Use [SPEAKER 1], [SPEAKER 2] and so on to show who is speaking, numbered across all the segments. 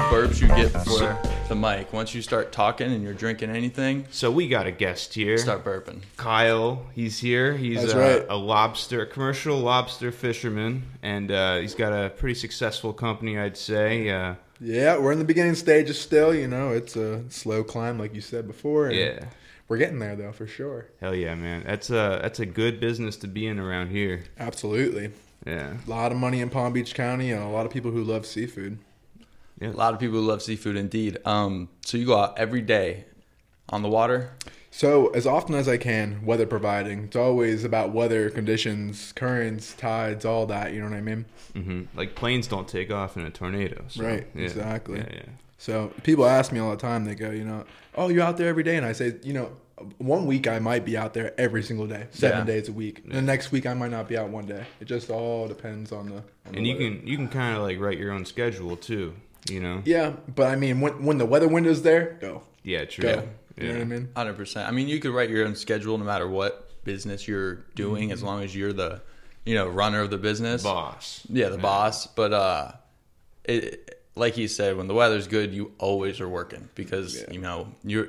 [SPEAKER 1] get
[SPEAKER 2] That's
[SPEAKER 1] for
[SPEAKER 2] fair.
[SPEAKER 1] the mic. Once you start talking and you're drinking anything,
[SPEAKER 2] So we got a guest here.
[SPEAKER 1] start burping.
[SPEAKER 2] Kyle, he's here. He's
[SPEAKER 3] That's
[SPEAKER 2] a,
[SPEAKER 3] right.
[SPEAKER 2] a lobster, commercial lobster fisherman, and uh, he's got a pretty successful company, I'd say. Uh,
[SPEAKER 3] Yeah, we're in the beginning stages still. You know, it's a slow climb, like you said before. and
[SPEAKER 2] yeah,
[SPEAKER 3] we're getting there though, for sure.
[SPEAKER 2] hell yeah, man. That's a that's a good business to be in around here.
[SPEAKER 3] Absolutely,
[SPEAKER 2] Yeah,
[SPEAKER 3] a lot of money in Palm Beach County, and a lot of people who love seafood.
[SPEAKER 1] A lot of people love seafood, indeed. Um, so you go out every day on the water.
[SPEAKER 3] So, as often as I can, weather providing. It's always about weather conditions, currents, tides, all that. You know what I mean?
[SPEAKER 2] hmm like planes don't take off in a tornado. so-
[SPEAKER 3] Right,
[SPEAKER 2] yeah,
[SPEAKER 3] exactly.
[SPEAKER 2] Yeah, yeah.
[SPEAKER 3] So people ask me all the time. They go, you know, oh, you're out there every day, and I say, you know, one week I might be out there every single day, seven
[SPEAKER 1] Yeah.
[SPEAKER 3] days a week. The next week I might not be out one day. It just all depends on the. On the
[SPEAKER 2] And you
[SPEAKER 3] weather.
[SPEAKER 2] can you can kind of like write your own schedule too. You know.
[SPEAKER 3] Yeah, but I mean, when when the weather window's there, go
[SPEAKER 2] Yeah, true.
[SPEAKER 3] go.
[SPEAKER 2] Yeah.
[SPEAKER 3] You know what I mean?
[SPEAKER 1] Hundred percent. I mean, you could write your own schedule no matter what business you're doing, as long as you're the, you know, runner of the business.
[SPEAKER 2] Boss.
[SPEAKER 1] Yeah, the boss. But uh, it like you said, when the weather's good, you always are working because
[SPEAKER 3] Yeah.
[SPEAKER 1] you know you're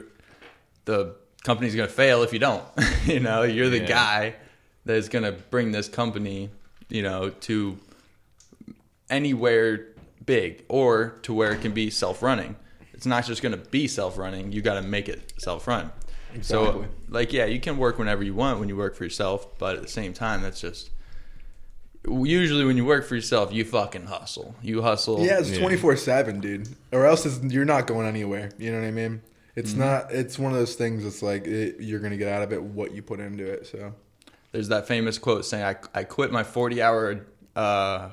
[SPEAKER 1] the company's gonna fail if you don't. you know, you're the
[SPEAKER 2] Yeah.
[SPEAKER 1] guy that's gonna bring this company, you know, to anywhere big or to where it can be self-running. It's not just going to be self-running. You got to make it self-run. So,
[SPEAKER 3] Exactly.
[SPEAKER 1] like, yeah, you can work whenever you want when you work for yourself, but at the same time, that's just usually when you work for yourself, you fucking hustle. You hustle.
[SPEAKER 3] Yeah, it's
[SPEAKER 2] Yeah.
[SPEAKER 3] twenty four seven, dude. Or else it's, you're not going anywhere. You know what I mean?
[SPEAKER 2] Mm-hmm.
[SPEAKER 3] It's not. It's one of those things. It's like it, you're gonna get out of it what you put into it. So
[SPEAKER 1] There's that famous quote saying, "I I quit my 40 hour." Uh,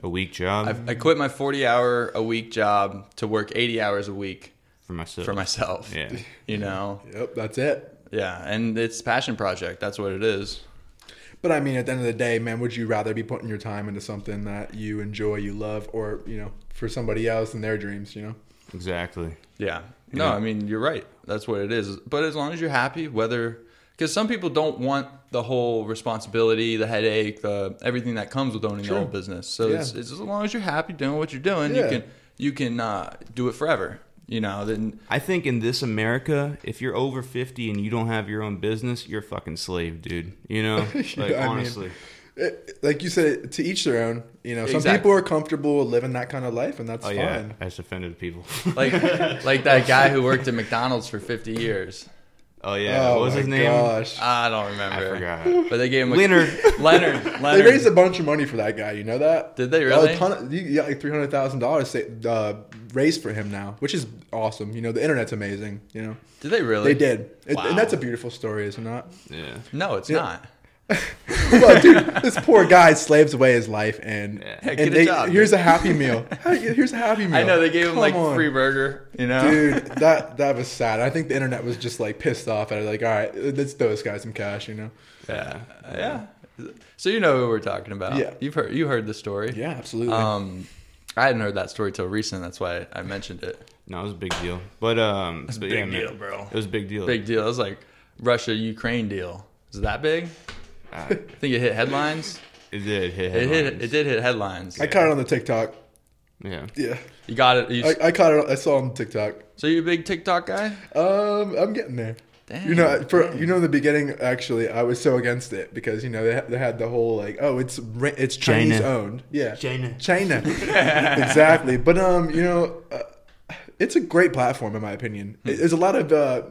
[SPEAKER 2] A week job
[SPEAKER 1] I, I quit my 40 hour a week job to work 80 hours a week
[SPEAKER 2] for myself.
[SPEAKER 1] for myself.
[SPEAKER 2] Yeah.
[SPEAKER 1] You know?
[SPEAKER 3] yep, that's it.
[SPEAKER 1] Yeah. And it's passion project. That's what it is.
[SPEAKER 3] But I mean, at the end of the day, man, would you rather be putting your time into something that you enjoy, you love, or you know, for somebody else and their dreams? You know,
[SPEAKER 2] Exactly.
[SPEAKER 1] Yeah. No,
[SPEAKER 2] Yeah.
[SPEAKER 1] I mean, you're right. That's what it is. But as long as you're happy, whether because some people don't want the whole responsibility, the headache, the everything that comes with owning your own business. So it's,
[SPEAKER 3] Yeah.
[SPEAKER 1] it's as long as you're happy doing what you're doing,
[SPEAKER 3] Yeah.
[SPEAKER 1] you can you can uh, do it forever. You know, then
[SPEAKER 2] I think in this America, if you're over 50 and you don't have your own business, you're a fucking slave, dude. You know? Like,
[SPEAKER 3] I mean-
[SPEAKER 2] honestly.
[SPEAKER 3] It- Eh, like you said, to each their own. You know, some
[SPEAKER 1] Exactly.
[SPEAKER 3] people are comfortable living that kind of life, and that's
[SPEAKER 2] oh,
[SPEAKER 3] fine.
[SPEAKER 2] yeah. I just offended people.
[SPEAKER 1] like like that guy who worked at McDonald's for 50 years.
[SPEAKER 2] oh, yeah.
[SPEAKER 3] Oh
[SPEAKER 2] what was
[SPEAKER 3] my
[SPEAKER 2] his name?
[SPEAKER 3] gosh.
[SPEAKER 1] I don't remember.
[SPEAKER 2] I forgot.
[SPEAKER 1] But they gave him a,
[SPEAKER 2] Leonard.
[SPEAKER 1] Leonard.
[SPEAKER 3] They
[SPEAKER 1] Leonard.
[SPEAKER 3] raised a bunch of money for that guy. You know that?
[SPEAKER 1] Did they
[SPEAKER 3] A
[SPEAKER 1] really?
[SPEAKER 3] ton of- you got like three hundred thousand dollars uh, raised for him now, which is awesome. You know, the internet's amazing. You know,
[SPEAKER 1] Did they really?
[SPEAKER 3] they did, It-
[SPEAKER 1] Wow.
[SPEAKER 3] and that's a beautiful story, is it not?
[SPEAKER 2] Yeah.
[SPEAKER 1] No, it's not.
[SPEAKER 3] Well, dude, this poor guy slaves away his life, and,
[SPEAKER 2] Yeah.
[SPEAKER 1] Hey,
[SPEAKER 3] and
[SPEAKER 1] get a
[SPEAKER 3] they,
[SPEAKER 1] job,
[SPEAKER 3] here's a happy meal. Here's a happy meal.
[SPEAKER 1] I know they gave him
[SPEAKER 3] Come
[SPEAKER 1] like
[SPEAKER 3] on.
[SPEAKER 1] free burger. You know,
[SPEAKER 3] Dude, that that was sad. I think the internet was just like pissed off at it. Like, all right, let's throw this guy some cash, you know?
[SPEAKER 1] Yeah. Yeah. So you know who we're talking about.
[SPEAKER 3] Yeah.
[SPEAKER 1] You've heard you heard the story.
[SPEAKER 3] Yeah, absolutely.
[SPEAKER 1] Um I hadn't heard that story till recent, that's why I mentioned it.
[SPEAKER 2] No, it was a big deal. But, um, but
[SPEAKER 1] big
[SPEAKER 2] yeah, man,
[SPEAKER 1] deal, bro.
[SPEAKER 2] It was a big deal.
[SPEAKER 1] Big deal. It was like Russia Ukraine deal. Is it that big?
[SPEAKER 2] Uh,
[SPEAKER 1] I think it hit headlines.
[SPEAKER 2] it did hit
[SPEAKER 1] It hit
[SPEAKER 2] headlines.
[SPEAKER 1] it did hit headlines.
[SPEAKER 3] I caught it on the TikTok.
[SPEAKER 2] Yeah.
[SPEAKER 3] Yeah,
[SPEAKER 1] You got it. You,
[SPEAKER 3] I, I caught it. I saw it on TikTok.
[SPEAKER 1] so you a big TikTok guy?
[SPEAKER 3] Um, I'm getting there.
[SPEAKER 1] Damn.
[SPEAKER 3] You know, for you know, in the beginning, actually, I was so against it because you know they, ha- they had the whole like, oh, it's ra- it's Chinese
[SPEAKER 2] China.
[SPEAKER 3] owned, yeah,
[SPEAKER 2] China.
[SPEAKER 3] China, exactly. But um, you know, uh, it's a great platform in my opinion.
[SPEAKER 1] Hmm.
[SPEAKER 3] It- There's a lot of uh,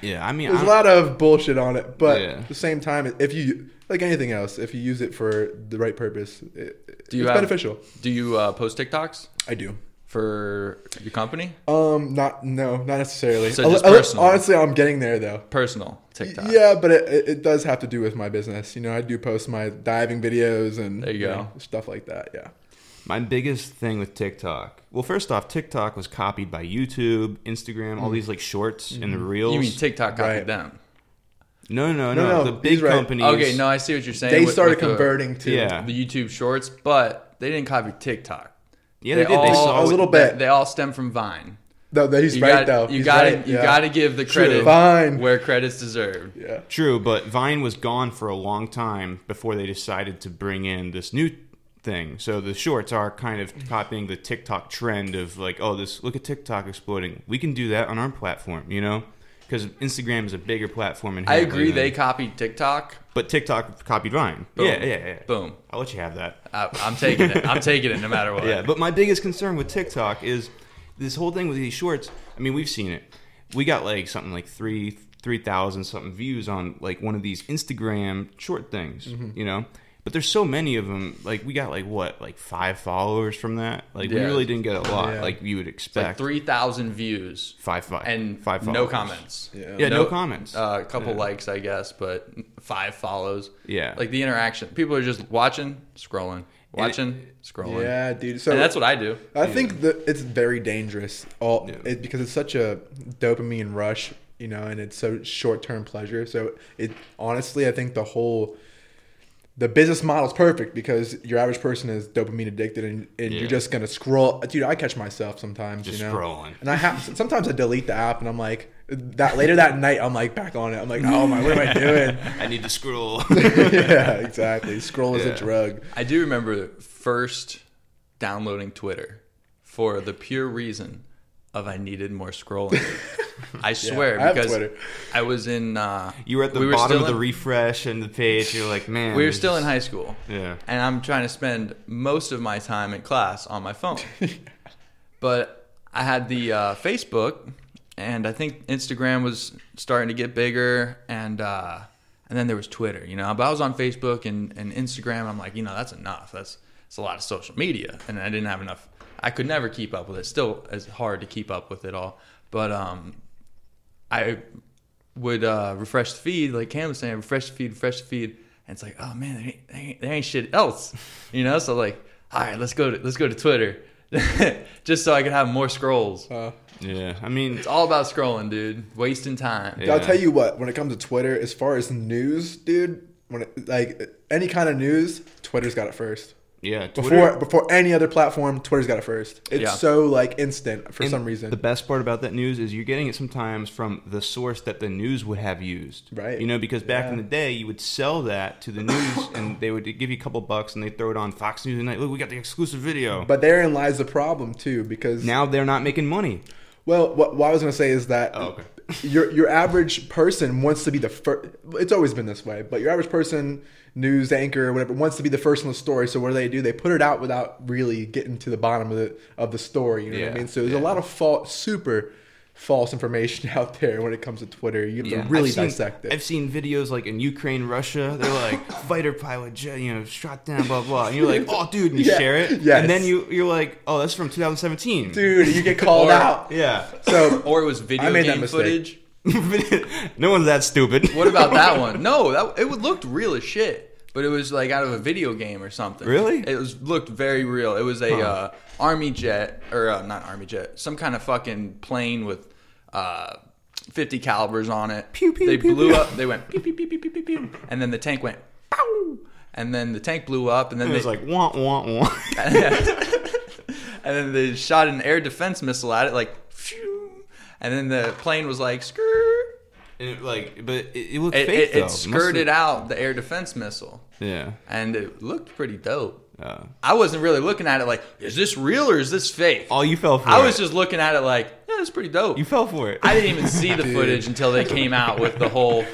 [SPEAKER 2] Yeah. I mean,
[SPEAKER 3] there's a
[SPEAKER 2] I'm-
[SPEAKER 3] lot of bullshit on it, but
[SPEAKER 2] Yeah.
[SPEAKER 3] at the same time, if you like anything else, if you use it for the right purpose, it,
[SPEAKER 1] Do you
[SPEAKER 3] it's
[SPEAKER 1] have-
[SPEAKER 3] beneficial.
[SPEAKER 1] Do you uh, post TikToks
[SPEAKER 3] I do.
[SPEAKER 1] for your company?
[SPEAKER 3] Um, not no, not necessarily.
[SPEAKER 1] So just
[SPEAKER 3] Al- al-
[SPEAKER 1] personal.
[SPEAKER 3] honestly, I'm getting there though.
[SPEAKER 1] Personal TikTok.
[SPEAKER 3] Yeah, but it, it, it does have to do with my business. You know, I do post my diving videos and
[SPEAKER 1] There you go.
[SPEAKER 3] know, stuff like that. Yeah.
[SPEAKER 2] My biggest thing with TikTok. Well, first off, TikTok was copied by YouTube, Instagram,
[SPEAKER 3] Mm-hmm.
[SPEAKER 2] all these like shorts and the reels.
[SPEAKER 1] You mean TikTok copied
[SPEAKER 3] Right.
[SPEAKER 1] them?
[SPEAKER 2] No, no,
[SPEAKER 3] No,
[SPEAKER 2] no.
[SPEAKER 3] no,
[SPEAKER 2] The
[SPEAKER 3] he's
[SPEAKER 2] big
[SPEAKER 3] right.
[SPEAKER 2] companies.
[SPEAKER 1] Okay, no, I see what you're saying.
[SPEAKER 3] They
[SPEAKER 1] with-
[SPEAKER 3] started
[SPEAKER 1] with the-
[SPEAKER 3] converting to
[SPEAKER 2] Yeah.
[SPEAKER 1] the YouTube Shorts, but they didn't copy TikTok.
[SPEAKER 2] Yeah, they, did. They
[SPEAKER 3] all-
[SPEAKER 2] saw
[SPEAKER 3] a
[SPEAKER 2] it.
[SPEAKER 3] little
[SPEAKER 1] they-
[SPEAKER 3] bit.
[SPEAKER 1] They, all stem from Vine.
[SPEAKER 3] No, that he's
[SPEAKER 1] You
[SPEAKER 3] right
[SPEAKER 1] gotta-
[SPEAKER 3] though.
[SPEAKER 1] You
[SPEAKER 3] He's
[SPEAKER 1] got to
[SPEAKER 3] right,
[SPEAKER 1] you
[SPEAKER 3] yeah.
[SPEAKER 1] got to give the credit
[SPEAKER 3] Vine.
[SPEAKER 1] where credit's deserved.
[SPEAKER 3] Yeah.
[SPEAKER 2] True, but Vine was gone for a long time before they decided to bring in this new thing. So the shorts are kind of copying the TikTok trend of like, oh, this look at TikTok exploding. We can do that on our platform, you know, because Instagram is a bigger platform.
[SPEAKER 1] I
[SPEAKER 2] inherently
[SPEAKER 1] agree.
[SPEAKER 2] than-
[SPEAKER 1] They copied TikTok.
[SPEAKER 2] but TikTok copied Vine.
[SPEAKER 1] Boom.
[SPEAKER 2] Yeah, yeah, yeah.
[SPEAKER 1] Boom.
[SPEAKER 2] I'll let you have that.
[SPEAKER 1] I, I'm taking it. I'm taking it no matter what.
[SPEAKER 2] Yeah, but my biggest concern with TikTok is this whole thing with these shorts. I mean, we've seen it. We got like something like three three thousand something views on like one of these Instagram short things,
[SPEAKER 1] Mm-hmm.
[SPEAKER 2] you know. But there's so many of them. Like we got like what like five followers from that. Like we
[SPEAKER 1] Yeah.
[SPEAKER 2] really didn't get a lot.
[SPEAKER 3] Yeah.
[SPEAKER 2] Like you would
[SPEAKER 1] It's
[SPEAKER 2] expect.
[SPEAKER 1] like three thousand views
[SPEAKER 2] five fi-
[SPEAKER 1] and
[SPEAKER 2] five
[SPEAKER 1] no
[SPEAKER 2] followers.
[SPEAKER 1] comments.
[SPEAKER 3] Yeah.
[SPEAKER 2] Yeah, no comments.
[SPEAKER 1] Uh, a couple
[SPEAKER 2] Yeah.
[SPEAKER 1] likes, I guess, but five follows.
[SPEAKER 2] Yeah.
[SPEAKER 1] like the interaction. People are just watching, scrolling, watching, scrolling.
[SPEAKER 3] Yeah, dude. So
[SPEAKER 1] and that's what I do.
[SPEAKER 3] I think that it's very dangerous. All
[SPEAKER 2] Yeah.
[SPEAKER 3] it, because it's such a dopamine rush, you know, and it's so short term pleasure. So it honestly, I think the whole the business model's perfect because your average person is dopamine addicted, and, and
[SPEAKER 2] Yeah.
[SPEAKER 3] you're just gonna scroll. Dude, I catch myself sometimes,
[SPEAKER 2] Just
[SPEAKER 3] you know,
[SPEAKER 2] scrolling.
[SPEAKER 3] and I have sometimes I delete the app, and I'm like that later that night, I'm like back on it. I'm like, oh my, what am I doing?
[SPEAKER 2] I need to scroll.
[SPEAKER 3] yeah, exactly. Scroll is
[SPEAKER 2] Yeah.
[SPEAKER 3] a drug.
[SPEAKER 1] I do remember first downloading Twitter for the pure reason of I needed more scrolling. I swear
[SPEAKER 3] I have
[SPEAKER 1] because
[SPEAKER 3] Twitter.
[SPEAKER 1] I was in. Uh,
[SPEAKER 2] you were at the
[SPEAKER 1] we
[SPEAKER 2] bottom
[SPEAKER 1] still
[SPEAKER 2] of the
[SPEAKER 1] in-
[SPEAKER 2] refresh and the page. You're like, man,
[SPEAKER 1] We were
[SPEAKER 2] this
[SPEAKER 1] still
[SPEAKER 2] is-
[SPEAKER 1] in high school.
[SPEAKER 2] Yeah.
[SPEAKER 1] And I'm trying to spend most of my time in class on my phone. but I had the uh, Facebook, and I think Instagram was starting to get bigger, and uh, and then there was Twitter, you know. But I was on Facebook and, and Instagram. I'm like, you know, that's enough. That's it's a lot of social media, and I didn't have enough. I could never keep up with it. Still, it's hard to keep up with it all. But um, I would uh, refresh the feed, like Cam was saying, refresh the feed, refresh the feed, and it's like, oh man, there ain't, there ain't, there ain't shit else, you know. So like, all right, let's go to let's go to Twitter, just so I could have more scrolls.
[SPEAKER 3] Uh,
[SPEAKER 2] Yeah, I mean,
[SPEAKER 1] It's all about scrolling, dude. Wasting time.
[SPEAKER 2] Yeah.
[SPEAKER 3] I'll tell you what. When it comes to Twitter, as far as news, dude, when it, like any kind of news, Twitter's got it first.
[SPEAKER 2] yeah. Twitter,
[SPEAKER 3] Before before any other platform, Twitter's got it first. It's
[SPEAKER 1] Yeah.
[SPEAKER 3] so like instant for
[SPEAKER 2] And
[SPEAKER 3] some reason.
[SPEAKER 2] The best part about that news is you're getting it sometimes from the source that the news would have used.
[SPEAKER 3] Right.
[SPEAKER 2] You know, because back in
[SPEAKER 3] Yeah.
[SPEAKER 2] the day, you would sell that to the news and they would give you a couple bucks and they'd throw it on Fox News Tonight. Look, we got the exclusive video. But
[SPEAKER 3] but therein lies the problem too, because
[SPEAKER 2] now they're not making money.
[SPEAKER 3] well, what, what I was gonna say is that
[SPEAKER 2] Oh, okay.
[SPEAKER 3] your your average person wants to be the first. It's always been this way, but your average person, news anchor, or whatever, wants to be the first in the story. So what do they do? They put it out without really getting to the bottom of the of the story. You know what
[SPEAKER 2] Yeah,
[SPEAKER 3] I mean? So there's
[SPEAKER 2] yeah.
[SPEAKER 3] a lot of false, super false information out there when it comes to Twitter. You have to really
[SPEAKER 2] I've seen,
[SPEAKER 3] dissect it.
[SPEAKER 2] I've seen videos like in Ukraine, Russia. They're like fighter pilot, jet, you know, shot down, blah blah. And you're like, oh, dude, and you
[SPEAKER 3] Yeah,
[SPEAKER 2] share it.
[SPEAKER 3] yes.
[SPEAKER 2] And then you you're like, oh, that's from 2017.
[SPEAKER 3] Dude, you get called
[SPEAKER 1] Or-
[SPEAKER 3] out.
[SPEAKER 2] Yeah.
[SPEAKER 3] So
[SPEAKER 1] Or it was video
[SPEAKER 3] I made that
[SPEAKER 1] game
[SPEAKER 3] mistake.
[SPEAKER 1] footage.
[SPEAKER 2] no one's that stupid.
[SPEAKER 1] What about that one? No, that it would looked real as shit, but it was like out of a video game or something.
[SPEAKER 2] Really?
[SPEAKER 1] It was looked very real. It was a
[SPEAKER 2] Huh.
[SPEAKER 1] uh, army jet or uh, not army jet, some kind of fucking plane with uh, fifty calibers on it.
[SPEAKER 2] Pew, pew,
[SPEAKER 1] They
[SPEAKER 2] pew,
[SPEAKER 1] blew
[SPEAKER 2] pew.
[SPEAKER 1] up. They went pew pew pew pew pew pew, pew, and then the tank went pow, and then the tank blew up, and then
[SPEAKER 2] It
[SPEAKER 1] they
[SPEAKER 2] was like want want want.
[SPEAKER 1] and then they shot an air defense missile at it, like, phew, and then the plane was like, skrrr.
[SPEAKER 2] And it, like, but it, it looked
[SPEAKER 1] It,
[SPEAKER 2] fake
[SPEAKER 1] it,
[SPEAKER 2] though.
[SPEAKER 1] it skirted out the air defense missile,
[SPEAKER 2] Yeah.
[SPEAKER 1] and it looked pretty dope.
[SPEAKER 2] Uh,
[SPEAKER 1] I wasn't really looking at it like, is this real or is this fake?
[SPEAKER 2] oh, you fell for it.
[SPEAKER 1] I was just looking at it like, yeah, it's pretty dope.
[SPEAKER 2] You fell for it.
[SPEAKER 1] I didn't even see the footage until they came out with the whole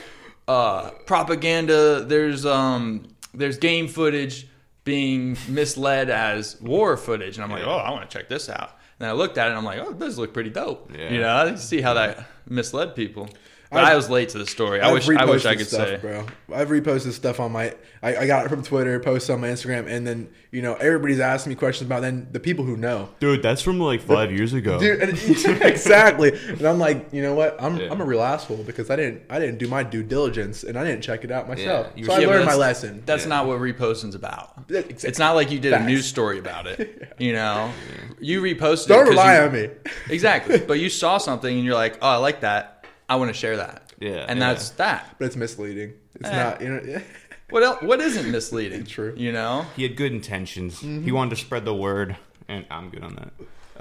[SPEAKER 1] uh, propaganda. There's um, there's game footage being misled as war footage, and I'm like,
[SPEAKER 2] Yeah.
[SPEAKER 1] oh, I want to check this out. And I looked at it, and I'm like, oh, it does look pretty dope.
[SPEAKER 2] Yeah.
[SPEAKER 1] You know, I can see how that misled people. But
[SPEAKER 3] I've-
[SPEAKER 1] I was late to the story. I wish I wish I
[SPEAKER 3] reposted
[SPEAKER 1] could
[SPEAKER 3] stuff,
[SPEAKER 1] say.
[SPEAKER 3] bro. I've reposted stuff on my. I, I got it from Twitter, posts on my Instagram, and then you know everybody's asking me questions about. Then the people who know,
[SPEAKER 2] Dude, that's from like five years
[SPEAKER 1] Oh.
[SPEAKER 2] ago.
[SPEAKER 3] dude, and, exactly. And I'm like, you know what? I'm
[SPEAKER 2] Yeah.
[SPEAKER 3] I'm a real asshole because I didn't I didn't do my due diligence and I didn't check it out myself.
[SPEAKER 2] you
[SPEAKER 3] so
[SPEAKER 2] were-
[SPEAKER 3] I
[SPEAKER 1] Yeah, but
[SPEAKER 3] learned my
[SPEAKER 1] that's-
[SPEAKER 3] lesson.
[SPEAKER 1] That's
[SPEAKER 2] Yeah.
[SPEAKER 1] not what reposting's about.
[SPEAKER 3] Yeah, exactly.
[SPEAKER 1] It's not like you did a
[SPEAKER 3] Facts.
[SPEAKER 1] news story about it. You know, you reposted. it
[SPEAKER 3] Don't
[SPEAKER 1] 'cause
[SPEAKER 3] rely
[SPEAKER 1] you-
[SPEAKER 3] on me.
[SPEAKER 1] Exactly. But you saw something and you're like, oh, I like that. I want to share that.
[SPEAKER 2] Yeah,
[SPEAKER 1] And
[SPEAKER 2] yeah.
[SPEAKER 1] that's that.
[SPEAKER 3] But it's misleading. It's
[SPEAKER 1] Eh.
[SPEAKER 3] not. You know.
[SPEAKER 1] What else, What isn't misleading?
[SPEAKER 3] True.
[SPEAKER 1] You know?
[SPEAKER 2] He had good intentions. He
[SPEAKER 1] Mm-hmm.
[SPEAKER 2] wanted to spread the word, and I'm good on that.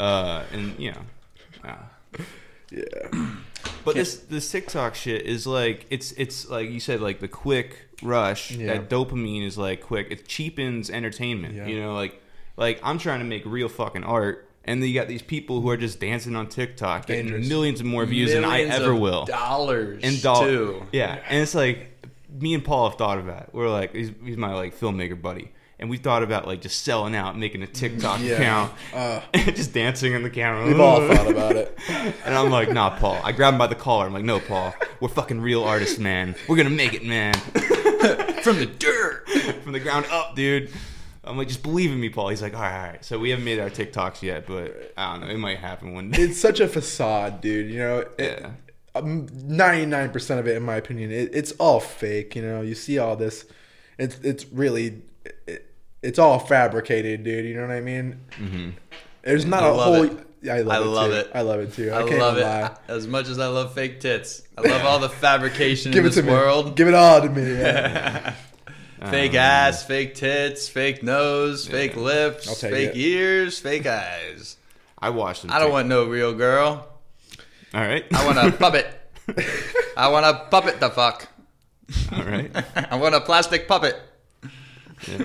[SPEAKER 2] Uh, and you know, uh,
[SPEAKER 3] yeah.
[SPEAKER 2] But this this TikTok shit is like it's it's like you said like the quick rush
[SPEAKER 3] Yeah.
[SPEAKER 2] that dopamine is like quick. It cheapens entertainment.
[SPEAKER 3] Yeah.
[SPEAKER 2] You know, like like I'm trying to make real fucking art, and then you got these people who are just dancing on TikTok, getting
[SPEAKER 3] Dangerous.
[SPEAKER 2] millions of more views than I
[SPEAKER 1] Millions
[SPEAKER 2] ever
[SPEAKER 1] of
[SPEAKER 2] will.
[SPEAKER 1] Dollars
[SPEAKER 2] and doll-
[SPEAKER 1] too.
[SPEAKER 2] Yeah, and it's like me and Paul have thought about. It. We're like, he's, he's my like filmmaker buddy, and we thought about like just selling out, making a TikTok
[SPEAKER 3] Yeah.
[SPEAKER 2] account,
[SPEAKER 3] Uh.
[SPEAKER 2] and just dancing in the camera.
[SPEAKER 3] We've all thought about it.
[SPEAKER 2] And I'm like, nah, Paul. I grab him by the collar. I'm like, no, Paul. We're fucking real artists, man. We're gonna make it, man.
[SPEAKER 1] From the dirt.
[SPEAKER 2] From the ground up, dude. I'm like, just believe in me, Paul. He's like, all right, all right. So we haven't made our TikToks yet, but I don't know. It might happen one day.
[SPEAKER 3] It's such a facade, dude. You know,
[SPEAKER 2] Yeah.
[SPEAKER 3] ninety nine Um, percent of it, in my opinion, it, it's all fake. You know, you see all this. It's it's really, it, it's all fabricated, dude. You know what I mean? Mm-hmm. There's not
[SPEAKER 1] I
[SPEAKER 3] a
[SPEAKER 1] love
[SPEAKER 3] whole.
[SPEAKER 1] it.
[SPEAKER 3] I love,
[SPEAKER 1] I
[SPEAKER 3] it,
[SPEAKER 1] love
[SPEAKER 3] too.
[SPEAKER 1] it.
[SPEAKER 3] I love it too. I,
[SPEAKER 1] I,
[SPEAKER 3] can't
[SPEAKER 1] love it
[SPEAKER 3] even lie.
[SPEAKER 1] as much as I love fake tits. I love all the fabrication
[SPEAKER 3] Give
[SPEAKER 1] in
[SPEAKER 3] it to
[SPEAKER 1] this world.
[SPEAKER 3] me. Give it all to me. yeah.
[SPEAKER 1] fake
[SPEAKER 2] Um,
[SPEAKER 1] ass, fake tits, fake nose, fake lips,
[SPEAKER 3] take
[SPEAKER 1] fake
[SPEAKER 3] it.
[SPEAKER 1] ears, fake eyes.
[SPEAKER 2] I watched them.
[SPEAKER 1] I don't want no real girl.
[SPEAKER 2] All right.
[SPEAKER 1] I want a puppet. I want a puppet the fuck.
[SPEAKER 2] all right.
[SPEAKER 1] I want a plastic puppet.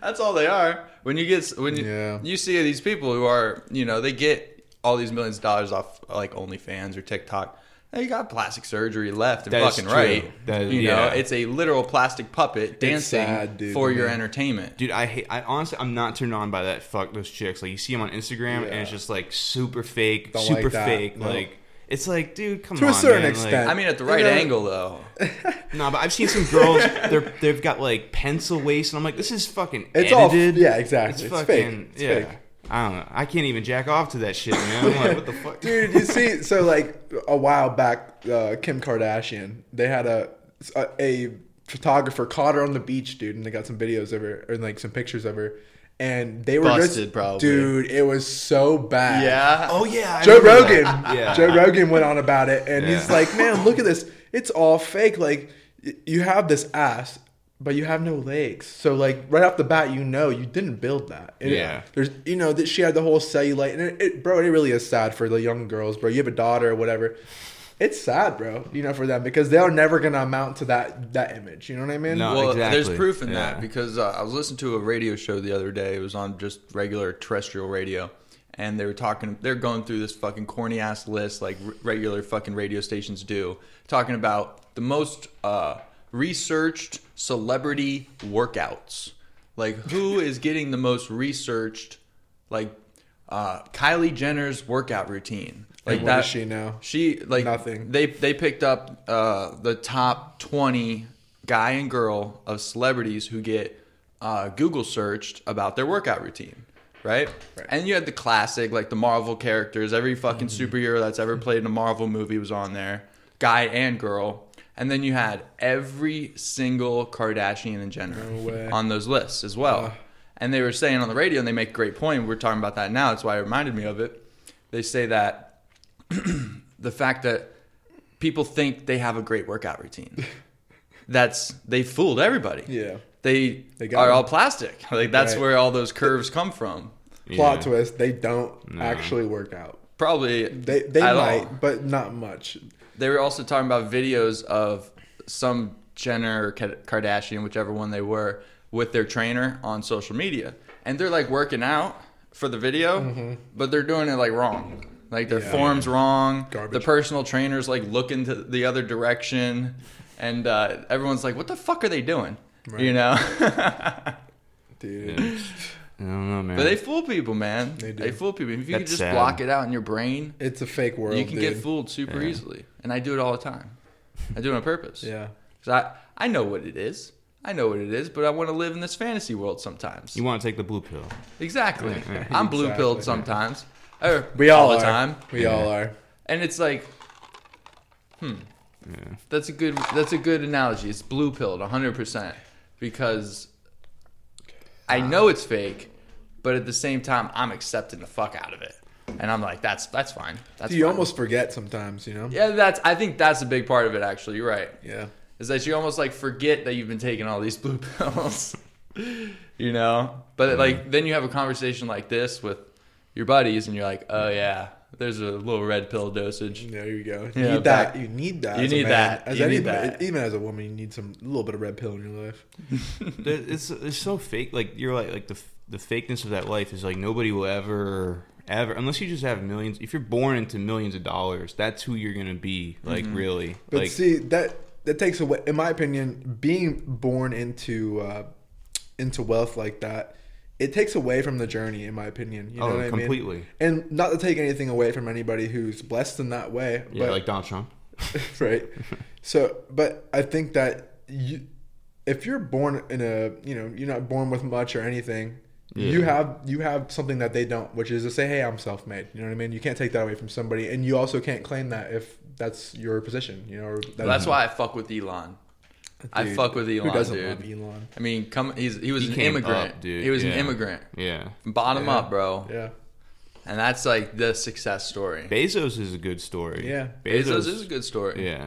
[SPEAKER 1] That's all they are. When you get when you,
[SPEAKER 3] Yeah.
[SPEAKER 1] you see these people who are you know they get all these millions of dollars off like OnlyFans or TikTok. They got plastic surgery left and
[SPEAKER 2] That is
[SPEAKER 1] fucking
[SPEAKER 2] true.
[SPEAKER 1] right.
[SPEAKER 2] That is-
[SPEAKER 1] you know,
[SPEAKER 2] yeah.
[SPEAKER 1] it's a literal plastic puppet dancing
[SPEAKER 3] sad, dude,
[SPEAKER 1] for your
[SPEAKER 3] man.
[SPEAKER 1] entertainment.
[SPEAKER 2] Dude, I hate. I honestly, I'm not turned on by that. Fuck those chicks. Like you see them on Instagram, and it's
[SPEAKER 3] Yeah.
[SPEAKER 2] just like super fake,
[SPEAKER 3] Don't like
[SPEAKER 2] super
[SPEAKER 3] that.
[SPEAKER 2] fake.
[SPEAKER 3] No.
[SPEAKER 2] Like it's like, dude, come
[SPEAKER 3] To a
[SPEAKER 2] on.
[SPEAKER 3] certain
[SPEAKER 2] man. Like,
[SPEAKER 3] extent.
[SPEAKER 1] I mean, at the right
[SPEAKER 3] You know-
[SPEAKER 1] angle though.
[SPEAKER 2] No, but I've seen some girls. They're they've got like pencil waist, and I'm like, this is fucking
[SPEAKER 3] It's all-
[SPEAKER 2] edited.
[SPEAKER 3] yeah, exactly. It's fake. It's
[SPEAKER 2] yeah.
[SPEAKER 3] fake.
[SPEAKER 2] I don't know. I can't even jack off to that shit, man. I'm like, what the fuck,
[SPEAKER 3] dude you see so like a while back uh, kim kardashian they had a, a a photographer caught her on the beach dude and they got some videos of her or like some pictures of her and they were
[SPEAKER 1] Busted,
[SPEAKER 3] just
[SPEAKER 1] probably.
[SPEAKER 3] dude it was so bad
[SPEAKER 2] Oh yeah, I
[SPEAKER 3] Joe
[SPEAKER 2] remember
[SPEAKER 3] Rogan.
[SPEAKER 2] that. Yeah.
[SPEAKER 3] Joe Rogan went on about it, and he's
[SPEAKER 2] Yeah.
[SPEAKER 3] like, "Man, look at this. It's all fake. Like, y- you have this ass, but you have no legs. So, like, right off the bat, you know you didn't build that. And it-
[SPEAKER 2] Yeah.
[SPEAKER 3] there's, you know, that she had the whole cellulite, and it, it, bro, it really is sad for the young girls, bro. You have a daughter or whatever. It's sad, bro. You know, for them because they are never gonna amount to that that image. You know what I mean?
[SPEAKER 2] No.
[SPEAKER 1] Well,
[SPEAKER 2] exactly.
[SPEAKER 1] there's proof in
[SPEAKER 2] Yeah.
[SPEAKER 1] that because uh, I was listening to a radio show the other day. It was on just regular terrestrial radio, and they were talking. They're going through this fucking corny ass list like r- regular fucking radio stations do, talking about the most uh, researched celebrity workouts. Like who is getting the most researched? Like uh, Kylie Jenner's workout routine. Like
[SPEAKER 3] what
[SPEAKER 1] that.
[SPEAKER 3] does she know?
[SPEAKER 1] She like
[SPEAKER 3] Nothing.
[SPEAKER 1] they they picked up uh, the top 20 guy and girl of celebrities who get uh, Google searched about their workout routine, right? And you had the classic, like the Marvel characters. Every fucking superhero that's ever played in a Marvel movie was on there, guy and girl. And then you had every single Kardashian and Jenner
[SPEAKER 3] way.
[SPEAKER 1] on those lists as well. And they were saying on the radio, and they make a great point. We're talking about that now. That's why it reminded me of it. They say that the fact that people think they have a great workout routine. That's they fooled everybody.
[SPEAKER 3] Yeah.
[SPEAKER 1] They,
[SPEAKER 3] They got
[SPEAKER 1] are
[SPEAKER 3] them.
[SPEAKER 1] all plastic. Like that's
[SPEAKER 3] Right.
[SPEAKER 1] where all those curves come from.
[SPEAKER 3] Plot
[SPEAKER 2] Yeah.
[SPEAKER 3] twist: they don't actually work out.
[SPEAKER 1] Probably
[SPEAKER 3] They they
[SPEAKER 1] at all.
[SPEAKER 3] might, but not much.
[SPEAKER 1] They were also talking about videos of some Jenner or Ka- Kardashian, whichever one they were, with their trainer on social media, and they're like working out for the video,
[SPEAKER 3] Mm-hmm.
[SPEAKER 1] but they're doing it like wrong. Like their form's wrong. The
[SPEAKER 3] Garbage.
[SPEAKER 1] personal trainer's like looking to the other direction, and uh, everyone's like, "What the fuck are they doing?" You know.
[SPEAKER 3] Dude,
[SPEAKER 2] Yeah. I don't know, man.
[SPEAKER 1] but they fool people, man. They,
[SPEAKER 3] do.
[SPEAKER 1] fool people. If you could
[SPEAKER 2] That's
[SPEAKER 1] just
[SPEAKER 2] sad.
[SPEAKER 1] block it out in your brain,
[SPEAKER 3] it's a fake world.
[SPEAKER 1] you can
[SPEAKER 3] dude.
[SPEAKER 1] get fooled super
[SPEAKER 2] Yeah.
[SPEAKER 1] easily. And I do it all the time. I do it on purpose.
[SPEAKER 3] Yeah.
[SPEAKER 1] 'Cause I, I know what it is. I know what it is, but I want to live in this fantasy world sometimes.
[SPEAKER 2] you want to take the blue pill?
[SPEAKER 1] exactly.
[SPEAKER 2] Yeah,
[SPEAKER 1] I'm blue
[SPEAKER 3] Exactly.
[SPEAKER 1] pilled sometimes. Or
[SPEAKER 3] We all,
[SPEAKER 1] the
[SPEAKER 3] are.
[SPEAKER 1] time.
[SPEAKER 3] We all are.
[SPEAKER 1] And it's like, hmm.
[SPEAKER 2] Yeah.
[SPEAKER 1] That's a good that's a good analogy. It's blue pilled 100% because I know it's fake, but at the same time I'm accepting the fuck out of it. And I'm like that's that's fine. That's
[SPEAKER 3] Do you
[SPEAKER 1] fine.
[SPEAKER 3] almost forget sometimes, you know?
[SPEAKER 1] Yeah, that's I think that's a big part of it actually. You're right.
[SPEAKER 3] Yeah.
[SPEAKER 1] is that you almost like forget that you've been taking all these blue pills, you
[SPEAKER 2] Mm-hmm.
[SPEAKER 1] know? But like then you have a conversation like this with your buddies, and you're like, oh yeah, there's a little red pill dosage.
[SPEAKER 3] There you go. You
[SPEAKER 1] Yeah,
[SPEAKER 3] need that. You need that.
[SPEAKER 1] You
[SPEAKER 3] as a
[SPEAKER 1] need
[SPEAKER 3] man.
[SPEAKER 1] that.
[SPEAKER 3] As
[SPEAKER 1] You need
[SPEAKER 3] anybody,
[SPEAKER 1] that.
[SPEAKER 3] even as a woman, you need some a little bit of red pill in your life.
[SPEAKER 2] There- it's it's so fake. Like you're like like the f- the fakeness of that life is like nobody will ever ever unless you just have millions. If you're born into millions of dollars, that's who you're gonna be. Like
[SPEAKER 1] Mm-hmm.
[SPEAKER 2] really,
[SPEAKER 3] But
[SPEAKER 2] like
[SPEAKER 3] see that that takes away, in my opinion, being born into uh, into wealth like that. It takes away from the journey, in my opinion. You know
[SPEAKER 2] Oh,
[SPEAKER 3] what I mean?
[SPEAKER 2] completely.
[SPEAKER 3] And not to take anything away from anybody who's blessed in that way,
[SPEAKER 2] yeah,
[SPEAKER 3] but
[SPEAKER 2] like Donald Trump.
[SPEAKER 3] right. So, but I think that you, if you're born in a, you know, you're not born with much or anything, you
[SPEAKER 2] Yeah.
[SPEAKER 3] have you have something that they don't, which is to say, hey, I'm self-made. You know what I mean? You can't take that away from somebody, and you also can't claim that if that's your position. You know, or that,
[SPEAKER 1] That's
[SPEAKER 2] Mm-hmm.
[SPEAKER 1] why I fuck with Elon. I
[SPEAKER 3] Dude,
[SPEAKER 1] fuck with Elon,
[SPEAKER 3] who doesn't
[SPEAKER 1] dude.
[SPEAKER 3] love Elon?
[SPEAKER 1] I mean, come he's, he was
[SPEAKER 2] He
[SPEAKER 1] an
[SPEAKER 2] came
[SPEAKER 1] immigrant.
[SPEAKER 2] up, dude.
[SPEAKER 1] He was
[SPEAKER 2] Yeah.
[SPEAKER 1] an immigrant.
[SPEAKER 2] Yeah,
[SPEAKER 1] Bottom
[SPEAKER 3] Yeah.
[SPEAKER 1] up, bro.
[SPEAKER 3] Yeah,
[SPEAKER 1] And that's like the success story.
[SPEAKER 2] Bezos is a good story.
[SPEAKER 3] Yeah.
[SPEAKER 1] Bezos, is a good story.
[SPEAKER 2] Yeah,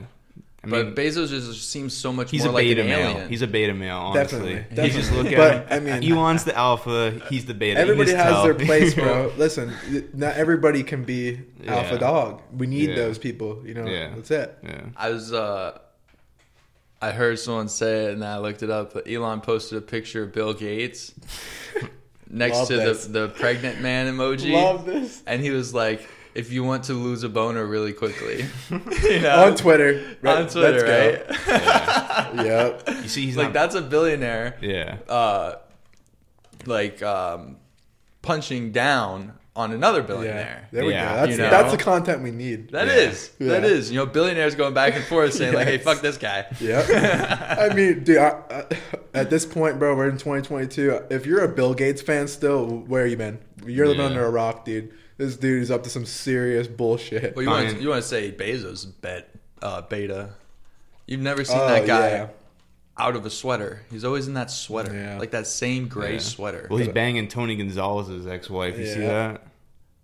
[SPEAKER 2] I
[SPEAKER 1] But
[SPEAKER 2] mean,
[SPEAKER 1] Bezos just seems so much
[SPEAKER 2] he's a
[SPEAKER 1] more like an
[SPEAKER 2] beta male.
[SPEAKER 1] alien.
[SPEAKER 2] He's a beta male. Honestly,
[SPEAKER 3] Definitely,
[SPEAKER 2] you just look
[SPEAKER 3] definitely.
[SPEAKER 2] at
[SPEAKER 3] But,
[SPEAKER 2] him.
[SPEAKER 3] I mean-
[SPEAKER 2] Elon's the alpha. He's the beta. You
[SPEAKER 3] everybody
[SPEAKER 2] just
[SPEAKER 3] has
[SPEAKER 2] tell.
[SPEAKER 3] their place, bro. Listen, not everybody can be alpha
[SPEAKER 2] Yeah.
[SPEAKER 3] dog. We need
[SPEAKER 2] Yeah.
[SPEAKER 3] those people. You know,
[SPEAKER 2] Yeah.
[SPEAKER 3] that's it.
[SPEAKER 2] yeah.
[SPEAKER 1] I was uh I heard someone say it and I looked it up. But Elon posted a picture of Bill Gates next
[SPEAKER 3] Love
[SPEAKER 1] to
[SPEAKER 3] this.
[SPEAKER 1] the the pregnant man emoji.
[SPEAKER 3] Love this.
[SPEAKER 1] And he was like, if you want to lose a boner really quickly. you know?
[SPEAKER 3] On Twitter, right?
[SPEAKER 1] On Twitter,
[SPEAKER 3] Let's
[SPEAKER 1] right?
[SPEAKER 3] go. yep.
[SPEAKER 2] You see, he's
[SPEAKER 1] like
[SPEAKER 2] not,
[SPEAKER 1] that's a billionaire
[SPEAKER 2] Yeah,
[SPEAKER 1] uh like um punching down on another billionaire.
[SPEAKER 3] There we
[SPEAKER 2] Yeah.
[SPEAKER 3] go. That's,
[SPEAKER 1] You know?
[SPEAKER 3] that's the content we need.
[SPEAKER 1] That
[SPEAKER 2] Yeah.
[SPEAKER 1] is, That
[SPEAKER 3] Yeah.
[SPEAKER 1] is. You know, billionaires going back and forth saying like, "Hey,
[SPEAKER 3] Yes.
[SPEAKER 1] fuck this guy."
[SPEAKER 3] yeah. I mean, dude, I, I, at this point, bro, we're in 2022. If you're a Bill Gates fan still, where you been? You're living
[SPEAKER 2] Yeah.
[SPEAKER 3] under a rock, dude. This dude is up to some serious bullshit.
[SPEAKER 1] Well, you want
[SPEAKER 2] Fine.
[SPEAKER 1] to, you want to say Bezos bet uh, beta? You've never seen
[SPEAKER 3] Oh,
[SPEAKER 1] that guy
[SPEAKER 3] yeah.
[SPEAKER 1] out of a sweater. He's always in that sweater,
[SPEAKER 3] Yeah.
[SPEAKER 1] like that same gray
[SPEAKER 2] Yeah.
[SPEAKER 1] sweater.
[SPEAKER 2] Well, he's banging Tony Gonzalez's ex-wife. You see
[SPEAKER 3] Yeah.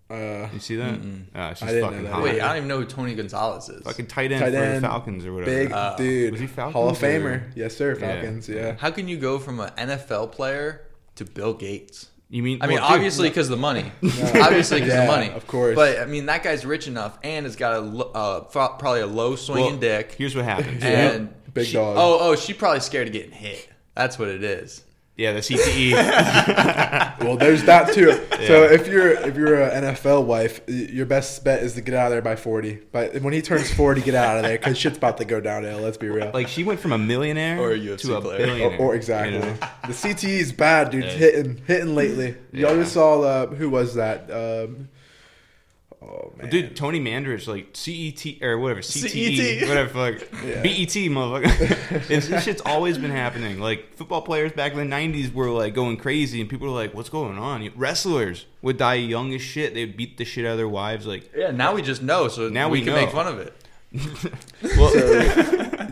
[SPEAKER 2] that?
[SPEAKER 3] Uh,
[SPEAKER 2] You see that? Ah, she's
[SPEAKER 3] I didn't
[SPEAKER 2] fucking
[SPEAKER 3] know that.
[SPEAKER 2] hot.
[SPEAKER 1] Wait, I don't even know who Tony Gonzalez is.
[SPEAKER 2] fucking tight end
[SPEAKER 3] Tight
[SPEAKER 2] for
[SPEAKER 3] end,
[SPEAKER 2] the Falcons or whatever.
[SPEAKER 3] big
[SPEAKER 1] Uh,
[SPEAKER 3] dude.
[SPEAKER 2] was he Falcons
[SPEAKER 3] Hall of
[SPEAKER 2] or-
[SPEAKER 3] Famer. Yes, sir.
[SPEAKER 2] Yeah.
[SPEAKER 3] Falcons. Yeah.
[SPEAKER 1] How can you go from an NFL player to Bill Gates?
[SPEAKER 2] you mean?
[SPEAKER 1] I mean,
[SPEAKER 2] well, dude,
[SPEAKER 1] obviously 'cause obviously because the money, obviously because
[SPEAKER 3] Yeah,
[SPEAKER 1] the money,
[SPEAKER 3] of course.
[SPEAKER 1] But I mean, that guy's rich enough, and has got a lo- uh, fo- probably a low swinging
[SPEAKER 2] well,
[SPEAKER 1] dick.
[SPEAKER 2] Here's what happens.
[SPEAKER 1] and
[SPEAKER 3] Big
[SPEAKER 1] she-
[SPEAKER 3] dog.
[SPEAKER 1] Oh, oh, she probably scared of getting hit. That's what it is.
[SPEAKER 2] yeah, the E. CTE.
[SPEAKER 3] Well, there's that too. So if you're if you're an NFL wife, y- your best bet is to get out of there by 40. But when he turns 40, get out of there because shit's about to go downhill. Let's be real.
[SPEAKER 2] like she went from a millionaire
[SPEAKER 1] Or a UFC
[SPEAKER 2] to a
[SPEAKER 1] player.
[SPEAKER 3] or,
[SPEAKER 2] billionaire.
[SPEAKER 3] or exactly.
[SPEAKER 2] you know?
[SPEAKER 3] The CTE is bad, dude. It's hitting hitting lately. Y'all
[SPEAKER 2] Yeah.
[SPEAKER 3] just saw uh, who was that? Um, oh man,
[SPEAKER 2] Dude, Tony Mandrich, like CET or whatever, CTE,
[SPEAKER 1] CET.
[SPEAKER 2] whatever, fuck,
[SPEAKER 3] E Yeah.
[SPEAKER 2] BET, motherfucker. this, this shit's always been happening. Like football players back in the '90s were like going crazy, and people were like, "What's going on?" Wrestlers would die young as shit. They would beat the shit out of their wives. Like,
[SPEAKER 1] Yeah, now we just know, so
[SPEAKER 2] Now
[SPEAKER 1] now we,
[SPEAKER 2] we
[SPEAKER 1] can
[SPEAKER 2] know.
[SPEAKER 1] make fun of it.
[SPEAKER 2] well,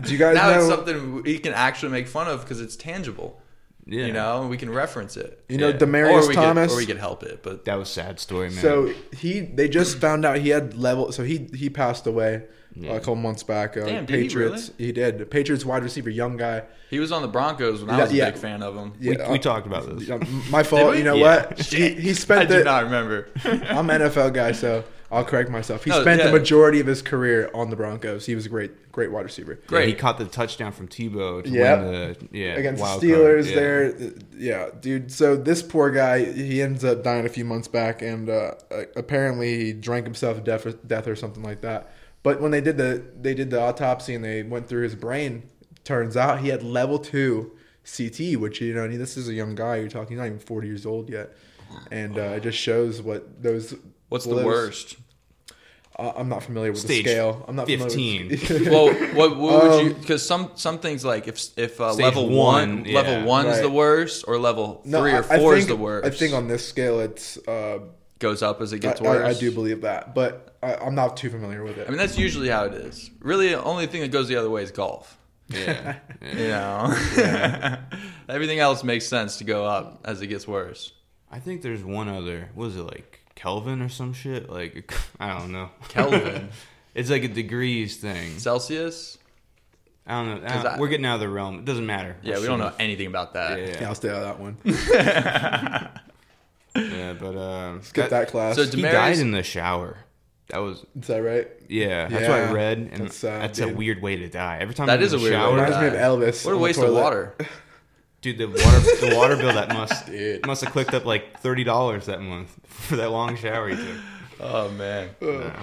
[SPEAKER 3] do you guys
[SPEAKER 1] now it's
[SPEAKER 3] know?
[SPEAKER 1] something we can actually make fun of because it's tangible.
[SPEAKER 2] yeah,
[SPEAKER 1] You know, we can reference it.
[SPEAKER 3] you know,
[SPEAKER 2] yeah.
[SPEAKER 3] Demarius
[SPEAKER 1] we
[SPEAKER 3] Thomas.
[SPEAKER 1] Could, or we could help it, but
[SPEAKER 2] that was a sad story, man.
[SPEAKER 3] So he, they just found out he had level. So he he passed away uh,
[SPEAKER 2] Yeah.
[SPEAKER 3] a couple months back. Uh,
[SPEAKER 1] Damn, did he
[SPEAKER 3] Patriots. he, did. The Patriots wide receiver, young guy.
[SPEAKER 1] he was on the Broncos when I
[SPEAKER 3] Yeah,
[SPEAKER 1] was a
[SPEAKER 3] yeah.
[SPEAKER 1] big fan of him.
[SPEAKER 2] we,
[SPEAKER 3] Yeah,
[SPEAKER 2] we
[SPEAKER 3] uh,
[SPEAKER 2] talked about this.
[SPEAKER 3] yeah, My fault.
[SPEAKER 1] we?
[SPEAKER 3] You know
[SPEAKER 2] Yeah.
[SPEAKER 3] what? He, he
[SPEAKER 1] I
[SPEAKER 3] spent
[SPEAKER 1] do
[SPEAKER 3] the.
[SPEAKER 1] not remember.
[SPEAKER 3] I'm an NFL guy, so I'll correct myself. He
[SPEAKER 2] Oh,
[SPEAKER 1] No,
[SPEAKER 3] spent the
[SPEAKER 1] yeah.
[SPEAKER 3] majority of his career on the Broncos. He was a great, great wide receiver.
[SPEAKER 1] Great.
[SPEAKER 2] he caught the touchdown from Tebow. To
[SPEAKER 3] Yep.
[SPEAKER 2] win the, yeah,
[SPEAKER 3] against
[SPEAKER 2] wild
[SPEAKER 3] the
[SPEAKER 2] card.
[SPEAKER 3] Steelers
[SPEAKER 2] Yeah.
[SPEAKER 3] there. th- Yeah, dude. So this poor guy, he ends up dying a few months back, and uh, uh, apparently he drank himself to death or, death or something like that. But when they did the they did the autopsy and they went through his brain, turns out he had level two CT, which you know I mean, this is a young guy. You're talking he's not even 40 years old yet, and uh, it just shows what those.
[SPEAKER 1] What's the
[SPEAKER 3] blows-
[SPEAKER 1] worst?
[SPEAKER 3] I- I'm not familiar with
[SPEAKER 2] Stage
[SPEAKER 3] the scale. I'm not familiar
[SPEAKER 2] 15.
[SPEAKER 3] with-
[SPEAKER 1] Well, what, what would you?
[SPEAKER 3] Um,
[SPEAKER 1] Because some some things like if if uh,
[SPEAKER 2] Stage
[SPEAKER 1] level
[SPEAKER 2] one,
[SPEAKER 1] one,
[SPEAKER 2] yeah.
[SPEAKER 1] level one's
[SPEAKER 3] Right.
[SPEAKER 1] the worst, or level three
[SPEAKER 3] I-
[SPEAKER 1] or
[SPEAKER 3] I
[SPEAKER 1] four is
[SPEAKER 3] think-
[SPEAKER 1] the worst.
[SPEAKER 3] I think on this scale, it's. Uh,
[SPEAKER 1] goes up as it
[SPEAKER 3] I,
[SPEAKER 1] gets
[SPEAKER 3] I-
[SPEAKER 1] worse.
[SPEAKER 3] I do believe that, but I, I'm not too familiar with it.
[SPEAKER 1] I mean, that's usually how it is. Really, the only thing that goes the other way is golf.
[SPEAKER 2] Yeah.
[SPEAKER 1] You know, everything else makes sense to go up as it gets worse.
[SPEAKER 2] I think there's one other. What is it like Kelvin or some shit? Like I don't know.
[SPEAKER 1] Kelvin.
[SPEAKER 2] it's like a degrees thing.
[SPEAKER 1] Celsius?
[SPEAKER 2] I don't know. I
[SPEAKER 1] 'Cause
[SPEAKER 2] don't-
[SPEAKER 1] I-
[SPEAKER 2] we're getting out of the realm. It doesn't matter.
[SPEAKER 1] Yeah, we don't know anything about that.
[SPEAKER 2] Yeah,
[SPEAKER 3] yeah, I'll stay out of that one.
[SPEAKER 2] yeah, but um,
[SPEAKER 3] Skip that class.
[SPEAKER 1] So
[SPEAKER 2] He
[SPEAKER 1] Demarius-
[SPEAKER 2] died in the shower. That was
[SPEAKER 3] Is that right?
[SPEAKER 2] yeah. That's what I
[SPEAKER 3] Yeah.
[SPEAKER 2] read, and
[SPEAKER 3] That's
[SPEAKER 2] that's,
[SPEAKER 3] sad,
[SPEAKER 2] a
[SPEAKER 3] dude.
[SPEAKER 2] weird way to die. Every time
[SPEAKER 1] That
[SPEAKER 2] I'm
[SPEAKER 1] is
[SPEAKER 2] in
[SPEAKER 1] a
[SPEAKER 2] the
[SPEAKER 1] weird
[SPEAKER 2] shower,
[SPEAKER 1] way to
[SPEAKER 3] Reminds
[SPEAKER 1] die.
[SPEAKER 3] me of Elvis
[SPEAKER 1] What
[SPEAKER 3] on
[SPEAKER 1] a
[SPEAKER 3] the
[SPEAKER 1] waste of
[SPEAKER 3] toilet.
[SPEAKER 1] water.
[SPEAKER 2] dude. The water the water bill that must
[SPEAKER 3] Dude.
[SPEAKER 2] must have clicked up like thirty dollars that month for that long shower he took.
[SPEAKER 1] Oh man,
[SPEAKER 2] Yeah.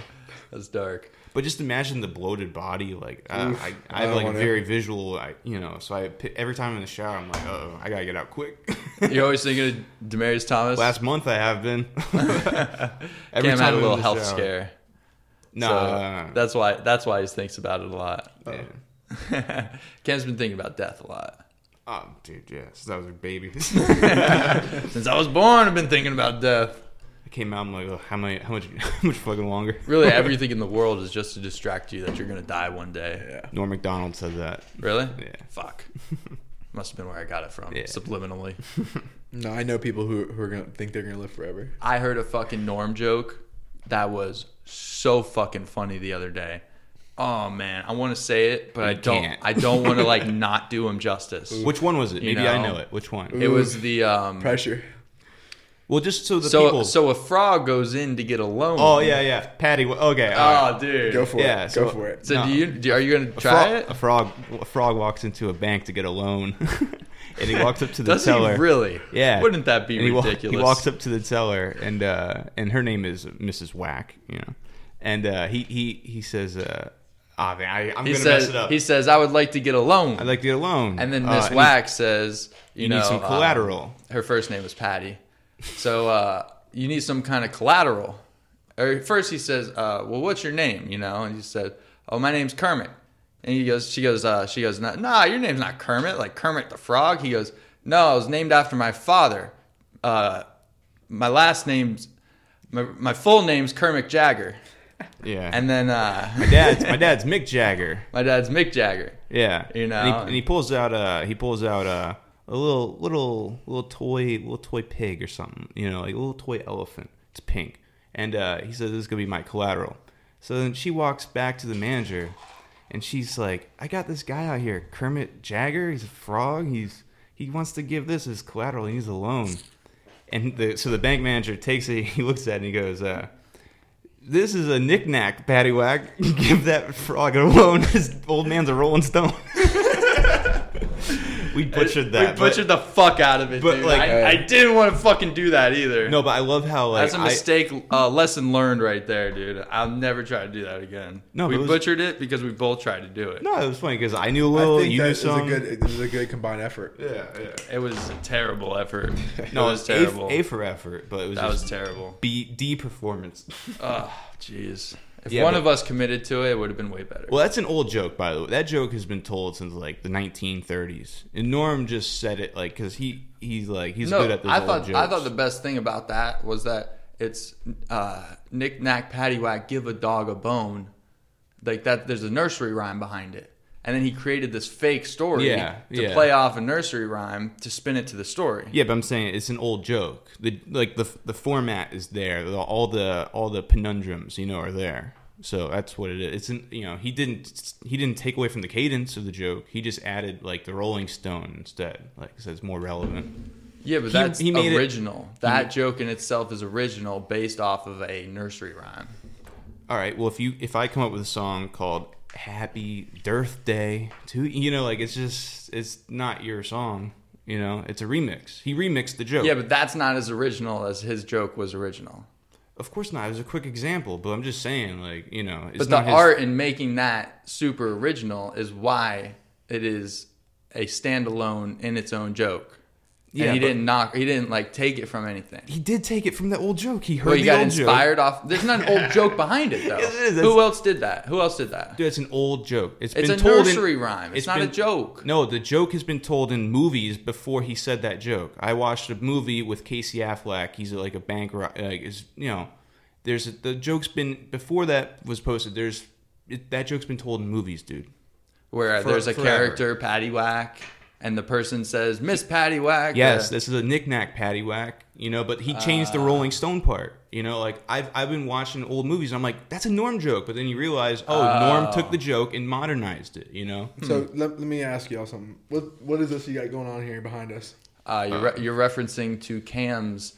[SPEAKER 1] that's dark.
[SPEAKER 2] But just imagine the bloated body. Like I
[SPEAKER 3] Oof,
[SPEAKER 2] I,
[SPEAKER 3] I
[SPEAKER 2] I have
[SPEAKER 3] don't
[SPEAKER 2] like a
[SPEAKER 3] wanna-
[SPEAKER 2] very visual. I, you know, so I pi- every time in the shower, I'm like, oh, I gotta get out quick.
[SPEAKER 1] You're always thinking of Demarius Thomas.
[SPEAKER 2] Last month I have been.
[SPEAKER 1] Cam
[SPEAKER 2] every
[SPEAKER 1] had a
[SPEAKER 2] I'm in
[SPEAKER 1] little
[SPEAKER 2] the
[SPEAKER 1] health
[SPEAKER 2] shower.
[SPEAKER 1] scare.
[SPEAKER 2] No,
[SPEAKER 1] so
[SPEAKER 2] no, no, no.
[SPEAKER 1] that's why that's why he thinks about it a lot.
[SPEAKER 2] Yeah.
[SPEAKER 1] Cam's been thinking about death a lot
[SPEAKER 2] Oh, dude, yeah. Since I was a baby,
[SPEAKER 1] since I was born. I've been thinking about death.
[SPEAKER 2] I came out. I'm like, oh, how many? How much? How much fucking longer?
[SPEAKER 1] Really, everything in the world is just to distract you that you're gonna die one day.
[SPEAKER 3] Yeah.
[SPEAKER 2] Norm Macdonald said that.
[SPEAKER 1] Really?
[SPEAKER 2] Yeah.
[SPEAKER 1] Fuck. Must have been where I got it from,
[SPEAKER 2] Yeah.
[SPEAKER 1] subliminally.
[SPEAKER 3] No, I know people who, who are gonna think they're gonna live forever.
[SPEAKER 1] I heard a fucking Norm joke that was so fucking funny the other day. Oh man, I want to say it, but I
[SPEAKER 2] You
[SPEAKER 1] don't.
[SPEAKER 2] can't.
[SPEAKER 1] I don't want to like not do him justice.
[SPEAKER 2] Which one was it?
[SPEAKER 1] You
[SPEAKER 2] Maybe I
[SPEAKER 1] know.
[SPEAKER 2] know it. Which one?
[SPEAKER 1] It was the um,
[SPEAKER 3] Pressure.
[SPEAKER 2] well, just so the
[SPEAKER 1] so
[SPEAKER 2] people.
[SPEAKER 1] so a frog goes in to get a loan.
[SPEAKER 2] oh yeah, yeah. Patty. wha- Okay. all
[SPEAKER 1] Oh dude.
[SPEAKER 3] Go for
[SPEAKER 2] Yeah,
[SPEAKER 3] it.
[SPEAKER 2] so-
[SPEAKER 3] Go for it.
[SPEAKER 1] so
[SPEAKER 2] No.
[SPEAKER 1] do you do, are you gonna
[SPEAKER 2] A
[SPEAKER 1] try
[SPEAKER 2] frog-
[SPEAKER 1] it?
[SPEAKER 2] A frog, a frog walks into a bank to get a loan, and he walks up to the
[SPEAKER 1] Does
[SPEAKER 2] teller.
[SPEAKER 1] he really?
[SPEAKER 2] Yeah.
[SPEAKER 1] Wouldn't that be
[SPEAKER 2] And he wa-
[SPEAKER 1] ridiculous?
[SPEAKER 2] He walks up to the teller, and uh, and her name is Mrs. Whack, you know. And uh, he he he says, uh, "Ah, man, I, I'm
[SPEAKER 1] He
[SPEAKER 2] gonna mess
[SPEAKER 1] says
[SPEAKER 2] it up.
[SPEAKER 1] he says I would like to get a loan,
[SPEAKER 2] I'd like to get a loan."
[SPEAKER 1] and then
[SPEAKER 2] Uh,
[SPEAKER 1] Miss
[SPEAKER 2] he-
[SPEAKER 1] Wax says you,
[SPEAKER 2] you
[SPEAKER 1] know
[SPEAKER 2] need some
[SPEAKER 1] uh,
[SPEAKER 2] collateral.
[SPEAKER 1] her first name was Patty. So uh, you need some kind of collateral. Or first he says, uh, "Well, what's your name?" You know, and he said, "Oh, my name's Kermit." And he goes, "She goes, uh, she goes, nah, nah, your name's not Kermit, like Kermit the Frog." He goes, "No, I was named after my father. Uh, my last name's my, my full name's Kermit Jagger."
[SPEAKER 2] yeah.
[SPEAKER 1] And then uh,
[SPEAKER 2] my dad's my dad's Mick Jagger.
[SPEAKER 1] my dad's Mick Jagger.
[SPEAKER 2] Yeah,
[SPEAKER 1] You know,
[SPEAKER 2] and he,
[SPEAKER 1] and-
[SPEAKER 2] and he pulls out a he pulls out a, a little little little toy little toy pig or something. You know, like a little toy elephant. It's pink, and uh, he says this is gonna be my collateral. So then she walks back to the manager, and she's like, "I got this guy out here, Kermit Jagger. He's a frog. He's he wants to give this as collateral. He needs a loan." And the, so the bank manager takes it. He looks at it and he goes, uh, this is a knick-knack, paddywhack. Give that frog a loan. His old man's a rolling stone. we butchered that.
[SPEAKER 1] we butchered the fuck out of it,
[SPEAKER 2] but,
[SPEAKER 1] dude.
[SPEAKER 2] like,
[SPEAKER 1] I,
[SPEAKER 3] uh,
[SPEAKER 1] I didn't want to fucking do that either.
[SPEAKER 2] But, no, but I love how like
[SPEAKER 1] That's a
[SPEAKER 2] I-
[SPEAKER 1] mistake uh, lesson learned right there, dude. I'll never try to do that again.
[SPEAKER 2] No,
[SPEAKER 1] we
[SPEAKER 2] but it was-
[SPEAKER 1] butchered it because we both tried to do it.
[SPEAKER 2] no, it was funny because I knew a
[SPEAKER 3] I
[SPEAKER 2] little.
[SPEAKER 3] think
[SPEAKER 2] You
[SPEAKER 3] that
[SPEAKER 2] knew
[SPEAKER 3] is a
[SPEAKER 2] some.
[SPEAKER 3] good. This is a good combined effort.
[SPEAKER 2] yeah, yeah.
[SPEAKER 1] It was a terrible effort.
[SPEAKER 2] No,
[SPEAKER 1] it was
[SPEAKER 2] A,
[SPEAKER 1] terrible.
[SPEAKER 2] a for effort, but it was
[SPEAKER 1] that
[SPEAKER 2] just
[SPEAKER 1] was terrible.
[SPEAKER 2] B D performance.
[SPEAKER 1] Oh, jeez. If
[SPEAKER 2] Yeah,
[SPEAKER 1] one
[SPEAKER 2] but-
[SPEAKER 1] of us committed to it, it would have been way better.
[SPEAKER 2] Well, that's an old joke, by the way. That joke has been told since like the 1930s. And Norm just said it like because he he's like he's
[SPEAKER 1] no,
[SPEAKER 2] good at this
[SPEAKER 1] I
[SPEAKER 2] old
[SPEAKER 1] thought
[SPEAKER 2] jokes.
[SPEAKER 1] I thought the best thing about that was that it's uh, knick knack paddywhack, give a dog a bone. Like that, there's a nursery rhyme behind it, and then he created this fake story
[SPEAKER 2] Yeah,
[SPEAKER 1] to
[SPEAKER 2] yeah.
[SPEAKER 1] play off a nursery rhyme to spin it to the story.
[SPEAKER 2] Yeah, but I'm saying it's an old joke. The like the the format is there. The, all the all the penundrums, you know, are there. So that's what it is. It's an, you know he didn't he didn't take away from the cadence of the joke. He just added like the Rolling Stone instead, like so it's more relevant.
[SPEAKER 1] Yeah, but that's
[SPEAKER 2] he made it-
[SPEAKER 1] original. that joke in itself is original, based off of a nursery rhyme.
[SPEAKER 2] All right. Well, if you if I come up with a song called Happy Dearth Day to you know like it's just it's not your song. You know, it's a remix. He remixed the joke.
[SPEAKER 1] Yeah, but that's not as original as his joke was original.
[SPEAKER 2] of course not. It was a quick example, but I'm just saying, like you know, it's
[SPEAKER 1] But the
[SPEAKER 2] not his,
[SPEAKER 1] art in making that super original is why it is a standalone in its own joke. Yeah,
[SPEAKER 2] Yeah,
[SPEAKER 1] and he
[SPEAKER 2] but-
[SPEAKER 1] didn't knock. He didn't like take it from anything.
[SPEAKER 2] He did take it from that old joke. He heard
[SPEAKER 1] Well, he
[SPEAKER 2] the
[SPEAKER 1] got
[SPEAKER 2] old joke.
[SPEAKER 1] inspired off. There's not an old joke behind it though.
[SPEAKER 2] Yes, it is.
[SPEAKER 1] Who else did that? Who else did that?
[SPEAKER 2] Dude, it's an old joke. It's
[SPEAKER 1] It's
[SPEAKER 2] been
[SPEAKER 1] a
[SPEAKER 2] told
[SPEAKER 1] nursery
[SPEAKER 2] in,
[SPEAKER 1] rhyme. It's not a
[SPEAKER 2] been-
[SPEAKER 1] joke.
[SPEAKER 2] No, the joke has been told in movies before he said that joke. I watched a movie with Casey Affleck. He's like a bank. ro- Like is you know, there's the joke's been before that was posted. There's it, that joke's been told in movies, dude.
[SPEAKER 1] Where
[SPEAKER 2] For-
[SPEAKER 1] there's a
[SPEAKER 2] forever.
[SPEAKER 1] character Paddywhack, and the person says Miss Paddywhack.
[SPEAKER 2] Yes,
[SPEAKER 1] or-
[SPEAKER 2] this is a knick-knack paddywhack, you know, but he changed the Rolling
[SPEAKER 1] Ah.
[SPEAKER 2] Stone part. You know, like I've I've been watching old movies and I'm like, that's a Norm joke, but then you realize, oh, Norm took the joke and modernized it, you know?
[SPEAKER 3] So let, let me ask y'all something. What what is this you got going on here behind us?
[SPEAKER 1] Uh, you're, re- you're referencing to Cam's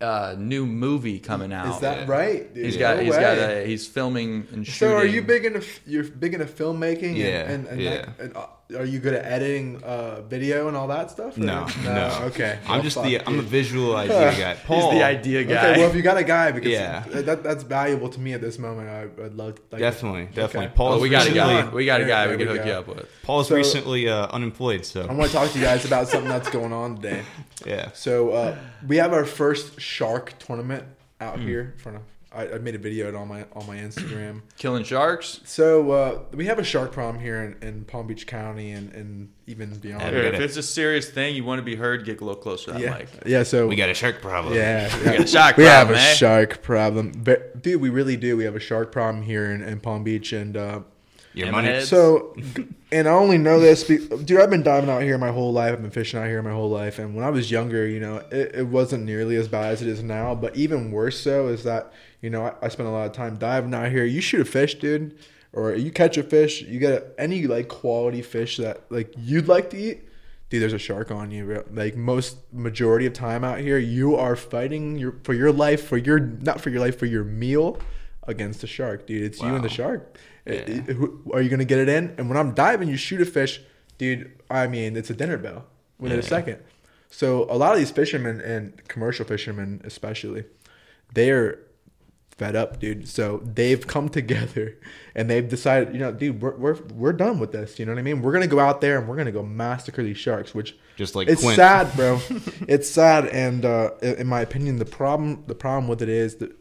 [SPEAKER 1] uh, new movie coming out.
[SPEAKER 2] Oh,
[SPEAKER 3] Is that right? Dude?
[SPEAKER 1] He's got
[SPEAKER 3] No
[SPEAKER 1] he's got
[SPEAKER 3] way.
[SPEAKER 1] a he's filming and shooting.
[SPEAKER 3] So are you big into f- you're big into filmmaking? and-
[SPEAKER 2] Yeah,
[SPEAKER 3] and, and,
[SPEAKER 2] yeah.
[SPEAKER 3] that- and, uh, are you good at editing uh, video and all that stuff? or-
[SPEAKER 2] No, no.
[SPEAKER 3] Okay.
[SPEAKER 2] I'm
[SPEAKER 3] Well,
[SPEAKER 2] just
[SPEAKER 3] fuck,
[SPEAKER 2] the
[SPEAKER 3] dude.
[SPEAKER 2] I'm a visual idea guy. Paul,
[SPEAKER 1] He's the idea guy.
[SPEAKER 3] Okay, well, if you got a guy, because
[SPEAKER 2] Yeah.
[SPEAKER 3] that, that's valuable to me at this moment, I, I'd love. Like,
[SPEAKER 2] Definitely, definitely.
[SPEAKER 3] Okay.
[SPEAKER 2] Paul's
[SPEAKER 1] Oh, we got a
[SPEAKER 2] recently,
[SPEAKER 1] guy. We got a
[SPEAKER 3] There-
[SPEAKER 1] guy we
[SPEAKER 3] there
[SPEAKER 1] can
[SPEAKER 3] we
[SPEAKER 1] hook
[SPEAKER 3] go.
[SPEAKER 1] you up with.
[SPEAKER 2] Paul's
[SPEAKER 3] So-
[SPEAKER 2] recently uh, unemployed,
[SPEAKER 3] I
[SPEAKER 2] so
[SPEAKER 3] want to talk to you guys about something that's going on today.
[SPEAKER 2] yeah.
[SPEAKER 3] So uh, we have our first shark tournament out here. In front of, I, I made a video of it on my on my Instagram.
[SPEAKER 1] Killing sharks.
[SPEAKER 3] So uh, we have a shark problem here in, in Palm Beach County and, and even beyond.
[SPEAKER 2] Yeah,
[SPEAKER 1] Here,
[SPEAKER 2] we
[SPEAKER 1] if
[SPEAKER 2] gotta-
[SPEAKER 1] it's a serious thing, you want to be heard, get a little closer to that
[SPEAKER 3] yeah.
[SPEAKER 1] mic.
[SPEAKER 3] yeah. So
[SPEAKER 2] We got a shark problem.
[SPEAKER 3] Yeah,
[SPEAKER 1] got a shark
[SPEAKER 3] we have
[SPEAKER 1] problem,
[SPEAKER 3] a
[SPEAKER 1] eh?
[SPEAKER 3] shark problem, but dude, we really do. We have a shark problem here in, in Palm Beach, and uh,
[SPEAKER 2] your
[SPEAKER 1] Am
[SPEAKER 2] money.
[SPEAKER 1] I-
[SPEAKER 3] so, and I only know this, be- dude. I've been diving out here my whole life. I've been fishing out here my whole life, and when I was younger, you know, it, it wasn't nearly as bad as it is now. But even worse, so is that you know I, I spent a lot of time diving out here. You shoot a fish, dude, or you catch a fish, you get any like quality fish that like you'd like to eat. Dude, there's a shark on you. bro. Like most majority of time out here, you are fighting your for your life, for your not for your life, for your meal against the shark, dude. It's you and
[SPEAKER 2] Wow.
[SPEAKER 3] the shark. It-
[SPEAKER 2] Yeah.
[SPEAKER 3] it- who- are you gonna get it in? And when I'm diving, you shoot a fish, dude. I mean, it's a dinner bell within a second. So a lot of these fishermen and commercial fishermen, especially, they're fed up, dude. So they've come together and they've decided, you know, dude, we're we're, we're done with this. You know what I mean? We're gonna go out there and we're gonna go massacre these sharks, which
[SPEAKER 2] Just like
[SPEAKER 3] it's
[SPEAKER 2] Quint.
[SPEAKER 3] sad, bro. it's sad, and uh, in in my opinion, the problem the problem with it is that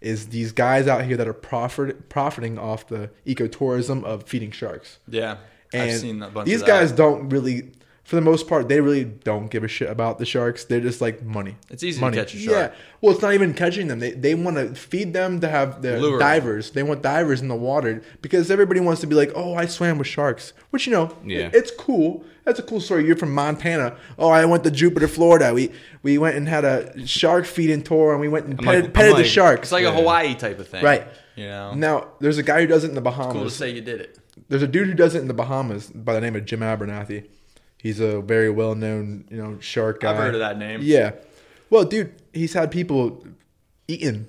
[SPEAKER 3] is these guys out here that are profit, profiting off the ecotourism of feeding sharks.
[SPEAKER 1] Yeah,
[SPEAKER 3] And
[SPEAKER 1] I've seen a bunch.
[SPEAKER 3] these
[SPEAKER 1] of that.
[SPEAKER 3] guys don't really, for the most part, they really don't give a shit about the sharks. They're just like money.
[SPEAKER 1] It's easy to
[SPEAKER 3] money.
[SPEAKER 1] catch a shark.
[SPEAKER 3] Yeah. Well, it's not even catching them. They, they want to feed them to have the
[SPEAKER 1] Lure 'em.
[SPEAKER 3] divers. They want divers in the water because everybody wants to be like, oh, I swam with sharks, which, you know,
[SPEAKER 2] Yeah.
[SPEAKER 3] it's cool. That's a cool story. You're from Montana. Oh, I went to Jupiter, Florida. We we went and had a shark feeding tour and we went and
[SPEAKER 2] I'm
[SPEAKER 3] petted,
[SPEAKER 2] like- I'm
[SPEAKER 3] petted
[SPEAKER 2] like-
[SPEAKER 3] the sharks.
[SPEAKER 1] It's like a
[SPEAKER 2] Yeah.
[SPEAKER 1] Hawaii type of thing,
[SPEAKER 3] Right.
[SPEAKER 1] You know,
[SPEAKER 3] now, there's a guy who does it in the Bahamas
[SPEAKER 1] cool to say you did it.
[SPEAKER 3] there's a dude who does it in the Bahamas by the name of Jim Abernathy. He's a very well known, you know, shark guy.
[SPEAKER 1] I've heard of that name.
[SPEAKER 3] Yeah. Well, dude, he's had people eaten,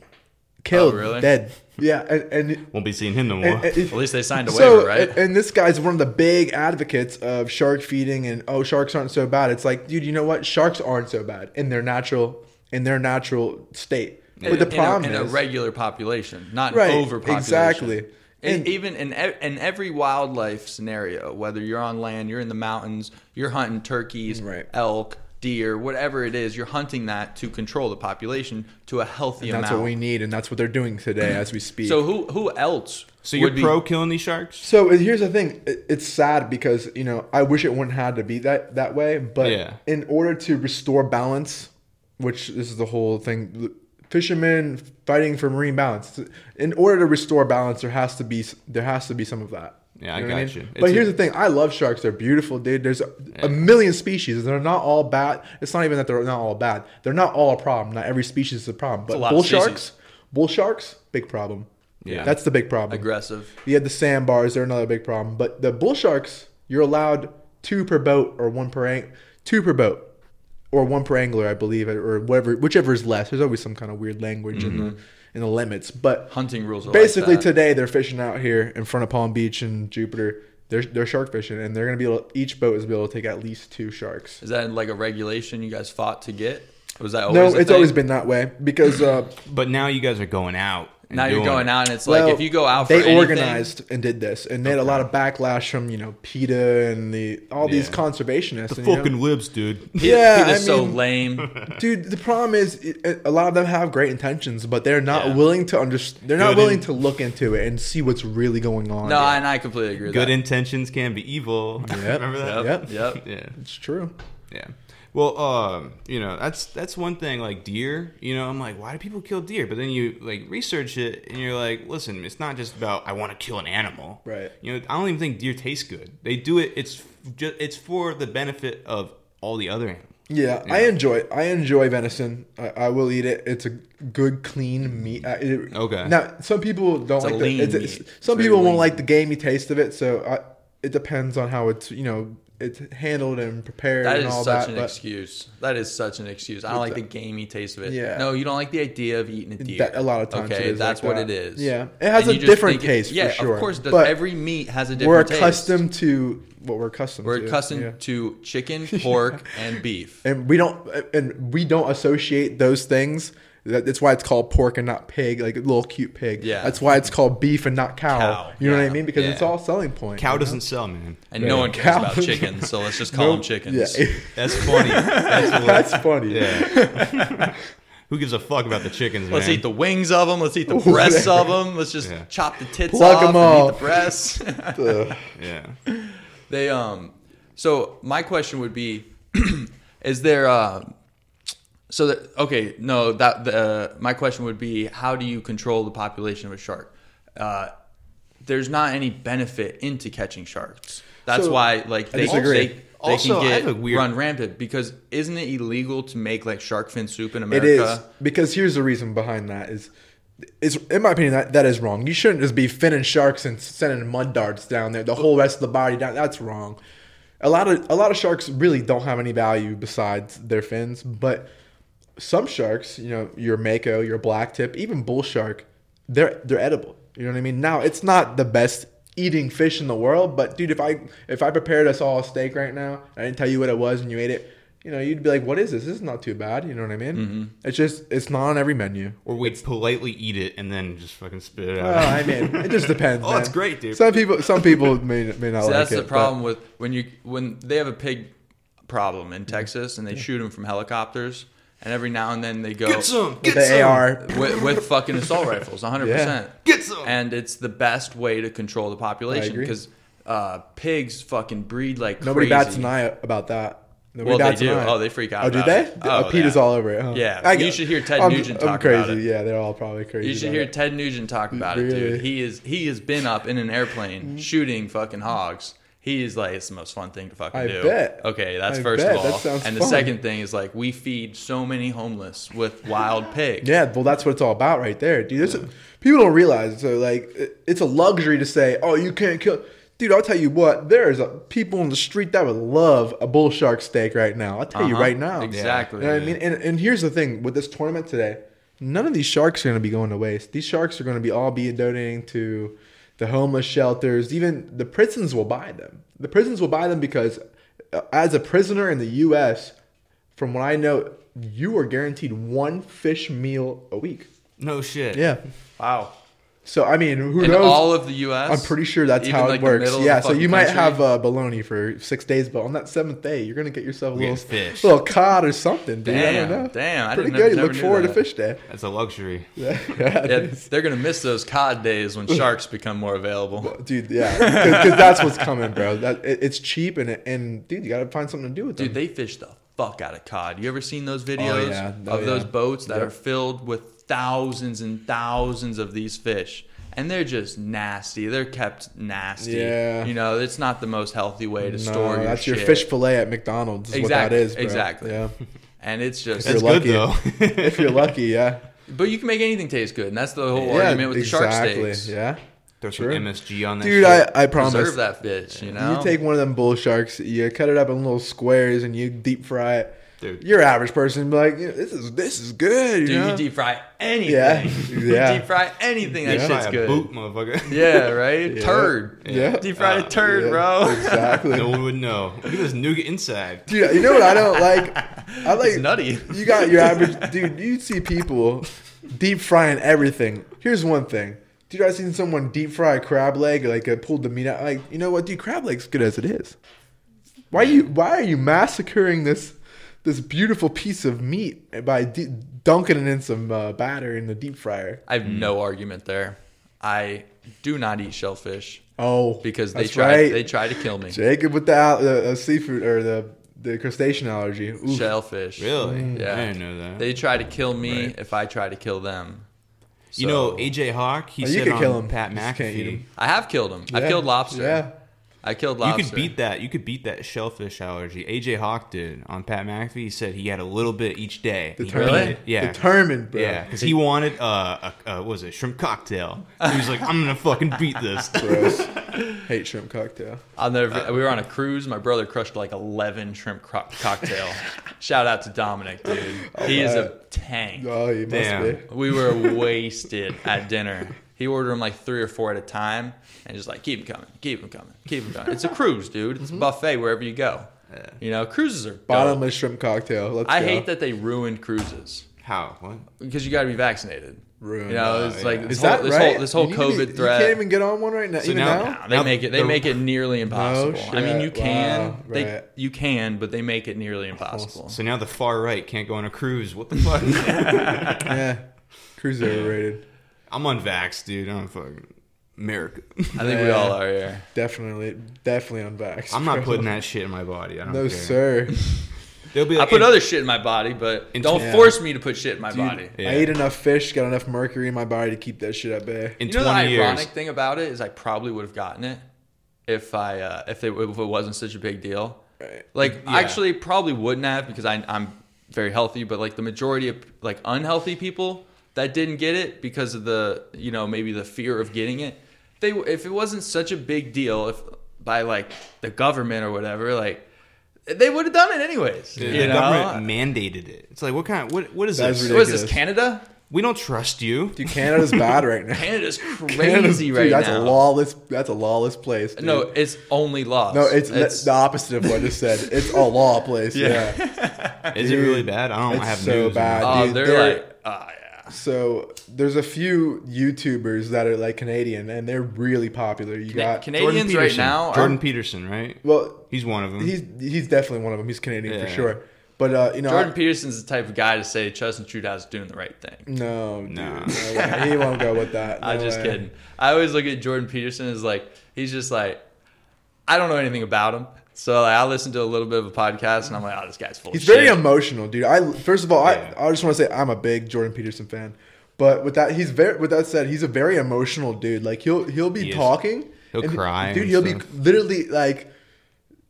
[SPEAKER 3] killed,
[SPEAKER 1] Oh, really?
[SPEAKER 3] dead. Yeah, and and,
[SPEAKER 2] Won't be seeing him no more.
[SPEAKER 3] and- and-
[SPEAKER 1] At least they signed a
[SPEAKER 3] so,
[SPEAKER 1] waiver, right?
[SPEAKER 3] and, and this guy's one of the big advocates of shark feeding and oh, sharks aren't so bad. It's like, dude, you know what? Sharks aren't so bad in their natural in their natural state. But the
[SPEAKER 1] In a-
[SPEAKER 3] problem
[SPEAKER 1] in a,
[SPEAKER 3] is
[SPEAKER 1] regular population, not
[SPEAKER 3] Right,
[SPEAKER 1] overpopulation.
[SPEAKER 3] exactly.
[SPEAKER 1] And,
[SPEAKER 3] And-
[SPEAKER 1] even in ev- in every wildlife scenario, whether you're on land, you're in the mountains, you're hunting turkeys,
[SPEAKER 3] Right.
[SPEAKER 1] elk, deer, whatever it is, you're hunting that to control the population to a healthy
[SPEAKER 3] that's
[SPEAKER 1] amount.
[SPEAKER 3] what we need, and that's what they're doing today as we speak.
[SPEAKER 1] so who who else?
[SPEAKER 2] so you're
[SPEAKER 1] would be-
[SPEAKER 2] pro killing these sharks?
[SPEAKER 3] So and here's the thing: It- it's sad because you know I wish it wouldn't had to be that that way, but
[SPEAKER 2] Yeah.
[SPEAKER 3] in order to restore balance, which this is the whole thing, fishermen fighting for marine balance. In order to restore balance, there has to be there has to be some of that.
[SPEAKER 2] Yeah, I
[SPEAKER 3] what
[SPEAKER 2] got you.
[SPEAKER 3] But
[SPEAKER 2] It's a-
[SPEAKER 3] here's the thing: I love sharks. They're beautiful, dude. There's a, a million species. and They're not all bad. It's not even that they're not all bad. They're not all a problem. Not every species is a problem. But
[SPEAKER 1] lot of
[SPEAKER 3] bull
[SPEAKER 1] species.
[SPEAKER 3] sharks, bull sharks, big problem.
[SPEAKER 2] Yeah.
[SPEAKER 3] that's the big problem.
[SPEAKER 1] aggressive?
[SPEAKER 3] You had the sandbars; they're another big problem. But the bull sharks, you're allowed two per boat or one per ang- two per boat or one per angler, I believe, or whatever, whichever is less. There's always some kind of weird language in the in the limits, but
[SPEAKER 1] Hunting rules are
[SPEAKER 3] basically
[SPEAKER 1] Mm-hmm. like that.
[SPEAKER 3] today they're fishing out here in front of Palm Beach and Jupiter. They're they're shark fishing, and they're gonna be able. Each boat is gonna be able to take at least two sharks.
[SPEAKER 1] Is that like a regulation you guys fought to get? Was that always
[SPEAKER 3] No,
[SPEAKER 1] a
[SPEAKER 3] it's
[SPEAKER 1] thing?
[SPEAKER 3] always been that way because uh,
[SPEAKER 2] But now you guys are going out. and
[SPEAKER 1] now you're
[SPEAKER 2] doing
[SPEAKER 1] going
[SPEAKER 2] it.
[SPEAKER 1] out and it's
[SPEAKER 3] Well,
[SPEAKER 1] like if you go out for
[SPEAKER 3] they
[SPEAKER 1] anything-
[SPEAKER 3] organized and did this, and they had a lot of backlash from you know PETA and the all these
[SPEAKER 2] Yeah.
[SPEAKER 3] conservationists. and, you know-
[SPEAKER 2] Fucking libs, dude.
[SPEAKER 1] Peter-
[SPEAKER 3] Yeah,
[SPEAKER 1] Peter's
[SPEAKER 3] I
[SPEAKER 1] so
[SPEAKER 3] mean-
[SPEAKER 1] lame.
[SPEAKER 3] dude the problem is it, a lot of them have great intentions but they're not
[SPEAKER 1] Yeah.
[SPEAKER 3] willing to understand they're not
[SPEAKER 2] Good
[SPEAKER 3] willing
[SPEAKER 2] in-
[SPEAKER 3] to look into it and see what's really going on
[SPEAKER 1] No, and I completely agree. With
[SPEAKER 2] Good
[SPEAKER 1] that.
[SPEAKER 2] intentions can be evil.
[SPEAKER 3] Yep.
[SPEAKER 2] Remember that?
[SPEAKER 3] Yep.
[SPEAKER 1] Yep.
[SPEAKER 2] Yeah.
[SPEAKER 3] it's true
[SPEAKER 2] Yeah. Well, um, you know, that's that's one thing. Like deer, you know, I'm like, why do people kill deer? But then you like research it, and you're like, listen, it's not just about I want to kill an animal,
[SPEAKER 3] Right.
[SPEAKER 2] You know, I don't even think deer taste good. They do it. It's just it's for the benefit of all the other animals.
[SPEAKER 3] Yeah, I enjoy I enjoy venison. I, I will eat it. It's a good, clean meat. I, it,
[SPEAKER 2] Okay.
[SPEAKER 3] Now, some people don't
[SPEAKER 1] a
[SPEAKER 3] like
[SPEAKER 1] lean
[SPEAKER 3] the, it's,
[SPEAKER 1] meat.
[SPEAKER 3] it's-
[SPEAKER 1] It's
[SPEAKER 3] some
[SPEAKER 1] very
[SPEAKER 3] people won't
[SPEAKER 1] lean.
[SPEAKER 3] like the gamey taste of it. So I, it depends on how it's you know it's handled and prepared
[SPEAKER 1] That
[SPEAKER 3] and
[SPEAKER 1] is
[SPEAKER 3] all
[SPEAKER 1] such
[SPEAKER 3] that.
[SPEAKER 1] an
[SPEAKER 3] but
[SPEAKER 1] excuse. That is such an excuse. I don't like the gamey taste of it.
[SPEAKER 3] Yeah.
[SPEAKER 1] No, you don't like the idea of eating a deer.
[SPEAKER 3] that- a lot of times,
[SPEAKER 1] Okay,
[SPEAKER 3] it is
[SPEAKER 1] that's
[SPEAKER 3] like
[SPEAKER 1] what
[SPEAKER 3] that.
[SPEAKER 1] it is.
[SPEAKER 3] Yeah, it has
[SPEAKER 1] And
[SPEAKER 3] a
[SPEAKER 1] you just
[SPEAKER 3] different
[SPEAKER 1] think it-
[SPEAKER 3] taste.
[SPEAKER 1] Yeah,
[SPEAKER 3] for sure.
[SPEAKER 1] of course. Does,
[SPEAKER 3] But
[SPEAKER 1] every meat has a different.
[SPEAKER 3] we're
[SPEAKER 1] taste.
[SPEAKER 3] accustomed to what we're accustomed.
[SPEAKER 1] We're
[SPEAKER 3] to.
[SPEAKER 1] accustomed
[SPEAKER 3] yeah.
[SPEAKER 1] to chicken, pork, and beef.
[SPEAKER 3] and we don't and we don't associate those things That- that's why it's called pork and not pig like a little cute pig
[SPEAKER 1] Yeah.
[SPEAKER 3] that's why it's called beef and not cow,
[SPEAKER 1] Cow,
[SPEAKER 3] you know what i
[SPEAKER 1] yeah,
[SPEAKER 3] mean because it's
[SPEAKER 1] yeah.
[SPEAKER 3] all selling point
[SPEAKER 2] Cow doesn't sell, man.
[SPEAKER 1] And
[SPEAKER 3] Yeah.
[SPEAKER 1] no one cares
[SPEAKER 3] Cow-
[SPEAKER 1] about chickens, so let's just call them chickens.
[SPEAKER 3] yeah
[SPEAKER 2] That's funny. That's, what-
[SPEAKER 3] that's funny
[SPEAKER 2] Yeah. Who gives a fuck about the chickens,
[SPEAKER 1] Let's
[SPEAKER 2] man?
[SPEAKER 1] eat the wings of them. Let's eat the
[SPEAKER 3] Ooh,
[SPEAKER 1] breasts
[SPEAKER 3] yeah.
[SPEAKER 1] of them. Let's just
[SPEAKER 2] Yeah.
[SPEAKER 1] chop the tits
[SPEAKER 3] Pluck
[SPEAKER 1] off
[SPEAKER 3] 'em
[SPEAKER 1] and
[SPEAKER 3] all.
[SPEAKER 1] eat the breasts.
[SPEAKER 3] Ugh.
[SPEAKER 2] yeah.
[SPEAKER 1] they um. So my question would be, is there uh, so that okay? No, that the uh, my question would be, how do you control the population of a shark? Uh, there's not any benefit into catching sharks. That's
[SPEAKER 3] So,
[SPEAKER 1] why like they
[SPEAKER 3] disagree.
[SPEAKER 1] they, they
[SPEAKER 2] Also, I
[SPEAKER 1] can
[SPEAKER 2] have
[SPEAKER 1] get
[SPEAKER 2] a weird-
[SPEAKER 1] run rampant because isn't it illegal to make like shark fin soup in
[SPEAKER 3] it
[SPEAKER 1] America?
[SPEAKER 3] is because here's the reason behind that is is in my opinion that, that is wrong you shouldn't just be finning sharks and sending mud darts down there the whole rest of the body down that's wrong a lot of a lot of sharks really don't have any value besides their fins but some sharks you know your mako your black tip even bull shark they're they're edible you know what i mean now it's not the best eating fish in the world but dude if i if i prepared us all a steak right now i didn't tell you what it was and you ate it you know you'd be like what is this this is not too bad you know what i mean
[SPEAKER 2] Mm-hmm.
[SPEAKER 3] it's just it's not on every menu
[SPEAKER 2] Or we'd politely eat it and then just fucking spit it out.
[SPEAKER 3] well, Oh, I mean, it just depends.
[SPEAKER 2] Oh, it's
[SPEAKER 3] man.
[SPEAKER 2] great, dude.
[SPEAKER 3] Some people, some people may may not
[SPEAKER 1] See,
[SPEAKER 3] like
[SPEAKER 1] that's
[SPEAKER 3] it.
[SPEAKER 1] the
[SPEAKER 3] but-
[SPEAKER 1] problem with when you when they have a pig problem in Texas and they shoot 'em shoot them from helicopters and every now and then they go
[SPEAKER 2] Get some. Get
[SPEAKER 3] the
[SPEAKER 2] some.
[SPEAKER 3] AR.
[SPEAKER 1] with, with fucking assault rifles 100%
[SPEAKER 2] Get some.
[SPEAKER 1] and it's the best way to control the
[SPEAKER 3] I
[SPEAKER 1] population
[SPEAKER 3] agree.
[SPEAKER 1] because uh, pigs fucking breed like
[SPEAKER 3] Nobody
[SPEAKER 1] crazy.
[SPEAKER 3] bats an eye about that. Nobody
[SPEAKER 1] Well, they
[SPEAKER 3] bats an
[SPEAKER 1] do.
[SPEAKER 3] eye.
[SPEAKER 1] Oh, they freak out
[SPEAKER 3] Oh, do
[SPEAKER 1] about
[SPEAKER 3] they?
[SPEAKER 1] it. Oh,
[SPEAKER 3] Oh, Pete is
[SPEAKER 1] yeah.
[SPEAKER 3] all over it. Huh?
[SPEAKER 1] Yeah, you should hear Ted
[SPEAKER 3] I'm-
[SPEAKER 1] Nugent
[SPEAKER 3] I'm
[SPEAKER 1] talk
[SPEAKER 3] crazy.
[SPEAKER 1] about it.
[SPEAKER 3] Yeah, they're all probably crazy.
[SPEAKER 1] you should
[SPEAKER 3] about
[SPEAKER 1] hear
[SPEAKER 3] it.
[SPEAKER 1] Ted Nugent talk about it,
[SPEAKER 3] Really? Mm-hmm.
[SPEAKER 1] dude. He is he has been up in an airplane shooting fucking hogs. He is like it's the most fun thing to fucking
[SPEAKER 3] I
[SPEAKER 1] do.
[SPEAKER 3] bet.
[SPEAKER 1] Okay, that's
[SPEAKER 3] I
[SPEAKER 1] first
[SPEAKER 3] bet.
[SPEAKER 1] of
[SPEAKER 3] That
[SPEAKER 1] all.
[SPEAKER 3] sounds
[SPEAKER 1] and the
[SPEAKER 3] fun.
[SPEAKER 1] second thing is like we feed so many homeless with wild pigs.
[SPEAKER 3] Yeah, well, that's what it's all about, right there, dude. This people don't realize. So, like, it- it's a luxury to say, "Oh, you can't kill." Dude, I'll tell you what. There's a, people on the street that would love a bull shark steak right now. I'll tell you
[SPEAKER 1] Uh-huh.
[SPEAKER 3] right now.
[SPEAKER 1] Exactly.
[SPEAKER 3] You know what I mean? And, and here's the thing with this tournament today, none of these sharks are going to be going to waste. These sharks are going to be all be donating to the homeless shelters. Even the prisons will buy them. The prisons will buy them because, uh, as a prisoner in the U.S., from what I know, you are guaranteed one fish meal a week.
[SPEAKER 2] No shit.
[SPEAKER 3] Yeah.
[SPEAKER 1] Wow.
[SPEAKER 3] So I mean, who
[SPEAKER 1] In
[SPEAKER 3] knows?
[SPEAKER 1] all of the U.S.
[SPEAKER 3] I'm pretty sure that's
[SPEAKER 1] Even,
[SPEAKER 3] how it
[SPEAKER 1] like, the
[SPEAKER 3] works.
[SPEAKER 1] middle of
[SPEAKER 3] Yeah,
[SPEAKER 1] the
[SPEAKER 3] so you
[SPEAKER 1] fucking
[SPEAKER 3] might
[SPEAKER 1] country?
[SPEAKER 3] have uh, bologna for six days, but on that seventh day, you're gonna get yourself a
[SPEAKER 2] We're
[SPEAKER 3] little
[SPEAKER 2] getting fish.
[SPEAKER 3] little cod or something, dude. I
[SPEAKER 1] Damn,
[SPEAKER 3] don't know.
[SPEAKER 1] damn, I
[SPEAKER 3] pretty
[SPEAKER 1] didn't-
[SPEAKER 3] good. You
[SPEAKER 1] never
[SPEAKER 3] look
[SPEAKER 1] knew
[SPEAKER 3] forward
[SPEAKER 1] that.
[SPEAKER 3] to fish day.
[SPEAKER 2] That's a luxury.
[SPEAKER 3] Yeah,
[SPEAKER 1] Yeah, they're gonna miss those cod days when sharks become more available.
[SPEAKER 3] dude. Yeah, because that's what's coming, bro. That it, it's cheap and it, and dude, you gotta find something to do with
[SPEAKER 1] Dude,
[SPEAKER 3] them.
[SPEAKER 1] they fish the fuck out of cod. You ever seen those videos
[SPEAKER 3] yeah. Oh,
[SPEAKER 1] of those
[SPEAKER 3] yeah.
[SPEAKER 1] boats that
[SPEAKER 3] Yep.
[SPEAKER 1] are filled with thousands and thousands of these fish? And they're just nasty. They're kept nasty.
[SPEAKER 3] Yeah.
[SPEAKER 1] You know, it's not the most healthy way to
[SPEAKER 3] no,
[SPEAKER 1] store your
[SPEAKER 3] that's your
[SPEAKER 1] shit.
[SPEAKER 3] fish fillet at McDonald's. Is what that
[SPEAKER 1] Exactly,
[SPEAKER 3] is, bro.
[SPEAKER 1] exactly.
[SPEAKER 3] Yeah,
[SPEAKER 1] And it's just,
[SPEAKER 2] That's
[SPEAKER 3] you're
[SPEAKER 2] good,
[SPEAKER 3] lucky.
[SPEAKER 2] though.
[SPEAKER 3] if you're lucky, yeah.
[SPEAKER 1] but you can make anything taste good, and that's the whole
[SPEAKER 3] yeah,
[SPEAKER 1] argument with the
[SPEAKER 3] exactly.
[SPEAKER 1] shark steaks.
[SPEAKER 3] Yeah,
[SPEAKER 2] Throw some
[SPEAKER 3] Sure.
[SPEAKER 2] MSG on that
[SPEAKER 3] dude.
[SPEAKER 2] shit.
[SPEAKER 3] I I promise.
[SPEAKER 1] Preserve that fish, you know.
[SPEAKER 3] You take one of them bull sharks, you cut it up in little squares, and you deep fry it.
[SPEAKER 2] Dude.
[SPEAKER 3] Your average person be like, this is this is good. You
[SPEAKER 1] Dude,
[SPEAKER 3] know?
[SPEAKER 1] you deep fry anything.
[SPEAKER 3] Yeah, yeah.
[SPEAKER 1] deep fry anything. That
[SPEAKER 3] Yeah.
[SPEAKER 2] Buy
[SPEAKER 1] shit's
[SPEAKER 2] a
[SPEAKER 1] good.
[SPEAKER 2] boot, motherfucker.
[SPEAKER 1] Yeah, right.
[SPEAKER 3] Yeah.
[SPEAKER 1] Turd.
[SPEAKER 3] Yeah. Ah,
[SPEAKER 1] Deep fried a
[SPEAKER 2] Uh,
[SPEAKER 1] turd,
[SPEAKER 3] Yeah,
[SPEAKER 1] bro.
[SPEAKER 3] Exactly.
[SPEAKER 2] No one would know. Look at this nougat inside.
[SPEAKER 3] Dude, you know what I don't like? I like
[SPEAKER 1] It's nutty.
[SPEAKER 3] You got your average dude. You see people deep frying everything. Here's one thing, dude. I seen someone deep fry a crab leg, like uh, pulled the meat out. Like, you know what, dude? Crab leg's good as it is. Why you? Why are you massacring this this beautiful piece of meat by de- dunking it in some uh, batter in the deep fryer?
[SPEAKER 1] I have no argument there. I do not eat shellfish
[SPEAKER 3] Oh,
[SPEAKER 1] because they
[SPEAKER 3] that's
[SPEAKER 1] try
[SPEAKER 3] right.
[SPEAKER 1] they try to kill me.
[SPEAKER 3] Jacob with the, al- the uh, seafood or the the crustacean allergy. Oof.
[SPEAKER 1] Shellfish.
[SPEAKER 2] Really?
[SPEAKER 3] Mm.
[SPEAKER 1] Yeah.
[SPEAKER 2] I didn't know that.
[SPEAKER 1] They try to kill me
[SPEAKER 2] Right.
[SPEAKER 1] if I try to kill them.
[SPEAKER 2] you
[SPEAKER 1] So-
[SPEAKER 2] know, AJ Hawk, he
[SPEAKER 3] Oh, you
[SPEAKER 2] said
[SPEAKER 3] could
[SPEAKER 2] on
[SPEAKER 3] kill him.
[SPEAKER 2] Pat
[SPEAKER 3] You just can't eat
[SPEAKER 2] McAfee.
[SPEAKER 3] him.
[SPEAKER 1] I have killed them. I've
[SPEAKER 3] Yeah.
[SPEAKER 1] killed lobster.
[SPEAKER 3] Yeah.
[SPEAKER 1] I killed lobster.
[SPEAKER 2] You could beat that. You could beat that shellfish allergy. AJ Hawk did on Pat McAfee. He said he had a little bit each day. He
[SPEAKER 3] Determined.
[SPEAKER 1] Really?
[SPEAKER 2] Yeah.
[SPEAKER 3] Determined, bro.
[SPEAKER 2] Yeah, because he wanted uh, a, a what was it shrimp cocktail. He was like, I'm gonna fucking beat this.
[SPEAKER 3] Gross. Hate shrimp cocktail.
[SPEAKER 1] I'll never.
[SPEAKER 3] Uh,
[SPEAKER 1] we were on a cruise. My brother crushed like eleven shrimp cro- cocktail. Shout out to Dominic, dude. he is a tank.
[SPEAKER 3] Oh, you must
[SPEAKER 2] Damn.
[SPEAKER 3] be.
[SPEAKER 1] We were wasted at dinner. He ordered them like three or four at a time, and just like keep them coming, keep them coming, keep them coming. It's a cruise, dude.
[SPEAKER 3] Mhm.
[SPEAKER 1] It's a buffet wherever you go. You know, cruises are. dope.
[SPEAKER 3] Bottomless shrimp cocktail. Let's
[SPEAKER 1] I
[SPEAKER 3] go.
[SPEAKER 1] hate that they ruined cruises
[SPEAKER 2] How? What?
[SPEAKER 1] because you got to be vaccinated.
[SPEAKER 3] Ruined.
[SPEAKER 1] You know, it's
[SPEAKER 2] Oh,
[SPEAKER 1] like
[SPEAKER 2] yeah.
[SPEAKER 1] this
[SPEAKER 3] Is
[SPEAKER 1] whole,
[SPEAKER 3] that
[SPEAKER 1] this
[SPEAKER 3] right?
[SPEAKER 1] whole this whole
[SPEAKER 3] You can't
[SPEAKER 1] COVID
[SPEAKER 3] even-
[SPEAKER 1] threat.
[SPEAKER 3] You can't even get on one right now. even
[SPEAKER 2] now-
[SPEAKER 3] now,
[SPEAKER 1] No, they
[SPEAKER 2] Now,
[SPEAKER 1] make it. They
[SPEAKER 2] the-
[SPEAKER 1] make it nearly impossible. I mean, you
[SPEAKER 3] shit.
[SPEAKER 1] can.
[SPEAKER 3] Wow,
[SPEAKER 1] they
[SPEAKER 3] right.
[SPEAKER 1] you can, but they make it nearly impossible.
[SPEAKER 2] So now the far right can't go on a cruise. What the fuck?
[SPEAKER 3] yeah, cruise overrated.
[SPEAKER 2] I'm unvaxxed, dude. I'm fucking America.
[SPEAKER 1] I think we
[SPEAKER 3] Yeah.
[SPEAKER 1] all are here.
[SPEAKER 3] Definitely, definitely unvaxxed.
[SPEAKER 2] I'm not
[SPEAKER 3] bro.
[SPEAKER 2] putting that shit in my body. I don't
[SPEAKER 3] No
[SPEAKER 2] care.
[SPEAKER 3] sir.
[SPEAKER 2] They'll be
[SPEAKER 1] I
[SPEAKER 2] like,
[SPEAKER 1] put
[SPEAKER 2] "Hey,
[SPEAKER 1] other shit in my body, but
[SPEAKER 2] In-
[SPEAKER 1] don't
[SPEAKER 3] Yeah.
[SPEAKER 1] force me to put shit in my body.
[SPEAKER 3] Dude,
[SPEAKER 2] Yeah.
[SPEAKER 3] I ate enough fish, got enough mercury in my body to keep that shit at bay.
[SPEAKER 2] in
[SPEAKER 1] You know the
[SPEAKER 2] 20 years.
[SPEAKER 1] ironic thing about it is, I probably would have gotten it if I uh, if, they, if it wasn't such a big deal.
[SPEAKER 3] Right.
[SPEAKER 1] Like,
[SPEAKER 2] Yeah.
[SPEAKER 1] actually, probably wouldn't have because I, I'm very healthy. But like the majority of like unhealthy people that didn't get it because of the you know maybe the fear of getting it. They if it wasn't such a big deal if by like the government or whatever like. They would have done it anyways.
[SPEAKER 2] The,
[SPEAKER 1] you
[SPEAKER 2] the
[SPEAKER 1] know?
[SPEAKER 2] government mandated it. It's like, what kind? What? What is
[SPEAKER 3] That's
[SPEAKER 2] this?
[SPEAKER 1] What is this,
[SPEAKER 3] ridiculous.
[SPEAKER 1] Canada?
[SPEAKER 2] We don't trust you.
[SPEAKER 3] Dude, Canada's bad right now.
[SPEAKER 1] Canada's crazy
[SPEAKER 3] Canada's- dude,
[SPEAKER 1] right
[SPEAKER 3] that's
[SPEAKER 1] now.
[SPEAKER 3] a lawless. That's a lawless place. dude.
[SPEAKER 1] No, it's only laws.
[SPEAKER 3] no, it's, the opposite of what I just said. It's a law place.
[SPEAKER 1] Yeah.
[SPEAKER 3] Yeah,
[SPEAKER 2] Is it
[SPEAKER 3] Dude,
[SPEAKER 2] really bad? I don't
[SPEAKER 3] it's
[SPEAKER 2] have
[SPEAKER 3] so
[SPEAKER 2] news.
[SPEAKER 3] bad.
[SPEAKER 1] uh,
[SPEAKER 3] dude,
[SPEAKER 1] they're,
[SPEAKER 3] they're-
[SPEAKER 1] like, ah, yeah.
[SPEAKER 3] So there's a few YouTubers that are like Canadian, and they're really popular. You
[SPEAKER 1] Cana-
[SPEAKER 3] got
[SPEAKER 1] Canadians
[SPEAKER 2] Jordan
[SPEAKER 1] right
[SPEAKER 2] Peterson.
[SPEAKER 1] now are
[SPEAKER 2] Jordan Peterson, right?
[SPEAKER 3] well,
[SPEAKER 2] He's one of them.
[SPEAKER 3] he's he's definitely one of them. He's Canadian for
[SPEAKER 2] Yeah.
[SPEAKER 3] sure. But uh, you know,
[SPEAKER 1] Jordan Peterson's the type of guy to say Justin Trudeau's doing the right thing.
[SPEAKER 3] no, dude,
[SPEAKER 2] Nah.
[SPEAKER 3] no way. he won't go with that.
[SPEAKER 1] I'm
[SPEAKER 3] No
[SPEAKER 1] just
[SPEAKER 3] way.
[SPEAKER 1] kidding. I always look at Jordan Peterson as like he's just like I don't know anything about him, so like, I listen to a little bit of a podcast and I'm like, oh, this guy's full.
[SPEAKER 3] He's
[SPEAKER 1] of shit.
[SPEAKER 3] very emotional, dude. I first of all,
[SPEAKER 2] Yeah.
[SPEAKER 3] I, I just want to say I'm a big Jordan Peterson fan. But with that, he's very. With that said, he's a very emotional dude. Like he'll he'll be
[SPEAKER 2] He is.
[SPEAKER 3] talking.
[SPEAKER 2] He'll
[SPEAKER 3] and-
[SPEAKER 2] cry
[SPEAKER 3] dude.
[SPEAKER 2] and
[SPEAKER 3] He'll
[SPEAKER 2] stuff.
[SPEAKER 3] be literally like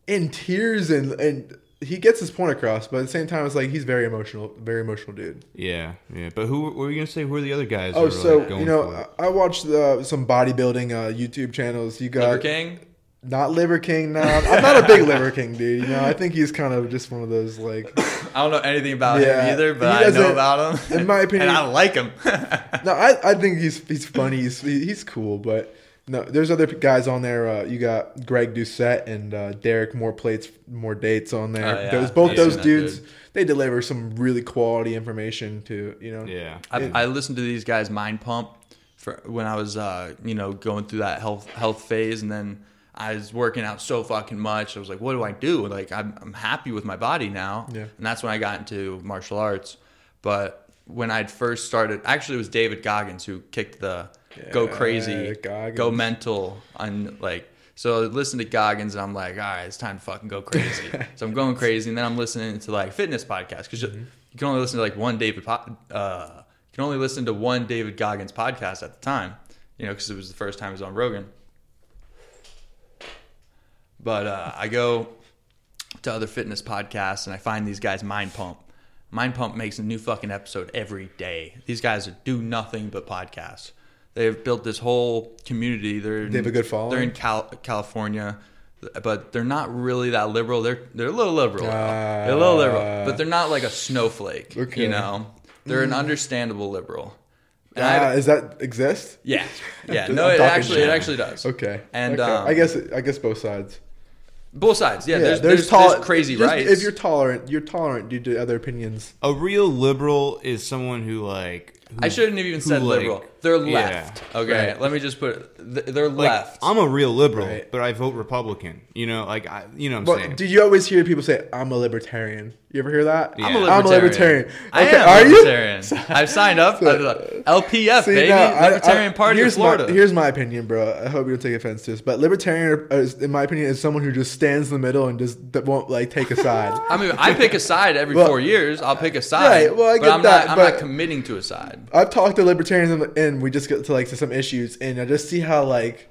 [SPEAKER 3] in tears and and he gets his point across. But at the same time, it's like he's very emotional, very emotional dude.
[SPEAKER 2] yeah, yeah. But who? What were you gonna say? Who are the other guys?
[SPEAKER 3] Oh,
[SPEAKER 2] that were, like,
[SPEAKER 3] so
[SPEAKER 2] going
[SPEAKER 3] you
[SPEAKER 2] for it?
[SPEAKER 3] know, I I watched uh, some bodybuilding uh, YouTube channels. You got
[SPEAKER 1] Liver King.
[SPEAKER 3] not Liver King. No, I'm not a big Liver King dude. You know, I think he's kind of just one of those like.
[SPEAKER 1] I don't know anything about
[SPEAKER 3] Yeah,
[SPEAKER 1] him either, but
[SPEAKER 3] he
[SPEAKER 1] I know
[SPEAKER 3] doesn't-
[SPEAKER 1] about him.
[SPEAKER 3] in my opinion-
[SPEAKER 1] and I like him.
[SPEAKER 3] No, I, I think he's he's funny. He's he's cool, but no, there's other guys on there. Uh, you got Greg Doucette and uh, Derek. More plates, more dates on there.
[SPEAKER 1] Oh, yeah.
[SPEAKER 3] Those both
[SPEAKER 1] I've
[SPEAKER 3] those
[SPEAKER 1] seen that
[SPEAKER 3] dudes,
[SPEAKER 1] dude.
[SPEAKER 3] they deliver some really quality information to you know. Uh,
[SPEAKER 2] yeah.
[SPEAKER 1] I, I listened to these guys mind pump for when I was uh, you know going through that health health phase, and then I was working out so fucking much. I was like, what do I do? Like I'm I'm happy with my body now,
[SPEAKER 3] Yeah.
[SPEAKER 1] and that's when I got into martial arts. But when I'd first started, actually, it was David Goggins who kicked the go
[SPEAKER 3] Yeah,
[SPEAKER 1] crazy,
[SPEAKER 3] Goggins.
[SPEAKER 1] go mental, on like. So I listened to Goggins and I'm like, all right, it's time to fucking go crazy. so I'm going crazy, and then I'm listening to like fitness podcasts because
[SPEAKER 3] Mm-hmm.
[SPEAKER 1] you, you can only listen to like one David, po- uh, you can only listen to one David Goggins podcast at the time, you know, because it was the first time he was on Rogan. But uh, I go to other fitness podcasts and I find these guys Mind Pump. Mind Pump makes a new fucking episode every day. These guys do nothing but podcasts. They've built this whole community. They're
[SPEAKER 3] They have a good following?
[SPEAKER 1] They're in Cal- California, but they're not really that liberal. They're they're a little liberal.
[SPEAKER 3] Ah.
[SPEAKER 1] they're a little liberal, but they're not like a snowflake.
[SPEAKER 3] Okay. Mm.
[SPEAKER 1] You know, they're an understandable liberal. And I-
[SPEAKER 3] Ah, is that exist?
[SPEAKER 1] yeah, yeah.
[SPEAKER 3] I'm
[SPEAKER 1] No, it
[SPEAKER 3] talking
[SPEAKER 1] actually it
[SPEAKER 3] shit.
[SPEAKER 1] actually does.
[SPEAKER 3] Okay.
[SPEAKER 1] And
[SPEAKER 3] Okay.
[SPEAKER 1] um,
[SPEAKER 3] I guess I guess both sides.
[SPEAKER 1] both sides. Yeah, there's, there's,
[SPEAKER 3] tol-
[SPEAKER 1] there's crazy
[SPEAKER 3] just
[SPEAKER 1] rights.
[SPEAKER 3] If you're tolerant, you're tolerant due to other opinions.
[SPEAKER 2] A real liberal is someone who like. who-
[SPEAKER 1] I shouldn't have even
[SPEAKER 2] who,
[SPEAKER 1] said
[SPEAKER 2] like-
[SPEAKER 1] liberal. They're
[SPEAKER 2] yeah.
[SPEAKER 1] left. okay,
[SPEAKER 3] Right.
[SPEAKER 1] let me just put it. th- They're
[SPEAKER 2] Like,
[SPEAKER 1] left.
[SPEAKER 2] I'm a real liberal,
[SPEAKER 3] Right.
[SPEAKER 2] but I vote Republican. You know, like I, you know, what I'm saying.
[SPEAKER 3] But do you always hear people say, "I'm a libertarian"? You ever hear that?
[SPEAKER 2] I'm a
[SPEAKER 3] I'm a libertarian.
[SPEAKER 1] I
[SPEAKER 3] Okay,
[SPEAKER 1] am
[SPEAKER 3] are
[SPEAKER 1] a
[SPEAKER 3] you?
[SPEAKER 1] libertarian. I've signed up.
[SPEAKER 3] So-
[SPEAKER 1] I'm like, LPF,
[SPEAKER 3] See,
[SPEAKER 1] baby.
[SPEAKER 3] no, I-
[SPEAKER 1] Libertarian
[SPEAKER 3] I-
[SPEAKER 1] Party of
[SPEAKER 3] here's
[SPEAKER 1] Florida.
[SPEAKER 3] My, here's my opinion, bro. I hope you don't take offense to this, but libertarian, is, in my opinion, is someone who just stands in the middle and just that won't like take a side.
[SPEAKER 1] I mean, I pick a side every
[SPEAKER 3] Well,
[SPEAKER 1] four years. I'll pick a side.
[SPEAKER 3] right, well, I
[SPEAKER 1] but
[SPEAKER 3] get
[SPEAKER 1] I'm
[SPEAKER 3] that,
[SPEAKER 1] Not, I'm
[SPEAKER 3] but-
[SPEAKER 1] not committing to a side.
[SPEAKER 3] I've talked to libertarians and- and we just get to like to some issues, and I just see how like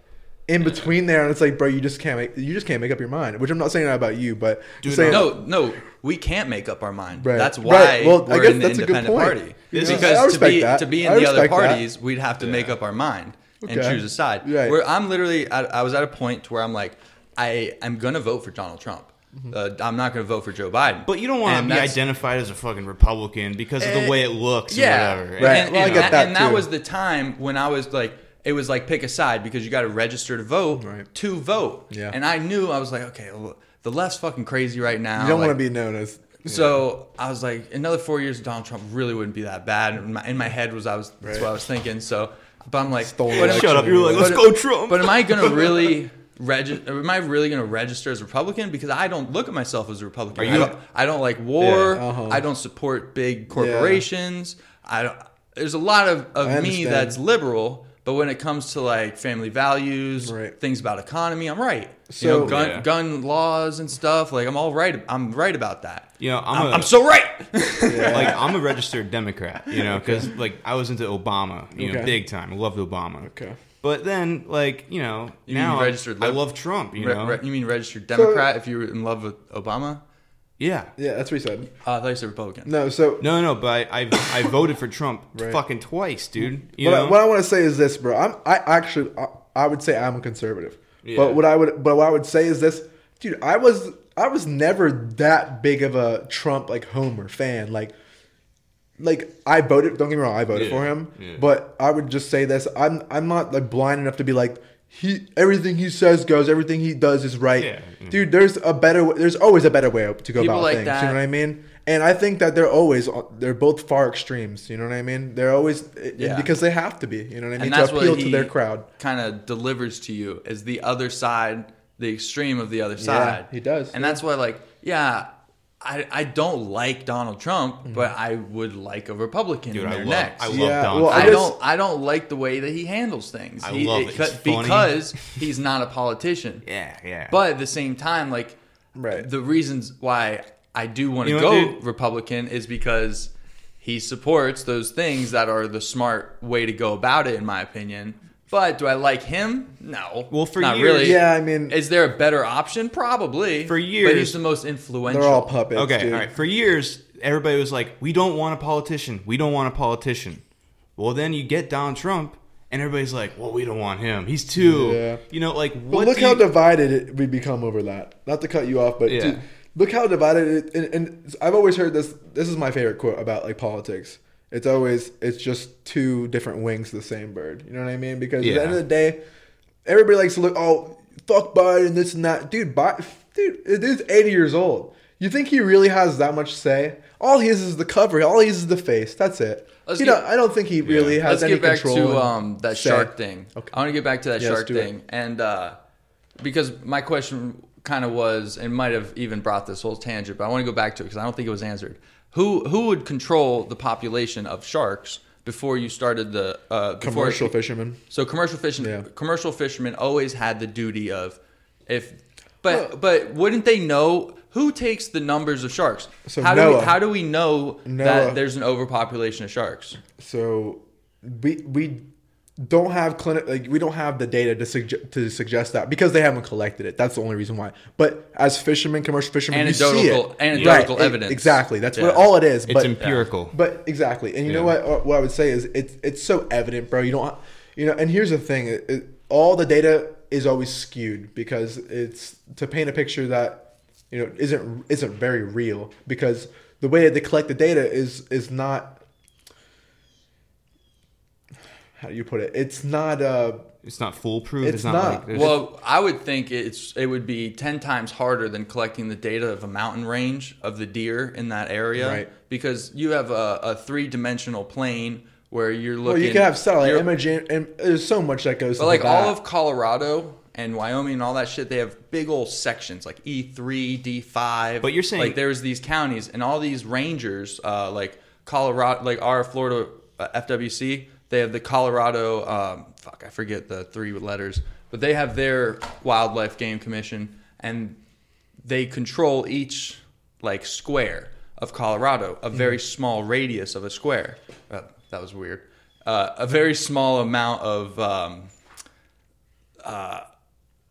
[SPEAKER 3] in between there, and it's like, bro, you just can't make you just can't make up your mind. Which I'm not saying that about you, but just saying,
[SPEAKER 1] No, no, we can't make up our mind.
[SPEAKER 3] Right.
[SPEAKER 1] That's
[SPEAKER 3] Right.
[SPEAKER 1] why
[SPEAKER 3] Well, I
[SPEAKER 1] we're
[SPEAKER 3] guess
[SPEAKER 1] in the
[SPEAKER 3] that's a good
[SPEAKER 1] independent
[SPEAKER 3] point.
[SPEAKER 1] party.
[SPEAKER 3] This
[SPEAKER 2] is-
[SPEAKER 3] I
[SPEAKER 1] because to
[SPEAKER 3] respect
[SPEAKER 1] be
[SPEAKER 3] that.
[SPEAKER 1] to be
[SPEAKER 3] I
[SPEAKER 1] in the other
[SPEAKER 3] respect that.
[SPEAKER 1] parties, we'd have to make up our mind and
[SPEAKER 3] Okay.
[SPEAKER 1] choose a side.
[SPEAKER 3] Right.
[SPEAKER 1] Where I'm literally, I, I was at a point to where I'm like, I am gonna vote for Donald Trump.
[SPEAKER 3] Mm-hmm.
[SPEAKER 1] Uh, I'm not gonna vote for Joe Biden.
[SPEAKER 2] But you don't want
[SPEAKER 1] And
[SPEAKER 2] to be
[SPEAKER 1] that's-
[SPEAKER 2] identified as a fucking Republican because of the
[SPEAKER 1] Eh,
[SPEAKER 2] way it looks
[SPEAKER 1] yeah,
[SPEAKER 2] or whatever.
[SPEAKER 3] Right.
[SPEAKER 1] And,
[SPEAKER 3] Well, I
[SPEAKER 1] and
[SPEAKER 3] get that
[SPEAKER 1] and that
[SPEAKER 3] too.
[SPEAKER 1] was the time when I was like, it was like pick a side because you got to register to vote
[SPEAKER 3] Right.
[SPEAKER 1] to vote.
[SPEAKER 3] Yeah.
[SPEAKER 1] And I knew I was like, okay, well, the left's fucking crazy right now.
[SPEAKER 3] you don't
[SPEAKER 1] Like,
[SPEAKER 3] want to be known as
[SPEAKER 1] So I was like, another four years of Donald Trump really wouldn't be that bad. In my, in my head was I was that's what I was thinking. So, but I'm like,
[SPEAKER 3] Stolen
[SPEAKER 1] but am-
[SPEAKER 3] election. Shut up, you were
[SPEAKER 2] like,
[SPEAKER 1] but-
[SPEAKER 2] "Let's go Trump."
[SPEAKER 1] But am I gonna really register? Am I really gonna register as a Republican? Because I don't look at myself as a Republican.
[SPEAKER 2] Are
[SPEAKER 1] I,
[SPEAKER 2] you-
[SPEAKER 1] don't, I don't like war.
[SPEAKER 3] Yeah, uh-huh.
[SPEAKER 1] I don't support big corporations. I don't. There's a lot of,
[SPEAKER 3] I
[SPEAKER 1] of me
[SPEAKER 3] understand.
[SPEAKER 1] that's liberal, but when it comes to like family values,
[SPEAKER 3] Right.
[SPEAKER 1] things about economy, I'm right. you
[SPEAKER 3] So-
[SPEAKER 1] know, gun
[SPEAKER 2] Yeah.
[SPEAKER 1] gun laws and stuff. Like I'm all right. I'm right about that.
[SPEAKER 2] You know, I'm,
[SPEAKER 1] I'm,
[SPEAKER 2] a,
[SPEAKER 1] I'm so right.
[SPEAKER 2] like I'm a registered Democrat, you know, because like I was into Obama, you know,
[SPEAKER 3] Okay.
[SPEAKER 2] big time. I loved Obama.
[SPEAKER 3] Okay.
[SPEAKER 2] But then, like you know,
[SPEAKER 1] You mean
[SPEAKER 2] now
[SPEAKER 1] registered
[SPEAKER 2] I
[SPEAKER 1] lib-
[SPEAKER 2] love Trump. You
[SPEAKER 1] Re-
[SPEAKER 2] know,
[SPEAKER 1] re- you mean registered Democrat if you were in love with Obama?
[SPEAKER 2] yeah.
[SPEAKER 3] yeah. That's what he said.
[SPEAKER 1] Uh, I thought you said Republican.
[SPEAKER 3] No, so
[SPEAKER 2] No, no, but I I, I voted for Trump
[SPEAKER 3] Right.
[SPEAKER 2] fucking twice, dude. You
[SPEAKER 3] But
[SPEAKER 2] know,
[SPEAKER 3] I, what I want to say is this, bro. I'm I actually I, I would say I'm a conservative.
[SPEAKER 2] Yeah.
[SPEAKER 3] But what I would but what I would say is this, dude. I was I was never that big of a Trump like homer fan. Like like I voted. Don't get me wrong, I voted
[SPEAKER 2] Yeah,
[SPEAKER 3] for him.
[SPEAKER 2] yeah.
[SPEAKER 3] But I would just say this: I'm I'm not like blind enough to be like he. Everything he says goes. Everything he does is right,
[SPEAKER 2] Yeah, yeah.
[SPEAKER 3] dude. There's a better. way- There's always a better way to go
[SPEAKER 1] People
[SPEAKER 3] about
[SPEAKER 1] like
[SPEAKER 3] things.
[SPEAKER 1] that.
[SPEAKER 3] You know what I mean? And I think that they're always they're both far extremes. You know what I mean? They're always
[SPEAKER 1] Yeah.
[SPEAKER 3] because they have to be. You know what I
[SPEAKER 1] and
[SPEAKER 3] mean? To
[SPEAKER 1] that's what
[SPEAKER 3] appeal
[SPEAKER 1] he
[SPEAKER 3] to their crowd.
[SPEAKER 1] kind of delivers to you is the other side, the extreme of the other side.
[SPEAKER 3] he does,
[SPEAKER 1] and that's why, like, yeah, I I don't like Donald Trump, but I would like a Republican
[SPEAKER 2] dude,
[SPEAKER 1] in
[SPEAKER 2] I
[SPEAKER 1] there
[SPEAKER 2] love,
[SPEAKER 1] next.
[SPEAKER 2] I love
[SPEAKER 3] Mm-hmm. Yeah,
[SPEAKER 2] Donald.
[SPEAKER 3] well,
[SPEAKER 1] I
[SPEAKER 2] Trump.
[SPEAKER 3] guess-
[SPEAKER 1] don't. I don't like the way that he handles things.
[SPEAKER 2] I
[SPEAKER 1] He-
[SPEAKER 2] love it.
[SPEAKER 1] cut-
[SPEAKER 2] It's funny.
[SPEAKER 1] because he's not a politician.
[SPEAKER 2] yeah, yeah.
[SPEAKER 1] But at the same time, like
[SPEAKER 3] Right.
[SPEAKER 1] the reasons why I do want to
[SPEAKER 2] You know
[SPEAKER 1] go
[SPEAKER 2] what, dude?
[SPEAKER 1] Republican is because he supports those things that are the smart way to go about it, in my opinion. But do I like him? No.
[SPEAKER 2] Well, for
[SPEAKER 1] not
[SPEAKER 2] years-
[SPEAKER 1] really.
[SPEAKER 3] Yeah, I mean-
[SPEAKER 1] is there a better option? Probably.
[SPEAKER 2] For
[SPEAKER 1] but he's
[SPEAKER 2] years-
[SPEAKER 1] the most influential.
[SPEAKER 3] They're all puppets.
[SPEAKER 2] okay,
[SPEAKER 3] dude.
[SPEAKER 2] all right. For years, everybody was like, "We don't want a politician. We don't want a politician." Well, then you get Donald Trump, and everybody's like, "Well, we don't want him. He's too."
[SPEAKER 3] Yeah.
[SPEAKER 2] You know, like what?
[SPEAKER 3] But look
[SPEAKER 2] do
[SPEAKER 3] how
[SPEAKER 2] you-
[SPEAKER 3] divided it, we become over that. Not to cut you off, but
[SPEAKER 2] Yeah.
[SPEAKER 3] dude, look how divided. It, and, and I've always heard this. This is my favorite quote about like politics. It's always it's just two different wings of the same bird. You know what I mean? Because at
[SPEAKER 2] Yeah.
[SPEAKER 3] the end of the day, everybody likes to look. Oh, fuck Biden, this and that, dude. Bi- dude, the dude's eighty years old. You think he really has that much say? All he is is the cover. All he is is the face. That's it.
[SPEAKER 1] Let's
[SPEAKER 3] you
[SPEAKER 1] get-
[SPEAKER 3] know, I don't think he really
[SPEAKER 1] Let's
[SPEAKER 3] has any
[SPEAKER 1] get back
[SPEAKER 3] control.
[SPEAKER 1] to
[SPEAKER 3] and
[SPEAKER 1] um, that
[SPEAKER 3] say.
[SPEAKER 1] shark thing.
[SPEAKER 3] Okay.
[SPEAKER 1] I want to get back to that
[SPEAKER 3] Yeah, let's
[SPEAKER 1] shark
[SPEAKER 3] do it.
[SPEAKER 1] thing, and uh, because my question kind of was, and might have even brought this whole tangent, but I want to go back to it because I don't think it was answered. Who who would control the population of sharks before you started the uh, before-
[SPEAKER 3] commercial fisherman.
[SPEAKER 1] So commercial fishermen,
[SPEAKER 3] Yeah.
[SPEAKER 1] commercial fishermen always had the duty of if, but
[SPEAKER 3] Well-
[SPEAKER 1] but wouldn't they know? Who takes the numbers of sharks?
[SPEAKER 3] So
[SPEAKER 1] how do
[SPEAKER 3] NOAA.
[SPEAKER 1] we, how do we know
[SPEAKER 3] NOAA.
[SPEAKER 1] that there's an overpopulation of sharks?
[SPEAKER 3] So we we don't have clinic like we don't have the data to suggest to suggest that because they haven't collected it. That's the only reason why. But as fishermen, commercial fishermen, you see it.
[SPEAKER 1] Anecdotal- anecdotal
[SPEAKER 3] Right, e-
[SPEAKER 1] evidence.
[SPEAKER 3] exactly. That's what
[SPEAKER 1] Yeah.
[SPEAKER 3] all it is.
[SPEAKER 2] It's
[SPEAKER 3] but,
[SPEAKER 2] empirical.
[SPEAKER 3] But exactly, and you know
[SPEAKER 2] Yeah.
[SPEAKER 3] what? What I would say is it's it's so evident, bro. You don't, you know. And here's the thing: it, it, all the data is always skewed because it's to paint a picture that you know isn't isn't very real because the way that they collect the data is is not. How do you put it? It's not. Uh,
[SPEAKER 2] It's not foolproof.
[SPEAKER 3] It's
[SPEAKER 2] It's, not.
[SPEAKER 3] not.
[SPEAKER 2] Like, there's-
[SPEAKER 1] Well, I would think it's it would be ten times harder than collecting the data of a mountain range of the deer in that area,
[SPEAKER 3] Right.
[SPEAKER 1] Because you have a, a three dimensional plane where you're looking.
[SPEAKER 3] well, you can have satellite
[SPEAKER 1] you're-
[SPEAKER 3] imaging, and there's so much that goes.
[SPEAKER 1] but like
[SPEAKER 3] into
[SPEAKER 1] all
[SPEAKER 3] that.
[SPEAKER 1] of Colorado and Wyoming and all that shit, they have big old sections like E three, D five.
[SPEAKER 2] But you're saying-
[SPEAKER 1] like there's these counties and all these rangers, uh, like Colorado, like our Florida uh, FWC, they have the Colorado. Um, fuck, I forget the three letters, but they have their wildlife game commission and they control each like square of Colorado,
[SPEAKER 3] Mm-hmm.
[SPEAKER 1] a very small radius of a square. Uh, that was weird. Uh, a very small amount of um,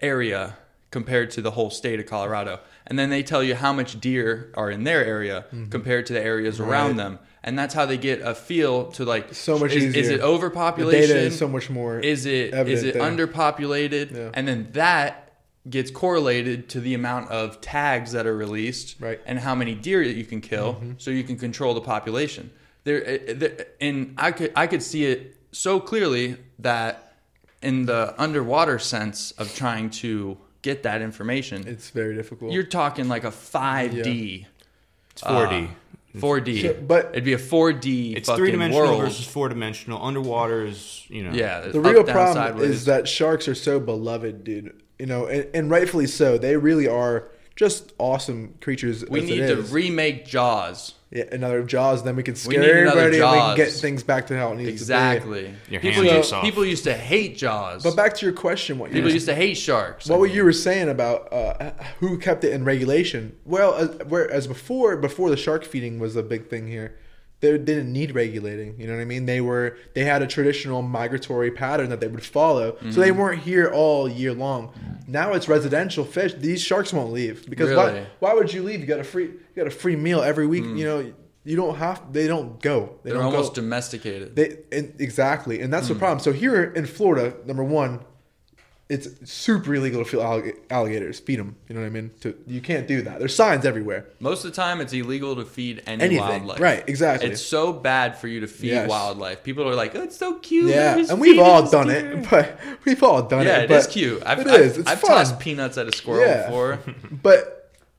[SPEAKER 1] area compared to the whole state of Colorado. And then they tell you how much deer are in their area
[SPEAKER 3] Mm-hmm.
[SPEAKER 1] compared to the areas around them. And that's how they get a feel to like
[SPEAKER 3] So much
[SPEAKER 1] is, is
[SPEAKER 3] easier.
[SPEAKER 1] it
[SPEAKER 3] The data
[SPEAKER 1] overpopulation?
[SPEAKER 3] is so much more
[SPEAKER 1] Is it is
[SPEAKER 3] evident
[SPEAKER 1] it
[SPEAKER 3] there.
[SPEAKER 1] underpopulated?
[SPEAKER 3] Yeah.
[SPEAKER 1] And then that gets correlated to the amount of tags that are released
[SPEAKER 3] Right. Mm-hmm.
[SPEAKER 1] and how many deer that you can kill so you can control the population. There, eh, there and I could I could see it so clearly that in the underwater sense of trying to get that information,
[SPEAKER 3] It's very difficult.
[SPEAKER 1] you're talking like a 5D,
[SPEAKER 2] It's 4D.
[SPEAKER 1] 4D.
[SPEAKER 3] Sure, but-
[SPEAKER 1] it'd be a 4D.
[SPEAKER 2] it's
[SPEAKER 1] uh, fucking
[SPEAKER 2] three dimensional
[SPEAKER 1] world.
[SPEAKER 2] versus four dimensional. Underwater is you know
[SPEAKER 1] yeah.
[SPEAKER 3] the
[SPEAKER 1] up,
[SPEAKER 3] real
[SPEAKER 1] down,
[SPEAKER 3] problem
[SPEAKER 1] sideways.
[SPEAKER 3] is that sharks are so beloved, dude. You know, and, and rightfully so. They really are just awesome creatures.
[SPEAKER 1] we
[SPEAKER 3] as
[SPEAKER 1] need
[SPEAKER 3] it
[SPEAKER 1] to
[SPEAKER 3] is.
[SPEAKER 1] remake Jaws.
[SPEAKER 3] Yeah, another Jaws. Then we can
[SPEAKER 1] need
[SPEAKER 3] scare
[SPEAKER 1] another
[SPEAKER 3] everybody and we can get
[SPEAKER 1] Jaws.
[SPEAKER 3] things back to how it needs to
[SPEAKER 1] Exactly.
[SPEAKER 2] Your
[SPEAKER 1] people,
[SPEAKER 2] hands are
[SPEAKER 1] used,
[SPEAKER 2] soft.
[SPEAKER 1] people used to hate Jaws.
[SPEAKER 3] be. But back to your question, what you
[SPEAKER 1] people used to hate sharks.
[SPEAKER 3] what were you were saying about uh, who kept it in regulation? Well, as, whereas before, before the shark feeding was a big thing here, they didn't need regulating. You know what I mean? They were they had a traditional migratory pattern that they would follow, so
[SPEAKER 1] Mm-hmm.
[SPEAKER 3] they weren't here all year long. Now it's residential fish. These sharks won't leave because
[SPEAKER 1] Mm. Really? Mm.
[SPEAKER 3] why? Why would you leave? You got a free you got a free meal every week. You know you don't have. They don't go. They
[SPEAKER 1] They're
[SPEAKER 3] don't
[SPEAKER 1] almost
[SPEAKER 3] go.
[SPEAKER 1] domesticated.
[SPEAKER 3] They and, exactly, and that's
[SPEAKER 1] Hmm.
[SPEAKER 3] the problem. So here in Florida, number one, it's super illegal to feed allig- alligators. Feed them. You know what I mean? To, you can't do that. There's signs everywhere.
[SPEAKER 1] Most of the time, it's illegal to feed any
[SPEAKER 3] Anything.
[SPEAKER 1] wildlife.
[SPEAKER 3] Right, exactly.
[SPEAKER 1] It's so bad for you to feed
[SPEAKER 3] Yes.
[SPEAKER 1] wildlife. People are like, "Oh, it's so cute."
[SPEAKER 3] Yeah,
[SPEAKER 1] We're just
[SPEAKER 3] and we've
[SPEAKER 1] feeding
[SPEAKER 3] all
[SPEAKER 1] this
[SPEAKER 3] done
[SPEAKER 1] deer."
[SPEAKER 3] it, but we've all done
[SPEAKER 1] Yeah, it
[SPEAKER 3] it.
[SPEAKER 1] is
[SPEAKER 3] but
[SPEAKER 1] cute. I've,
[SPEAKER 3] it
[SPEAKER 1] I've,
[SPEAKER 3] is. It's
[SPEAKER 1] I've
[SPEAKER 3] fun.
[SPEAKER 1] tossed peanuts at a squirrel
[SPEAKER 3] Yeah.
[SPEAKER 1] before.
[SPEAKER 3] but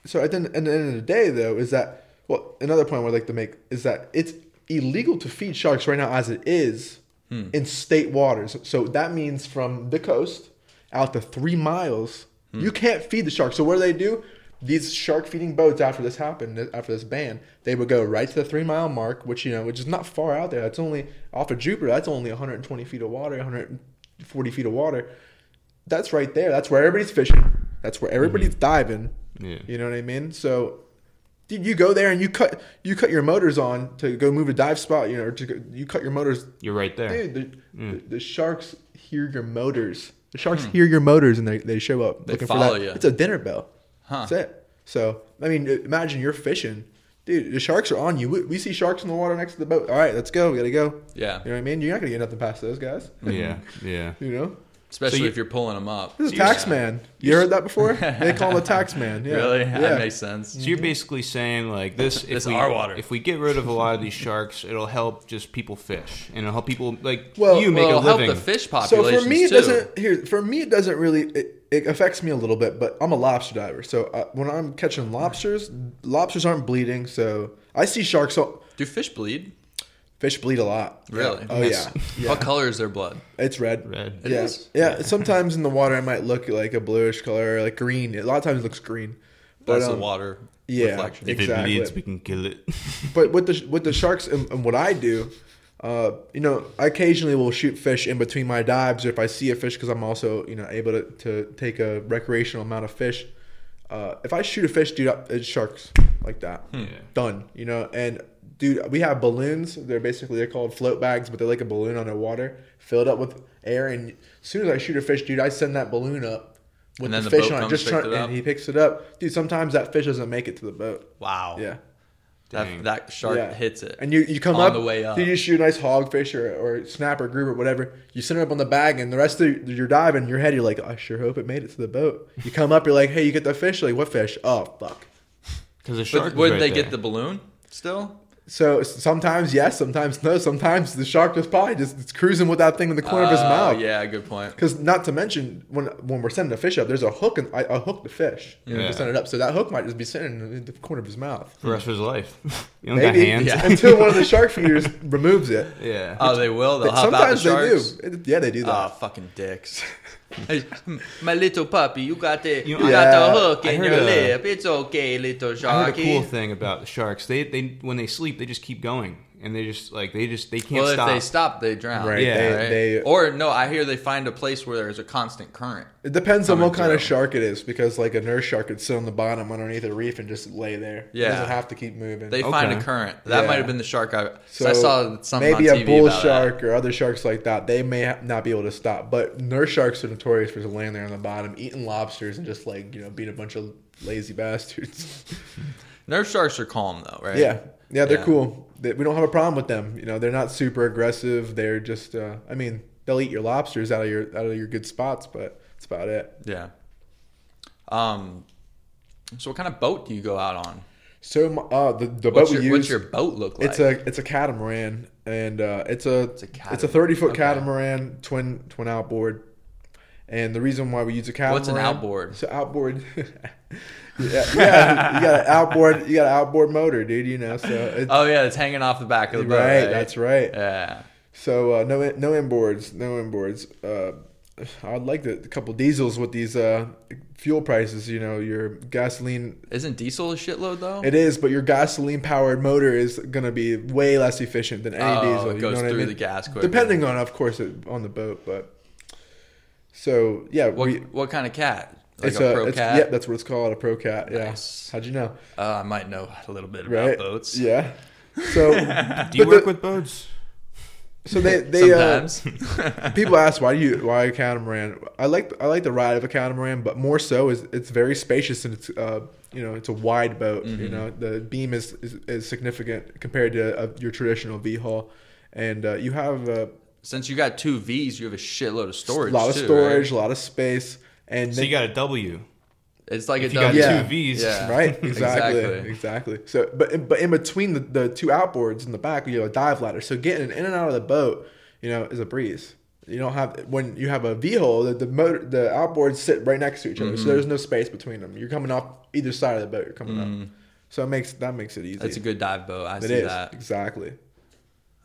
[SPEAKER 3] so at the, at the end of the day, though, is that well another point I would like to make is that it's illegal to feed sharks right now as it is
[SPEAKER 1] Hmm.
[SPEAKER 3] in state waters. So that means from the coast out to three miles,
[SPEAKER 1] Hmm.
[SPEAKER 3] you can't feed the sharks. So what do they do? These shark feeding boats after this happened, after this ban, they would go right to the three mile mark, which you know, which is not far out there. That's only off of Jupiter. That's only 120 feet of water, 140 feet of water. That's right there. That's where everybody's fishing. That's where everybody's
[SPEAKER 1] Mm-hmm.
[SPEAKER 3] diving.
[SPEAKER 2] Yeah.
[SPEAKER 3] You know what I mean? So, dude, you go there and you cut you cut your motors on to go move to dive spot. You know, or to go, you cut your motors.
[SPEAKER 2] You're right there.
[SPEAKER 3] Dude, the,
[SPEAKER 1] Mm.
[SPEAKER 3] the, the sharks hear your motors. The sharks hear your motors and they, they show up
[SPEAKER 1] Hmm. They
[SPEAKER 3] looking
[SPEAKER 1] follow
[SPEAKER 3] for that.
[SPEAKER 1] you.
[SPEAKER 3] It's a dinner bell.
[SPEAKER 1] Huh.
[SPEAKER 3] That's it. So, I mean, imagine you're fishing. Dude, the sharks are on you. We, we see sharks in the water next to the boat. All right, let's go. We gotta go.
[SPEAKER 1] Yeah. Mm.
[SPEAKER 3] You know what I mean? You're not gonna get nothing past those guys.
[SPEAKER 2] Yeah, yeah.
[SPEAKER 3] You know.
[SPEAKER 1] Especially
[SPEAKER 2] So you-
[SPEAKER 1] if you're pulling them up.
[SPEAKER 3] This is tax man. You heard that before? They call him a tax man. Yeah.
[SPEAKER 1] Really?
[SPEAKER 3] Yeah.
[SPEAKER 1] That makes sense.
[SPEAKER 2] So you're basically saying like this. If
[SPEAKER 1] This
[SPEAKER 2] we,
[SPEAKER 1] our water.
[SPEAKER 2] If we get rid of a lot of these sharks, it'll help just people fish, and it'll help people like
[SPEAKER 3] Well-
[SPEAKER 2] you make
[SPEAKER 1] Well,
[SPEAKER 2] a
[SPEAKER 1] help
[SPEAKER 2] living.
[SPEAKER 1] the fish
[SPEAKER 3] so
[SPEAKER 1] population
[SPEAKER 3] for me, it
[SPEAKER 1] too.
[SPEAKER 3] doesn't. Here, for me, it doesn't really. It, it affects me a little bit, but I'm a lobster diver, so uh, when I'm catching lobsters, lobsters aren't bleeding. So I see sharks. So
[SPEAKER 1] Do fish bleed?
[SPEAKER 3] fish bleed a lot.
[SPEAKER 1] Really?
[SPEAKER 3] Oh
[SPEAKER 2] Yes.
[SPEAKER 3] yeah. Yeah.
[SPEAKER 1] What color is their blood?
[SPEAKER 3] It's red.
[SPEAKER 2] Red.
[SPEAKER 1] It
[SPEAKER 3] yeah.
[SPEAKER 1] is?
[SPEAKER 3] Yeah. Sometimes in the water, it might look like a bluish color, like green. A lot of times, it looks green. But,
[SPEAKER 1] That's
[SPEAKER 3] um,
[SPEAKER 1] the water
[SPEAKER 3] yeah.
[SPEAKER 1] reflection.
[SPEAKER 3] It-
[SPEAKER 2] if
[SPEAKER 3] Exactly.
[SPEAKER 2] it bleeds, we can kill it.
[SPEAKER 3] but with the with the sharks and, and what I do, uh, you know, I occasionally will shoot fish in between my dives, or if I see a fish, because I'm also you know able to, to take a recreational amount of fish. Uh, if I shoot a fish, dude, up it's sharks like that,
[SPEAKER 1] Hmm.
[SPEAKER 3] done. You know, and dude, we have balloons. They're basically they're called float bags, but they're like a balloon underwater, filled up with air. And as soon as I shoot a fish, dude, I send that balloon up with
[SPEAKER 1] And then
[SPEAKER 3] the,
[SPEAKER 1] the
[SPEAKER 3] fish
[SPEAKER 1] boat
[SPEAKER 3] on it,
[SPEAKER 1] comes,
[SPEAKER 3] just
[SPEAKER 1] picks
[SPEAKER 3] trying,
[SPEAKER 1] it up?
[SPEAKER 3] and he picks it up, dude. Sometimes that fish doesn't make it to the boat.
[SPEAKER 1] wow.
[SPEAKER 3] Yeah.
[SPEAKER 1] That,
[SPEAKER 2] Dang.
[SPEAKER 1] that shark
[SPEAKER 3] Yeah.
[SPEAKER 1] hits it.
[SPEAKER 3] And you, you come
[SPEAKER 1] on
[SPEAKER 3] up
[SPEAKER 1] the way up.
[SPEAKER 3] dude, you shoot a nice hogfish or, or snapper, grouper, whatever. You send it up on the bag, and the rest of your dive in your head, you're like, I sure hope it made it to the boat. You come up, you're like, hey, you get the fish? Like, what fish? Oh, fuck.
[SPEAKER 2] Because the shark.
[SPEAKER 1] But would they get the balloon still?
[SPEAKER 3] So s- sometimes yes, sometimes no. Sometimes the shark is probably just it's cruising with that thing in the corner of his
[SPEAKER 1] Oh,
[SPEAKER 3] mouth.
[SPEAKER 1] Yeah, good point.
[SPEAKER 3] Because not to mention when when we're sending a fish up, there's a hook and I, I hook the fish you know,
[SPEAKER 2] Yeah.
[SPEAKER 3] to send it up. So that hook might just be sitting in the corner of his mouth.
[SPEAKER 2] the rest of his life? you don't got
[SPEAKER 3] Maybe
[SPEAKER 2] hands.
[SPEAKER 3] until one of the shark feeders removes it.
[SPEAKER 2] yeah.
[SPEAKER 1] Oh, they will. They'll hop out the
[SPEAKER 3] Sometimes they
[SPEAKER 1] sharks.
[SPEAKER 3] do. It- Yeah, they do that.
[SPEAKER 1] Oh, fucking dicks. Hey, My little puppy, you got the you,
[SPEAKER 2] You-
[SPEAKER 3] Yeah.
[SPEAKER 1] got the hook
[SPEAKER 2] I
[SPEAKER 1] in
[SPEAKER 2] heard
[SPEAKER 1] your
[SPEAKER 2] a-
[SPEAKER 1] lip. It's okay, little
[SPEAKER 2] I heard a
[SPEAKER 1] sharky.
[SPEAKER 2] cool thing about the sharks. They they when they sleep, they just keep going, and they just like they just they can't
[SPEAKER 1] Well, if
[SPEAKER 2] stop.
[SPEAKER 1] they stop, they drown.
[SPEAKER 3] Right,
[SPEAKER 2] Yeah.
[SPEAKER 3] they-
[SPEAKER 1] right?
[SPEAKER 3] they-
[SPEAKER 1] or no, I hear they find a place where there's a constant current.
[SPEAKER 3] It depends on what
[SPEAKER 1] Coming
[SPEAKER 3] kind of
[SPEAKER 1] through.
[SPEAKER 3] shark it is, because like a nurse shark could sit on the bottom underneath a reef and just lay there.
[SPEAKER 1] Yeah.
[SPEAKER 3] it doesn't have to keep moving.
[SPEAKER 1] They find a
[SPEAKER 2] Okay.
[SPEAKER 1] current. That
[SPEAKER 3] Yeah.
[SPEAKER 1] might have been the shark I. So I saw something
[SPEAKER 3] maybe
[SPEAKER 1] on
[SPEAKER 3] a
[SPEAKER 1] TV
[SPEAKER 3] bull
[SPEAKER 1] about that.
[SPEAKER 3] shark or other sharks like that. They may ha- not be able to stop, but nurse sharks are notorious for just laying there on the bottom, eating lobsters, and just like you know being a bunch of lazy bastards.
[SPEAKER 1] Nurse sharks are calm though, right?
[SPEAKER 3] yeah, yeah, they're
[SPEAKER 1] Yeah.
[SPEAKER 3] cool. They, we don't have a problem with them. You know, they're not super aggressive. They're just, uh, I mean, they'll eat your lobsters out of your out of your good spots, but that's about it.
[SPEAKER 1] Yeah. Um. So what kind of boat do you go out on?
[SPEAKER 3] So my- uh, the the boat
[SPEAKER 1] What's
[SPEAKER 3] we
[SPEAKER 1] your,
[SPEAKER 3] use.
[SPEAKER 1] what's your boat look like?
[SPEAKER 3] It's a it's a catamaran, and uh, it's a it's
[SPEAKER 1] a
[SPEAKER 3] a,
[SPEAKER 1] catamaran.
[SPEAKER 3] thirty foot
[SPEAKER 1] Okay.
[SPEAKER 3] catamaran, twin twin outboard. And the reason why we use a catamaran.
[SPEAKER 1] What's an outboard?
[SPEAKER 3] So outboard. yeah, yeah, you got an outboard. You got an outboard motor, dude. You know, so it's,
[SPEAKER 1] oh yeah, it's hanging off the back of the
[SPEAKER 3] right,
[SPEAKER 1] boat. Oh, Right.
[SPEAKER 3] That's right.
[SPEAKER 1] Yeah.
[SPEAKER 3] So uh, no no inboards, no inboards. Uh, I'd like the, a couple diesels with these uh, fuel prices. You know, your gasoline
[SPEAKER 1] Isn't diesel a shitload though?
[SPEAKER 3] it is, but your gasoline powered motor is going to be way less efficient than any
[SPEAKER 1] Oh,
[SPEAKER 3] diesel.
[SPEAKER 1] it
[SPEAKER 3] you
[SPEAKER 1] goes
[SPEAKER 3] know what I
[SPEAKER 1] through
[SPEAKER 3] mean?
[SPEAKER 1] the gas quicker.
[SPEAKER 3] Depending on, of course, it, on the boat. But so yeah,
[SPEAKER 1] what
[SPEAKER 3] we,
[SPEAKER 1] what kind of cat? Like
[SPEAKER 3] it's
[SPEAKER 1] a,
[SPEAKER 3] a,
[SPEAKER 1] pro
[SPEAKER 3] it's,
[SPEAKER 1] cat.
[SPEAKER 3] Yeah, that's what it's called, a pro cat. Yeah.
[SPEAKER 1] Nice.
[SPEAKER 3] How'd you know?
[SPEAKER 1] Uh, I might know a little bit about
[SPEAKER 3] Right.
[SPEAKER 1] boats.
[SPEAKER 3] Yeah. So
[SPEAKER 2] Do you
[SPEAKER 3] but
[SPEAKER 2] work
[SPEAKER 3] the-
[SPEAKER 2] with boats?
[SPEAKER 3] so they they uh,
[SPEAKER 1] Sometimes.
[SPEAKER 3] people ask why do you why a catamaran? I like I like the ride of a catamaran, but more so is it's very spacious and it's uh you know it's a wide boat. You
[SPEAKER 1] Mm-hmm.
[SPEAKER 3] know the beam is is, is significant compared to uh, your traditional V hull, and uh, you have a
[SPEAKER 1] Since you got two V's, you have a shitload of storage.
[SPEAKER 3] lot of
[SPEAKER 1] too, right?
[SPEAKER 3] storage, a lot of space, and
[SPEAKER 2] So you
[SPEAKER 3] then-
[SPEAKER 2] got a W.
[SPEAKER 1] It's like
[SPEAKER 2] If
[SPEAKER 1] a
[SPEAKER 2] you got
[SPEAKER 1] W.
[SPEAKER 3] Yeah.
[SPEAKER 2] two V's,
[SPEAKER 1] Yeah.
[SPEAKER 3] right exactly
[SPEAKER 1] Exactly.
[SPEAKER 3] exactly, so but but in between the, the two outboards in the back you have a dive ladder so getting in and out of the boat you know is a breeze you don't have when you have a v-hole the, the motor the outboards sit right next to each
[SPEAKER 1] Mm-hmm.
[SPEAKER 3] other so there's no space between them you're coming off either side of the boat you're coming up so it makes that makes it easy
[SPEAKER 1] Mm. That's a good dive boat. I
[SPEAKER 3] it
[SPEAKER 1] see
[SPEAKER 3] is
[SPEAKER 1] that.
[SPEAKER 3] exactly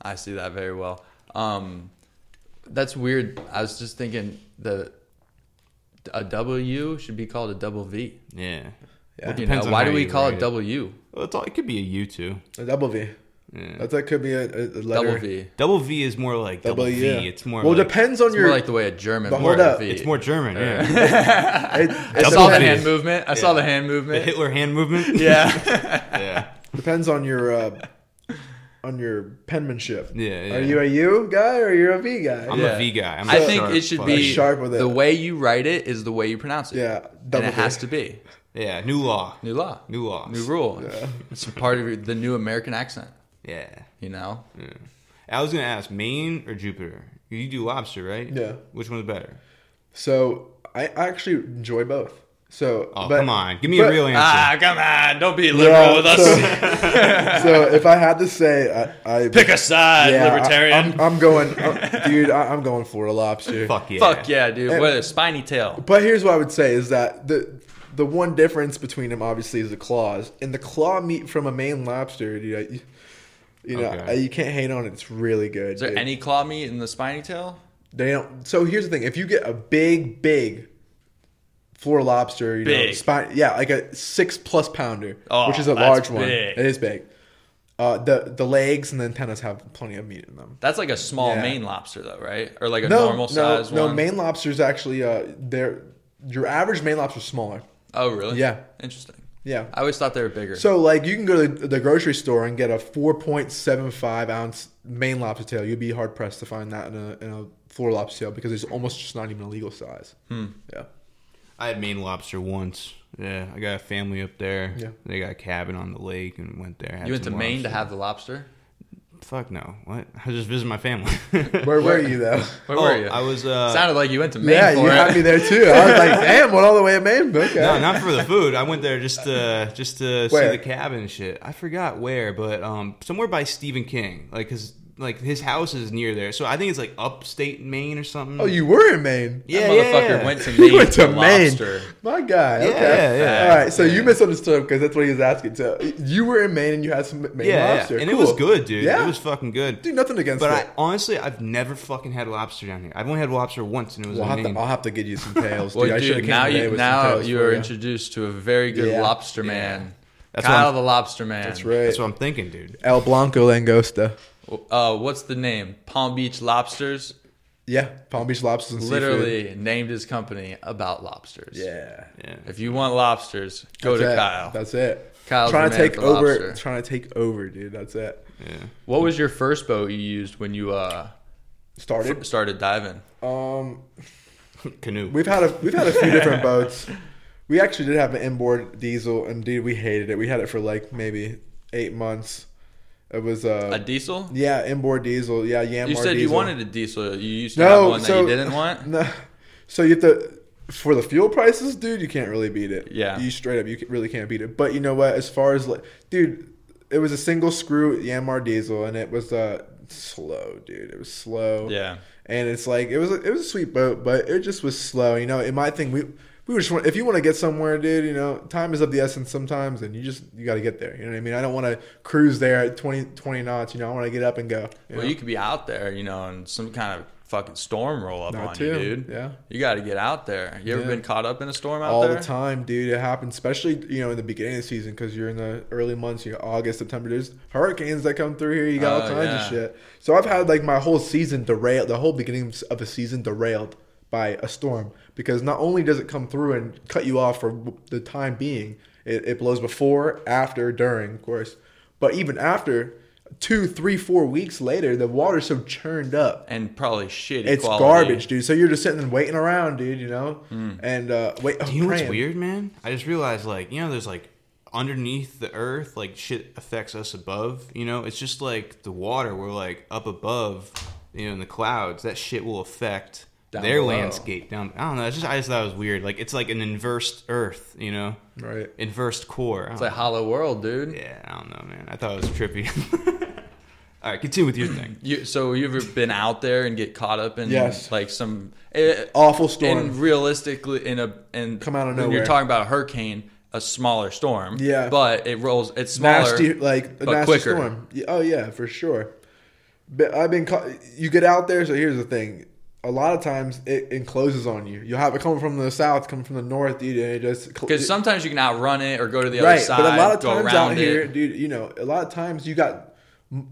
[SPEAKER 1] I see that very well. Um, that's weird. I was just thinking the a W should be called a double V.
[SPEAKER 2] yeah.
[SPEAKER 3] Yeah.
[SPEAKER 1] You know,
[SPEAKER 2] Depends on
[SPEAKER 1] why
[SPEAKER 2] how
[SPEAKER 1] do we
[SPEAKER 2] you
[SPEAKER 1] call
[SPEAKER 2] write
[SPEAKER 1] it
[SPEAKER 2] it.
[SPEAKER 1] double U?
[SPEAKER 2] Well, it's all, it could be a U too.
[SPEAKER 3] a double v
[SPEAKER 2] Yeah.
[SPEAKER 3] that, that could be a, a a letter
[SPEAKER 1] Double V.
[SPEAKER 2] Double V is more like double,
[SPEAKER 3] Double,
[SPEAKER 2] V.
[SPEAKER 3] yeah.
[SPEAKER 2] It's more
[SPEAKER 3] well
[SPEAKER 2] like,
[SPEAKER 3] depends on
[SPEAKER 1] It's
[SPEAKER 3] your
[SPEAKER 1] more like the way a German
[SPEAKER 3] But
[SPEAKER 1] word
[SPEAKER 3] hold up.
[SPEAKER 1] V.
[SPEAKER 2] it's more German. Yeah.
[SPEAKER 3] it-
[SPEAKER 1] I
[SPEAKER 3] it's
[SPEAKER 2] Double
[SPEAKER 1] saw
[SPEAKER 3] all-
[SPEAKER 1] the
[SPEAKER 2] V.
[SPEAKER 1] hand movement. I saw the hand
[SPEAKER 2] The
[SPEAKER 1] movement.
[SPEAKER 2] Hitler hand movement.
[SPEAKER 1] Yeah.
[SPEAKER 2] yeah.
[SPEAKER 3] depends on your uh, on your penmanship.
[SPEAKER 2] Yeah, yeah.
[SPEAKER 3] Are you a U guy or you're a V guy?
[SPEAKER 2] I'm
[SPEAKER 1] Yeah.
[SPEAKER 2] a V guy. I'm
[SPEAKER 1] I
[SPEAKER 2] a
[SPEAKER 1] think
[SPEAKER 2] sharp
[SPEAKER 1] it should
[SPEAKER 2] fuck.
[SPEAKER 1] be
[SPEAKER 3] Sharp with it.
[SPEAKER 1] the way you write it is the way you pronounce it.
[SPEAKER 3] Yeah,
[SPEAKER 1] And
[SPEAKER 3] double
[SPEAKER 1] it
[SPEAKER 3] V.
[SPEAKER 1] has to be.
[SPEAKER 2] Yeah. New law.
[SPEAKER 1] New law.
[SPEAKER 2] New law.
[SPEAKER 1] New rule. It's part of the new American accent,
[SPEAKER 2] Yeah.
[SPEAKER 1] you know?
[SPEAKER 2] yeah. I was gonna ask Maine or Jupiter. You do lobster, right?
[SPEAKER 3] Yeah.
[SPEAKER 2] Which one's better?
[SPEAKER 3] So I I actually enjoy both. So
[SPEAKER 2] Oh
[SPEAKER 3] but-
[SPEAKER 2] come on, give me
[SPEAKER 3] but-
[SPEAKER 2] a real answer.
[SPEAKER 1] Ah, come on. Don't be liberal
[SPEAKER 3] Yeah,
[SPEAKER 1] with us.
[SPEAKER 3] So, so if I had to say, I, I
[SPEAKER 1] Pick a side,
[SPEAKER 3] yeah, I,
[SPEAKER 1] libertarian.
[SPEAKER 3] am going, uh, dude. I, I'm going Florida lobster.
[SPEAKER 2] Fuck yeah.
[SPEAKER 1] Fuck yeah, dude.
[SPEAKER 3] And-
[SPEAKER 1] What a spiny tail.
[SPEAKER 3] But here's what I would say is that the the one difference between them obviously is the claws and the claw meat from a Maine lobster. You know, you, you, know,
[SPEAKER 2] Okay.
[SPEAKER 3] uh, you can't hate on it. It's really good.
[SPEAKER 1] Is there
[SPEAKER 3] dude.
[SPEAKER 1] any claw meat in the spiny tail?
[SPEAKER 3] They don't. So here's the thing: if you get a big, big floor lobster, you know,
[SPEAKER 1] Big.
[SPEAKER 3] spine, yeah, like a six plus pounder,
[SPEAKER 1] Oh,
[SPEAKER 3] which is a
[SPEAKER 1] that's
[SPEAKER 3] large one.
[SPEAKER 1] big.
[SPEAKER 3] It is big. Uh, the the legs and the antennas have plenty of meat in them.
[SPEAKER 1] That's like a small
[SPEAKER 3] Yeah.
[SPEAKER 1] Maine lobster, though, right? Or like a
[SPEAKER 3] No,
[SPEAKER 1] normal
[SPEAKER 3] no,
[SPEAKER 1] size
[SPEAKER 3] no.
[SPEAKER 1] one?
[SPEAKER 3] Maine lobsters actually, uh, they're your average Maine lobster's smaller.
[SPEAKER 1] Oh, really?
[SPEAKER 3] Yeah.
[SPEAKER 1] Interesting.
[SPEAKER 3] Yeah.
[SPEAKER 1] I always thought they were bigger.
[SPEAKER 3] So like you can go to the grocery store and get a 4.75 ounce Maine lobster tail. You'd be hard pressed to find that in a, in a floor lobster tail because it's almost just not even a legal size.
[SPEAKER 2] Hmm.
[SPEAKER 3] Yeah.
[SPEAKER 2] I had Maine lobster once. Yeah, I got a family up there.
[SPEAKER 3] Yeah.
[SPEAKER 2] They got a cabin on the lake and went there. had
[SPEAKER 1] you went to
[SPEAKER 2] some
[SPEAKER 1] Maine to
[SPEAKER 2] lobster.
[SPEAKER 1] have the lobster?
[SPEAKER 2] Fuck no. What? I was just visiting my family.
[SPEAKER 3] Where were you though?
[SPEAKER 1] Where
[SPEAKER 2] Oh,
[SPEAKER 1] were you?
[SPEAKER 2] I was, uh,
[SPEAKER 1] Sounded like you went to Maine
[SPEAKER 3] yeah,
[SPEAKER 1] for
[SPEAKER 3] you
[SPEAKER 1] it.
[SPEAKER 3] had me there too. I was like, damn, went all the way to Maine. Okay.
[SPEAKER 2] No, not for the food. I went there just to just to
[SPEAKER 3] Where?
[SPEAKER 2] see the cabin and shit. I forgot where, but um, somewhere by Stephen King, like his like his house is near there. So I think it's like upstate Maine or something.
[SPEAKER 3] oh, you were in Maine.
[SPEAKER 1] That
[SPEAKER 2] yeah, yeah,
[SPEAKER 1] motherfucker
[SPEAKER 2] yeah.
[SPEAKER 1] went to Maine
[SPEAKER 3] You went to
[SPEAKER 1] for
[SPEAKER 3] Maine.
[SPEAKER 1] lobster.
[SPEAKER 3] My guy.
[SPEAKER 2] Yeah, yeah,
[SPEAKER 3] okay.
[SPEAKER 1] yeah.
[SPEAKER 3] All right. So you misunderstood because that's what he was asking. So you were in Maine and you had some
[SPEAKER 2] yeah,
[SPEAKER 3] Maine
[SPEAKER 2] yeah.
[SPEAKER 3] lobster.
[SPEAKER 2] and
[SPEAKER 3] Cool.
[SPEAKER 2] it was good, dude.
[SPEAKER 3] Yeah.
[SPEAKER 2] It was fucking good.
[SPEAKER 3] Dude, nothing against
[SPEAKER 2] but
[SPEAKER 3] it.
[SPEAKER 2] I honestly, I've never fucking had lobster down here. I've only had lobster once, and it was
[SPEAKER 3] Well, I'll,
[SPEAKER 2] in
[SPEAKER 3] have
[SPEAKER 2] Maine.
[SPEAKER 3] to, I'll have to get you some tails, dude.
[SPEAKER 1] Well,
[SPEAKER 3] I
[SPEAKER 1] dude,
[SPEAKER 3] should have
[SPEAKER 1] now you now you are
[SPEAKER 3] introduced.
[SPEAKER 1] introduced to a very good
[SPEAKER 3] Yeah.
[SPEAKER 1] lobster
[SPEAKER 2] Yeah.
[SPEAKER 1] man.
[SPEAKER 2] That's
[SPEAKER 1] Kyle
[SPEAKER 2] what
[SPEAKER 1] the Lobster Man.
[SPEAKER 3] That's
[SPEAKER 2] I'm,
[SPEAKER 3] right.
[SPEAKER 2] that's what I'm thinking, dude.
[SPEAKER 3] El Blanco Langosta.
[SPEAKER 1] Uh, what's the name? Palm Beach Lobsters.
[SPEAKER 3] Yeah, Palm Beach lobsters and seafood.
[SPEAKER 1] Literally named his company about lobsters.
[SPEAKER 3] Yeah.
[SPEAKER 2] Yeah.
[SPEAKER 1] If you want lobsters, go
[SPEAKER 3] That's
[SPEAKER 1] to
[SPEAKER 3] it.
[SPEAKER 1] Kyle.
[SPEAKER 3] That's it.
[SPEAKER 1] Kyle's
[SPEAKER 3] trying
[SPEAKER 1] the
[SPEAKER 3] to
[SPEAKER 1] man
[SPEAKER 3] take
[SPEAKER 1] for
[SPEAKER 3] over.
[SPEAKER 1] lobster.
[SPEAKER 3] Trying to take over, dude. That's it.
[SPEAKER 2] Yeah.
[SPEAKER 1] What was your first boat you used when you uh,
[SPEAKER 3] Started.
[SPEAKER 1] started diving?
[SPEAKER 3] Um,
[SPEAKER 2] Canoe.
[SPEAKER 3] we've had a we've had a few different boats. We actually did have an inboard diesel, and dude, we hated it. We had it for like maybe eight months. It was
[SPEAKER 1] A
[SPEAKER 3] uh,
[SPEAKER 1] diesel?
[SPEAKER 3] yeah, inboard diesel. Yeah, Yanmar.
[SPEAKER 1] You said you
[SPEAKER 3] diesel.
[SPEAKER 1] wanted a diesel. You used to
[SPEAKER 3] no,
[SPEAKER 1] have one
[SPEAKER 3] so
[SPEAKER 1] that you didn't want.
[SPEAKER 3] No, so you have to for the fuel prices, dude. You can't really beat it.
[SPEAKER 1] Yeah.
[SPEAKER 3] you straight up, you ca- really can't beat it. But you know what? As far as like, dude, it was a single screw Yanmar diesel, and it was uh slow, dude. It was slow.
[SPEAKER 1] Yeah.
[SPEAKER 3] and it's like it was a, it was a sweet boat, but it just was slow. You know, in my thing, we. We were just want, if you want to get somewhere, dude. You know, time is of the essence sometimes, and you just you got to get there. You know what I mean? I don't want to cruise there at 20, 20 knots. You know, I want to get up and go.
[SPEAKER 1] Well, you could be out there, you know, and some kind of fucking storm roll up
[SPEAKER 3] That
[SPEAKER 1] on
[SPEAKER 3] too,
[SPEAKER 1] you, dude.
[SPEAKER 3] yeah.
[SPEAKER 1] You got to get out there. You ever
[SPEAKER 3] Yeah.
[SPEAKER 1] been caught up in a storm out
[SPEAKER 3] all
[SPEAKER 1] there?
[SPEAKER 3] the time, dude. It happens, especially you know in the beginning of the season because you're in the early months, you know, August, September. There's hurricanes that come through here. You got all
[SPEAKER 1] Oh,
[SPEAKER 3] kinds
[SPEAKER 1] yeah.
[SPEAKER 3] of shit. So I've had like my whole season derailed, the whole beginning of a season derailed by a storm because not only does it come through and cut you off for the time being, it, it blows before, after, during, of course, but even after. Two, three, four weeks later, the water's so churned up
[SPEAKER 1] And probably shitty
[SPEAKER 3] it's
[SPEAKER 1] quality. Hmm.
[SPEAKER 3] garbage, dude. So you're just sitting and waiting around, dude. You know, and uh, wait. Oh,
[SPEAKER 2] Do you know what's
[SPEAKER 3] praying.
[SPEAKER 2] weird, man? I just realized, like, you know, there's like underneath the earth, like shit affects us above. You know, it's just like the water. We're like up above, you know, in the clouds. That shit will affect
[SPEAKER 1] Down
[SPEAKER 2] their
[SPEAKER 1] below.
[SPEAKER 2] landscape down. I don't know. It's just I just thought it was weird. Like it's like an inversed earth. You know,
[SPEAKER 3] Right.
[SPEAKER 2] Inversed core. I
[SPEAKER 1] It's
[SPEAKER 2] don't
[SPEAKER 1] like Hollow World, dude.
[SPEAKER 2] Yeah, I don't know, man. I thought it was trippy. All right, continue with your thing.
[SPEAKER 1] You, so you ever been out there and get caught up in
[SPEAKER 3] Yes.
[SPEAKER 1] like some eh,
[SPEAKER 3] Awful storm.
[SPEAKER 1] And realistically, in a and
[SPEAKER 3] Come out of
[SPEAKER 1] when
[SPEAKER 3] nowhere.
[SPEAKER 1] You're talking about a hurricane, a smaller storm.
[SPEAKER 3] Yeah.
[SPEAKER 1] but it rolls. It's smaller.
[SPEAKER 3] nasty, like a
[SPEAKER 1] but
[SPEAKER 3] nasty
[SPEAKER 1] quicker.
[SPEAKER 3] storm. Yeah, Oh yeah, for sure. But I've been. Ca- you get out there, so here's the thing. A lot of times it encloses on you. You'll have it coming from the south, coming from the north, dude, and it just
[SPEAKER 1] Because sometimes you can outrun it or go to the
[SPEAKER 3] right.
[SPEAKER 1] other side.
[SPEAKER 3] but a lot of
[SPEAKER 1] go
[SPEAKER 3] times
[SPEAKER 1] around
[SPEAKER 3] out
[SPEAKER 1] it.
[SPEAKER 3] here, dude, you know, a lot of times you got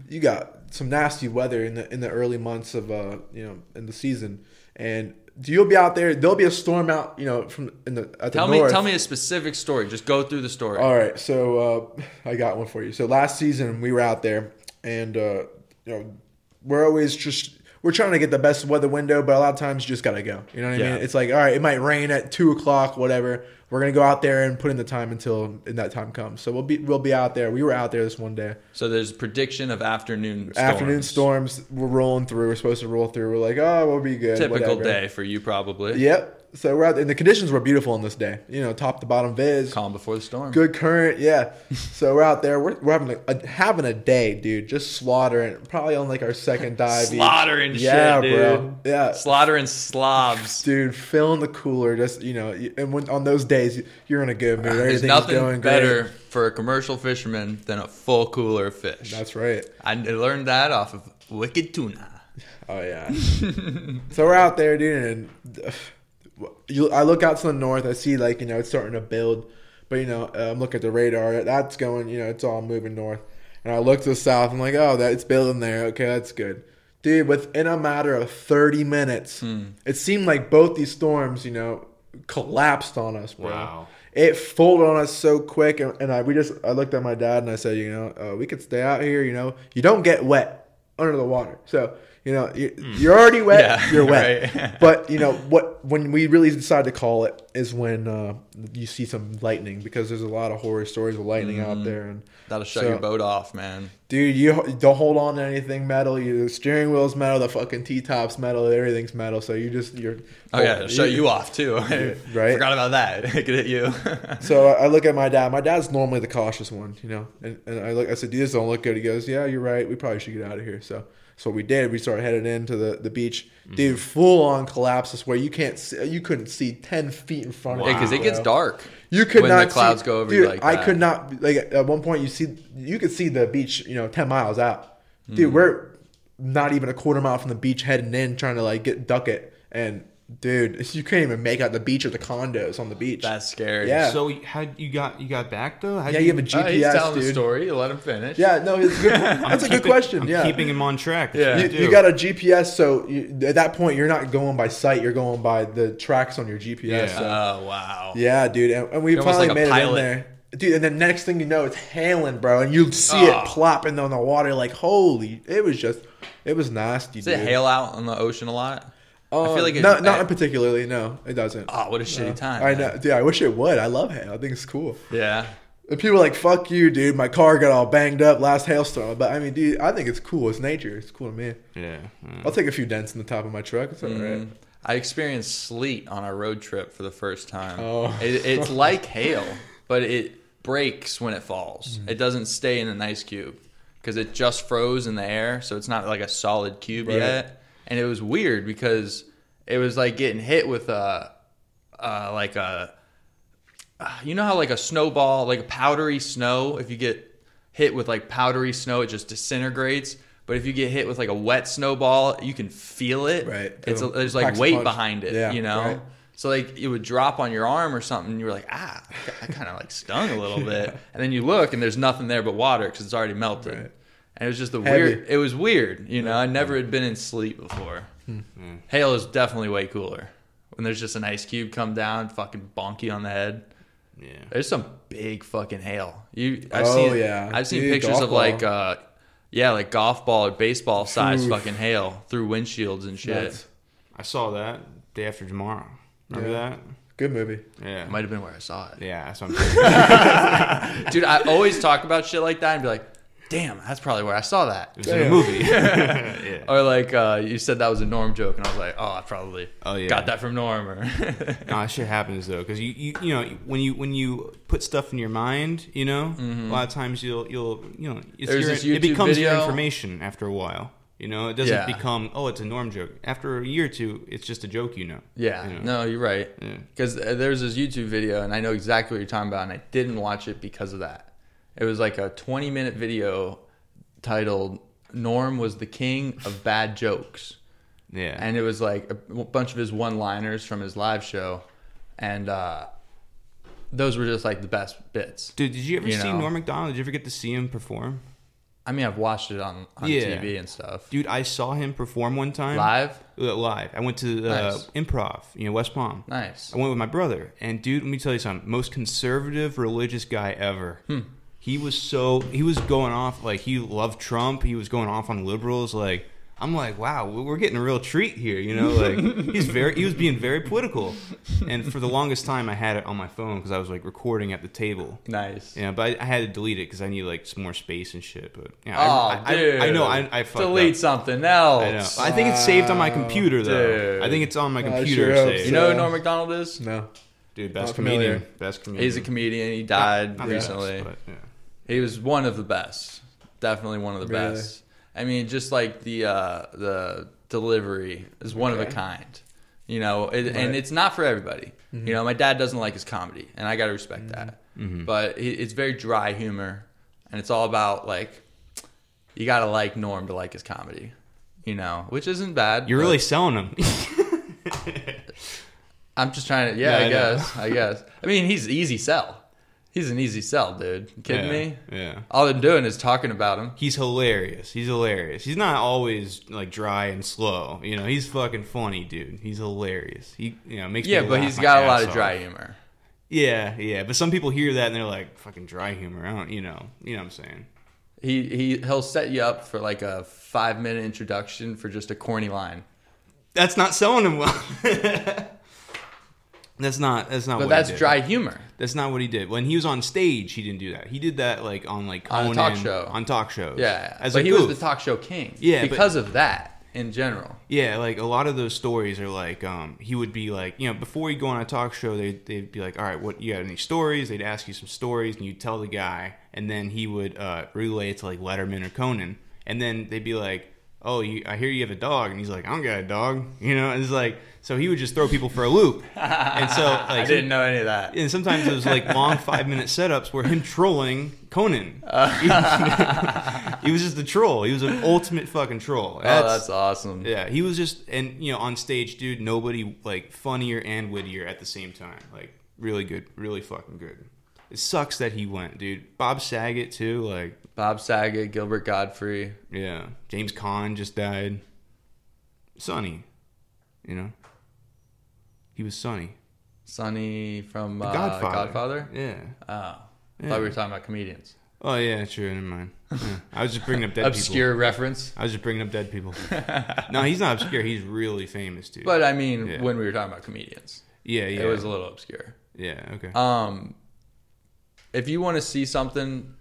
[SPEAKER 3] you got some nasty weather in the in the early months of uh you know in the season, and you'll be out there. There'll be a storm out, you know, from in the at the
[SPEAKER 1] Tell
[SPEAKER 3] north.
[SPEAKER 1] me, tell me a specific story. Just go through the story.
[SPEAKER 3] All right, so uh, I got one for you. So last season we were out there, and uh, you know we're always just we're trying to get the best weather window, but a lot of times you just gotta go. You know what I
[SPEAKER 1] Yeah.
[SPEAKER 3] mean? It's like all right, it might rain at two o'clock, whatever. We're gonna go out there and put in the time until and that time comes. So we'll be we'll be out there. We were out there this one day.
[SPEAKER 1] so there's prediction of afternoon. Storms.
[SPEAKER 3] Afternoon storms. We're rolling through. We're supposed to roll through. We're like, oh, we'll be good.
[SPEAKER 1] Typical
[SPEAKER 3] whatever.
[SPEAKER 1] day for you, probably.
[SPEAKER 3] Yep. So we're out, there, and the conditions were beautiful on this day. You know, top to bottom viz.
[SPEAKER 1] Calm before the storm.
[SPEAKER 3] Good current, yeah. so we're out there. We're, we're having a, a- having a day, dude. Just slaughtering. Probably on like our second dive. each.
[SPEAKER 1] Slaughtering
[SPEAKER 3] Yeah,
[SPEAKER 1] shit, dude.
[SPEAKER 3] bro. Yeah.
[SPEAKER 1] Slaughtering slobs.
[SPEAKER 3] Dude, filling the cooler, just you know, y- and when on those days you're in a good mood.
[SPEAKER 1] There's
[SPEAKER 3] Everything's
[SPEAKER 1] nothing
[SPEAKER 3] going
[SPEAKER 1] better
[SPEAKER 3] Great.
[SPEAKER 1] for a commercial fisherman than a full cooler of fish.
[SPEAKER 3] That's right.
[SPEAKER 1] I learned that off of Wicked Tuna.
[SPEAKER 3] Oh yeah. so we're out there, dude, and uh, you, I look out to the north. I see like you know it's starting to build, but you know uh, I'm looking at the radar. That's going, you know, it's all moving north. And I look to the south. I'm like, oh, that it's building there. Okay, that's good, dude. Within a matter of 30 minutes, it seemed like both these storms, you know, collapsed on us, bro.
[SPEAKER 2] Wow.
[SPEAKER 3] It folded on us so quick, and, and I we just I looked at my dad and I said, you know, uh, we could stay out here. You know, you don't get wet under the water, so you know you, you're already wet.
[SPEAKER 1] Hmm. Yeah,
[SPEAKER 3] you're wet.
[SPEAKER 1] right.
[SPEAKER 3] but you know what? When we really decide to call it is when uh, you see some lightning because there's a lot of horror stories of lightning
[SPEAKER 1] Mm.
[SPEAKER 3] out there, and
[SPEAKER 1] That'll shut
[SPEAKER 3] So-
[SPEAKER 1] your boat off, man.
[SPEAKER 3] Dude, you h- don't hold on to anything metal. You, the steering wheel's metal, the fucking T top's metal, everything's metal. So you just you're
[SPEAKER 1] Oh yeah, it'll shut you off too.
[SPEAKER 3] right?
[SPEAKER 1] Forgot about that. It could hit you.
[SPEAKER 3] So I I look at my dad. My dad's normally the cautious one, you know. And, and I look, I said, "Dude, this don't look good." He goes, "Yeah, you're right. We probably should get out of here." So so we did. We started headed into the the beach.
[SPEAKER 1] Mm-hmm.
[SPEAKER 3] Dude, full on collapses where you can't see, you couldn't see ten feet in front of
[SPEAKER 1] Yeah,
[SPEAKER 3] you.
[SPEAKER 1] because it gets
[SPEAKER 3] bro.
[SPEAKER 1] dark.
[SPEAKER 3] You could
[SPEAKER 1] when
[SPEAKER 3] not
[SPEAKER 1] the clouds
[SPEAKER 3] see,
[SPEAKER 1] go over
[SPEAKER 3] dude,
[SPEAKER 1] you like
[SPEAKER 3] I
[SPEAKER 1] that.
[SPEAKER 3] could not like at one point you see you could see the beach, you know, ten miles out.
[SPEAKER 1] Mm.
[SPEAKER 3] Dude, we're not even a quarter mile from the beach heading in trying to like get duck it and dude, you can't even make out the beach or the condos on the beach.
[SPEAKER 1] That's scary.
[SPEAKER 3] Yeah.
[SPEAKER 2] So how you got you got back though? How'd
[SPEAKER 3] yeah, you have a
[SPEAKER 1] Uh, he's
[SPEAKER 3] GPS,
[SPEAKER 1] telling the
[SPEAKER 3] dude.
[SPEAKER 1] story. Let him finish.
[SPEAKER 3] Yeah, no, it's good. that's a good
[SPEAKER 2] keeping-
[SPEAKER 3] question.
[SPEAKER 2] I'm
[SPEAKER 3] yeah,
[SPEAKER 2] keeping him on track. That's
[SPEAKER 1] Yeah.
[SPEAKER 2] what
[SPEAKER 3] you,
[SPEAKER 2] I
[SPEAKER 3] you
[SPEAKER 2] do.
[SPEAKER 3] got a GPS, so you, at that point you're not going by sight, you're going by the tracks on your GPS.
[SPEAKER 2] Yeah.
[SPEAKER 3] so-
[SPEAKER 1] Oh wow.
[SPEAKER 3] Yeah, dude, and, and we
[SPEAKER 1] You're almost
[SPEAKER 3] finally
[SPEAKER 1] like a
[SPEAKER 3] made
[SPEAKER 1] pilot.
[SPEAKER 3] it in there, dude. And the next thing you know, it's hailing, bro, and you see
[SPEAKER 2] Ah.
[SPEAKER 1] Oh.
[SPEAKER 3] it plopping on the water. Like, holy, it was just, it was nasty.
[SPEAKER 1] Does it
[SPEAKER 3] dude. Uh, Um,
[SPEAKER 1] hail out on the ocean a lot? I feel like it,
[SPEAKER 3] not, not
[SPEAKER 1] I-
[SPEAKER 3] in particularly. No, it doesn't.
[SPEAKER 1] oh, what a shitty time.
[SPEAKER 3] I
[SPEAKER 1] man.
[SPEAKER 3] know, dude. I wish it would. I love hail. I think it's cool.
[SPEAKER 1] Yeah.
[SPEAKER 3] And people are like, "Fuck you, dude. My car got all banged up last hailstorm." But I mean, dude, I think it's cool. It's nature. It's cool to me.
[SPEAKER 2] yeah. uh,
[SPEAKER 3] I'll take a few dents in the top of my truck. It's all right.
[SPEAKER 1] I experienced sleet on our road trip for the first time.
[SPEAKER 3] Oh.
[SPEAKER 1] It, it's like hail, but it breaks when it falls.
[SPEAKER 3] Mm-hmm.
[SPEAKER 1] It doesn't stay in an ice cube because it just froze in the air, so it's not like a solid cube
[SPEAKER 3] Right.
[SPEAKER 1] yet. And it was weird because it was like getting hit with a, uh, like a, uh, you know how like a snowball, like a powdery snow. If you get hit with like powdery snow, it just disintegrates. But if you get hit with like a wet snowball, you can feel it.
[SPEAKER 3] Right.
[SPEAKER 1] It's a,
[SPEAKER 3] It'll
[SPEAKER 1] there's like
[SPEAKER 3] pack a
[SPEAKER 1] weight
[SPEAKER 3] punch.
[SPEAKER 1] behind it.
[SPEAKER 3] Yeah,
[SPEAKER 1] You know.
[SPEAKER 3] right.
[SPEAKER 1] So like it would drop on your arm or something. And you were like, ah, I kind of like stung a little bit. And then you look and there's nothing there but water because it's already melted.
[SPEAKER 3] Right.
[SPEAKER 1] And it was just the
[SPEAKER 3] Heavy.
[SPEAKER 1] weird. It was weird. You know, I never had been in sleep before.
[SPEAKER 3] Hmm.
[SPEAKER 1] Hail is definitely way cooler. When there's just an ice cube come down, fucking bonky on the head.
[SPEAKER 2] yeah.
[SPEAKER 1] There's some big fucking hail. You, I've
[SPEAKER 3] Oh,
[SPEAKER 1] seen,
[SPEAKER 3] yeah.
[SPEAKER 1] I've seen
[SPEAKER 3] Dude,
[SPEAKER 1] pictures
[SPEAKER 3] golf
[SPEAKER 1] of
[SPEAKER 3] ball.
[SPEAKER 1] like, uh, yeah, like golf ball or baseball size
[SPEAKER 3] Oof.
[SPEAKER 1] fucking hail through windshields and shit.
[SPEAKER 3] Nuts.
[SPEAKER 2] I saw that day after tomorrow. Remember
[SPEAKER 3] Yeah. Good movie.
[SPEAKER 2] that? Yeah.
[SPEAKER 1] Might have been where I saw it,
[SPEAKER 2] yeah, that's what I'm saying.
[SPEAKER 1] dude. I always talk about shit like that and be like, damn, that's probably where I saw that.
[SPEAKER 2] It's in a
[SPEAKER 3] Damn.
[SPEAKER 2] movie. yeah.
[SPEAKER 1] Or like, uh, you said that was a Norm joke, and I was like, oh, I probably
[SPEAKER 2] Oh, yeah.
[SPEAKER 1] got that from Norm. Or
[SPEAKER 2] Nah, that shit happens though, because you, you you know when you when you put stuff in your mind, you know, a lot of times you'll you'll you know
[SPEAKER 1] Mm-hmm.
[SPEAKER 2] it's
[SPEAKER 1] There's
[SPEAKER 2] your,
[SPEAKER 1] this
[SPEAKER 2] it
[SPEAKER 1] YouTube
[SPEAKER 2] becomes your
[SPEAKER 1] video.
[SPEAKER 2] information after a while. You know, it doesn't
[SPEAKER 1] Yeah.
[SPEAKER 2] become oh it's a norm joke. After a year or two, it's just a joke. You know.
[SPEAKER 1] Yeah,
[SPEAKER 2] You know?
[SPEAKER 1] no, you're right.
[SPEAKER 2] Yeah.
[SPEAKER 1] Because there's this YouTube video, and I know exactly what you're talking about, and I didn't watch it because of that. It was like a 20 minute video titled "Norm was the king of bad jokes."
[SPEAKER 2] Yeah.
[SPEAKER 1] and it was like a bunch of his one-liners from his live show, and uh, those were just like the best bits.
[SPEAKER 2] Dude, did you ever
[SPEAKER 1] you
[SPEAKER 2] see
[SPEAKER 1] know.
[SPEAKER 2] Norm Macdonald? Did you ever get to see him perform?
[SPEAKER 1] I mean, I've watched it on, on
[SPEAKER 2] Yeah.
[SPEAKER 1] TV and stuff.
[SPEAKER 2] Dude, I saw him perform one time
[SPEAKER 1] Live,
[SPEAKER 2] Uh, live. I went to uh,
[SPEAKER 1] Nice.
[SPEAKER 2] improv, you know, West Palm.
[SPEAKER 1] nice.
[SPEAKER 2] I went with my brother, and dude, let me tell you something. Most conservative religious guy ever.
[SPEAKER 1] Hmm.
[SPEAKER 2] He was so he was going off like he loved Trump. He was going off on liberals. Like I'm like, wow, we- we're getting a real treat here. You know, like he's very he was being very political. And for the longest time, I had it on my phone because I was like recording at the table.
[SPEAKER 1] Nice.
[SPEAKER 2] Yeah, but I, I had to delete it because I need like some more space and shit. But yeah,
[SPEAKER 1] Oh,
[SPEAKER 2] I,
[SPEAKER 1] dude.
[SPEAKER 2] I, I know I, I fucked
[SPEAKER 1] delete
[SPEAKER 2] up.
[SPEAKER 1] something
[SPEAKER 2] I, know.
[SPEAKER 1] else.
[SPEAKER 2] I think it's saved on my computer though.
[SPEAKER 1] Dude.
[SPEAKER 2] I think it's on my
[SPEAKER 3] I
[SPEAKER 2] computer.
[SPEAKER 3] sure hope
[SPEAKER 2] saved.
[SPEAKER 1] You know who
[SPEAKER 3] So-
[SPEAKER 1] Norm Macdonald is?
[SPEAKER 3] No.
[SPEAKER 2] Dude, best
[SPEAKER 3] Not
[SPEAKER 2] comedian.
[SPEAKER 3] familiar.
[SPEAKER 2] Best comedian.
[SPEAKER 1] He's a comedian. He died
[SPEAKER 2] Not the best,
[SPEAKER 1] recently.
[SPEAKER 2] but, yeah.
[SPEAKER 1] He was one of the best. Definitely one of the
[SPEAKER 3] Really?
[SPEAKER 1] best. I mean, just like the uh, the delivery is one of a
[SPEAKER 3] Okay.
[SPEAKER 1] kind. You know, it,
[SPEAKER 3] Right. Mm-hmm.
[SPEAKER 1] and it's not for everybody. You know, my dad doesn't like his comedy, and I got to respect that.
[SPEAKER 2] Mm-hmm.
[SPEAKER 1] But it, it's very dry humor, and it's all about like you got to like Norm to like his comedy. You know, which isn't bad.
[SPEAKER 2] You're
[SPEAKER 1] but-
[SPEAKER 2] really selling him.
[SPEAKER 1] I'm just trying to. Yeah, I,
[SPEAKER 2] Yeah, I know.
[SPEAKER 1] guess. I guess. I mean, he's easy sell. He's an easy sell, dude. You kidding
[SPEAKER 2] yeah.
[SPEAKER 1] me?
[SPEAKER 2] Yeah.
[SPEAKER 1] All I'm doing is talking about him.
[SPEAKER 2] He's hilarious. He's hilarious. He's not always like dry and slow. You know, he's fucking funny, dude. He's hilarious. He, you know, makes
[SPEAKER 1] Yeah,
[SPEAKER 2] me
[SPEAKER 1] but
[SPEAKER 2] laugh
[SPEAKER 1] he's
[SPEAKER 2] my
[SPEAKER 1] got a
[SPEAKER 2] ass
[SPEAKER 1] lot of
[SPEAKER 2] off.
[SPEAKER 1] dry humor.
[SPEAKER 2] Yeah, yeah. But some people hear that and they're like, "Fucking dry humor." I don't, you know, you know what I'm saying?
[SPEAKER 1] He he he'll set you up for like a five minute introduction for just a corny line.
[SPEAKER 2] That's not selling him well. that's not. That's not.
[SPEAKER 1] But
[SPEAKER 2] what
[SPEAKER 1] that's
[SPEAKER 2] he did.
[SPEAKER 1] dry humor.
[SPEAKER 2] That's not what he did. When he was on stage, he didn't do that. He did that like on like
[SPEAKER 1] On a talk
[SPEAKER 2] Conan-
[SPEAKER 1] show.
[SPEAKER 2] On talk shows.
[SPEAKER 1] Yeah.
[SPEAKER 2] As
[SPEAKER 1] but
[SPEAKER 2] a
[SPEAKER 1] he
[SPEAKER 2] goof.
[SPEAKER 1] was the talk show king.
[SPEAKER 2] Yeah, but-
[SPEAKER 1] Because of that in general.
[SPEAKER 2] Yeah, like a lot of those stories are like um, he would be like, you know, before you go on a talk show, they they'd be like, all right, what you got any stories? They'd ask you some stories, and you would tell the guy, and then he would uh, relay it to like Letterman or Conan, and then they'd be like, oh, you, I hear you have a dog, and he's like, I don't got a dog, you know. And it's like, so he would just throw people for a loop, and so like,
[SPEAKER 1] I didn't know any of that.
[SPEAKER 2] And sometimes it was like long five minute setups were him trolling Conan. he was just a troll. He was an ultimate fucking troll.
[SPEAKER 1] oh, that's awesome.
[SPEAKER 2] Yeah, he was just and you know on stage, dude. Nobody like funnier and wittier at the same time. Like really good, really fucking good. It sucks that he went, dude. Bob Saget too. Like
[SPEAKER 1] Bob Saget, Gilbert Godfrey.
[SPEAKER 2] yeah, James Caan just died. Sonny, you know, he was Sonny.
[SPEAKER 1] Sonny from uh,
[SPEAKER 2] Godfather.
[SPEAKER 1] Godfather.
[SPEAKER 2] Yeah.
[SPEAKER 1] Oh, I thought we were talking about comedians.
[SPEAKER 2] Oh yeah, true. Never mind. Yeah. I was just bringing up dead people.
[SPEAKER 1] Obscure reference.
[SPEAKER 2] I was just bringing up dead people. no, he's not obscure. He's really famous, dude.
[SPEAKER 1] But I mean,
[SPEAKER 2] Yeah.
[SPEAKER 1] when we were talking about comedians,
[SPEAKER 2] yeah, yeah,
[SPEAKER 1] it was a little obscure.
[SPEAKER 2] yeah. Okay.
[SPEAKER 1] Um, if you want to see something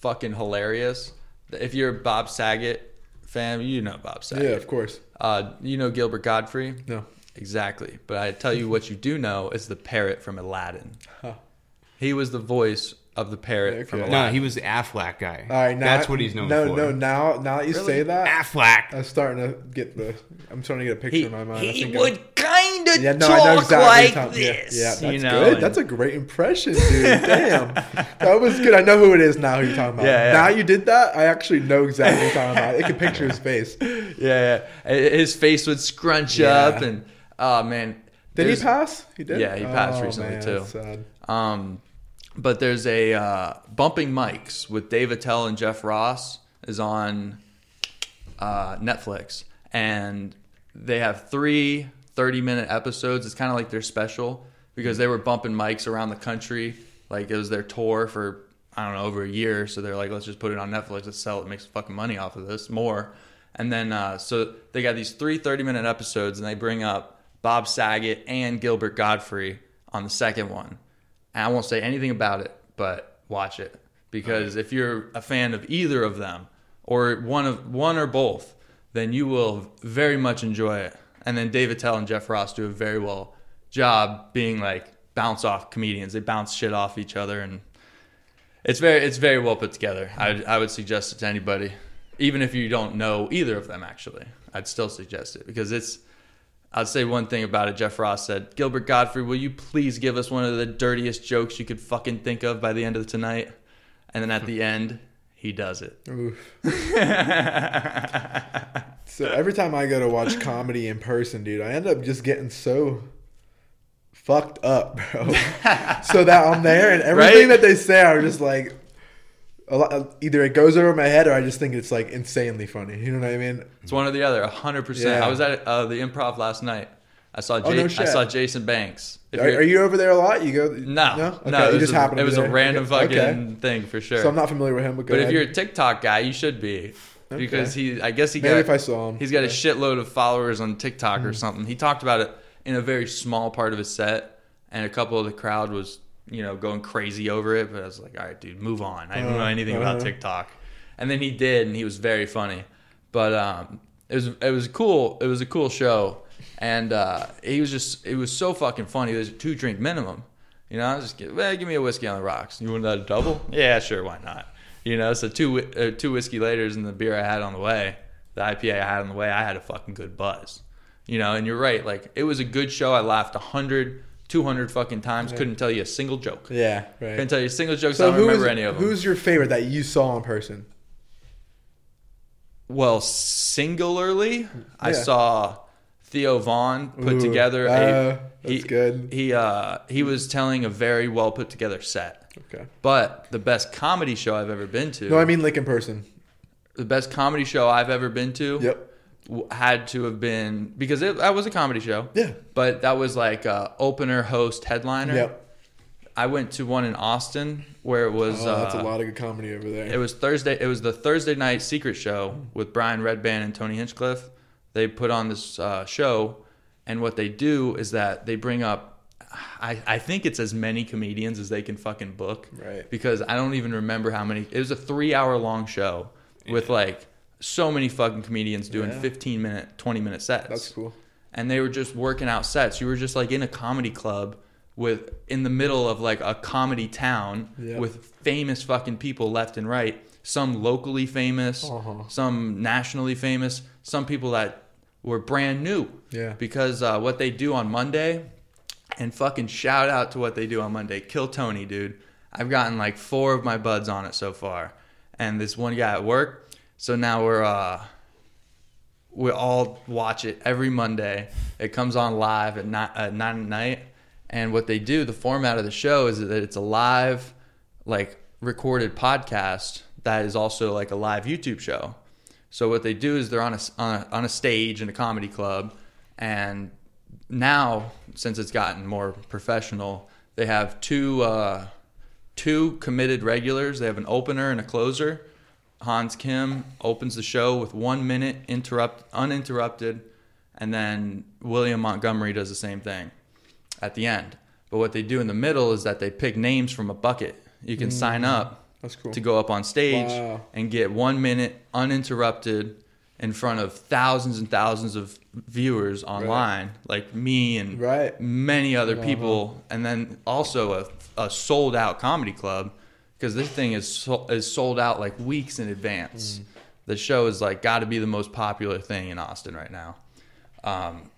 [SPEAKER 1] fucking hilarious, if you're a Bob Saget fan, you know Bob Saget.
[SPEAKER 3] Yeah, of course.
[SPEAKER 1] Uh, you know Gilbert Godfrey?
[SPEAKER 3] No.
[SPEAKER 1] Exactly. But I tell you what you do know is the parrot from Aladdin.
[SPEAKER 3] Huh.
[SPEAKER 1] He was the voice of the parrot from
[SPEAKER 3] Okay.
[SPEAKER 1] Aladdin.
[SPEAKER 2] No, he was the Affleck guy.
[SPEAKER 3] All right, now
[SPEAKER 2] that's what he's known
[SPEAKER 3] No,
[SPEAKER 2] for.
[SPEAKER 3] no. Now, now that you say that,
[SPEAKER 2] Affleck.
[SPEAKER 3] I'm starting to get the. I'm starting to get a picture
[SPEAKER 1] He,
[SPEAKER 3] in my mind. I
[SPEAKER 1] he
[SPEAKER 3] think
[SPEAKER 1] would kind of
[SPEAKER 3] Yeah, no, I know
[SPEAKER 1] talk
[SPEAKER 3] exactly.
[SPEAKER 1] like
[SPEAKER 3] Tom- yeah,
[SPEAKER 1] this.
[SPEAKER 3] yeah, that's
[SPEAKER 1] you know?
[SPEAKER 3] good.
[SPEAKER 1] and-
[SPEAKER 3] That's a great impression, dude. Damn, that was good. I know who it is now. Who you're talking about?
[SPEAKER 1] Yeah, yeah.
[SPEAKER 3] Now you did that. I actually know exactly who you're talking about. I can picture his face. Did
[SPEAKER 1] yeah, yeah. His face would scrunch
[SPEAKER 3] Yeah.
[SPEAKER 1] up, and oh man.
[SPEAKER 3] he
[SPEAKER 1] there's-
[SPEAKER 3] pass? He did.
[SPEAKER 1] Yeah, he passed
[SPEAKER 3] Oh,
[SPEAKER 1] recently,
[SPEAKER 3] man,
[SPEAKER 1] too.
[SPEAKER 3] that's sad.
[SPEAKER 1] Um, but there's a uh, bumping mics with Dave Attell and Jeff Ross is on uh, Netflix, and they have three 30 minute episodes. It's kind of like their special because they were bumping mics around the country, like it was their tour for I don't know over a year. So they're like, let's just put it on Netflix. Let's sell it. Make some fucking money off of this more. And then uh, so they got these three 30 minute episodes, and they bring up Bob Saget and Gilbert Godfrey on the second one. And I won't say anything about it, but watch it because if you're a fan of either of them or one of one or both, then you will very much enjoy it. And then David Tell and Jeff Ross do a very well job being like bounce off comedians. They bounce shit off each other, and it's very it's very well put together. I I would suggest it to anybody, even if you don't know either of them. Actually, I'd still suggest it because it's I'd say one thing about it. Jeff Ross said, Gilbert Godfrey, will you please give us one of the dirtiest jokes you could fucking think of by the end of tonight? And then at the end, he does it.
[SPEAKER 3] Oof. so every time I go to watch comedy in person, dude, I end up just getting so fucked up, bro. so that I'm there and
[SPEAKER 1] Right?
[SPEAKER 3] everything that they say, I'm just like, a lot, either it goes over my head or I just think it's like insanely funny. You know what I mean?
[SPEAKER 1] It's one or the other, 100%.
[SPEAKER 3] Yeah. Oh,
[SPEAKER 1] I was at uh, the improv last night. I saw,
[SPEAKER 3] no
[SPEAKER 1] Jay- I
[SPEAKER 3] shit.
[SPEAKER 1] saw Jason Banks. If
[SPEAKER 3] Are,
[SPEAKER 1] you're-
[SPEAKER 3] are you over there a lot? You go?
[SPEAKER 1] No, no,
[SPEAKER 3] Okay,
[SPEAKER 1] it
[SPEAKER 3] you
[SPEAKER 1] was
[SPEAKER 3] just
[SPEAKER 1] a,
[SPEAKER 3] happen to
[SPEAKER 1] It
[SPEAKER 3] be
[SPEAKER 1] was a
[SPEAKER 3] there.
[SPEAKER 1] random
[SPEAKER 3] Okay.
[SPEAKER 1] fucking thing for sure.
[SPEAKER 3] So I'm not familiar with him, but go
[SPEAKER 1] but if
[SPEAKER 3] ahead.
[SPEAKER 1] you're a TikTok guy, you should be. Because he, I guess he
[SPEAKER 3] Maybe
[SPEAKER 1] got.
[SPEAKER 3] if I saw him.
[SPEAKER 1] He's got a
[SPEAKER 3] Yeah. Hmm.
[SPEAKER 1] shitload of followers on TikTok or something. He talked about it in a very small part of his set, and a couple of the crowd was, you know, going crazy over it. But I was like, all right, dude, move on. I don't know anything about
[SPEAKER 3] uh-huh.
[SPEAKER 1] TikTok. And then he did, and he was very funny. But um, it was it was cool. It was a cool show, and uh, he was just it was so fucking funny. There's a two drink minimum. You know, I was just get, well, give me a whiskey on the rocks. You want that double? yeah, sure, why not? You know, so two whi- uh, two whiskey later's and the beer I had on the way, the IPA I had on the way, I had a fucking good buzz. You know, and you're right. Like it was a good show. I laughed 100, 200 fucking times. Couldn't tell you a single joke.
[SPEAKER 3] yeah,
[SPEAKER 1] Couldn't
[SPEAKER 3] right.
[SPEAKER 1] tell you a single joke. So I
[SPEAKER 3] So
[SPEAKER 1] don't
[SPEAKER 3] who
[SPEAKER 1] remember
[SPEAKER 3] is,
[SPEAKER 1] any of them.
[SPEAKER 3] who's your favorite that you saw in person?
[SPEAKER 1] Well, singularly, I
[SPEAKER 3] Yeah.
[SPEAKER 1] saw Theo Vaughn put
[SPEAKER 3] Ooh,
[SPEAKER 1] together a.
[SPEAKER 3] uh,
[SPEAKER 1] he,
[SPEAKER 3] that's good.
[SPEAKER 1] He uh, he was telling a very well put together set.
[SPEAKER 3] Okay.
[SPEAKER 1] But the best comedy show I've ever been to.
[SPEAKER 3] No, I mean like in person.
[SPEAKER 1] the best comedy show I've ever been to.
[SPEAKER 3] Yep.
[SPEAKER 1] w- Had to have been because it, that was a comedy show.
[SPEAKER 3] Yeah.
[SPEAKER 1] But that was like uh, opener, host, headliner.
[SPEAKER 3] Yep.
[SPEAKER 1] I went to one in Austin where it was.
[SPEAKER 3] Oh,
[SPEAKER 1] uh,
[SPEAKER 3] that's a lot of good comedy over there.
[SPEAKER 1] it was Thursday. It was the Thursday night secret show with Brian Redband and Tony Hinchcliffe. They put on this uh, show, and what they do is that they bring up, I, I think it's as many comedians as they can fucking book.
[SPEAKER 3] Right.
[SPEAKER 1] Because I don't even remember how many. It was a three hour long show with like so many fucking comedians doing
[SPEAKER 3] Yeah.
[SPEAKER 1] 15 minute, 20 minute sets
[SPEAKER 3] That's cool.
[SPEAKER 1] and they were just working out sets. You were just like in a comedy club with in the middle of like a comedy town
[SPEAKER 3] Yeah.
[SPEAKER 1] with famous fucking people left and right. Some locally famous,
[SPEAKER 3] Uh-huh.
[SPEAKER 1] some nationally famous, some people that were brand new.
[SPEAKER 3] Yeah.
[SPEAKER 1] Because uh, what they do on Monday, and fucking shout out to what they do on Monday. Kill Tony, dude. I've gotten like four of my buds on it so far, and this one guy at work. So now we're uh, we all watch it every Monday. It comes on live at nine, at nine at night. And what they do, the format of the show is that it's a live, like recorded podcast that is also like a live YouTube show. So what they do is they're on a s- on a, on a stage in a comedy club, and now since it's gotten more professional, they have two uh, two committed regulars. They have an opener and a closer. Hans Kim opens the show with one minute interrupt uninterrupted, and then William Montgomery does the same thing at the end. But what they do in the middle is that they pick names from a bucket. You can sign up
[SPEAKER 3] Mm. That's cool.
[SPEAKER 1] to go up on stage
[SPEAKER 3] Wow.
[SPEAKER 1] and get one minute uninterrupted in front of thousands and thousands of viewers online, like me and
[SPEAKER 3] Right.
[SPEAKER 1] many other people, and then also a, a sold out comedy club because this thing is so, is sold out like weeks in advance. The show is like got to be the most popular thing in Austin right now. Um,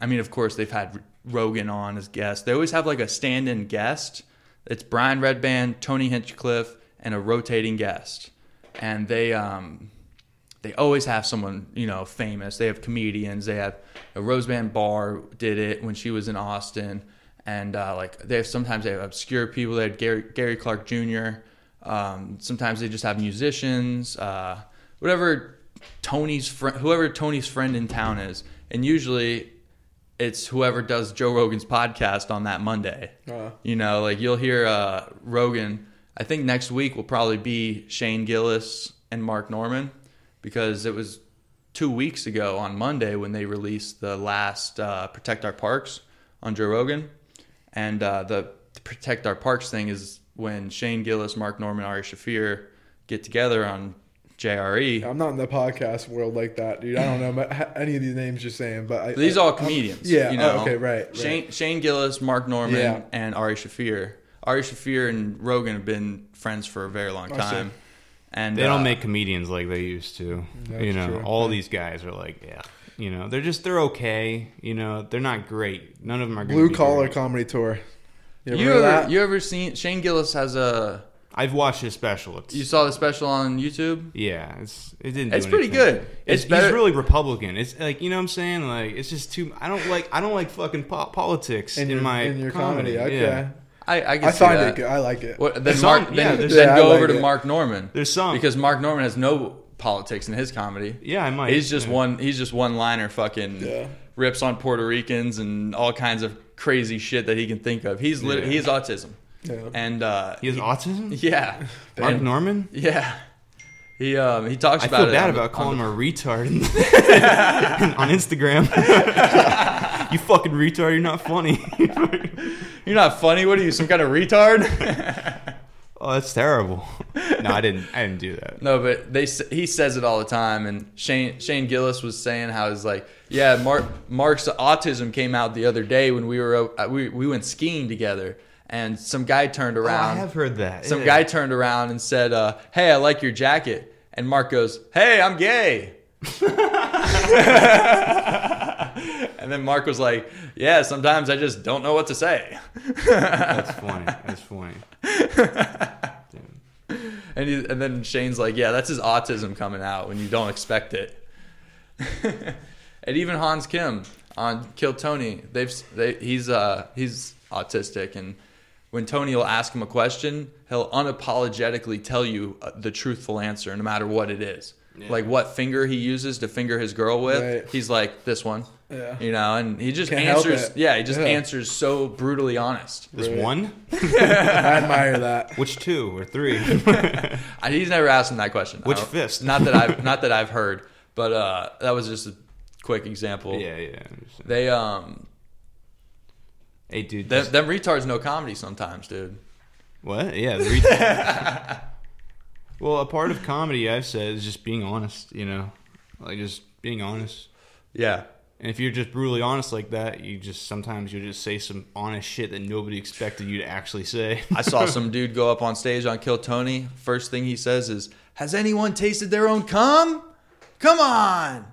[SPEAKER 1] I mean, of course, they've had Rogan on as guest. They always have like a stand in guest. It's Brian Redband, Tony Hinchcliffe, and a rotating guest. And they um, they always have someone you know famous. They have comedians. They have uh, Roseanne Barr did it when she was in Austin, and uh, like they have sometimes they have obscure people. They had Gary, Gary Clark Jr. Um, sometimes they just have musicians, uh, whatever Tony's friend, whoever Tony's friend in town is, and usually it's whoever does Joe Rogan's podcast on that Monday.
[SPEAKER 3] Uh.
[SPEAKER 1] You know, like you'll hear uh, Rogan. I think next week will probably be Shane Gillis and Mark Norman because it was two weeks ago on Monday when they released the last uh, Protect Our Parks on Joe Rogan. And uh, the, the Protect Our Parks thing is when Shane Gillis, Mark Norman, Ari Shafir get together on E. JRE.
[SPEAKER 3] I'm not in the podcast world like that, dude. I don't know about ha- any of these names you're saying, but I,
[SPEAKER 1] These
[SPEAKER 3] I-
[SPEAKER 1] are all comedians.
[SPEAKER 3] Uh, yeah,
[SPEAKER 1] You know?
[SPEAKER 3] oh, okay, right, right.
[SPEAKER 1] Shane, Shane Gillis, Mark Norman,
[SPEAKER 3] Yeah.
[SPEAKER 1] and Ari Shafir. Ari Shafir and Rogan have been friends for a very long
[SPEAKER 3] I see.
[SPEAKER 1] time. And
[SPEAKER 2] They don't
[SPEAKER 1] uh,
[SPEAKER 2] make comedians like they used to.
[SPEAKER 3] That's
[SPEAKER 2] you know,
[SPEAKER 3] true.
[SPEAKER 2] all these guys are like, yeah, you know, they're just they're okay. You know, they're not great. None of them are gonna
[SPEAKER 3] Blue
[SPEAKER 2] be
[SPEAKER 3] Collar
[SPEAKER 2] great.
[SPEAKER 3] Comedy Tour. You ever
[SPEAKER 1] You
[SPEAKER 3] heard of
[SPEAKER 1] ever,
[SPEAKER 3] that?
[SPEAKER 1] you ever seen Shane Gillis has a?
[SPEAKER 2] I've watched his special. It's,
[SPEAKER 1] You saw the special on YouTube.
[SPEAKER 2] yeah, it's it didn't. do
[SPEAKER 1] It's pretty
[SPEAKER 2] anything.
[SPEAKER 1] good. It's
[SPEAKER 2] It's, he's
[SPEAKER 1] better-
[SPEAKER 2] really Republican. It's like you know what I'm saying. Like it's just too. I don't like I don't like fucking po- politics in,
[SPEAKER 3] in, your,
[SPEAKER 2] my
[SPEAKER 3] in your comedy, okay.
[SPEAKER 2] Yeah.
[SPEAKER 1] I I, can
[SPEAKER 3] I
[SPEAKER 1] see
[SPEAKER 3] find
[SPEAKER 1] that.
[SPEAKER 3] it good. I like it.
[SPEAKER 1] What, then
[SPEAKER 2] There's
[SPEAKER 1] Mark,
[SPEAKER 2] some- yeah,
[SPEAKER 1] then,
[SPEAKER 2] there's-
[SPEAKER 1] then
[SPEAKER 3] Yeah, I
[SPEAKER 1] go
[SPEAKER 3] like
[SPEAKER 1] over to
[SPEAKER 3] it.
[SPEAKER 1] Mark Norman.
[SPEAKER 2] There's some.
[SPEAKER 1] because Mark Norman has no politics in his comedy.
[SPEAKER 2] Yeah, I might.
[SPEAKER 1] he's just
[SPEAKER 2] yeah.
[SPEAKER 1] one. He's just one liner. Fucking
[SPEAKER 3] Yeah.
[SPEAKER 1] rips on Puerto Ricans and all kinds of crazy shit that he can think of. He's lit-
[SPEAKER 2] Yeah.
[SPEAKER 1] he has autism,
[SPEAKER 3] Yeah.
[SPEAKER 1] and uh,
[SPEAKER 2] He has autism.
[SPEAKER 1] yeah,
[SPEAKER 2] Mark
[SPEAKER 1] And-
[SPEAKER 2] Norman.
[SPEAKER 1] yeah. He um he talks
[SPEAKER 2] I
[SPEAKER 1] about
[SPEAKER 2] feel
[SPEAKER 1] it
[SPEAKER 2] bad
[SPEAKER 1] on the-
[SPEAKER 2] about
[SPEAKER 1] on
[SPEAKER 2] calling
[SPEAKER 1] the-
[SPEAKER 2] him a retard in- on Instagram. you fucking retard, you're not funny.
[SPEAKER 1] You're not funny. What are you? Some kind of retard?
[SPEAKER 2] oh, that's terrible. No, I didn't. I didn't do that.
[SPEAKER 1] No, but they s- he says it all the time, and Shane Shane Gillis was saying how he's like, yeah, Mark Mark's autism came out the other day when we were o- uh, we we went skiing together, and some guy turned
[SPEAKER 2] I
[SPEAKER 1] around.
[SPEAKER 2] have heard that.
[SPEAKER 1] Some
[SPEAKER 2] yeah.
[SPEAKER 1] guy turned around and said, uh, "Hey, I like your jacket," and Mark goes, "Hey, I'm gay." and then Mark was like, "Yeah, sometimes I just don't know what to say."
[SPEAKER 2] That's funny. That's funny.
[SPEAKER 1] And, he, and then Shane's like, yeah, that's his autism coming out when you don't expect it. and even Hans Kim on Kill Tony, they've they, he's uh he's autistic, and when Tony will ask him a question, he'll unapologetically tell you uh, the truthful answer, no matter what it is. Like what finger he uses to finger his girl with,
[SPEAKER 3] Right.
[SPEAKER 1] he's like this one,
[SPEAKER 3] Yeah.
[SPEAKER 1] you know, and he just
[SPEAKER 3] Can't help
[SPEAKER 1] answers.
[SPEAKER 3] it.
[SPEAKER 1] Yeah, he just
[SPEAKER 3] Yeah.
[SPEAKER 1] answers so brutally honest.
[SPEAKER 2] There's
[SPEAKER 3] Right.
[SPEAKER 2] one,
[SPEAKER 3] I admire that.
[SPEAKER 2] which two or three?
[SPEAKER 1] I, he's never asked him that question.
[SPEAKER 2] Which
[SPEAKER 1] I don't-
[SPEAKER 2] fist?
[SPEAKER 1] Not that I've not that I've heard, but uh, that was just a quick example.
[SPEAKER 2] yeah, yeah. I'm just-
[SPEAKER 1] They um
[SPEAKER 2] Hey, dude.
[SPEAKER 1] them,
[SPEAKER 2] just-
[SPEAKER 1] them retards know comedy sometimes, dude.
[SPEAKER 2] what? Yeah. the retard. well, a part of comedy I've said is just being honest. You know, like just being honest.
[SPEAKER 1] Yeah.
[SPEAKER 2] And if you're just brutally honest like that, you just sometimes you'll just say some honest shit that nobody expected you to actually say.
[SPEAKER 1] I saw some dude go up on stage on Kill Tony. First thing he says is, "Has anyone tasted their own cum? Come on!"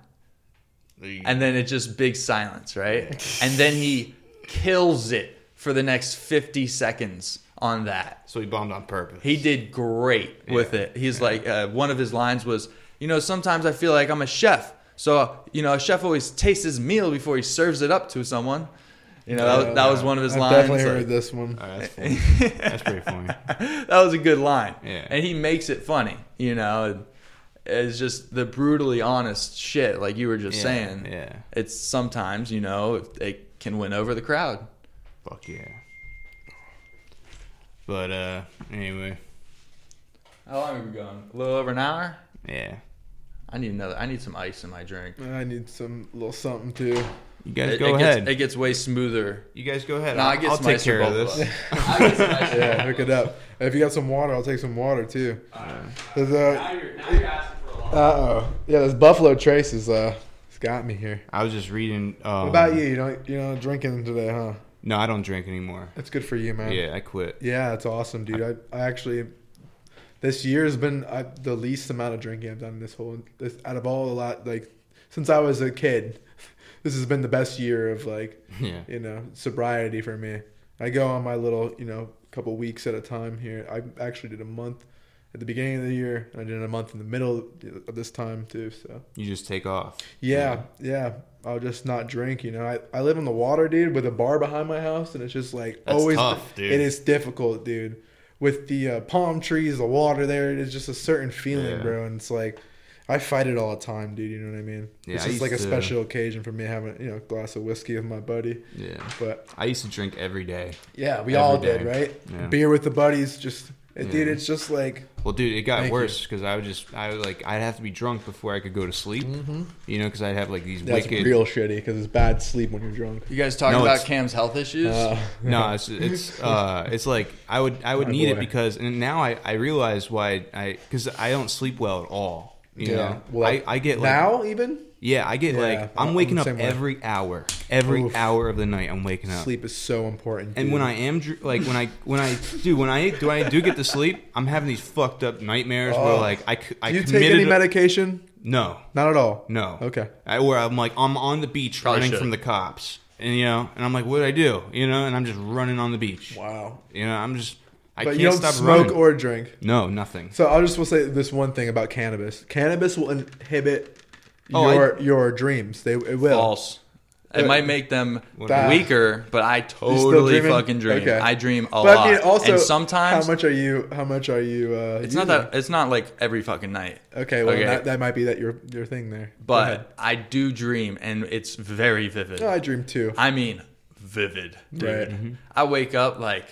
[SPEAKER 1] And then it's just big silence, right? And then he kills it for the next 50 seconds on that.
[SPEAKER 2] so he bombed on purpose.
[SPEAKER 1] He did great with
[SPEAKER 2] Yeah,
[SPEAKER 1] it. He's like, uh, one of his lines was, you know, sometimes I feel like I'm a chef. So, you know, a chef always tastes his meal before he serves it up to someone. You know, that, was, that was one of his
[SPEAKER 3] I've
[SPEAKER 1] lines.
[SPEAKER 3] definitely
[SPEAKER 1] like-
[SPEAKER 3] heard this one.
[SPEAKER 2] Oh, that's funny. that's pretty funny.
[SPEAKER 1] that was a good line.
[SPEAKER 2] Yeah.
[SPEAKER 1] And he makes it funny, you know. and It's just the brutally honest shit, like you were just
[SPEAKER 2] Yeah,
[SPEAKER 1] saying.
[SPEAKER 2] yeah.
[SPEAKER 1] It's sometimes, you know, it can win over the crowd.
[SPEAKER 2] Fuck yeah. But uh anyway,
[SPEAKER 1] How long have we gone? A little over an hour?
[SPEAKER 2] yeah.
[SPEAKER 1] I need another. I need some ice in my drink.
[SPEAKER 3] I need some little something too.
[SPEAKER 2] You guys
[SPEAKER 1] It,
[SPEAKER 2] go
[SPEAKER 1] it
[SPEAKER 2] ahead.
[SPEAKER 1] Gets, it gets way smoother.
[SPEAKER 2] you guys go ahead.
[SPEAKER 1] No, I
[SPEAKER 2] I'll,
[SPEAKER 1] get
[SPEAKER 2] I'll
[SPEAKER 1] some
[SPEAKER 2] take
[SPEAKER 1] ice for
[SPEAKER 2] care of
[SPEAKER 1] both of
[SPEAKER 2] this.
[SPEAKER 1] us. I get some ice for
[SPEAKER 3] Yeah, hook it up. If you got some water, I'll take some water too. There's a,
[SPEAKER 1] you're, now you're asking for a lot.
[SPEAKER 3] uh-oh. Yeah, this Buffalo Trace is uh, it's got me here.
[SPEAKER 2] I was just reading. Um,
[SPEAKER 3] What about you? You don't you're not drinking today, huh?
[SPEAKER 2] No, I don't drink anymore.
[SPEAKER 3] That's good for you, man.
[SPEAKER 2] Yeah, I quit.
[SPEAKER 3] Yeah, that's awesome, dude. I, I actually this year has been uh, the least amount of drinking I've done this whole this out of all the lot like since I was a kid. This has been the best year of like
[SPEAKER 2] Yeah.
[SPEAKER 3] you know sobriety for me. I go on my little you know couple weeks at a time here. I actually did a month at the beginning of the year, and I did a month in the middle of this time too. So
[SPEAKER 2] You just take off.
[SPEAKER 3] yeah, yeah. I'll just not drink, you know. I, I live on the water, dude, with a bar behind my house, and it's just like
[SPEAKER 2] That's
[SPEAKER 3] always.
[SPEAKER 2] tough, dude.
[SPEAKER 3] It is difficult, dude. With the uh, palm trees, the water there, it's just a certain feeling,
[SPEAKER 2] Yeah.
[SPEAKER 3] bro. And it's like, I fight it all the time, dude. You know what I mean?
[SPEAKER 2] Yeah,
[SPEAKER 3] it's
[SPEAKER 2] I
[SPEAKER 3] just like a
[SPEAKER 2] used to-
[SPEAKER 3] special occasion for me having, you know, a glass of whiskey with my buddy.
[SPEAKER 2] Yeah.
[SPEAKER 3] But
[SPEAKER 2] I used to drink every day.
[SPEAKER 3] yeah, we
[SPEAKER 2] Every
[SPEAKER 3] all
[SPEAKER 2] day.
[SPEAKER 3] did, right?
[SPEAKER 2] Yeah.
[SPEAKER 3] Beer with the buddies, just,
[SPEAKER 2] Yeah.
[SPEAKER 3] dude, it's just like,
[SPEAKER 2] Well, dude, it got
[SPEAKER 3] Thank
[SPEAKER 2] worse because I would just, I would like, I'd have to be drunk before I could go to sleep. You know, because I'd have like these
[SPEAKER 3] Mm-hmm. that's
[SPEAKER 2] wicked.
[SPEAKER 3] real shitty because it's bad sleep when you're drunk.
[SPEAKER 1] You guys talking
[SPEAKER 2] No,
[SPEAKER 1] about
[SPEAKER 2] it's-
[SPEAKER 1] Cam's health issues?
[SPEAKER 3] Uh,
[SPEAKER 2] No, it's it's uh, it's like I would I would
[SPEAKER 3] My
[SPEAKER 2] need it
[SPEAKER 3] boy.
[SPEAKER 2] because and now I I realize why I because I don't sleep well at all. You know,
[SPEAKER 3] Well,
[SPEAKER 2] I, I get like,
[SPEAKER 3] now even
[SPEAKER 2] Yeah, I get
[SPEAKER 3] Yeah,
[SPEAKER 2] like
[SPEAKER 3] I'm
[SPEAKER 2] I'm waking
[SPEAKER 3] the
[SPEAKER 2] up
[SPEAKER 3] same way.
[SPEAKER 2] every hour, every
[SPEAKER 3] Oof.
[SPEAKER 2] hour of the night. I'm waking up.
[SPEAKER 3] sleep is so important.
[SPEAKER 2] And
[SPEAKER 3] dude.
[SPEAKER 2] when I am dr- like when I when I do when I do I do get to sleep, I'm having these fucked up nightmares where
[SPEAKER 3] Oh.
[SPEAKER 2] like I c- I
[SPEAKER 3] do you take
[SPEAKER 2] committed
[SPEAKER 3] any medication?
[SPEAKER 2] no
[SPEAKER 3] Not at all.
[SPEAKER 2] no
[SPEAKER 3] Okay.
[SPEAKER 2] I, where I'm like I'm on the beach
[SPEAKER 1] Probably
[SPEAKER 2] running from
[SPEAKER 1] should.
[SPEAKER 2] the cops and you know and I'm like what did I do you know and I'm just running on the beach
[SPEAKER 3] Wow.
[SPEAKER 2] you know I'm just I
[SPEAKER 3] But
[SPEAKER 2] can't
[SPEAKER 3] you don't
[SPEAKER 2] stop
[SPEAKER 3] smoke
[SPEAKER 2] running
[SPEAKER 3] or drink.
[SPEAKER 2] no nothing
[SPEAKER 3] So I just will say this one thing about cannabis. Cannabis will inhibit
[SPEAKER 2] Oh, I-
[SPEAKER 3] your your dreams. They it will.
[SPEAKER 1] False. It
[SPEAKER 3] Uh,
[SPEAKER 1] might make them
[SPEAKER 2] That-
[SPEAKER 1] weaker, but I
[SPEAKER 3] still
[SPEAKER 1] totally
[SPEAKER 3] dreaming?
[SPEAKER 1] fucking dream.
[SPEAKER 3] Okay.
[SPEAKER 1] I dream a
[SPEAKER 3] But
[SPEAKER 1] lot.
[SPEAKER 3] I mean, also,
[SPEAKER 1] and sometimes
[SPEAKER 3] how much are you? How much are you? Uh,
[SPEAKER 1] it's not that it's not like every fucking night.
[SPEAKER 3] Okay. Well,
[SPEAKER 1] Okay.
[SPEAKER 3] That, that might be that your your thing there. Go ahead.
[SPEAKER 1] But I do dream, and it's very vivid.
[SPEAKER 3] No, I dream too.
[SPEAKER 1] I Mm-hmm. mean, vivid, dude.
[SPEAKER 3] Right.
[SPEAKER 1] I wake up like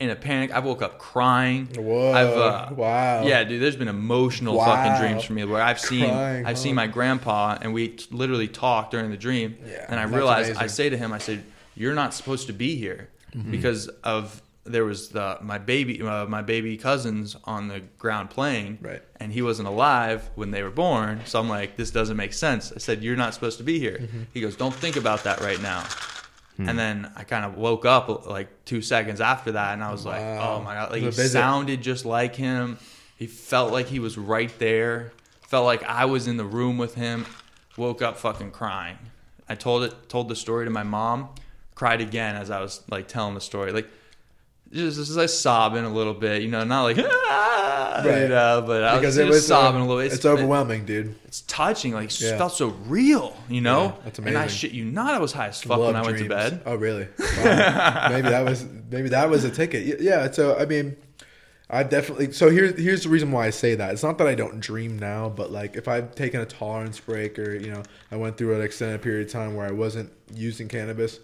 [SPEAKER 1] in a panic. I woke up crying. uh,
[SPEAKER 3] Whoa. Wow.
[SPEAKER 1] Yeah, dude. There's been emotional
[SPEAKER 3] Wow.
[SPEAKER 1] fucking dreams for me where I've seen
[SPEAKER 3] Crying,
[SPEAKER 1] I've seen
[SPEAKER 3] huh?
[SPEAKER 1] my grandpa, and we t- literally talked during the dream.
[SPEAKER 3] Yeah,
[SPEAKER 1] and I
[SPEAKER 3] that's
[SPEAKER 1] realized I
[SPEAKER 3] amazing. Mm-hmm.
[SPEAKER 1] say to him, I said, "You're not supposed to be here because of." There was the, my baby, uh, my baby cousins on the ground playing,
[SPEAKER 3] Right.
[SPEAKER 1] and he wasn't alive when they were born. So I'm like, this doesn't make sense. I said, you're not supposed to be here.
[SPEAKER 3] Mm-hmm.
[SPEAKER 1] He goes, don't think about that right now.
[SPEAKER 3] Hmm.
[SPEAKER 1] And then I kind of woke up like two seconds after that, and I was like,
[SPEAKER 3] Wow.
[SPEAKER 1] oh my god, like
[SPEAKER 3] The
[SPEAKER 1] he
[SPEAKER 3] visit.
[SPEAKER 1] sounded just like him. He felt like he was right there. Felt like I was in the room with him. Woke up fucking crying. I told it, told the story to my mom. Cried again as I was like telling the story. Like just, just like sobbing a little bit, you know, not like ah, you
[SPEAKER 3] Right.
[SPEAKER 1] know, but I was just sobbing a little. bit.
[SPEAKER 3] uh, It's, overwhelming, dude.
[SPEAKER 1] It's touching, like
[SPEAKER 3] Yeah.
[SPEAKER 1] it felt so real, you know.
[SPEAKER 3] Yeah, that's
[SPEAKER 1] And I
[SPEAKER 3] amazing.
[SPEAKER 1] shit you not, I was high as fuck
[SPEAKER 3] Love
[SPEAKER 1] when I went to bed.
[SPEAKER 3] dreams. Oh, really? Wow. maybe that was maybe that was a ticket. Y- Yeah. So I mean, I definitely. So here's here's the reason why I say that. It's not that I don't dream now, but like if I've taken a tolerance break or you know I went through an extended period of time where I wasn't using cannabis,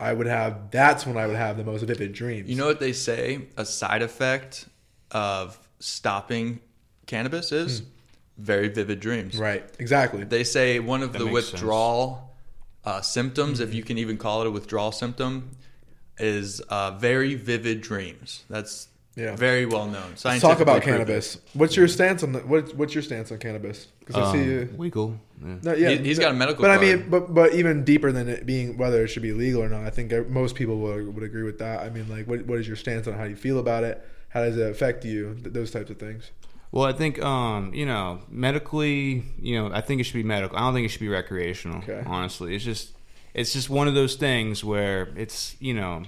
[SPEAKER 3] I would have. That's when I would have the most vivid dreams.
[SPEAKER 1] You know what they say? A side effect of stopping cannabis is very vivid dreams.
[SPEAKER 3] Hmm. Right. Exactly.
[SPEAKER 1] They say one of the
[SPEAKER 2] makes sense.
[SPEAKER 1] withdrawal uh, symptoms,
[SPEAKER 3] Hmm.
[SPEAKER 1] if you can even call it a withdrawal symptom, is uh, very vivid dreams. That's
[SPEAKER 3] Yeah.
[SPEAKER 1] Very well known.
[SPEAKER 3] Let's talk
[SPEAKER 1] Scientifically
[SPEAKER 3] about
[SPEAKER 1] proven.
[SPEAKER 3] cannabis. What's your stance on the, what, What's your stance on cannabis? Because I
[SPEAKER 1] Um,
[SPEAKER 3] see you.
[SPEAKER 2] Wiggle. Um, Yeah.
[SPEAKER 3] No, yeah,
[SPEAKER 1] He- he's got a medical
[SPEAKER 3] But I mean,
[SPEAKER 1] card.
[SPEAKER 3] but but even deeper than it being whether it should be legal or not, I think er, most people would, would agree with that. I mean, like, what what is your stance on how you feel about it? How does it affect you? Th- those types of things.
[SPEAKER 2] Well, I think um, you know medically, you know, I think it should be medical. I don't think it should be recreational.
[SPEAKER 3] Okay.
[SPEAKER 2] Honestly, it's just it's just one of those things where it's you know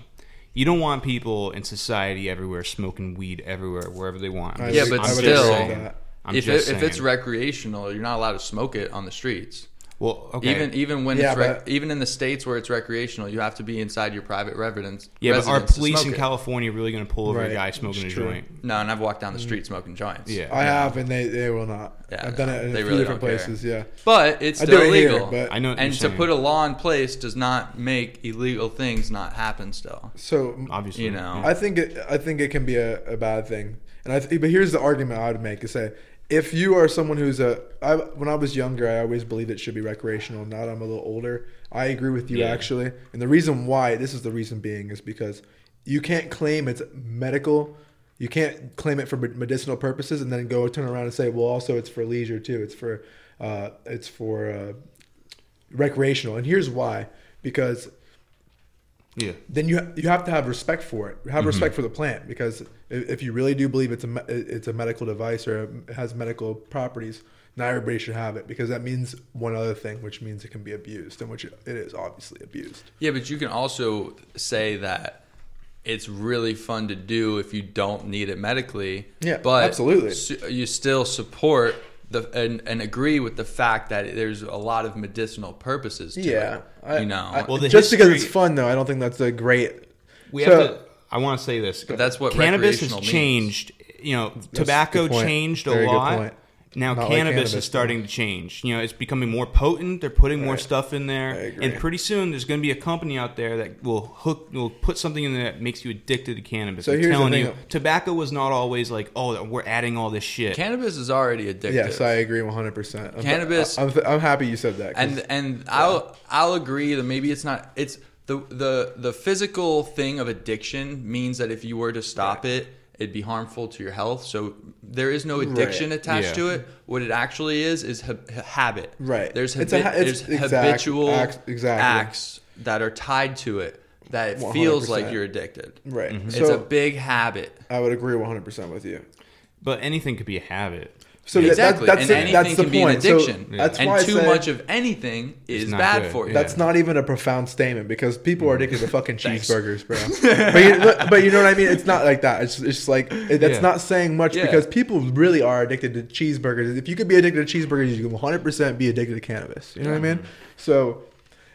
[SPEAKER 2] you don't want people in society everywhere smoking weed everywhere wherever they want.
[SPEAKER 3] I
[SPEAKER 1] Yeah,
[SPEAKER 3] would-
[SPEAKER 1] but
[SPEAKER 3] I would
[SPEAKER 1] still-
[SPEAKER 3] agree with that.
[SPEAKER 2] I'm
[SPEAKER 1] if,
[SPEAKER 2] just
[SPEAKER 1] it, if it's
[SPEAKER 2] saying.
[SPEAKER 1] recreational, you're not allowed to smoke it on the streets.
[SPEAKER 2] well, okay.
[SPEAKER 1] Even even when
[SPEAKER 3] Yeah,
[SPEAKER 1] it's rec-
[SPEAKER 3] but-
[SPEAKER 1] even in the states where it's recreational, you have to be inside your private residence.
[SPEAKER 2] yeah, but are
[SPEAKER 1] residence to
[SPEAKER 2] police
[SPEAKER 1] smoke
[SPEAKER 2] in
[SPEAKER 1] it.
[SPEAKER 2] California really going to pull over
[SPEAKER 3] Right,
[SPEAKER 2] a guy
[SPEAKER 3] it's
[SPEAKER 2] smoking a
[SPEAKER 3] true.
[SPEAKER 2] joint?
[SPEAKER 1] No, and I've walked
[SPEAKER 3] Hmm.
[SPEAKER 1] down the street smoking joints.
[SPEAKER 2] Yeah,
[SPEAKER 3] I have, and they, they will not.
[SPEAKER 1] Yeah,
[SPEAKER 3] I've done
[SPEAKER 1] no,
[SPEAKER 3] it in a
[SPEAKER 1] they
[SPEAKER 3] few
[SPEAKER 1] really
[SPEAKER 3] different
[SPEAKER 1] don't care.
[SPEAKER 3] places. Yeah,
[SPEAKER 1] But it's
[SPEAKER 3] I
[SPEAKER 1] still
[SPEAKER 3] do it here,
[SPEAKER 1] illegal.
[SPEAKER 3] but-
[SPEAKER 2] I know. What
[SPEAKER 1] and
[SPEAKER 2] you're
[SPEAKER 1] to
[SPEAKER 2] saying.
[SPEAKER 1] put a law in place does not make illegal things not happen still.
[SPEAKER 3] so
[SPEAKER 2] obviously,
[SPEAKER 1] you know.
[SPEAKER 3] I think it, I think it can be a, a bad thing, and I. Th- but here's the argument I would make: is say if you are someone who's a, I, when I was younger, I always believed it should be recreational. Now that I'm a little older, I agree with you
[SPEAKER 2] Yeah.
[SPEAKER 3] actually. And the reason why this is the reason being is because you can't claim it's medical. You can't claim it for med- medicinal purposes and then go turn around and say, well, also it's for leisure too. It's for, uh, it's for uh, recreational. And here's why: because
[SPEAKER 2] yeah.
[SPEAKER 3] then you you have to have respect for it. Have
[SPEAKER 1] Mm-hmm.
[SPEAKER 3] respect for the plant because if, if you really do believe it's a me- it's a medical device or it has medical properties, not everybody should have it because that means one other thing, which means it can be abused, and which it is obviously abused.
[SPEAKER 1] Yeah, but you can also say that it's really fun to do if you don't need it medically.
[SPEAKER 3] Yeah,
[SPEAKER 1] but
[SPEAKER 3] absolutely.
[SPEAKER 1] su- You still support the and, and agree with the fact that there's a lot of medicinal purposes to it. you know,
[SPEAKER 2] Well, the
[SPEAKER 3] just because
[SPEAKER 2] history-
[SPEAKER 3] it's fun though, I don't think that's a great.
[SPEAKER 2] We
[SPEAKER 3] So-
[SPEAKER 2] have to. I want to say this.
[SPEAKER 1] that's what
[SPEAKER 2] cannabis has
[SPEAKER 1] recreational means.
[SPEAKER 2] changed. You know, tobacco
[SPEAKER 3] good point.
[SPEAKER 2] changed a
[SPEAKER 3] Very good point.
[SPEAKER 2] lot. Now
[SPEAKER 3] Not like
[SPEAKER 2] cannabis,
[SPEAKER 3] cannabis,
[SPEAKER 2] is starting to change. You know, it's becoming more potent. They're putting more stuff in there,
[SPEAKER 3] agree.
[SPEAKER 2] and pretty soon there's going to be a company out there that will hook, will put something in there that makes you addicted to cannabis.
[SPEAKER 3] So
[SPEAKER 2] I'm
[SPEAKER 3] here's the
[SPEAKER 2] telling
[SPEAKER 3] thing-
[SPEAKER 2] you, tobacco was not always like, oh, we're adding all this shit.
[SPEAKER 1] cannabis is already addictive.
[SPEAKER 3] Yes, I agree one hundred percent.
[SPEAKER 1] Cannabis-
[SPEAKER 3] I'm, I'm, happy you said that. 'cause-
[SPEAKER 1] and and I'll I'll agree that maybe it's not it's the the the physical thing of addiction means that if you were to stop it it'd be harmful to your health so there is no addiction
[SPEAKER 3] Right.
[SPEAKER 1] attached
[SPEAKER 2] Yeah.
[SPEAKER 1] to it what it actually is is hab- ha- habit
[SPEAKER 3] Right.
[SPEAKER 1] there's,
[SPEAKER 3] It's a
[SPEAKER 1] habi-
[SPEAKER 3] ha- it's
[SPEAKER 1] there's
[SPEAKER 3] exact-
[SPEAKER 1] habitual
[SPEAKER 3] acts- exactly.
[SPEAKER 1] acts that are tied to it that it feels
[SPEAKER 3] 100%.
[SPEAKER 1] like you're addicted
[SPEAKER 3] right,
[SPEAKER 1] Mm-hmm. it's
[SPEAKER 3] so
[SPEAKER 1] a big habit
[SPEAKER 3] I would agree one hundred percent with you.
[SPEAKER 2] But anything could be a habit.
[SPEAKER 3] So
[SPEAKER 1] exactly
[SPEAKER 3] that,
[SPEAKER 1] and
[SPEAKER 3] that's the,
[SPEAKER 1] anything
[SPEAKER 3] that's the
[SPEAKER 1] can be an
[SPEAKER 3] point. So
[SPEAKER 1] addiction
[SPEAKER 3] that's
[SPEAKER 1] and
[SPEAKER 3] why I
[SPEAKER 1] too
[SPEAKER 3] said-
[SPEAKER 1] much of anything is
[SPEAKER 2] not
[SPEAKER 1] bad
[SPEAKER 2] good.
[SPEAKER 1] for you
[SPEAKER 2] Yeah.
[SPEAKER 3] That's not even a profound statement because people are addicted to fucking cheeseburgers, bro. But you, but- but you know what I mean? It's not like that. It's, it's just like eh, that's
[SPEAKER 2] Yeah.
[SPEAKER 3] not saying much
[SPEAKER 1] Yeah.
[SPEAKER 3] because people really are addicted to cheeseburgers. If you could be addicted to cheeseburgers, you can 100% be addicted to cannabis. You know what I mean? So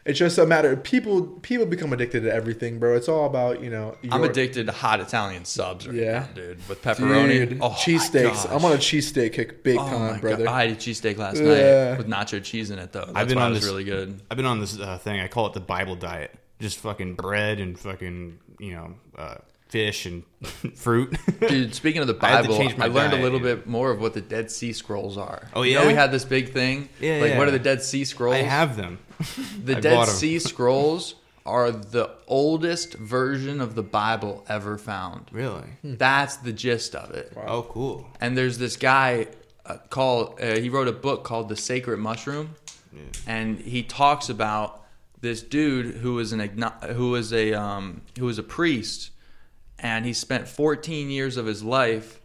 [SPEAKER 3] it's just a matter of people people become addicted to everything, bro. It's all about, you know,
[SPEAKER 1] I'm
[SPEAKER 3] your-
[SPEAKER 1] addicted to hot Italian subs right
[SPEAKER 3] Yeah.
[SPEAKER 1] now, dude. With pepperoni,
[SPEAKER 3] Dude,
[SPEAKER 1] oh,
[SPEAKER 3] cheesesteaks. I'm on a cheesesteak kick big time, brother.
[SPEAKER 1] I had a cheesesteak last
[SPEAKER 3] Yeah.
[SPEAKER 1] night with nacho cheese in it, though. That's
[SPEAKER 2] I've been
[SPEAKER 1] why
[SPEAKER 2] on
[SPEAKER 1] it was
[SPEAKER 2] this-
[SPEAKER 1] really good.
[SPEAKER 2] I've been on this uh, thing. I call it the Bible diet. Just fucking bread and fucking you know uh, fish and fruit.
[SPEAKER 1] Dude, speaking of the
[SPEAKER 2] I had to
[SPEAKER 1] Bible, I,
[SPEAKER 2] change my
[SPEAKER 1] learned a
[SPEAKER 2] diet,
[SPEAKER 1] little
[SPEAKER 2] yeah.
[SPEAKER 1] bit more of what the Dead Sea Scrolls are.
[SPEAKER 2] Oh,
[SPEAKER 1] You know
[SPEAKER 2] yeah?
[SPEAKER 1] we had this big thing.
[SPEAKER 2] Yeah,
[SPEAKER 1] like, what
[SPEAKER 2] yeah.
[SPEAKER 1] are the Dead Sea Scrolls?
[SPEAKER 2] I have them.
[SPEAKER 1] the
[SPEAKER 2] I
[SPEAKER 1] Dead
[SPEAKER 2] bought 'em.
[SPEAKER 1] Sea Scrolls are the oldest version of the Bible ever found.
[SPEAKER 2] Really?
[SPEAKER 1] That's the gist of it.
[SPEAKER 2] Oh, cool.
[SPEAKER 1] and there's this guy uh, called uh, he wrote a book called the sacred mushroom and he talks about this dude who was an igno- who was a um, who was a priest and he spent 14 years of his life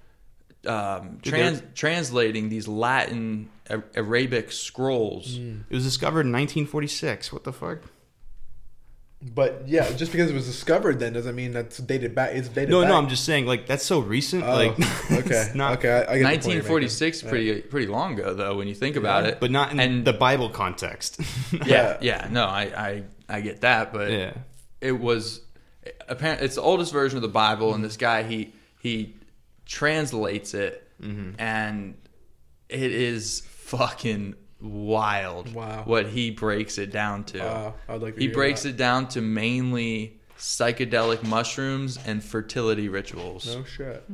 [SPEAKER 1] um, trans- translating these latin Ar- arabic scrolls
[SPEAKER 2] It was discovered in 1946. What the fuck?
[SPEAKER 3] but yeah, just because it was discovered then doesn't mean that's dated back. It's dated
[SPEAKER 2] No,
[SPEAKER 3] back.
[SPEAKER 2] no, I'm just saying, like, that's so recent.
[SPEAKER 3] Oh,
[SPEAKER 2] like,
[SPEAKER 3] okay.
[SPEAKER 2] it's not,
[SPEAKER 3] okay, I, I get the point you're making.
[SPEAKER 1] 1946 is pretty pretty long ago though when you think about it
[SPEAKER 2] But not in
[SPEAKER 1] and
[SPEAKER 2] the Bible context.
[SPEAKER 1] yeah yeah no I, I i get that but
[SPEAKER 2] yeah.
[SPEAKER 1] it was apparent it's the oldest version of the bible
[SPEAKER 3] Mm-hmm.
[SPEAKER 1] and this guy he he translates it
[SPEAKER 3] Mm-hmm.
[SPEAKER 1] and it is fucking wild
[SPEAKER 3] Wow.
[SPEAKER 1] what he breaks it down to
[SPEAKER 3] Wow, I'd like to
[SPEAKER 1] he
[SPEAKER 3] hear
[SPEAKER 1] breaks
[SPEAKER 3] that.
[SPEAKER 1] it down to mainly psychedelic mushrooms and fertility rituals
[SPEAKER 3] No shit.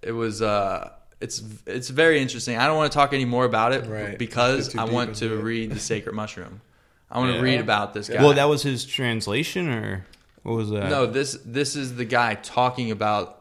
[SPEAKER 1] it was uh it's it's very interesting. I don't want to talk any more about it
[SPEAKER 3] Right. Let's
[SPEAKER 1] because
[SPEAKER 3] get too
[SPEAKER 1] I
[SPEAKER 3] deep
[SPEAKER 1] want
[SPEAKER 3] into
[SPEAKER 1] to
[SPEAKER 3] it.
[SPEAKER 1] read the sacred mushroom. I want
[SPEAKER 2] Yeah.
[SPEAKER 1] to read about this guy.
[SPEAKER 2] Well, that was his translation, or what was that?
[SPEAKER 1] No, this this is the guy talking about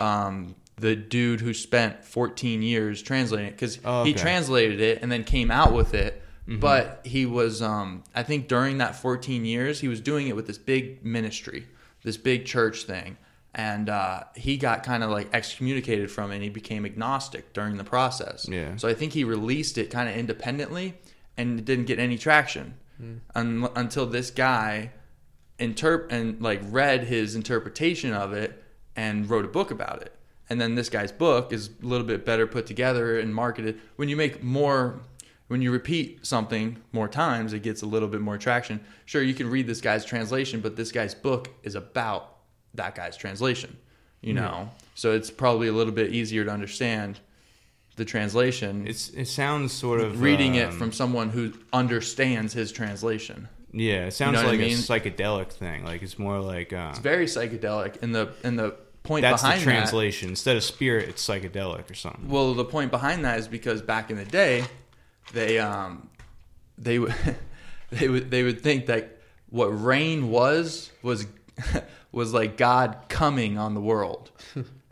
[SPEAKER 1] um, the dude who spent 14 years translating it because
[SPEAKER 2] Oh,
[SPEAKER 1] he
[SPEAKER 2] okay. Mm-hmm.
[SPEAKER 1] translated it and then came out with it. But he was, um, I think, during that 14 years, he was doing it with this big ministry, this big church thing, and uh, he got kind of like excommunicated from it. and He became agnostic during the process.
[SPEAKER 2] Yeah.
[SPEAKER 1] So I think he released it kind of independently, and it didn't get any traction un- until this guy interp and like read his interpretation of it and wrote a book about it. And then this guy's book is a little bit better put together and marketed. When you make more, when you repeat something more times, it gets a little bit more traction. Sure, you can read this guy's translation, but this guy's book is about that guy's translation, you know? So it's probably a little bit easier to understand the translation.
[SPEAKER 2] It's it sounds sort of
[SPEAKER 1] reading it
[SPEAKER 2] um,
[SPEAKER 1] from someone who understands his translation.
[SPEAKER 2] Yeah, it sounds
[SPEAKER 1] know what I
[SPEAKER 2] like
[SPEAKER 1] mean?
[SPEAKER 2] a psychedelic thing. Like it's more like uh,
[SPEAKER 1] Very psychedelic, and the and the point
[SPEAKER 2] that's the
[SPEAKER 1] behind that
[SPEAKER 2] translation. Instead of spirit, it's psychedelic or something.
[SPEAKER 1] Well, the point behind that is because back in the day, they um, they would they would they would think that what rain was was was like God coming on the world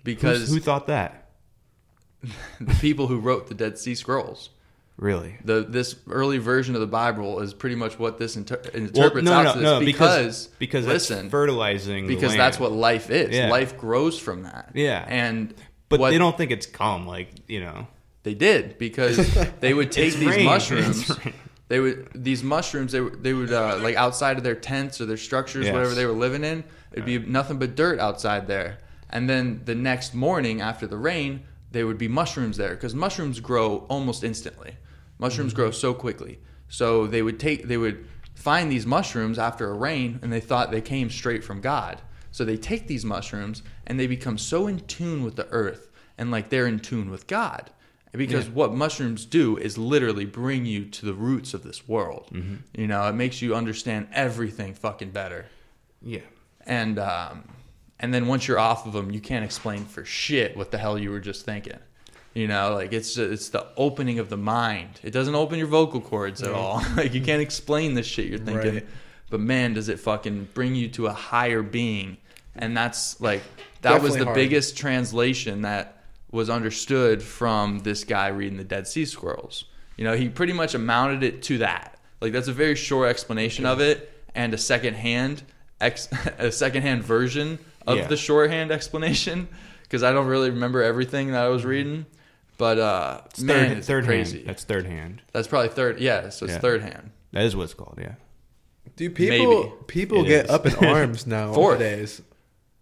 [SPEAKER 1] because
[SPEAKER 2] Who's- who thought that?
[SPEAKER 1] the people who wrote the Dead Sea Scrolls.
[SPEAKER 2] Really?
[SPEAKER 1] The, this early version of the Bible is pretty much what this inter-
[SPEAKER 2] Well,
[SPEAKER 1] interprets out to this because,
[SPEAKER 2] because
[SPEAKER 1] listen
[SPEAKER 2] that's fertilizing the
[SPEAKER 1] because
[SPEAKER 2] land.
[SPEAKER 1] that's what life is
[SPEAKER 2] Yeah.
[SPEAKER 1] life grows from that
[SPEAKER 2] Yeah.
[SPEAKER 1] and
[SPEAKER 2] But
[SPEAKER 1] what
[SPEAKER 2] they don't think it's calm. Like you know,
[SPEAKER 1] They did because they would take
[SPEAKER 2] It's
[SPEAKER 1] these
[SPEAKER 2] rain.
[SPEAKER 1] mushrooms.
[SPEAKER 2] It's rain.
[SPEAKER 1] They would these mushrooms. They would- they would uh, like outside of their tents or their structures,
[SPEAKER 2] Yes.
[SPEAKER 1] whatever they were living in. It'd be nothing but dirt outside there. And then the next morning after the rain, there would be mushrooms there because mushrooms grow almost instantly. Mushrooms grow so quickly. So they would take they would find these mushrooms after a rain, and they thought they came straight from God. So they take these mushrooms and they become so in tune with the earth and like they're in tune with God. Because what mushrooms do is literally bring you to the roots of this world. You know, it makes you understand everything fucking better.
[SPEAKER 2] yeah.
[SPEAKER 1] And um, and then once you're off of them, you can't explain for shit what the hell you were just thinking. You know, like it's it's the opening of the mind. It doesn't open your vocal cords at all. like you can't explain the shit you're thinking.
[SPEAKER 3] Right.
[SPEAKER 1] But man, does it fucking bring you to a higher being. And that's like that was
[SPEAKER 3] Definitely
[SPEAKER 1] the
[SPEAKER 3] hard.
[SPEAKER 1] biggest translation that was understood from this guy reading the Dead Sea Scrolls. You know, he pretty much amounted it to that. Like that's a very short explanation of it and a secondhand ex- a secondhand version of
[SPEAKER 2] Yeah.
[SPEAKER 1] the shorthand explanation because I don't really remember everything that I was reading. But uh,
[SPEAKER 2] It's
[SPEAKER 1] man,
[SPEAKER 2] third,
[SPEAKER 1] it's
[SPEAKER 2] third
[SPEAKER 1] crazy.
[SPEAKER 2] hand.
[SPEAKER 1] That's,
[SPEAKER 2] That's third hand.
[SPEAKER 1] probably third. Yeah, so it's
[SPEAKER 2] Yeah.
[SPEAKER 1] third hand.
[SPEAKER 2] That is what it's called. Yeah.
[SPEAKER 3] Do people
[SPEAKER 1] Maybe.
[SPEAKER 3] people
[SPEAKER 2] It
[SPEAKER 3] get
[SPEAKER 2] is.
[SPEAKER 3] up in arms now
[SPEAKER 1] Fourth.
[SPEAKER 3] nowadays?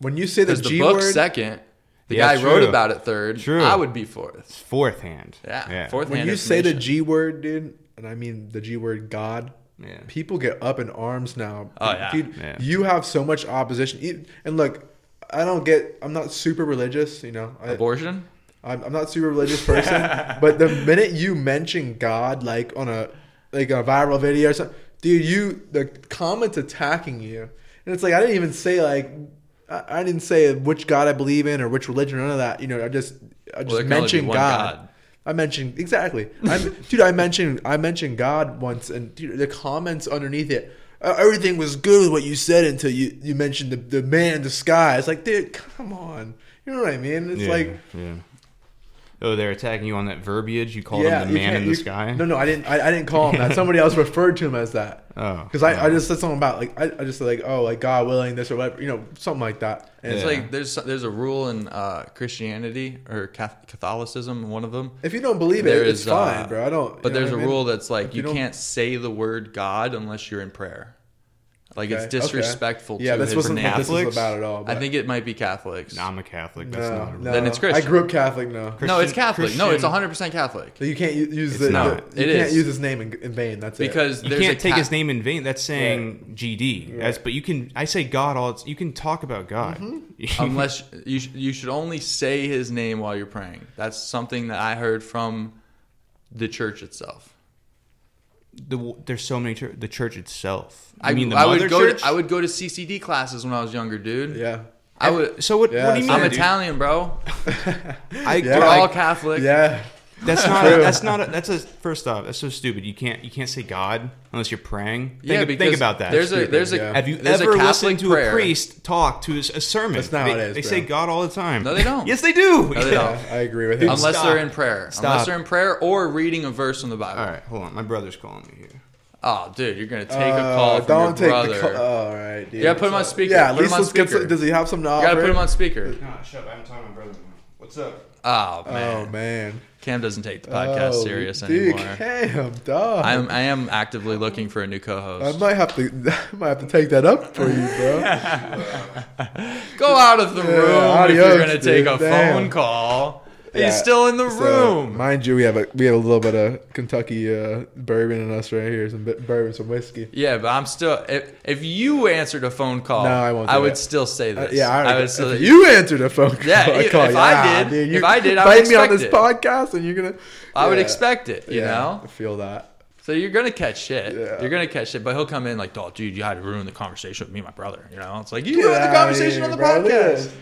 [SPEAKER 3] When you say the
[SPEAKER 1] Because the
[SPEAKER 3] G
[SPEAKER 1] book
[SPEAKER 3] word,
[SPEAKER 1] second, the
[SPEAKER 2] Yeah,
[SPEAKER 1] guy wrote
[SPEAKER 2] true.
[SPEAKER 1] about it third.
[SPEAKER 2] True.
[SPEAKER 1] I would be fourth.
[SPEAKER 2] It's fourth hand.
[SPEAKER 1] Yeah, fourth
[SPEAKER 3] when
[SPEAKER 1] hand
[SPEAKER 3] you say the
[SPEAKER 1] information.
[SPEAKER 3] G word, dude, and I mean the G word, God.
[SPEAKER 2] Yeah.
[SPEAKER 3] People get up in arms now.
[SPEAKER 1] Oh, yeah.
[SPEAKER 3] Dude,
[SPEAKER 2] Yeah.
[SPEAKER 3] you have so much opposition. E- And look, I don't get. I'm not super religious, you know. I,
[SPEAKER 1] abortion.
[SPEAKER 3] I'm, I'm not a super religious person, but the minute you mention God, like on a like a viral video or something, dude, you the comments attacking you, and it's like I didn't even say like I, I didn't say which God I believe in or which religion or none of that. You know, I just I just
[SPEAKER 1] there can only be
[SPEAKER 3] mentioned
[SPEAKER 1] one
[SPEAKER 3] God.
[SPEAKER 1] God.
[SPEAKER 3] I mentioned exactly, I, dude. I mentioned I mentioned God once, and dude, the comments underneath it. "Uh, Everything was good with what you said until you, you mentioned the, the man in the sky. It's like, dude, come on. You know what I mean? It's
[SPEAKER 2] Yeah,
[SPEAKER 3] like,
[SPEAKER 2] yeah. Oh, they're attacking you on that verbiage. You called him the
[SPEAKER 3] you
[SPEAKER 2] man
[SPEAKER 3] can't-
[SPEAKER 2] in the
[SPEAKER 3] you-
[SPEAKER 2] sky.
[SPEAKER 3] No, no, I didn't. I, I didn't call him that. Somebody else referred to him as that.
[SPEAKER 2] Oh,
[SPEAKER 3] because I, I
[SPEAKER 2] oh.
[SPEAKER 3] just said something about like I, I just said like oh like God willing this or whatever you know something like that. And
[SPEAKER 1] It's
[SPEAKER 2] Yeah.
[SPEAKER 1] like there's there's a rule in uh, Christianity or Cath- Catholicism, one of them.
[SPEAKER 3] if you don't believe it,
[SPEAKER 1] There
[SPEAKER 3] it's
[SPEAKER 1] is,
[SPEAKER 3] fine,
[SPEAKER 1] uh,
[SPEAKER 3] bro. I don't.
[SPEAKER 1] But
[SPEAKER 3] you know
[SPEAKER 1] there's
[SPEAKER 3] what
[SPEAKER 1] a
[SPEAKER 3] I mean?
[SPEAKER 1] rule that's like
[SPEAKER 3] If
[SPEAKER 1] you,
[SPEAKER 3] you don't-
[SPEAKER 1] can't say the word God unless you're in prayer. Like
[SPEAKER 3] Okay,
[SPEAKER 1] it's
[SPEAKER 3] okay.
[SPEAKER 1] disrespectful
[SPEAKER 3] Yeah,
[SPEAKER 1] to
[SPEAKER 3] this
[SPEAKER 1] his
[SPEAKER 3] wasn't
[SPEAKER 1] name.
[SPEAKER 3] what this was
[SPEAKER 2] Catholics?
[SPEAKER 3] about at all.
[SPEAKER 1] I
[SPEAKER 3] but-
[SPEAKER 1] think it might be Catholics.
[SPEAKER 2] No, I'm a Catholic. That's
[SPEAKER 3] no,
[SPEAKER 2] not. A
[SPEAKER 3] no.
[SPEAKER 1] Then it's
[SPEAKER 3] I
[SPEAKER 1] Christian.
[SPEAKER 3] grew up Catholic. No,
[SPEAKER 1] no, it's
[SPEAKER 2] Christian-
[SPEAKER 1] Catholic. No, it's
[SPEAKER 2] Christian-
[SPEAKER 1] 100% Catholic.
[SPEAKER 3] you can't u- use
[SPEAKER 2] It's
[SPEAKER 3] the,
[SPEAKER 2] not.
[SPEAKER 3] the- you
[SPEAKER 1] It
[SPEAKER 3] can't
[SPEAKER 1] is.
[SPEAKER 3] use his name in, in vain. That's it.
[SPEAKER 1] Because
[SPEAKER 2] You
[SPEAKER 1] there's
[SPEAKER 2] can't
[SPEAKER 1] a
[SPEAKER 2] take
[SPEAKER 1] Ca-
[SPEAKER 2] his name in vain. That's saying GD. That's but you can. I say God all. You can talk about God.
[SPEAKER 1] unless you sh- you should only say his name while you're praying. That's something that I heard from the church itself.
[SPEAKER 2] the, there's so many. Chur- the church itself.
[SPEAKER 1] I
[SPEAKER 2] You mean, the
[SPEAKER 1] I
[SPEAKER 2] mother
[SPEAKER 1] would go
[SPEAKER 2] church.
[SPEAKER 1] To, I would go to CCD classes when I was younger, dude.
[SPEAKER 3] yeah,
[SPEAKER 1] I would.
[SPEAKER 2] So what?
[SPEAKER 3] Yeah,
[SPEAKER 2] what do you mean?
[SPEAKER 1] I'm
[SPEAKER 3] Yeah,
[SPEAKER 2] dude?
[SPEAKER 1] Italian, bro.
[SPEAKER 2] I,
[SPEAKER 3] Yeah.
[SPEAKER 1] We're
[SPEAKER 2] I-
[SPEAKER 1] all Catholic.
[SPEAKER 3] yeah.
[SPEAKER 2] That's not. A,
[SPEAKER 3] True.
[SPEAKER 2] that's not. A, that's a. First off, that's so stupid. You can't. You can't say God unless you're praying. Think,
[SPEAKER 1] yeah,
[SPEAKER 2] think
[SPEAKER 1] because
[SPEAKER 2] about that.
[SPEAKER 1] There's a
[SPEAKER 3] Stupid,
[SPEAKER 1] there's a
[SPEAKER 3] yeah.
[SPEAKER 2] Have you
[SPEAKER 1] there's
[SPEAKER 2] ever
[SPEAKER 1] a
[SPEAKER 2] listened
[SPEAKER 1] Catholic
[SPEAKER 2] to
[SPEAKER 1] prayer.
[SPEAKER 2] a priest talk to a, a sermon?
[SPEAKER 3] That's not
[SPEAKER 2] they,
[SPEAKER 3] how it is,
[SPEAKER 2] They
[SPEAKER 3] bro.
[SPEAKER 2] say God all the time.
[SPEAKER 1] No, they don't.
[SPEAKER 2] yes, they
[SPEAKER 1] No,
[SPEAKER 2] do.
[SPEAKER 1] they
[SPEAKER 2] Yeah.
[SPEAKER 1] don't.
[SPEAKER 3] Yeah, I agree with him.
[SPEAKER 1] Unless
[SPEAKER 2] Stop.
[SPEAKER 1] they're in prayer.
[SPEAKER 2] Stop.
[SPEAKER 1] Unless they're in prayer or reading a verse in the Bible.
[SPEAKER 2] All right, hold on. My brother's calling me here.
[SPEAKER 1] Oh, dude, you're gonna take
[SPEAKER 3] Uh,
[SPEAKER 1] a call from
[SPEAKER 3] don't
[SPEAKER 1] your
[SPEAKER 3] take
[SPEAKER 1] brother.
[SPEAKER 3] the call. Uh, all right, dude.
[SPEAKER 1] Yeah, put him on speaker.
[SPEAKER 3] Yeah, at
[SPEAKER 1] Put him
[SPEAKER 3] least
[SPEAKER 1] on
[SPEAKER 3] let's get.
[SPEAKER 1] speaker.
[SPEAKER 3] Some, does he have some
[SPEAKER 1] You
[SPEAKER 3] knowledge?
[SPEAKER 1] gotta put him on speaker.
[SPEAKER 2] No, shut up. I haven't talked to my brother. What's up?
[SPEAKER 1] Oh man,
[SPEAKER 3] Oh man,
[SPEAKER 1] Cam doesn't take the podcast
[SPEAKER 3] oh,
[SPEAKER 1] serious
[SPEAKER 3] dude,
[SPEAKER 1] anymore.
[SPEAKER 3] Cam, dog.
[SPEAKER 1] I'm I am actively looking for a new
[SPEAKER 3] I
[SPEAKER 1] co-host.
[SPEAKER 3] might have to. I might have to take that up for you, bro.
[SPEAKER 1] Go out of the room if
[SPEAKER 3] adios,
[SPEAKER 1] you're gonna take a
[SPEAKER 3] dude. Damn.
[SPEAKER 1] phone call.
[SPEAKER 3] Yeah,
[SPEAKER 1] He's still in the
[SPEAKER 3] so,
[SPEAKER 1] room.
[SPEAKER 3] mind you, we have a we have a little bit of Kentucky uh, bourbon in us right here. Some bit- bourbon, some whiskey.
[SPEAKER 1] yeah, but I'm still. If, if you answered a phone call,
[SPEAKER 3] No, I won't do
[SPEAKER 1] would
[SPEAKER 3] that.
[SPEAKER 1] still say
[SPEAKER 3] Uh,
[SPEAKER 1] this.
[SPEAKER 3] yeah, I,
[SPEAKER 1] would still.
[SPEAKER 3] if you answered a phone call.
[SPEAKER 1] Yeah,
[SPEAKER 3] I'd
[SPEAKER 1] if-
[SPEAKER 3] call
[SPEAKER 1] if
[SPEAKER 3] you.
[SPEAKER 1] I
[SPEAKER 3] Ah,
[SPEAKER 1] did-
[SPEAKER 3] dude, you
[SPEAKER 1] if I did, I would
[SPEAKER 3] invite me on
[SPEAKER 1] expect
[SPEAKER 3] this
[SPEAKER 1] it.
[SPEAKER 3] podcast, and you're gonna.
[SPEAKER 1] I would
[SPEAKER 3] Yeah,
[SPEAKER 1] expect it. You
[SPEAKER 3] yeah,
[SPEAKER 1] know.
[SPEAKER 3] I feel that.
[SPEAKER 1] So you're gonna catch shit.
[SPEAKER 3] Yeah.
[SPEAKER 1] You're gonna catch shit, but he'll come in like, "Oh, dude, you had to ruin the conversation with me and my brother." You know, it's like you
[SPEAKER 3] Get
[SPEAKER 1] ruined
[SPEAKER 3] outta
[SPEAKER 1] the conversation
[SPEAKER 3] here,
[SPEAKER 1] on the
[SPEAKER 3] bro. Look at
[SPEAKER 1] podcast.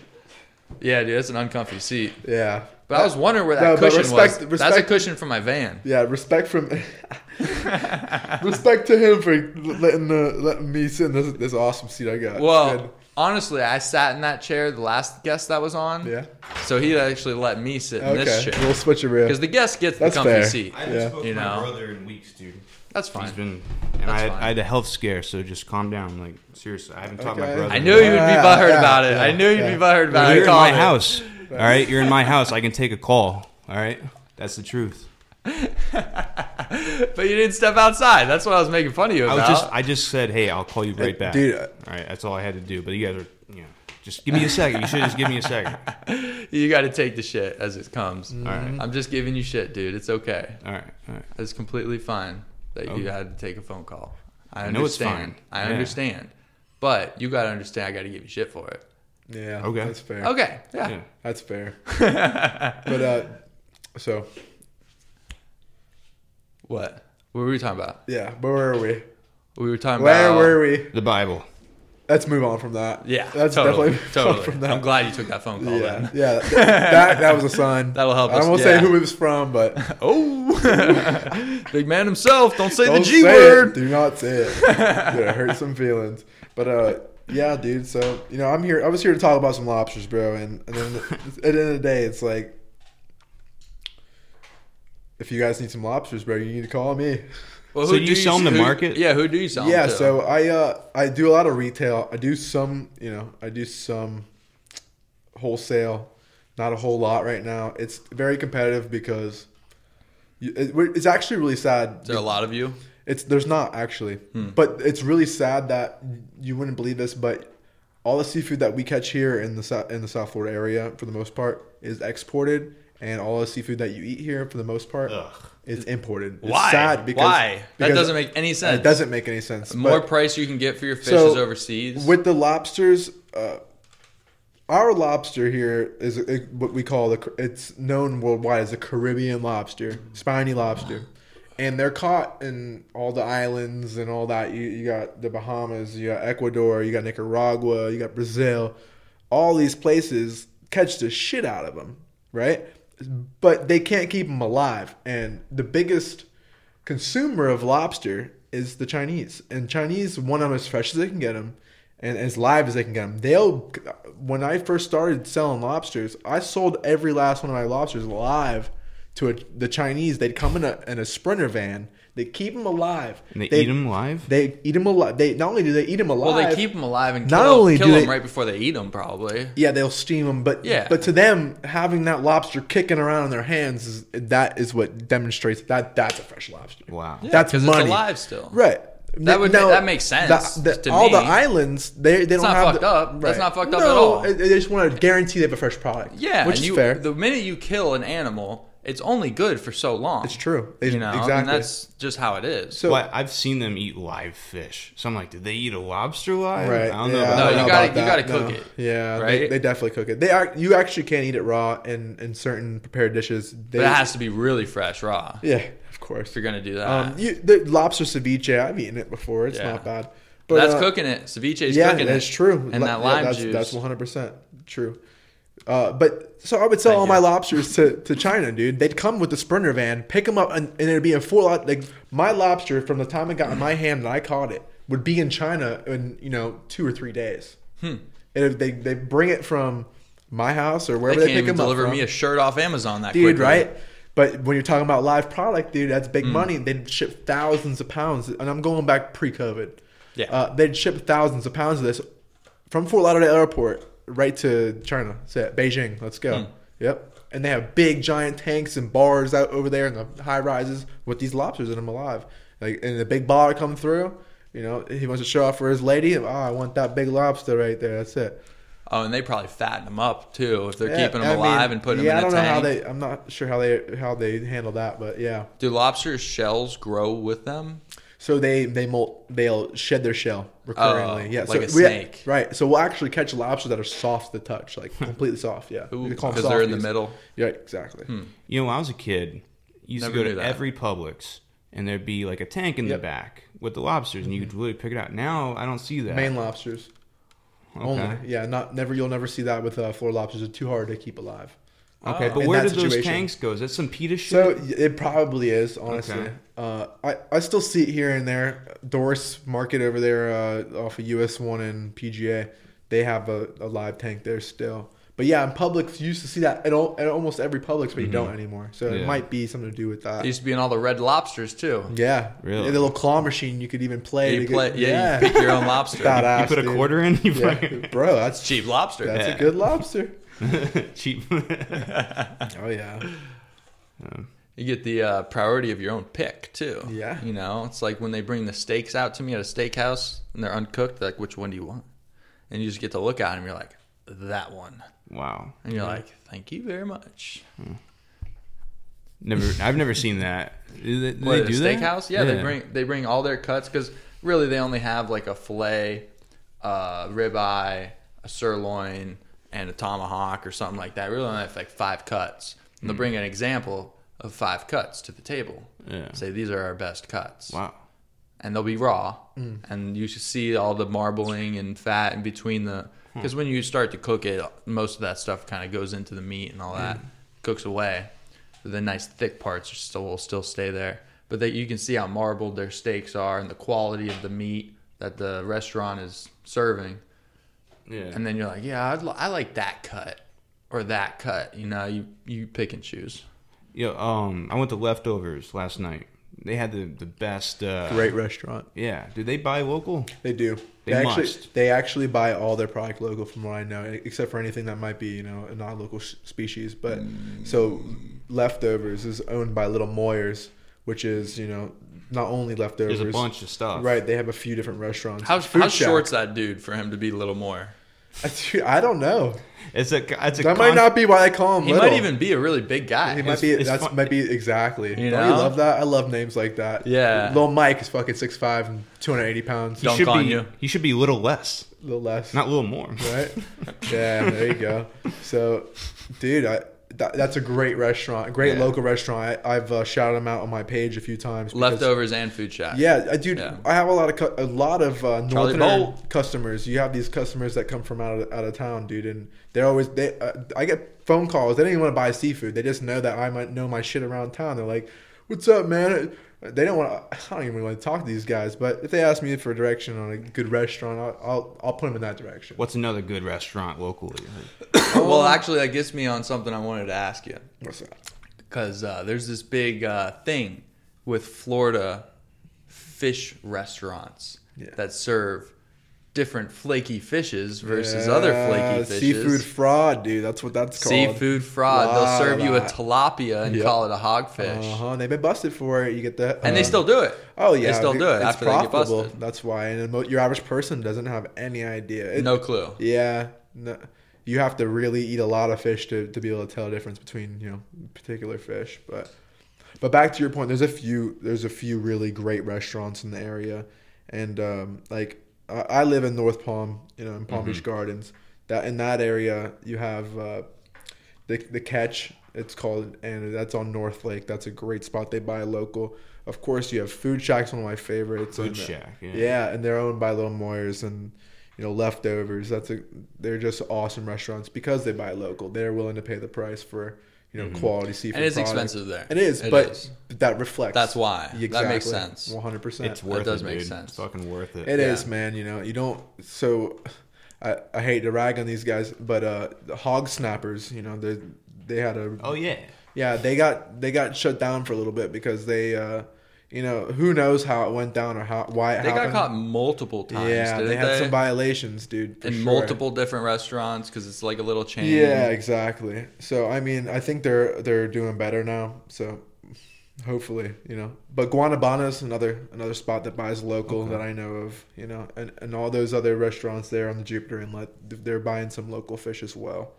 [SPEAKER 1] Yeah, dude, that's an uncomfy seat.
[SPEAKER 3] this. Yeah,
[SPEAKER 1] But I was wondering where that
[SPEAKER 3] Uh, No, but
[SPEAKER 1] cushion was.
[SPEAKER 3] respect-
[SPEAKER 1] That's a
[SPEAKER 3] respect-
[SPEAKER 1] cushion from my van.
[SPEAKER 3] Yeah, respect from respect to him for letting uh, letting me sit in this, this awesome seat I got. It's
[SPEAKER 1] Well, honestly, I sat in that chair the last guest that was on.
[SPEAKER 3] good. yeah,
[SPEAKER 1] So he actually let me sit in this
[SPEAKER 3] okay,
[SPEAKER 1] chair
[SPEAKER 3] we'll switch it real.
[SPEAKER 1] because the guest gets
[SPEAKER 3] That's
[SPEAKER 1] the comfy
[SPEAKER 3] fair.
[SPEAKER 1] seat.
[SPEAKER 2] I haven't
[SPEAKER 3] Yeah.
[SPEAKER 2] spoken
[SPEAKER 1] You
[SPEAKER 2] to
[SPEAKER 1] know.
[SPEAKER 2] my brother in weeks, dude.
[SPEAKER 1] That's
[SPEAKER 2] He's
[SPEAKER 1] fine.
[SPEAKER 2] been. And I
[SPEAKER 1] That's
[SPEAKER 2] had,
[SPEAKER 1] fine.
[SPEAKER 2] I had a health scare, so it just calm down. Like seriously, I haven't talked to my
[SPEAKER 3] Okay.
[SPEAKER 2] brother.
[SPEAKER 1] I
[SPEAKER 2] in
[SPEAKER 1] knew you'd be
[SPEAKER 3] Yeah,
[SPEAKER 1] butthurt
[SPEAKER 3] yeah,
[SPEAKER 1] about it. I
[SPEAKER 3] yeah,
[SPEAKER 1] knew you'd
[SPEAKER 3] yeah.
[SPEAKER 1] be butthurt about
[SPEAKER 2] Well,
[SPEAKER 1] it.
[SPEAKER 2] you're
[SPEAKER 1] I
[SPEAKER 2] in my
[SPEAKER 1] called it.
[SPEAKER 2] house. All right, you're in my house. I can take a call. All right, that's the truth.
[SPEAKER 1] but you didn't step outside. That's what I was making fun of you
[SPEAKER 2] I
[SPEAKER 1] about.
[SPEAKER 2] was just, I just said, hey, I'll call you right back,
[SPEAKER 3] dude, uh,
[SPEAKER 2] All right, that's all I had to do. But you guys are, you know, just give me a second. You should just give me a second.
[SPEAKER 1] you got to take the shit as it comes.
[SPEAKER 2] All right,
[SPEAKER 1] I'm just giving you shit, dude. It's okay.
[SPEAKER 2] all right, all right.
[SPEAKER 1] It's completely fine that you
[SPEAKER 2] Okay.
[SPEAKER 1] had to take a phone call. I
[SPEAKER 2] Oh. I know it's
[SPEAKER 1] understand.
[SPEAKER 2] fine.
[SPEAKER 1] I
[SPEAKER 2] Yeah.
[SPEAKER 1] understand. But you got to understand I got to give you shit for it.
[SPEAKER 3] yeah,
[SPEAKER 2] Okay.
[SPEAKER 3] that's fair.
[SPEAKER 1] Okay. Yeah.
[SPEAKER 2] Yeah.
[SPEAKER 3] That's fair. but uh, so
[SPEAKER 1] What? What were we talking about?
[SPEAKER 3] yeah, where were we?
[SPEAKER 1] We were talking
[SPEAKER 3] Where
[SPEAKER 1] about
[SPEAKER 3] were we?
[SPEAKER 2] The Bible.
[SPEAKER 3] Let's move on from that.
[SPEAKER 1] Yeah.
[SPEAKER 3] that's
[SPEAKER 1] totally,
[SPEAKER 3] definitely
[SPEAKER 1] totally.
[SPEAKER 3] from that.
[SPEAKER 1] I'm glad you took that phone call
[SPEAKER 3] yeah,
[SPEAKER 1] then.
[SPEAKER 3] yeah, th- that that was a sign.
[SPEAKER 1] That'll help
[SPEAKER 3] I
[SPEAKER 1] us,
[SPEAKER 3] won't
[SPEAKER 1] yeah.
[SPEAKER 3] say who it was from, but
[SPEAKER 1] Oh, big man himself. Don't say
[SPEAKER 3] Don't
[SPEAKER 1] the G
[SPEAKER 3] say
[SPEAKER 1] word.
[SPEAKER 3] It. Do not say it. Gonna hurt some feelings. But uh, yeah, dude. So you know, I'm here. I was here to talk about some lobsters, bro. And, and then at the end of the day, it's like, if you guys need some lobsters, bro, you need to call me.
[SPEAKER 1] Well,
[SPEAKER 2] So you sell 'em to
[SPEAKER 1] who-
[SPEAKER 2] market?
[SPEAKER 1] Yeah, who do you sell 'em
[SPEAKER 3] yeah.
[SPEAKER 1] to?
[SPEAKER 3] So I uh, I do a lot of retail. I do some, you know, I do some wholesale. Not a whole lot right now. It's very competitive because you, it, it's actually really sad.
[SPEAKER 1] is there a lot of you?
[SPEAKER 3] It's there's not actually,
[SPEAKER 1] Hmm.
[SPEAKER 3] but it's really sad that you wouldn't believe this, but all the seafood that we catch here in the Sou- in the South Florida area for the most part is exported, and all the seafood that you eat here for the most part
[SPEAKER 2] Ugh.
[SPEAKER 3] is imported. It's
[SPEAKER 1] Why?
[SPEAKER 3] sad because,
[SPEAKER 1] Why? That
[SPEAKER 3] because
[SPEAKER 1] doesn't make any sense.
[SPEAKER 3] It doesn't make any sense.
[SPEAKER 1] The more
[SPEAKER 3] But
[SPEAKER 1] price you can get for your fish
[SPEAKER 3] So,
[SPEAKER 1] is overseas.
[SPEAKER 3] with the lobsters, uh, our lobster here is a, a- what we call the. It's known worldwide as the Caribbean lobster, spiny lobster, and they're caught in all the islands and all that. You, you got the Bahamas, you got Ecuador, you got Nicaragua, you got Brazil. All these places catch the shit out of them, right? But they can't keep them alive, and the biggest consumer of lobster is the Chinese, and Chinese want them as fresh as they can get them, and as live as they can get them. They'll. When I first started selling lobsters, I sold every last one of my lobsters live to a, the Chinese. They'd come in a in a sprinter van. They keep them alive.
[SPEAKER 2] And they, eat them live.
[SPEAKER 3] They eat them alive. They not only do they eat them
[SPEAKER 1] well,
[SPEAKER 3] alive.
[SPEAKER 1] they keep them alive and
[SPEAKER 3] Not
[SPEAKER 1] kill,
[SPEAKER 3] only
[SPEAKER 1] kill
[SPEAKER 3] do
[SPEAKER 1] them
[SPEAKER 3] they-
[SPEAKER 1] right before they eat them, probably.
[SPEAKER 3] Yeah, they'll steam them, but
[SPEAKER 1] Yeah.
[SPEAKER 3] but to them, having that lobster kicking around in their hands is that is what demonstrates that that's a fresh lobster.
[SPEAKER 2] Wow. Yeah,
[SPEAKER 3] that's
[SPEAKER 1] 'cause it's
[SPEAKER 3] money.
[SPEAKER 1] alive still.
[SPEAKER 3] right?
[SPEAKER 1] That would ma- that makes sense
[SPEAKER 3] the- the-
[SPEAKER 1] to
[SPEAKER 3] all the
[SPEAKER 1] me.
[SPEAKER 3] islands, they they don't
[SPEAKER 1] not
[SPEAKER 3] have
[SPEAKER 1] fucked
[SPEAKER 3] the-
[SPEAKER 1] up. That's not fucked up at
[SPEAKER 3] No,
[SPEAKER 1] all.
[SPEAKER 3] They they just want to guarantee they have a fresh product.
[SPEAKER 1] Yeah,
[SPEAKER 3] which
[SPEAKER 1] and
[SPEAKER 3] is
[SPEAKER 1] you,
[SPEAKER 3] fair.
[SPEAKER 1] The minute you kill an animal, it's only good for so long.
[SPEAKER 3] it's true. They-
[SPEAKER 1] You know,
[SPEAKER 3] exactly.
[SPEAKER 1] and that's just how it is.
[SPEAKER 3] so
[SPEAKER 2] but I've seen them eat live fish. So I'm like, did they eat a lobster live?
[SPEAKER 3] right.
[SPEAKER 2] I don't
[SPEAKER 3] yeah,
[SPEAKER 1] No,
[SPEAKER 2] know. About
[SPEAKER 1] you
[SPEAKER 2] that.
[SPEAKER 3] know
[SPEAKER 1] gotta-
[SPEAKER 3] about
[SPEAKER 1] you
[SPEAKER 3] that,
[SPEAKER 1] gotta cook
[SPEAKER 3] no.
[SPEAKER 1] it,
[SPEAKER 3] Yeah, they,
[SPEAKER 1] right?
[SPEAKER 3] they definitely cook it. They are, you actually can't eat it raw in, in certain prepared dishes. They,
[SPEAKER 1] but it has to be really fresh raw if
[SPEAKER 3] yeah, of course.
[SPEAKER 1] you're gonna do that.
[SPEAKER 3] Um, you, the lobster ceviche, I've eaten it before. It's
[SPEAKER 1] Yeah.
[SPEAKER 3] not bad.
[SPEAKER 1] that's
[SPEAKER 3] uh,
[SPEAKER 1] cooking it. Ceviche is
[SPEAKER 3] yeah,
[SPEAKER 1] cooking
[SPEAKER 3] that's
[SPEAKER 1] it.
[SPEAKER 3] true.
[SPEAKER 1] And
[SPEAKER 3] Li-
[SPEAKER 1] that
[SPEAKER 3] yeah,
[SPEAKER 1] lime
[SPEAKER 3] that's,
[SPEAKER 1] juice.
[SPEAKER 3] That's 100 percent true. Uh, but so I would sell
[SPEAKER 1] Thank
[SPEAKER 3] all
[SPEAKER 1] you.
[SPEAKER 3] my lobsters to, to China, dude. They'd come with the sprinter van, pick them up, and, and it'd be in four lot. Like my lobster from the time it got in my hand and I caught it would be in China in you know two or three days.
[SPEAKER 1] Hmm.
[SPEAKER 3] And if they they bring it from my house or
[SPEAKER 1] They
[SPEAKER 3] wherever
[SPEAKER 1] can't
[SPEAKER 3] they, pick
[SPEAKER 1] even
[SPEAKER 3] them up,
[SPEAKER 1] deliver
[SPEAKER 3] from,
[SPEAKER 1] me a shirt off Amazon that
[SPEAKER 3] dude,
[SPEAKER 1] quickly. Mm.
[SPEAKER 3] right? But when you're talking about live product, dude, that's big money. They'd ship thousands of pounds, and I'm going back pre-COVID.
[SPEAKER 1] Yeah.
[SPEAKER 3] uh, they'd ship thousands of pounds of this from Fort Lauderdale Airport right to China, so Beijing. Let's
[SPEAKER 1] Mm.
[SPEAKER 3] go. Yep. And they have big, giant tanks and bars out over there in the high rises with these lobsters in them alive. Like, and the big baller come through. You know, he wants to show off for his lady. Oh, I want that big lobster right there. That's it.
[SPEAKER 1] Oh, and they probably fatten them up too if they're
[SPEAKER 3] Yeah,
[SPEAKER 1] keeping them
[SPEAKER 3] I mean,
[SPEAKER 1] alive and putting
[SPEAKER 3] yeah,
[SPEAKER 1] them in a
[SPEAKER 3] I don't
[SPEAKER 1] tank.
[SPEAKER 3] know how they. I'm not sure how they how they handle that, but yeah.
[SPEAKER 1] Do lobsters' shells grow with them?
[SPEAKER 3] So they they molt they'll shed their shell recurrently.
[SPEAKER 1] Oh,
[SPEAKER 3] yeah, so
[SPEAKER 1] like a
[SPEAKER 3] we-
[SPEAKER 1] snake.
[SPEAKER 3] right. So we'll actually catch lobsters that are soft to touch, like completely soft. Yeah,
[SPEAKER 1] Ooh,
[SPEAKER 3] We call them
[SPEAKER 1] because they're in the
[SPEAKER 3] softies.
[SPEAKER 1] middle. Hmm.
[SPEAKER 3] Yeah, exactly.
[SPEAKER 2] You know, when I was a kid, you used
[SPEAKER 1] Never
[SPEAKER 2] to go
[SPEAKER 1] knew
[SPEAKER 2] to
[SPEAKER 1] that.
[SPEAKER 2] every Publix, and there'd be like a tank in
[SPEAKER 3] Yep.
[SPEAKER 2] the back with the lobsters, and you could really pick it out. Now I don't see that.
[SPEAKER 3] Main lobsters
[SPEAKER 2] okay.
[SPEAKER 3] only. Yeah, not never. You'll never see that with uh, floor lobsters. They're too hard to keep alive.
[SPEAKER 2] Okay,
[SPEAKER 1] Oh.
[SPEAKER 2] but
[SPEAKER 3] In
[SPEAKER 2] where
[SPEAKER 3] that
[SPEAKER 2] did those
[SPEAKER 3] situation.
[SPEAKER 2] tanks go? Is that some pita shit?
[SPEAKER 3] So y- it probably is honestly.
[SPEAKER 2] Okay.
[SPEAKER 3] Uh, I I still see it here and there. Doris Market over there uh, off of US One and PGA, they have a, a live tank there still. But yeah, in Publix, you used to see that at, al- at almost every Publix, but you don't anymore. So it
[SPEAKER 2] Yeah.
[SPEAKER 3] might be something to do with that.
[SPEAKER 1] They used to be in all the red lobsters too.
[SPEAKER 3] Yeah,
[SPEAKER 2] Really?
[SPEAKER 3] The little claw machine you could even play.
[SPEAKER 1] You
[SPEAKER 3] to
[SPEAKER 1] play,
[SPEAKER 3] get,
[SPEAKER 1] yeah, you pick your own lobster.
[SPEAKER 3] Badass,
[SPEAKER 2] you put a
[SPEAKER 3] dude.
[SPEAKER 2] quarter in, you
[SPEAKER 3] Yeah, bro, that's
[SPEAKER 1] Cheap lobster.
[SPEAKER 3] That's
[SPEAKER 2] Yeah.
[SPEAKER 3] a good lobster.
[SPEAKER 2] fucking cheap.
[SPEAKER 3] Oh yeah,
[SPEAKER 1] You get the uh, priority of your own pick too.
[SPEAKER 3] Yeah.
[SPEAKER 1] you know, it's like when they bring the steaks out to me at a steakhouse and they're uncooked. They're like, which one do you want? And you just get to look at them. You're like, that one,
[SPEAKER 2] wow,
[SPEAKER 1] and you're like, thank you very much.
[SPEAKER 2] never. I've never seen that. Do they, do
[SPEAKER 1] What,
[SPEAKER 2] they
[SPEAKER 1] at a
[SPEAKER 2] do that?
[SPEAKER 1] steakhouse? Yeah, they bring they bring all their cuts because really they only have like a fillet, uh, ribeye, a sirloin, and a tomahawk or something like that. Really only have like five cuts. And they'll
[SPEAKER 2] Hmm.
[SPEAKER 1] bring an example of five cuts to the table.
[SPEAKER 2] Yeah.
[SPEAKER 1] Say these are our best cuts.
[SPEAKER 2] Wow.
[SPEAKER 1] And they'll be raw,
[SPEAKER 3] Mm.
[SPEAKER 1] and you should see all the marbling and fat in between the.
[SPEAKER 3] Hmm.
[SPEAKER 1] Because when you start to cook it, most of that stuff kind of goes into the meat and all
[SPEAKER 3] Hmm.
[SPEAKER 1] that, cooks away. The nice thick parts are still will still stay there, but that you can see how marbled their steaks are and the quality of the meat that the restaurant is serving.
[SPEAKER 2] Yeah.
[SPEAKER 1] And then you're like, yeah, I'd li- I like that cut or that cut. You know, you you pick and choose.
[SPEAKER 2] Yo, um, I went to leftovers last night. They had the the best. Uh,
[SPEAKER 3] great restaurant.
[SPEAKER 2] Yeah. Do they buy local?
[SPEAKER 3] They do.
[SPEAKER 2] They
[SPEAKER 3] actually
[SPEAKER 2] must.
[SPEAKER 3] they actually buy all their product local from what I know, e-, except for anything that might be you know a non-local sh- species. But so leftovers is owned by Little Moyers, which is you know not only leftovers.
[SPEAKER 2] There's a bunch of stuff.
[SPEAKER 3] Right, they have a few different restaurants.
[SPEAKER 1] How,
[SPEAKER 3] Food
[SPEAKER 1] how
[SPEAKER 3] Shack.
[SPEAKER 1] short's that dude for him to be a little more?
[SPEAKER 3] I don't know.
[SPEAKER 2] It's a. It's a.
[SPEAKER 3] That might
[SPEAKER 2] con-
[SPEAKER 3] not be why I call him.
[SPEAKER 1] He
[SPEAKER 3] little.
[SPEAKER 1] might even be a really big guy.
[SPEAKER 3] He
[SPEAKER 2] It's-
[SPEAKER 3] might be.
[SPEAKER 2] it's
[SPEAKER 3] That's
[SPEAKER 2] fun-
[SPEAKER 3] might be exactly.
[SPEAKER 1] You
[SPEAKER 3] Don't you
[SPEAKER 1] know?
[SPEAKER 3] love that? I love names like that.
[SPEAKER 1] Yeah.
[SPEAKER 3] Little Mike is fucking six five and two hundred eighty pounds.
[SPEAKER 1] Don't-
[SPEAKER 2] should
[SPEAKER 1] dunk on
[SPEAKER 2] be.
[SPEAKER 1] you.
[SPEAKER 2] He should be a little less,
[SPEAKER 3] A little less.
[SPEAKER 2] not a little more.
[SPEAKER 3] right? yeah, there you go. So, dude, I, that, that's a great restaurant, a great
[SPEAKER 2] Yeah.
[SPEAKER 3] local restaurant. I, I've uh, shouted them out on my page a few times. because-
[SPEAKER 1] Leftovers and food shack.
[SPEAKER 3] Yeah, I- dude,
[SPEAKER 1] Yeah.
[SPEAKER 3] I have a lot of cu- a lot of uh,
[SPEAKER 1] Charlie
[SPEAKER 3] northern
[SPEAKER 1] Bolt.
[SPEAKER 3] customers. You have these customers that come from out of, out of town, dude, and they're always they. Uh, I get phone calls. They don't even want to buy seafood. They just know that I might know my shit around town. They're like, "What's up, man?" Uh, They don't want. to I don't even want to talk to these guys. But if they ask me for direction on a good restaurant, I'll I'll, I'll put them in that direction.
[SPEAKER 2] What's another good restaurant locally?
[SPEAKER 1] well, actually, that gets me on something I wanted to ask you
[SPEAKER 3] What's that?
[SPEAKER 1] because uh, there's this big uh, thing with Florida fish restaurants
[SPEAKER 3] Yeah.
[SPEAKER 1] that serve different flaky fishes versus other
[SPEAKER 3] Yeah,
[SPEAKER 1] flaky fishes.
[SPEAKER 3] Seafood fraud, dude. That's what that's called.
[SPEAKER 1] Seafood fraud. They'll
[SPEAKER 3] Lot
[SPEAKER 1] serve
[SPEAKER 3] of
[SPEAKER 1] you a
[SPEAKER 3] that.
[SPEAKER 1] tilapia and
[SPEAKER 3] Yep.
[SPEAKER 1] call it a hogfish,
[SPEAKER 3] Uh huh. They've been busted for it. You get that,
[SPEAKER 1] and they still do it.
[SPEAKER 3] Oh yeah,
[SPEAKER 1] they still do it
[SPEAKER 3] it's
[SPEAKER 1] after they
[SPEAKER 3] profitable.
[SPEAKER 1] get busted.
[SPEAKER 3] That's why, and mo- your average person doesn't have any idea. It-
[SPEAKER 1] No clue.
[SPEAKER 3] Yeah. No. You have to really eat a lot of fish to, to be able to tell the difference between you know particular fish, but but back to your point, there's a few there's a few really great restaurants in the area, and um, like I, I live in North Palm, you know, in Palm
[SPEAKER 1] Mm-hmm.
[SPEAKER 3] Beach Gardens. That in that area you have uh, the the catch. It's called, and that's on North Lake. That's a great spot. They buy local. Of course, you have Food Shack's one of my favorites.
[SPEAKER 2] Food
[SPEAKER 3] and, uh,
[SPEAKER 2] Shack, yeah.
[SPEAKER 3] yeah, and they're owned by Little Moyers, and you know leftovers. That's a they're just awesome restaurants because they buy local. They're willing to pay the price for you
[SPEAKER 2] Mm-hmm.
[SPEAKER 3] know quality seafood.
[SPEAKER 1] And it's
[SPEAKER 3] product.
[SPEAKER 1] expensive there.
[SPEAKER 3] It is,
[SPEAKER 1] It
[SPEAKER 3] but
[SPEAKER 1] is.
[SPEAKER 3] that reflects.
[SPEAKER 1] That's why. That makes sense.
[SPEAKER 3] One hundred percent.
[SPEAKER 2] It's worth
[SPEAKER 1] does
[SPEAKER 2] it,
[SPEAKER 1] make
[SPEAKER 2] dude.
[SPEAKER 1] sense.
[SPEAKER 2] It's fucking worth it.
[SPEAKER 3] It is,
[SPEAKER 1] Yeah.
[SPEAKER 3] man. You know, you don't. So, I, I hate to rag on these guys, but uh, the hog snappers. You know, they they had a
[SPEAKER 2] Oh yeah.
[SPEAKER 3] yeah they got they got shut down for a little bit because they uh, you know who knows how it went down or how why it
[SPEAKER 1] They got
[SPEAKER 3] happened.
[SPEAKER 1] caught multiple times.
[SPEAKER 3] Yeah,
[SPEAKER 1] didn't
[SPEAKER 3] they had some violations, dude. for
[SPEAKER 1] in
[SPEAKER 3] sure.
[SPEAKER 1] multiple different restaurants because it's like a little chain.
[SPEAKER 3] Yeah, exactly. So I mean, I think they're they're doing better now. So hopefully, you know. But Guanabana's another another spot that buys local that I know of. You know, and and all those other restaurants there on the Jupiter Inlet, they're buying some local fish as well.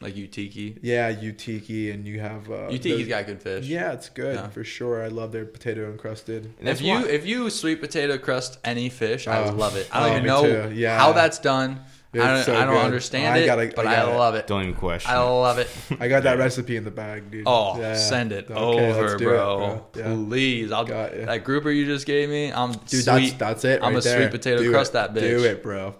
[SPEAKER 1] like Utiki.
[SPEAKER 3] Yeah, Utiki, and you have uh,
[SPEAKER 1] Utiki's
[SPEAKER 3] those-
[SPEAKER 1] got good fish.
[SPEAKER 3] Yeah, it's good
[SPEAKER 1] Yeah.
[SPEAKER 3] for sure. I love their potato encrusted.
[SPEAKER 2] And that's
[SPEAKER 1] if you
[SPEAKER 2] why-
[SPEAKER 1] if you sweet potato crust any fish, I
[SPEAKER 3] Oh.
[SPEAKER 1] love it. I don't
[SPEAKER 3] Oh,
[SPEAKER 1] even
[SPEAKER 3] me
[SPEAKER 1] know
[SPEAKER 3] too. Yeah.
[SPEAKER 1] how that's done.
[SPEAKER 3] It's
[SPEAKER 1] I don't,
[SPEAKER 3] so
[SPEAKER 1] I don't
[SPEAKER 3] good.
[SPEAKER 1] understand
[SPEAKER 3] I
[SPEAKER 1] it,
[SPEAKER 3] gotta-
[SPEAKER 1] but
[SPEAKER 3] I
[SPEAKER 1] I,
[SPEAKER 3] gotta-
[SPEAKER 1] love it.
[SPEAKER 2] Don't even question.
[SPEAKER 1] I love it.
[SPEAKER 3] I got that recipe in the bag, dude.
[SPEAKER 1] Oh,
[SPEAKER 3] Yeah.
[SPEAKER 1] send it
[SPEAKER 3] Okay,
[SPEAKER 1] over,
[SPEAKER 3] let's do it,
[SPEAKER 1] bro.
[SPEAKER 3] Yeah.
[SPEAKER 1] Please, I'll
[SPEAKER 3] Got ya.
[SPEAKER 1] that grouper you just gave me. I'm sweet.
[SPEAKER 3] Dude, that's that's it.
[SPEAKER 1] I'm
[SPEAKER 3] right
[SPEAKER 1] a sweet
[SPEAKER 3] there.
[SPEAKER 1] potato
[SPEAKER 3] Do
[SPEAKER 1] crust
[SPEAKER 3] it.
[SPEAKER 1] that bitch.
[SPEAKER 3] Do it, bro.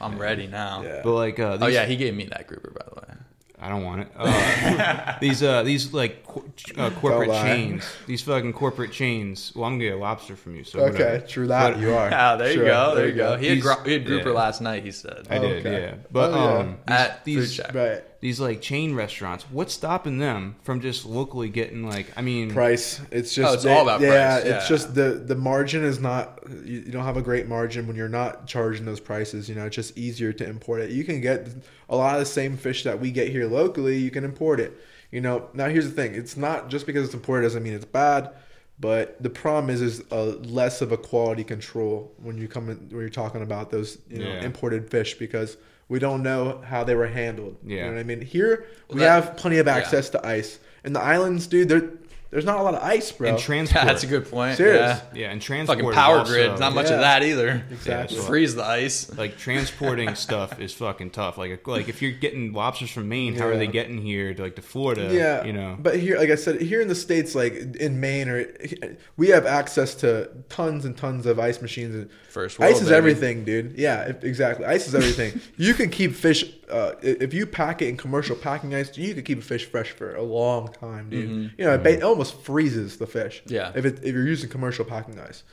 [SPEAKER 1] I'm ready now.
[SPEAKER 3] Yeah.
[SPEAKER 2] But like, uh,
[SPEAKER 1] Oh
[SPEAKER 2] these-
[SPEAKER 1] yeah, he gave me that grouper by the way.
[SPEAKER 2] I don't want it. Uh, these uh, these like cor- uh, corporate
[SPEAKER 3] lie.
[SPEAKER 2] chains, these fucking corporate chains. Well, I'm gonna get a lobster from you. So
[SPEAKER 3] Okay,
[SPEAKER 2] whatever.
[SPEAKER 3] true that.
[SPEAKER 2] But-
[SPEAKER 3] you are.
[SPEAKER 1] Ah, there
[SPEAKER 3] Sure,
[SPEAKER 1] you go. There you go. He had,
[SPEAKER 2] He's-
[SPEAKER 1] gro- he had grouper
[SPEAKER 2] yeah.
[SPEAKER 1] last night. He said.
[SPEAKER 2] I did,
[SPEAKER 3] Okay.
[SPEAKER 2] yeah. But
[SPEAKER 3] Oh, yeah.
[SPEAKER 2] um,
[SPEAKER 1] At
[SPEAKER 2] these, these,
[SPEAKER 1] food shack.
[SPEAKER 3] Right.
[SPEAKER 2] these like chain restaurants, what's stopping them from just locally getting like? I mean,
[SPEAKER 3] Price. It's just
[SPEAKER 1] Oh, it's all about
[SPEAKER 3] yeah,
[SPEAKER 1] price,
[SPEAKER 3] It's
[SPEAKER 1] yeah.
[SPEAKER 3] just the the margin is not. You, you don't have a great margin when you're not charging those prices. You know, it's just easier to import it. You can get a lot of the same fish that we get here locally. You can import it. You know. Now here's the thing. It's not just because it's imported doesn't mean it's bad. But the problem is, is a less of a quality control when you come in, when you're talking about those you know
[SPEAKER 2] Yeah.
[SPEAKER 3] imported fish because we don't know how they were handled. you
[SPEAKER 2] Yeah.
[SPEAKER 3] know what I mean. Here we
[SPEAKER 1] that-
[SPEAKER 3] have plenty of access to ice. In the islands, dude, there there's not a lot of ice, bro.
[SPEAKER 2] and transport.
[SPEAKER 1] Yeah, that's a good point.
[SPEAKER 3] Serious.
[SPEAKER 1] Yeah.
[SPEAKER 2] Yeah, and transport.
[SPEAKER 1] Fucking
[SPEAKER 2] is
[SPEAKER 1] power
[SPEAKER 2] also-
[SPEAKER 1] grid. Not much
[SPEAKER 3] Yeah.
[SPEAKER 1] of that either.
[SPEAKER 3] Exactly.
[SPEAKER 1] Freeze the ice.
[SPEAKER 2] Like transporting stuff is fucking tough. Like like if you're getting lobsters from Maine, how are
[SPEAKER 3] Yeah.
[SPEAKER 2] they getting here to like to Florida?
[SPEAKER 3] yeah,
[SPEAKER 2] you know.
[SPEAKER 3] But here, like I said, here in the states, like in Maine, or we have access to tons and tons of ice machines. And
[SPEAKER 1] First world,
[SPEAKER 3] ice is
[SPEAKER 1] baby.
[SPEAKER 3] everything, dude. Yeah, if, exactly. Ice is everything. you can keep fish uh, i- if you pack it in commercial packing ice. You can keep a fish fresh for a long time, dude. You know, it ba- it almost freezes the fish.
[SPEAKER 1] Mm-hmm. Yeah.
[SPEAKER 3] if it, if you're using commercial packing ice.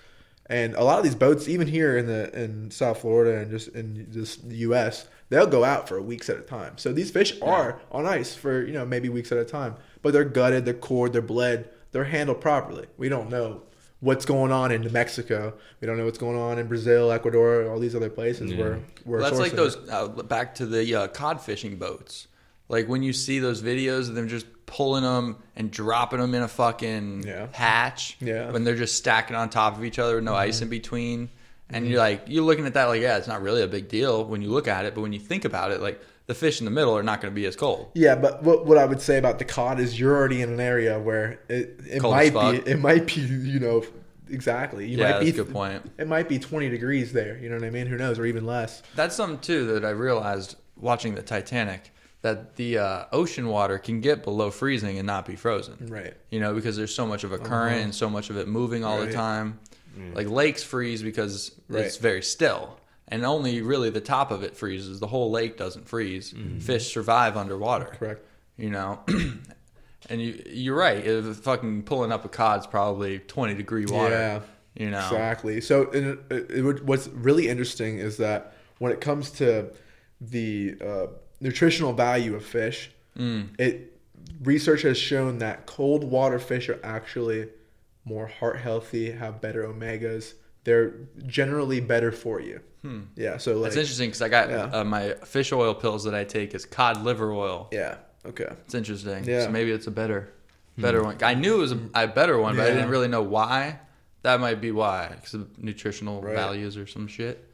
[SPEAKER 3] And a lot of these boats, even here in the in South Florida and just in just the U.S., they'll go out for weeks at a time. So these fish are on ice for you know maybe weeks at a time, but they're gutted, they're cored, they're bled, they're handled properly. We don't know what's going on in New Mexico. We don't know what's going on in Brazil, Ecuador, all these other places where where
[SPEAKER 1] Well, that's like
[SPEAKER 3] sourcing
[SPEAKER 1] those
[SPEAKER 3] it.
[SPEAKER 1] uh, back to the uh, cod fishing boats. Like when you see those videos of them just pulling them and dropping them in a fucking
[SPEAKER 3] Yeah.
[SPEAKER 1] hatch.
[SPEAKER 3] Yeah. Mm-hmm.
[SPEAKER 1] When they're just stacking on top of each other with no ice in between. And you're like, you're looking at that like, yeah, it's not really a big deal when you look at it. But when you think about it, like the fish in the middle are not going to be as cold.
[SPEAKER 3] Yeah, but what, what I would say about the cod is you're already in an area where it, it
[SPEAKER 1] Cold
[SPEAKER 3] might
[SPEAKER 1] as
[SPEAKER 3] be
[SPEAKER 1] fuck.
[SPEAKER 3] it might be you know exactly you
[SPEAKER 1] Yeah,
[SPEAKER 3] might
[SPEAKER 1] that's
[SPEAKER 3] be
[SPEAKER 1] a good point.
[SPEAKER 3] it might be 20 degrees there you know what I mean who knows or even less
[SPEAKER 1] That's something too that I realized watching the Titanic that the uh, ocean water can get below freezing and not be frozen.
[SPEAKER 3] Right. Uh-huh.
[SPEAKER 1] You know, because there's so much of a current and so much of it moving all
[SPEAKER 3] Right.
[SPEAKER 1] the time. Like lakes freeze because
[SPEAKER 3] Right.
[SPEAKER 1] it's very still. And only really the top of it freezes. The whole lake doesn't freeze. Fish survive underwater.
[SPEAKER 3] Mm-hmm. Correct.
[SPEAKER 1] You know, and you you're right. If fucking pulling up a cod's probably 20 degree water.
[SPEAKER 3] Yeah.
[SPEAKER 1] You know.
[SPEAKER 3] Exactly. So and it, it would, what's really interesting is that when it comes to the uh, nutritional value of fish,
[SPEAKER 1] Mm.
[SPEAKER 3] it research has shown that cold water fish are actually more heart healthy, have better omegas. They're generally better for you.
[SPEAKER 1] Hmm.
[SPEAKER 3] Yeah. So like,
[SPEAKER 1] It's interesting because I got
[SPEAKER 3] Yeah.
[SPEAKER 1] uh, my fish oil pills that I take is cod liver oil.
[SPEAKER 3] yeah. Okay.
[SPEAKER 1] It's interesting.
[SPEAKER 3] Yeah.
[SPEAKER 1] So maybe it's a better, better one. I knew it was a, a better one, but I
[SPEAKER 3] Yeah.
[SPEAKER 1] didn't really know why. That might be why, because of nutritional
[SPEAKER 3] Right.
[SPEAKER 1] values or some shit.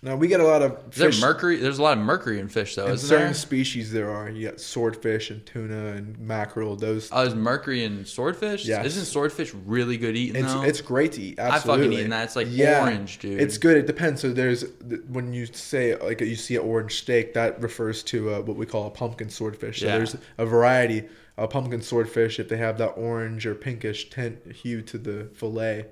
[SPEAKER 3] Now we get a lot of
[SPEAKER 1] Is there
[SPEAKER 3] fish.
[SPEAKER 1] mercury? There's a lot of mercury in fish, though,
[SPEAKER 3] in
[SPEAKER 1] isn't
[SPEAKER 3] certain
[SPEAKER 1] there?
[SPEAKER 3] species there are. You got swordfish and tuna and mackerel. Those.
[SPEAKER 1] Oh, is mercury in swordfish?
[SPEAKER 3] Yes.
[SPEAKER 1] Isn't swordfish really good eating,
[SPEAKER 3] It's
[SPEAKER 1] though?
[SPEAKER 3] it's great to eat.
[SPEAKER 1] fucking
[SPEAKER 3] Absolutely.
[SPEAKER 1] eaten that. It's like orange, dude.
[SPEAKER 3] It's good. It depends. So there's th- when you say like you see an orange steak, that refers to uh, what we call a pumpkin swordfish. So
[SPEAKER 1] Yeah.
[SPEAKER 3] there's a variety of pumpkin swordfish. If they have that orange or pinkish tint hue to the fillet,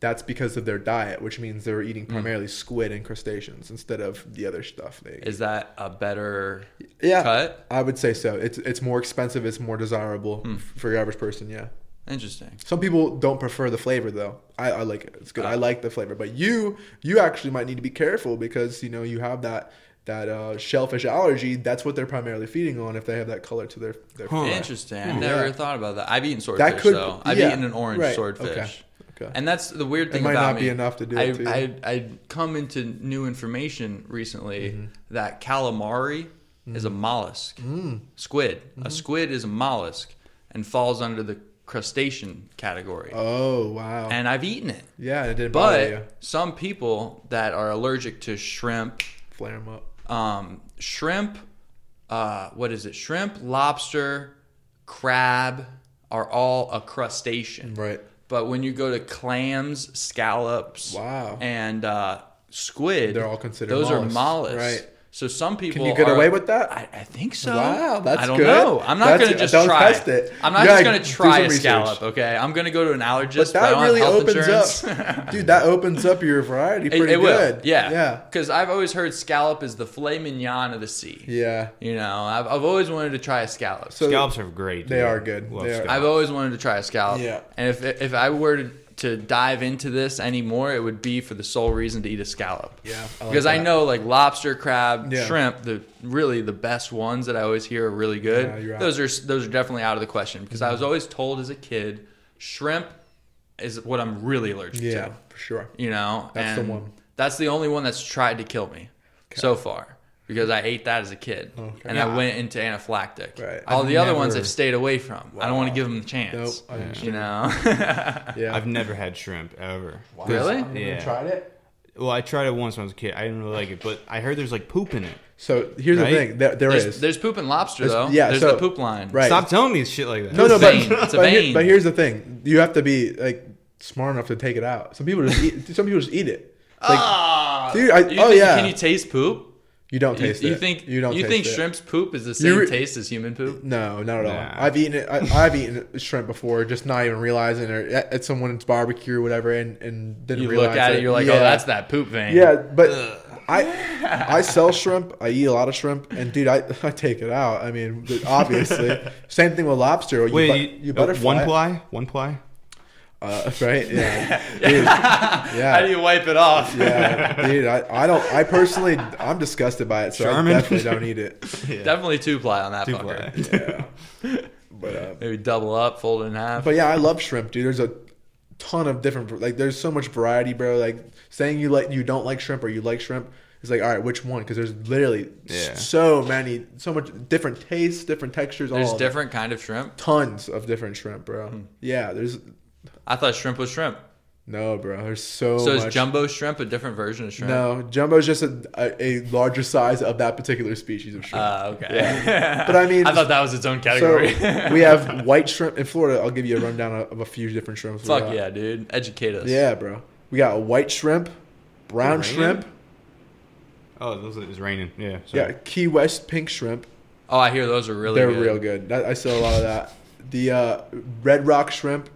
[SPEAKER 3] that's because of their diet, which means they're eating
[SPEAKER 1] Hmm.
[SPEAKER 3] primarily squid and crustaceans instead of the other stuff they
[SPEAKER 1] Is that a better
[SPEAKER 3] yeah,
[SPEAKER 1] cut? Hmm.
[SPEAKER 3] I would say so. It's it's more expensive. It's more desirable f- for your average person. Yeah.
[SPEAKER 1] Interesting.
[SPEAKER 3] Some people don't prefer the flavor though. I, I like it.
[SPEAKER 1] Uh,
[SPEAKER 3] It's good. I like the flavor, but you you actually might need to be careful because you know you have that that uh, shellfish allergy. That's what they're primarily feeding on if they have that color to their their.
[SPEAKER 2] Huh.
[SPEAKER 3] food.
[SPEAKER 1] Interesting. I never thought about that. I've eaten swordfish
[SPEAKER 3] That could-
[SPEAKER 1] though. I've
[SPEAKER 3] yeah,
[SPEAKER 1] eaten an orange
[SPEAKER 3] right,
[SPEAKER 1] swordfish.
[SPEAKER 3] okay, okay.
[SPEAKER 1] And that's the weird thing
[SPEAKER 3] might
[SPEAKER 1] about
[SPEAKER 3] not
[SPEAKER 1] me.
[SPEAKER 3] be enough to do
[SPEAKER 1] I,
[SPEAKER 3] it to you.
[SPEAKER 1] I I come into new information recently
[SPEAKER 3] Mm-hmm.
[SPEAKER 1] that calamari is a mollusk.
[SPEAKER 3] Mm.
[SPEAKER 1] Squid.
[SPEAKER 3] Mm-hmm.
[SPEAKER 1] A squid is a mollusk and falls under the crustacean category.
[SPEAKER 3] Oh wow.
[SPEAKER 1] And I've eaten it.
[SPEAKER 3] yeah, it didn't bother you.
[SPEAKER 1] But some people that are allergic to shrimp,
[SPEAKER 3] Flare them up.
[SPEAKER 1] um, shrimp, uh, what is it? Shrimp, lobster, crab are all a crustacean.
[SPEAKER 3] Right.
[SPEAKER 1] But when you go to clams, scallops,
[SPEAKER 3] Wow.
[SPEAKER 1] and uh, squid,
[SPEAKER 3] They're all considered
[SPEAKER 1] those
[SPEAKER 3] mollusks,
[SPEAKER 1] are mollusks.
[SPEAKER 3] right.
[SPEAKER 1] So some people
[SPEAKER 3] Can you get
[SPEAKER 1] are-
[SPEAKER 3] away with that?
[SPEAKER 1] I, I think so.
[SPEAKER 3] Wow, that's
[SPEAKER 1] I don't
[SPEAKER 3] good.
[SPEAKER 1] know. I'm not
[SPEAKER 3] That's-
[SPEAKER 1] going to just
[SPEAKER 3] don't
[SPEAKER 1] try.
[SPEAKER 3] test it.
[SPEAKER 1] I'm not
[SPEAKER 3] You
[SPEAKER 1] just
[SPEAKER 3] gotta
[SPEAKER 1] going to
[SPEAKER 3] do
[SPEAKER 1] try
[SPEAKER 3] some
[SPEAKER 1] a
[SPEAKER 3] research.
[SPEAKER 1] scallop. Okay, I'm going to go to an allergist.
[SPEAKER 3] But
[SPEAKER 1] I
[SPEAKER 3] that
[SPEAKER 1] don't have
[SPEAKER 3] really
[SPEAKER 1] health
[SPEAKER 3] opens
[SPEAKER 1] insurance.
[SPEAKER 3] up, dude. That opens up your variety
[SPEAKER 1] It,
[SPEAKER 3] pretty
[SPEAKER 1] it
[SPEAKER 3] good.
[SPEAKER 1] will. Yeah.
[SPEAKER 3] yeah,
[SPEAKER 1] Because I've always heard scallop is the filet mignon of the sea.
[SPEAKER 3] yeah.
[SPEAKER 1] You know, I've, I've always wanted to try a scallop.
[SPEAKER 3] So
[SPEAKER 2] Scallops are great.
[SPEAKER 3] They
[SPEAKER 2] dude.
[SPEAKER 3] are good.
[SPEAKER 2] Love
[SPEAKER 3] They are-
[SPEAKER 1] I've
[SPEAKER 2] scallops.
[SPEAKER 1] always wanted to try a scallop.
[SPEAKER 3] Yeah.
[SPEAKER 1] And if if I were to, to dive into this anymore, it would be for the sole reason to eat a scallop.
[SPEAKER 3] Yeah, I like
[SPEAKER 1] because I
[SPEAKER 3] that.
[SPEAKER 1] know like lobster, crab,
[SPEAKER 3] Yeah.
[SPEAKER 1] shrimp, the really the best ones that I always hear are really good.
[SPEAKER 3] Yeah, you're out. Mm-hmm.
[SPEAKER 1] those are those are definitely out of the question because I was always told as a kid, shrimp is what I'm really allergic
[SPEAKER 3] yeah,
[SPEAKER 1] to.
[SPEAKER 3] for sure.
[SPEAKER 1] You know,
[SPEAKER 3] That's the
[SPEAKER 1] and
[SPEAKER 3] one.
[SPEAKER 1] That's the only one that's tried to kill me so far because I ate that as a kid and I went into anaphylactic.
[SPEAKER 3] Right.
[SPEAKER 1] All
[SPEAKER 2] I've
[SPEAKER 1] the other ones
[SPEAKER 2] never-
[SPEAKER 1] I've stayed away from. I don't want to give them the
[SPEAKER 3] Nope.
[SPEAKER 1] chance.
[SPEAKER 3] I understand.
[SPEAKER 1] You know,
[SPEAKER 3] Yeah.
[SPEAKER 2] I've never had shrimp ever.
[SPEAKER 1] really?
[SPEAKER 3] You
[SPEAKER 2] Yeah.
[SPEAKER 3] tried it.
[SPEAKER 2] Well, I tried it once when I was a kid. I didn't really like it, but I heard there's like poop in it.
[SPEAKER 3] So here's
[SPEAKER 2] Right?
[SPEAKER 3] the thing. There, there
[SPEAKER 1] There's,
[SPEAKER 3] is.
[SPEAKER 1] there's poop and lobster though.
[SPEAKER 3] yeah,
[SPEAKER 1] There's
[SPEAKER 3] so-
[SPEAKER 1] the poop line.
[SPEAKER 3] right.
[SPEAKER 2] Stop telling me shit like that.
[SPEAKER 3] no, no,
[SPEAKER 1] It's a
[SPEAKER 3] but,
[SPEAKER 1] vein. It's a
[SPEAKER 3] but, here-
[SPEAKER 1] vein.
[SPEAKER 3] but here's the thing. You have to be like smart enough to take it out. Some people just eat. some people just eat it. It's Like,
[SPEAKER 1] Ah,
[SPEAKER 3] Dude, I-
[SPEAKER 1] you
[SPEAKER 3] oh,
[SPEAKER 1] think-
[SPEAKER 3] yeah.
[SPEAKER 1] Can you taste poop?
[SPEAKER 3] you don't
[SPEAKER 1] You,
[SPEAKER 3] taste
[SPEAKER 1] you
[SPEAKER 3] it.
[SPEAKER 1] think
[SPEAKER 3] you don't. taste
[SPEAKER 1] think
[SPEAKER 3] it.
[SPEAKER 1] shrimp's poop is the
[SPEAKER 3] You
[SPEAKER 1] same
[SPEAKER 3] re-
[SPEAKER 1] taste as human poop?
[SPEAKER 3] No, not at all.
[SPEAKER 2] Nah.
[SPEAKER 3] I've eaten it. I, I've eaten shrimp before, just not even realizing, or at, at someone's barbecue or whatever, and and didn't
[SPEAKER 1] You
[SPEAKER 3] realize
[SPEAKER 1] look at it, you're like,
[SPEAKER 3] Yeah.
[SPEAKER 1] oh, that's that poop vein.
[SPEAKER 3] Yeah, but I I sell shrimp. I eat a lot of shrimp, and dude, I, I take it out. I mean, obviously, same thing with lobster. You
[SPEAKER 2] Wait,
[SPEAKER 3] but-
[SPEAKER 2] you,
[SPEAKER 3] you
[SPEAKER 2] uh,
[SPEAKER 3] butterfly
[SPEAKER 2] one
[SPEAKER 3] it.
[SPEAKER 2] ply, one ply.
[SPEAKER 3] Uh, right? Yeah. Dude, yeah.
[SPEAKER 1] How do you wipe it off?
[SPEAKER 3] yeah, dude. I, I don't. I personally, I'm disgusted by it, so
[SPEAKER 2] Charmin?
[SPEAKER 3] I definitely don't eat it.
[SPEAKER 1] Definitely two ply on that
[SPEAKER 2] Two
[SPEAKER 1] fucker.
[SPEAKER 2] ply.
[SPEAKER 3] But uh,
[SPEAKER 1] Maybe double up, fold it in half.
[SPEAKER 3] but yeah, I love shrimp, dude. There's a ton of different like. There's so much variety, bro. Like saying you like you don't like shrimp or you like shrimp. It's like all right, which one? Because there's literally s-
[SPEAKER 2] Yeah.
[SPEAKER 3] so many, so much different tastes, different textures.
[SPEAKER 1] There's
[SPEAKER 3] all of it.
[SPEAKER 1] different Hmm. kind of shrimp.
[SPEAKER 3] tons of different shrimp, bro. Yeah, there's
[SPEAKER 1] I thought shrimp was shrimp.
[SPEAKER 3] no, bro. There's so,
[SPEAKER 1] So
[SPEAKER 3] much.
[SPEAKER 1] is jumbo shrimp a different version of shrimp?
[SPEAKER 3] no, jumbo's just a, a, a larger size of that particular species of shrimp.
[SPEAKER 1] Uh, okay.
[SPEAKER 3] But I mean-
[SPEAKER 1] I thought that was its own
[SPEAKER 3] so
[SPEAKER 1] category.
[SPEAKER 3] we have white shrimp in Florida. I'll give you a rundown of of a few different shrimps. we
[SPEAKER 1] Fuck
[SPEAKER 3] got.
[SPEAKER 1] yeah, dude. Educate us.
[SPEAKER 3] yeah, bro. We got white shrimp, brown
[SPEAKER 2] Raining?
[SPEAKER 3] shrimp,
[SPEAKER 2] Oh, those, it was raining. Yeah.
[SPEAKER 3] yeah,
[SPEAKER 2] sorry.
[SPEAKER 3] Key West pink shrimp.
[SPEAKER 1] Oh, I hear those are really
[SPEAKER 3] They're
[SPEAKER 1] good.
[SPEAKER 3] real good. That, I sell a lot of that. The uh, red rock shrimp.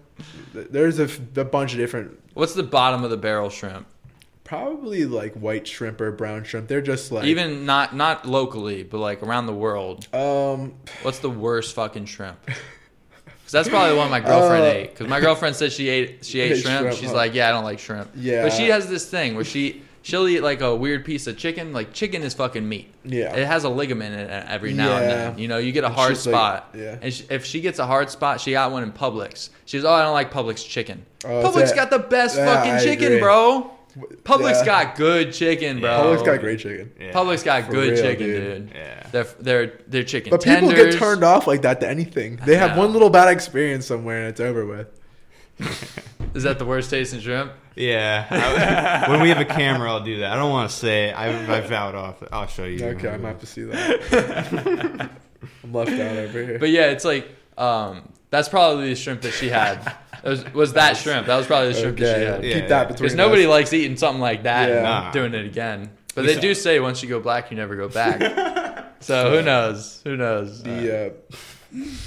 [SPEAKER 3] Th- There's a, f- a bunch of different,
[SPEAKER 1] What's the bottom of the barrel shrimp?
[SPEAKER 3] probably like white shrimp or brown shrimp. They're just like
[SPEAKER 1] Even not not locally, but like around the world.
[SPEAKER 3] um
[SPEAKER 1] What's the worst fucking shrimp? Because that's probably what my girlfriend
[SPEAKER 3] Uh,
[SPEAKER 1] ate. Because my girlfriend said she ate she ate
[SPEAKER 3] Ate
[SPEAKER 1] shrimp.
[SPEAKER 3] shrimp,
[SPEAKER 1] She's
[SPEAKER 3] huh?
[SPEAKER 1] like, yeah, I don't like shrimp.
[SPEAKER 3] Yeah.
[SPEAKER 1] But she has this thing where she she'll eat like a weird piece of chicken. Like chicken is fucking meat.
[SPEAKER 3] Yeah.
[SPEAKER 1] It has a ligament in it every now and
[SPEAKER 3] Yeah.
[SPEAKER 1] then. You know, you get a hard
[SPEAKER 3] she's like-
[SPEAKER 1] spot.
[SPEAKER 3] yeah.
[SPEAKER 1] And she, if she gets a hard spot, she got one in Publix. She's oh, I don't like Publix chicken.
[SPEAKER 3] Oh, that's
[SPEAKER 1] Publix
[SPEAKER 3] it.
[SPEAKER 1] got the best
[SPEAKER 3] Yeah,
[SPEAKER 1] fucking
[SPEAKER 3] I
[SPEAKER 1] chicken,
[SPEAKER 3] agree.
[SPEAKER 1] bro. Publix
[SPEAKER 3] yeah.
[SPEAKER 1] got good chicken, bro.
[SPEAKER 3] Publix got great chicken.
[SPEAKER 2] Yeah.
[SPEAKER 1] Publix got
[SPEAKER 3] For
[SPEAKER 1] good
[SPEAKER 3] real,
[SPEAKER 1] chicken, dude.
[SPEAKER 3] dude.
[SPEAKER 2] Yeah.
[SPEAKER 1] They're they're they're chicken
[SPEAKER 3] But people
[SPEAKER 1] tenders.
[SPEAKER 3] get turned off like that to anything. They have
[SPEAKER 1] know.
[SPEAKER 3] one little bad experience somewhere and it's over with.
[SPEAKER 1] Is that the worst taste in shrimp?
[SPEAKER 2] Yeah. I- when we have a camera, I'll do that. I don't want to say. it. I I vowed off. I'll show you.
[SPEAKER 3] Okay, I might have to see that. I'm left out over here.
[SPEAKER 1] But yeah, it's like um, that's probably the shrimp that she had. It was, was that shrimp? That was probably the shrimp that she
[SPEAKER 3] okay,
[SPEAKER 1] had.
[SPEAKER 3] keep
[SPEAKER 2] Yeah, yeah.
[SPEAKER 3] that between
[SPEAKER 1] Because nobody
[SPEAKER 3] us.
[SPEAKER 1] likes eating something like that and
[SPEAKER 3] Yeah.
[SPEAKER 2] Nah.
[SPEAKER 1] doing it again. But they do say once you go black, you never go back. so who knows? Who knows?
[SPEAKER 3] The, uh,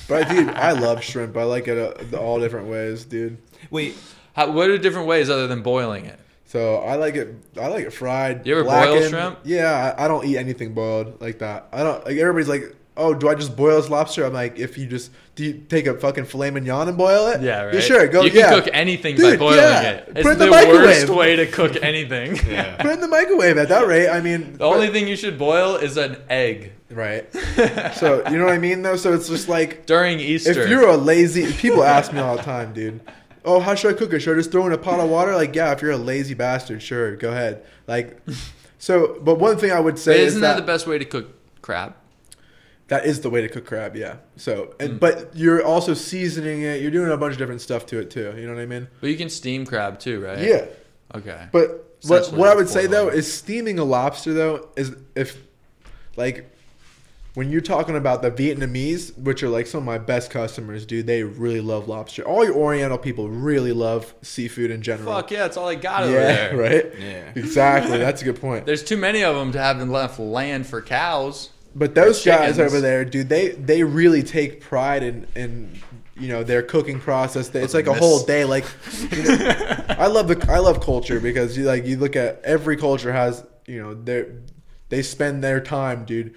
[SPEAKER 3] but dude, I love shrimp. I like it uh, all different ways, dude.
[SPEAKER 2] Wait.
[SPEAKER 1] How, what are different ways other than boiling it?
[SPEAKER 3] So I like it. I like it fried.
[SPEAKER 1] You ever boil
[SPEAKER 3] blackened.
[SPEAKER 1] shrimp?
[SPEAKER 3] Yeah, I, I don't eat anything boiled like that. I don't. Like everybody's like, oh, do I just boil this lobster? I'm like, if you just do you take a fucking filet mignon and boil it?
[SPEAKER 1] Yeah, right.
[SPEAKER 3] sure. Go.
[SPEAKER 1] You
[SPEAKER 3] yeah.
[SPEAKER 1] can cook anything by
[SPEAKER 3] Dude,
[SPEAKER 1] boiling
[SPEAKER 3] yeah.
[SPEAKER 1] it.
[SPEAKER 3] Put
[SPEAKER 1] It's
[SPEAKER 3] it in
[SPEAKER 1] the,
[SPEAKER 3] the
[SPEAKER 1] worst
[SPEAKER 3] microwave.
[SPEAKER 1] way to cook anything.
[SPEAKER 2] Yeah.
[SPEAKER 3] Put it in the microwave at that rate. I mean,
[SPEAKER 1] The only thing you should boil is an egg
[SPEAKER 3] right. so you know what I mean though. So it's just like
[SPEAKER 1] during Easter.
[SPEAKER 3] If you're a lazy, people ask me all the time, dude. Oh, how should I cook it? Should I just throw in a pot of water? Like, yeah, if you're a lazy bastard, sure, go ahead. Like, so, but one thing I would say
[SPEAKER 1] Wait,
[SPEAKER 3] is
[SPEAKER 1] isn't that,
[SPEAKER 3] that
[SPEAKER 1] the best way to cook crab?
[SPEAKER 3] that is the way to cook crab, yeah. So, and,
[SPEAKER 1] Mm.
[SPEAKER 3] but you're also seasoning it. You're doing a bunch of different stuff to it too. You know what I mean?
[SPEAKER 1] But you can steam crab too, right?
[SPEAKER 3] Yeah.
[SPEAKER 1] Okay.
[SPEAKER 3] But what,
[SPEAKER 1] Essentially,
[SPEAKER 3] what I
[SPEAKER 1] it's
[SPEAKER 3] would say though
[SPEAKER 1] boiling.
[SPEAKER 3] is steaming a lobster though is if like when you're talking about the Vietnamese, which are like some of my best customers, dude, they really love lobster. All your Oriental people really love seafood in general.
[SPEAKER 1] Fuck yeah, it's all they got over
[SPEAKER 3] yeah,
[SPEAKER 1] there.
[SPEAKER 3] right?
[SPEAKER 2] Yeah.
[SPEAKER 3] Exactly. That's a good point.
[SPEAKER 1] There's too many of them to have left land for cows.
[SPEAKER 3] But those
[SPEAKER 1] They're
[SPEAKER 3] guys
[SPEAKER 1] chickens.
[SPEAKER 3] over there, dude, they they really take pride in in you know their cooking process. They- It's like a
[SPEAKER 1] Miss-
[SPEAKER 3] whole day. Like, you know, I love the I love culture because you like you look at every culture has you know their they spend their time, dude,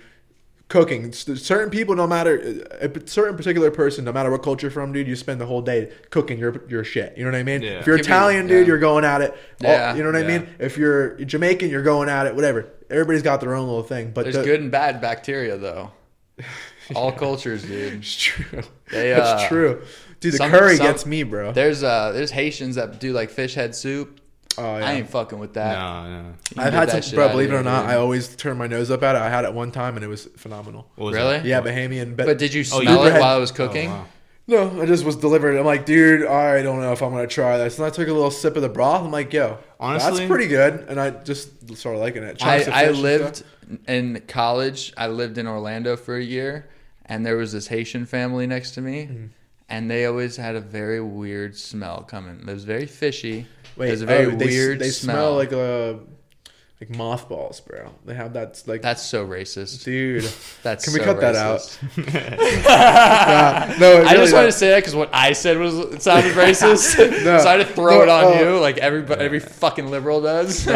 [SPEAKER 3] cooking. S- Certain people, no matter uh, a p- certain particular person, no matter what culture you're from, dude, you spend the whole day cooking your your shit. You know what I mean?
[SPEAKER 2] Yeah.
[SPEAKER 3] If you're
[SPEAKER 1] Could be-
[SPEAKER 3] Italian, dude,
[SPEAKER 1] yeah.
[SPEAKER 3] you're going at it. all-
[SPEAKER 1] Yeah,
[SPEAKER 3] you know what
[SPEAKER 1] yeah.
[SPEAKER 3] I mean? If you're Jamaican, you're going at it. Whatever. Everybody's got their own little thing, but
[SPEAKER 1] There's
[SPEAKER 3] the-
[SPEAKER 1] good and bad bacteria though. All cultures, dude.
[SPEAKER 3] It's true.
[SPEAKER 1] They,
[SPEAKER 3] That's
[SPEAKER 1] uh,
[SPEAKER 3] true. Dude, the
[SPEAKER 1] some-
[SPEAKER 3] curry
[SPEAKER 1] some-
[SPEAKER 3] gets me, bro.
[SPEAKER 1] There's uh there's Haitians that do like fish head soup.
[SPEAKER 3] Oh, yeah.
[SPEAKER 1] I ain't fucking with that.
[SPEAKER 2] No, no.
[SPEAKER 1] You can
[SPEAKER 3] I've
[SPEAKER 1] get
[SPEAKER 3] had
[SPEAKER 1] that
[SPEAKER 3] some,
[SPEAKER 1] shit
[SPEAKER 3] bro.
[SPEAKER 1] outta
[SPEAKER 3] Believe it
[SPEAKER 1] here,
[SPEAKER 3] or not,
[SPEAKER 1] dude.
[SPEAKER 3] I always turn my nose up at it. I had it one time and it was phenomenal.
[SPEAKER 2] What was
[SPEAKER 1] Really?
[SPEAKER 2] that?
[SPEAKER 3] Yeah, Bahamian. But,
[SPEAKER 1] But did you
[SPEAKER 2] Oh, you
[SPEAKER 1] smell
[SPEAKER 3] were
[SPEAKER 1] it
[SPEAKER 3] had-
[SPEAKER 1] while I was
[SPEAKER 2] Oh,
[SPEAKER 1] cooking?
[SPEAKER 2] wow.
[SPEAKER 3] no, I just was delivered. I'm like, dude, I don't know if I'm gonna try this. And I took a little sip of the broth. I'm like, yo,
[SPEAKER 2] Honestly-
[SPEAKER 3] that's pretty good. And I just started liking it. Chunks of
[SPEAKER 1] I, I
[SPEAKER 3] fish and
[SPEAKER 1] lived
[SPEAKER 3] stuff.
[SPEAKER 1] in college. I lived in Orlando for a year, and there was this Haitian family next to me,
[SPEAKER 3] Mm.
[SPEAKER 1] and they always had a very weird smell coming. It was very fishy. it was a very
[SPEAKER 3] oh, they,
[SPEAKER 1] weird
[SPEAKER 3] They
[SPEAKER 1] smell.
[SPEAKER 3] smell like a like mothballs, bro. They have that like
[SPEAKER 1] That's so racist.
[SPEAKER 3] dude.
[SPEAKER 1] That's
[SPEAKER 3] Can we
[SPEAKER 1] so
[SPEAKER 3] cut that
[SPEAKER 1] racist.
[SPEAKER 3] Yeah, no, it
[SPEAKER 1] I
[SPEAKER 3] really
[SPEAKER 1] just wanted
[SPEAKER 3] does.
[SPEAKER 1] to say that because what I said was it sounded racist,
[SPEAKER 3] No.
[SPEAKER 1] so I had to throw
[SPEAKER 3] No,
[SPEAKER 1] it on
[SPEAKER 3] uh,
[SPEAKER 1] you like every every fucking liberal does.
[SPEAKER 3] uh,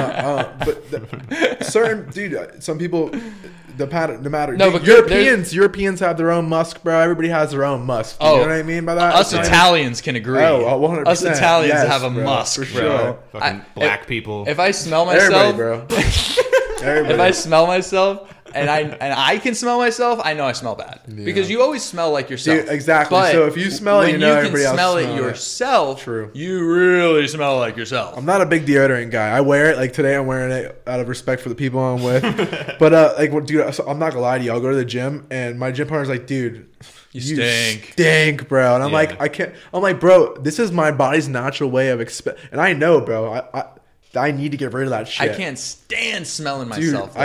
[SPEAKER 3] uh, but the, certain dude, uh, some people, the pattern, no matter.
[SPEAKER 1] No,
[SPEAKER 3] dude,
[SPEAKER 1] but
[SPEAKER 3] Europeans, Europeans have their own musk, bro. Everybody has their own musk. You
[SPEAKER 1] Oh,
[SPEAKER 3] know what I mean by that?
[SPEAKER 1] Us
[SPEAKER 3] It's not
[SPEAKER 1] Italians can agree.
[SPEAKER 3] Oh, uh, 100%.
[SPEAKER 1] Us Italians
[SPEAKER 3] Yes,
[SPEAKER 1] have a
[SPEAKER 3] bro,
[SPEAKER 1] musk.
[SPEAKER 3] for
[SPEAKER 1] bro.
[SPEAKER 2] Bro,
[SPEAKER 3] Sure.
[SPEAKER 2] fucking
[SPEAKER 1] I-
[SPEAKER 2] black people.
[SPEAKER 1] If, I smell
[SPEAKER 3] even-
[SPEAKER 1] myself,
[SPEAKER 3] everybody, bro. everybody.
[SPEAKER 1] if I smell myself and I and I can smell myself, I know I smell bad because you always smell like yourself.
[SPEAKER 3] Dude, exactly. So if you smell it,
[SPEAKER 1] when
[SPEAKER 3] you know everybody else
[SPEAKER 1] smell it
[SPEAKER 3] smell it.
[SPEAKER 1] yourself.
[SPEAKER 3] True.
[SPEAKER 1] You really smell like yourself.
[SPEAKER 3] I'm not a big deodorant guy. I wear it like today. I'm wearing it out of respect for the people I'm with. but uh, like, what, dude, so I'm not gonna lie to you. I'll go to the gym, and my gym partner's like, dude, you,
[SPEAKER 1] stink."
[SPEAKER 3] stink, bro. And I'm
[SPEAKER 2] Yeah.
[SPEAKER 3] like, I can't. I'm like, bro, this is my body's natural way of exp. And I know, bro. I I, I need to get rid of that
[SPEAKER 1] I
[SPEAKER 3] shit.
[SPEAKER 1] can't stand smelling
[SPEAKER 3] Dude,
[SPEAKER 1] myself though.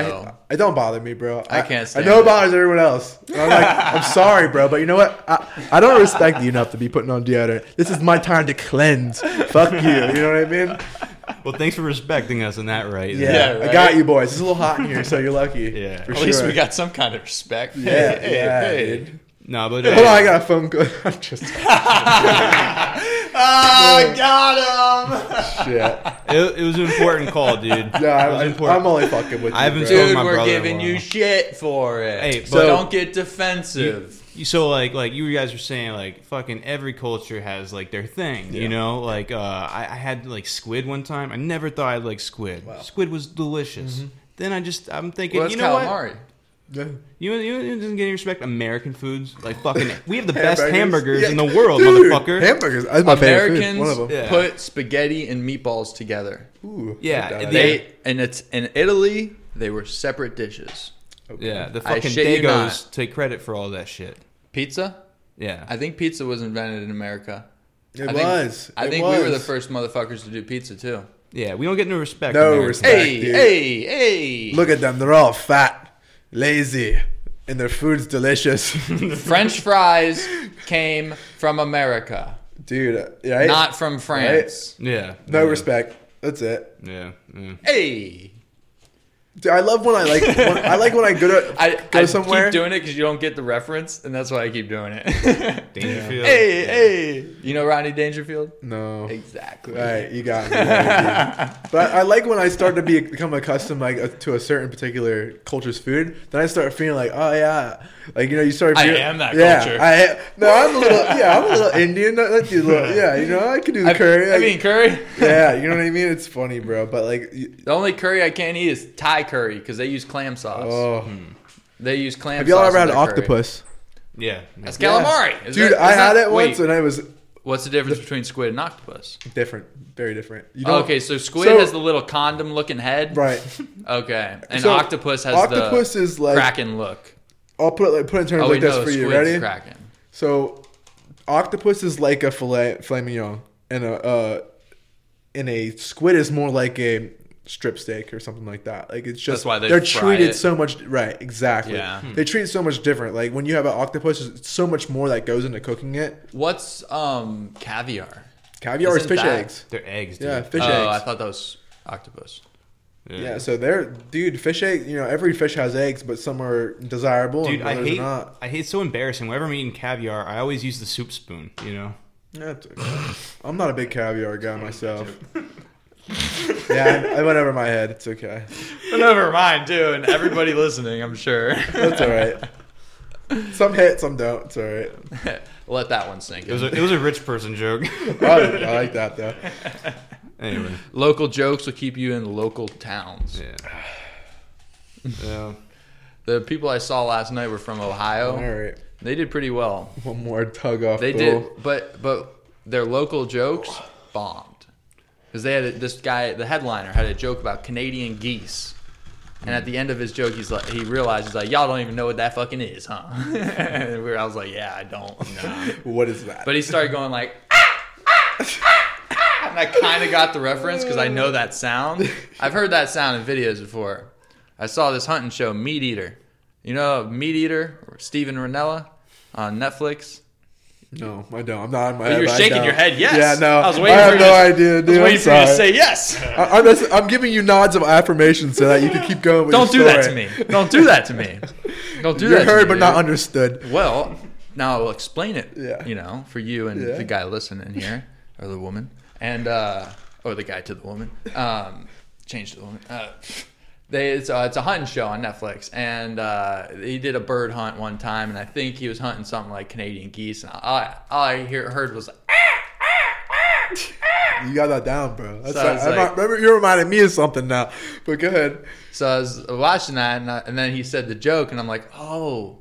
[SPEAKER 3] I, it don't bother me, bro.
[SPEAKER 1] I can't stand
[SPEAKER 3] I know
[SPEAKER 1] it.
[SPEAKER 3] it bothers everyone else. And I'm like, I'm sorry, bro, but you know what? I, I don't respect you enough to be putting on deodorant. This is my time to cleanse. Fuck you. You know what I mean?
[SPEAKER 2] well, thanks for respecting us in that, right?
[SPEAKER 3] Yeah,
[SPEAKER 1] Yeah, right?
[SPEAKER 3] I got you, boys. It's a little hot in here, so you're lucky.
[SPEAKER 2] Yeah.
[SPEAKER 3] for
[SPEAKER 1] At least
[SPEAKER 3] sure.
[SPEAKER 1] we got some kind of respect.
[SPEAKER 3] Yeah, yeah, dude.
[SPEAKER 2] No, but
[SPEAKER 3] Hold on, Oh, I got a phone call. I'm just
[SPEAKER 1] Ah, got him.
[SPEAKER 3] shit.
[SPEAKER 2] it, it was an important call, dude.
[SPEAKER 3] No,
[SPEAKER 2] it was
[SPEAKER 3] I, I,
[SPEAKER 2] important.
[SPEAKER 3] am only fucking with you.
[SPEAKER 2] I haven't
[SPEAKER 3] bro.
[SPEAKER 2] told
[SPEAKER 1] Dude,
[SPEAKER 2] my
[SPEAKER 1] we're
[SPEAKER 2] brother in
[SPEAKER 1] giving
[SPEAKER 2] law.
[SPEAKER 1] you shit for it.
[SPEAKER 2] Hey,
[SPEAKER 1] so
[SPEAKER 2] but-
[SPEAKER 1] don't get defensive.
[SPEAKER 2] so like like you guys were saying like fucking every culture has like their thing you know like uh I, I had like squid one time i never thought i'd like squid squid was delicious then i just i'm thinking
[SPEAKER 1] Mm-hmm. well, that's
[SPEAKER 2] you know what
[SPEAKER 1] calamari.
[SPEAKER 3] Yeah.
[SPEAKER 2] you, you, you didn't get any respect american foods like fucking we have the best hamburgers
[SPEAKER 3] Hamburgers?
[SPEAKER 2] in the world
[SPEAKER 3] Dude,
[SPEAKER 2] motherfucker
[SPEAKER 3] Hamburgers. That's my favorite food. One of
[SPEAKER 1] Americans
[SPEAKER 2] Yeah.
[SPEAKER 3] them.
[SPEAKER 1] put spaghetti and meatballs together.
[SPEAKER 3] Ooh,
[SPEAKER 2] Yeah,
[SPEAKER 3] I
[SPEAKER 1] They
[SPEAKER 2] Yeah.
[SPEAKER 1] and it's in Italy they were separate dishes.
[SPEAKER 3] Oh,
[SPEAKER 2] yeah the
[SPEAKER 1] I
[SPEAKER 2] fucking
[SPEAKER 1] shit you
[SPEAKER 2] dagos
[SPEAKER 1] not.
[SPEAKER 2] take credit for all that shit
[SPEAKER 1] Pizza?
[SPEAKER 2] yeah
[SPEAKER 1] I think pizza was invented in America.
[SPEAKER 3] It
[SPEAKER 1] I think,
[SPEAKER 3] was.
[SPEAKER 1] I
[SPEAKER 3] It
[SPEAKER 1] think we were the
[SPEAKER 3] was.
[SPEAKER 1] first motherfuckers to do pizza too.
[SPEAKER 2] yeah we don't get no respect
[SPEAKER 3] No
[SPEAKER 2] Americans.
[SPEAKER 3] respect.
[SPEAKER 1] Hey,
[SPEAKER 3] dude.
[SPEAKER 1] hey, hey!
[SPEAKER 3] Look at them. They're all fat, lazy, and their food's delicious.
[SPEAKER 1] French fries came from America,
[SPEAKER 3] Dude, uh, right?
[SPEAKER 1] not from France.
[SPEAKER 2] yeah
[SPEAKER 3] no
[SPEAKER 2] yeah,
[SPEAKER 3] respect. That's it.
[SPEAKER 2] yeah, yeah.
[SPEAKER 1] Hey,
[SPEAKER 3] Dude, I love when I like. When, I like when I go to
[SPEAKER 1] I,
[SPEAKER 3] go
[SPEAKER 1] I
[SPEAKER 3] somewhere.
[SPEAKER 1] keep doing it because you don't get the reference, and that's why I keep doing it. hey,
[SPEAKER 2] Dangerfield.
[SPEAKER 1] hey, you know Rodney Dangerfield?
[SPEAKER 3] no.
[SPEAKER 1] Exactly.
[SPEAKER 3] All right, you got me. but I, I like when I start to be become accustomed like uh, to a certain particular culture's food. Then I start feeling like, oh yeah, like you know, you start.
[SPEAKER 1] I
[SPEAKER 3] Feeling,
[SPEAKER 1] am that
[SPEAKER 3] yeah,
[SPEAKER 1] culture.
[SPEAKER 3] I am, no, I'm a little. Yeah, I'm a little Indian. I, I do a little, yeah, you know, I can do the
[SPEAKER 1] I,
[SPEAKER 3] curry.
[SPEAKER 1] I
[SPEAKER 3] like-
[SPEAKER 1] mean curry.
[SPEAKER 3] yeah, you know what I mean. It's funny, bro. But like, you-
[SPEAKER 1] The only curry I can't eat is Thai curry because they use clam sauce.
[SPEAKER 3] oh,
[SPEAKER 1] They use clam.
[SPEAKER 3] have y'all
[SPEAKER 1] Hmm. sauce
[SPEAKER 3] ever
[SPEAKER 1] in
[SPEAKER 3] had
[SPEAKER 1] their curry.
[SPEAKER 3] octopus?
[SPEAKER 2] Yeah.
[SPEAKER 1] That's
[SPEAKER 3] Yeah.
[SPEAKER 1] calamari, Is
[SPEAKER 3] dude.
[SPEAKER 1] that-
[SPEAKER 3] I
[SPEAKER 1] is
[SPEAKER 3] had
[SPEAKER 1] that-
[SPEAKER 3] it
[SPEAKER 1] wait,
[SPEAKER 3] once, and I was
[SPEAKER 1] What's the difference between squid and octopus?
[SPEAKER 3] different, very different. You don't-
[SPEAKER 1] Oh, Okay, so squid
[SPEAKER 3] So-
[SPEAKER 1] has the little condom-looking head.
[SPEAKER 3] right.
[SPEAKER 1] Okay, and
[SPEAKER 3] So,
[SPEAKER 1] octopus has
[SPEAKER 3] octopus
[SPEAKER 1] the
[SPEAKER 3] is like-
[SPEAKER 1] kraken look.
[SPEAKER 3] I'll put it like put it in terms
[SPEAKER 1] Oh,
[SPEAKER 3] like
[SPEAKER 1] wait,
[SPEAKER 3] this
[SPEAKER 1] no,
[SPEAKER 3] for you.
[SPEAKER 1] squid's
[SPEAKER 3] Ready?
[SPEAKER 1] kraken.
[SPEAKER 3] So, octopus is like a filet filet mignon, and a uh, and a squid is more like a strip steak or something like that. Like it's just
[SPEAKER 1] That's why they
[SPEAKER 3] are
[SPEAKER 1] fry
[SPEAKER 3] treated
[SPEAKER 1] it.
[SPEAKER 3] so much right. Exactly.
[SPEAKER 1] Yeah. Hmm.
[SPEAKER 3] They treat it so much different. Like when you have an octopus, it's so much more that goes into cooking it.
[SPEAKER 1] What's um caviar?
[SPEAKER 3] Caviar is
[SPEAKER 1] Isn't
[SPEAKER 3] fish
[SPEAKER 1] that-
[SPEAKER 3] eggs.
[SPEAKER 2] They're eggs, dude.
[SPEAKER 3] Yeah, fish
[SPEAKER 1] oh, I
[SPEAKER 3] eggs.
[SPEAKER 1] thought that was octopus.
[SPEAKER 3] yeah, so they're dude, fish egg. You know, every fish has eggs, but some are desirable
[SPEAKER 2] Dude,
[SPEAKER 3] and
[SPEAKER 2] I
[SPEAKER 3] others
[SPEAKER 2] hate.
[SPEAKER 3] are not.
[SPEAKER 2] I hate. It's so embarrassing. Whenever I'm eating caviar, I always use the soup spoon. You know.
[SPEAKER 3] That's okay. I'm not a big caviar guy myself. yeah, I, I went over my head. It's okay.
[SPEAKER 1] Never mind, too, and everybody listening, I'm sure.
[SPEAKER 3] That's all right. Some hit, some don't. It's all right.
[SPEAKER 1] Let that one sink
[SPEAKER 2] It was
[SPEAKER 1] in.
[SPEAKER 2] a, it was a rich person joke.
[SPEAKER 3] I, I like that though.
[SPEAKER 2] anyway.
[SPEAKER 1] local jokes will keep you in local towns.
[SPEAKER 2] Yeah. yeah.
[SPEAKER 1] The people I saw last night were from Ohio.
[SPEAKER 3] All right,
[SPEAKER 1] They did pretty well.
[SPEAKER 3] one more tug off.
[SPEAKER 1] They
[SPEAKER 3] goal.
[SPEAKER 1] did, but but their local jokes bombed because they had a, this guy, the headliner, had a joke about Canadian geese, and at the end of his joke, he's like, he realized he's like, y'all don't even know what that fucking is, huh? and we were, I was like, yeah, I don't.
[SPEAKER 3] What is that?
[SPEAKER 1] But he started going like, ah, ah, ah, ah," and I kind of got the reference because I know that sound. I've heard that sound in videos before. I saw this hunting show, Meat Eater. You know, Meat Eater, or Steven Ranella on Netflix.
[SPEAKER 3] no, I don't. I'm not in my
[SPEAKER 1] But
[SPEAKER 3] head.
[SPEAKER 1] you're
[SPEAKER 3] I
[SPEAKER 1] shaking
[SPEAKER 3] don't.
[SPEAKER 1] your head. Yes.
[SPEAKER 3] Yeah, no.
[SPEAKER 1] I was waiting
[SPEAKER 3] I have
[SPEAKER 1] for you
[SPEAKER 3] no
[SPEAKER 1] to,
[SPEAKER 3] idea, dude.
[SPEAKER 1] I was waiting
[SPEAKER 3] I'm
[SPEAKER 1] for you to
[SPEAKER 3] sorry.
[SPEAKER 1] say yes.
[SPEAKER 3] I, I'm, just, I'm giving you nods of affirmation so that you can keep going. With
[SPEAKER 1] Don't do
[SPEAKER 3] your
[SPEAKER 1] that to
[SPEAKER 3] story.
[SPEAKER 1] me. Don't do that to me. Don't do
[SPEAKER 3] You're
[SPEAKER 1] that.
[SPEAKER 3] heard
[SPEAKER 1] to me,
[SPEAKER 3] but not
[SPEAKER 1] dude.
[SPEAKER 3] understood.
[SPEAKER 1] Well, now I'll explain it.
[SPEAKER 3] Yeah.
[SPEAKER 1] You know, for you and
[SPEAKER 3] Yeah.
[SPEAKER 1] the guy listening here, or the woman, and uh, or the guy to the woman, um, change to the woman. Uh, they it's a, it's a hunting show on Netflix, and uh, he did a bird hunt one time, and I think he was hunting something like Canadian geese, and all I, all I hear, heard was.
[SPEAKER 3] You got that down, bro. That's
[SPEAKER 1] So I was
[SPEAKER 3] I'm
[SPEAKER 1] like-
[SPEAKER 3] not- remember, you're reminding me of something now. But go ahead.
[SPEAKER 1] So I was watching that, and, I, and then he said the joke, and I'm like, oh,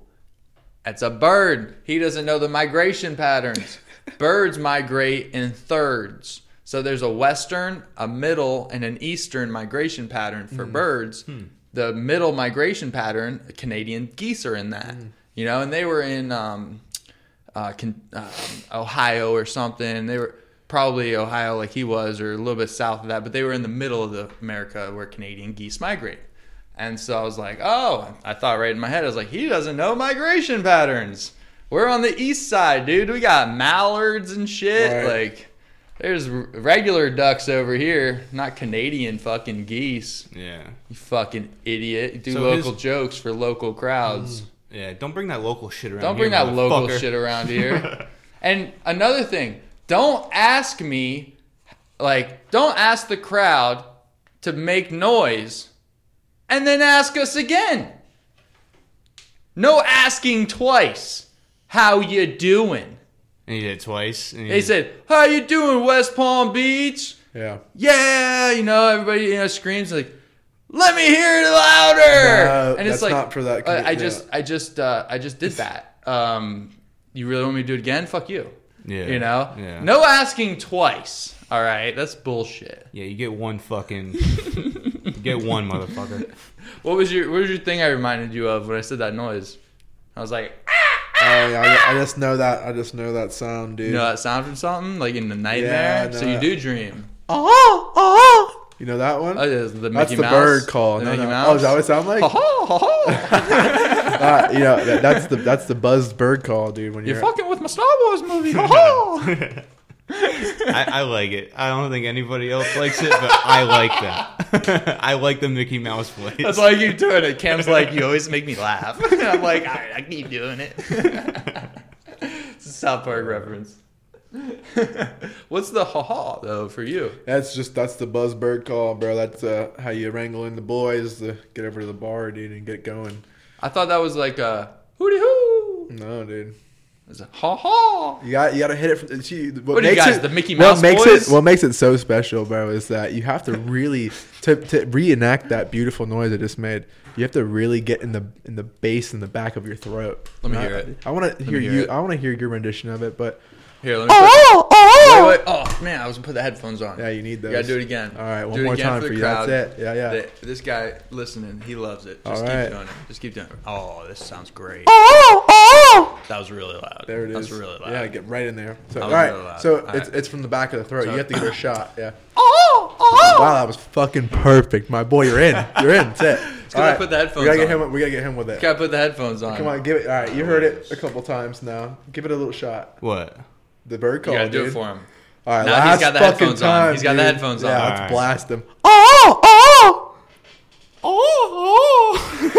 [SPEAKER 1] that's a bird. He doesn't know the migration patterns. Birds migrate in thirds. So there's a western, a middle, and an eastern migration pattern for birds. The middle migration pattern, Canadian geese are in that, you know, and they were in um, uh, con- um Ohio or something. They were probably Ohio, like he was, or a little bit south of that, but they were in the middle of the America where Canadian geese migrate. And so I was like, oh, I thought right in my head, I was like, he doesn't know migration patterns. We're on the east side, dude. We got mallards and shit.
[SPEAKER 3] Right.
[SPEAKER 1] Like, there's r- regular ducks over here, not Canadian fucking geese.
[SPEAKER 2] Yeah.
[SPEAKER 1] You fucking idiot. Do
[SPEAKER 2] So his- Hmm.
[SPEAKER 1] local jokes for local crowds.
[SPEAKER 2] Yeah. Don't bring that local shit around.
[SPEAKER 1] Don't
[SPEAKER 2] here,
[SPEAKER 1] bring that local
[SPEAKER 2] motherfucker.
[SPEAKER 1] shit around here. and another thing, don't ask me, like, don't ask the crowd to make noise and then ask us again. No asking twice. How you doing?
[SPEAKER 2] And he did it twice. And he
[SPEAKER 1] They said, "How you doing, West Palm Beach?"
[SPEAKER 3] Yeah.
[SPEAKER 1] Yeah, you know, everybody you know screams like, "Let me hear it louder!"
[SPEAKER 3] No,
[SPEAKER 1] and it's
[SPEAKER 3] that's
[SPEAKER 1] like,
[SPEAKER 3] not for that
[SPEAKER 1] I, I
[SPEAKER 3] commu-
[SPEAKER 1] just, I just, uh, I just did that. Um, you really want me to do it again? Fuck you.
[SPEAKER 2] Yeah.
[SPEAKER 1] You know,
[SPEAKER 2] Yeah.
[SPEAKER 1] no asking twice. All right, that's bullshit.
[SPEAKER 2] Yeah. You get one fucking. you get one motherfucker.
[SPEAKER 1] What was your, what was your thing? I reminded you of when I said that noise. I was like,
[SPEAKER 3] Oh, yeah, I, I just know that. I just know that sound, dude.
[SPEAKER 1] you know, that sound from something like in the
[SPEAKER 3] Yeah, I
[SPEAKER 1] nightmare.
[SPEAKER 3] know
[SPEAKER 1] so you
[SPEAKER 3] that.
[SPEAKER 1] do dream.
[SPEAKER 3] Oh, oh. You know that one?
[SPEAKER 1] Oh, yeah, the Mickey
[SPEAKER 3] That's the
[SPEAKER 1] Mouse,
[SPEAKER 3] bird call.
[SPEAKER 1] The
[SPEAKER 3] No,
[SPEAKER 1] Mickey
[SPEAKER 3] no.
[SPEAKER 1] Mouse. Uh-huh.
[SPEAKER 3] Oh, is that what it sound like?
[SPEAKER 1] Ha ha, ha ha.
[SPEAKER 3] Ah, you know, that, that's the that's the buzzed bird call, dude. When you're,
[SPEAKER 1] You're fucking with my Star Wars movie. Ha ha.
[SPEAKER 2] I, I like it. I don't think anybody else likes it, but I like that. I like the Mickey Mouse place.
[SPEAKER 1] That's why I keep doing it. Cam's like, you always make me laugh. And I'm like, all right, I keep doing it. it's a South Park reference. What's the ha ha though for you?
[SPEAKER 3] That's just that's the buzzbird call, bro. That's uh, how you wrangle in the boys to get over to the bar, dude, and get going.
[SPEAKER 1] I thought that was like a hooty hoo.
[SPEAKER 3] No, dude.
[SPEAKER 1] It's a ha ha.
[SPEAKER 3] You got you got to hit it from. See, what
[SPEAKER 1] What do you
[SPEAKER 3] makes
[SPEAKER 1] guys,
[SPEAKER 3] it-
[SPEAKER 1] the Mickey Mouse
[SPEAKER 3] What makes
[SPEAKER 1] boys?
[SPEAKER 3] it what makes it so special, bro, is that you have to really to, to reenact that beautiful noise I just made. You have to really get in the in the bass in the back of your throat.
[SPEAKER 1] Let me
[SPEAKER 3] And
[SPEAKER 1] hear
[SPEAKER 3] I,
[SPEAKER 1] it.
[SPEAKER 3] I want to
[SPEAKER 1] me
[SPEAKER 3] hear
[SPEAKER 1] hear
[SPEAKER 3] you.
[SPEAKER 1] it.
[SPEAKER 3] I want to hear your rendition of it, but
[SPEAKER 1] Here, let me. Put, wait, wait. Oh man, I was gonna put the headphones on.
[SPEAKER 3] yeah, you need those.
[SPEAKER 1] You gotta do it again.
[SPEAKER 3] All right, one
[SPEAKER 1] Do it
[SPEAKER 3] more
[SPEAKER 1] again
[SPEAKER 3] time
[SPEAKER 1] the
[SPEAKER 3] for you.
[SPEAKER 1] crowd.
[SPEAKER 3] That's it. Yeah, yeah.
[SPEAKER 1] Th- This guy listening, he loves it. Just
[SPEAKER 3] All
[SPEAKER 1] keep
[SPEAKER 3] right.
[SPEAKER 1] doing it. Just keep doing it. Oh, this sounds great. That was really loud.
[SPEAKER 3] There it is.
[SPEAKER 1] That was really loud.
[SPEAKER 3] Yeah, get right in there. So,
[SPEAKER 1] That
[SPEAKER 3] all
[SPEAKER 1] was
[SPEAKER 3] right.
[SPEAKER 1] really loud.
[SPEAKER 3] So
[SPEAKER 1] All
[SPEAKER 3] it's
[SPEAKER 1] right.
[SPEAKER 3] it's from the back of the throat.
[SPEAKER 1] So-
[SPEAKER 3] you have to give it a shot. Yeah. Wow, that was fucking perfect, my boy. You're in. You're in. That's it.
[SPEAKER 1] good I put the headphones
[SPEAKER 3] we gotta get
[SPEAKER 1] on.
[SPEAKER 3] him. We gotta get him with it.
[SPEAKER 1] Gotta put the headphones on.
[SPEAKER 3] Come on, give it. All right, you heard it a couple times now. Give it a little shot.
[SPEAKER 2] What?
[SPEAKER 3] The bird call.
[SPEAKER 1] You gotta do
[SPEAKER 3] dude.
[SPEAKER 1] it for him.
[SPEAKER 3] All right,
[SPEAKER 1] Now he's
[SPEAKER 3] last
[SPEAKER 1] got the
[SPEAKER 3] fucking
[SPEAKER 1] headphones on.
[SPEAKER 3] time.
[SPEAKER 1] He's got the
[SPEAKER 3] dude.
[SPEAKER 1] headphones on.
[SPEAKER 3] yeah,
[SPEAKER 2] All
[SPEAKER 3] let's
[SPEAKER 2] right.
[SPEAKER 3] blast him.
[SPEAKER 1] Oh,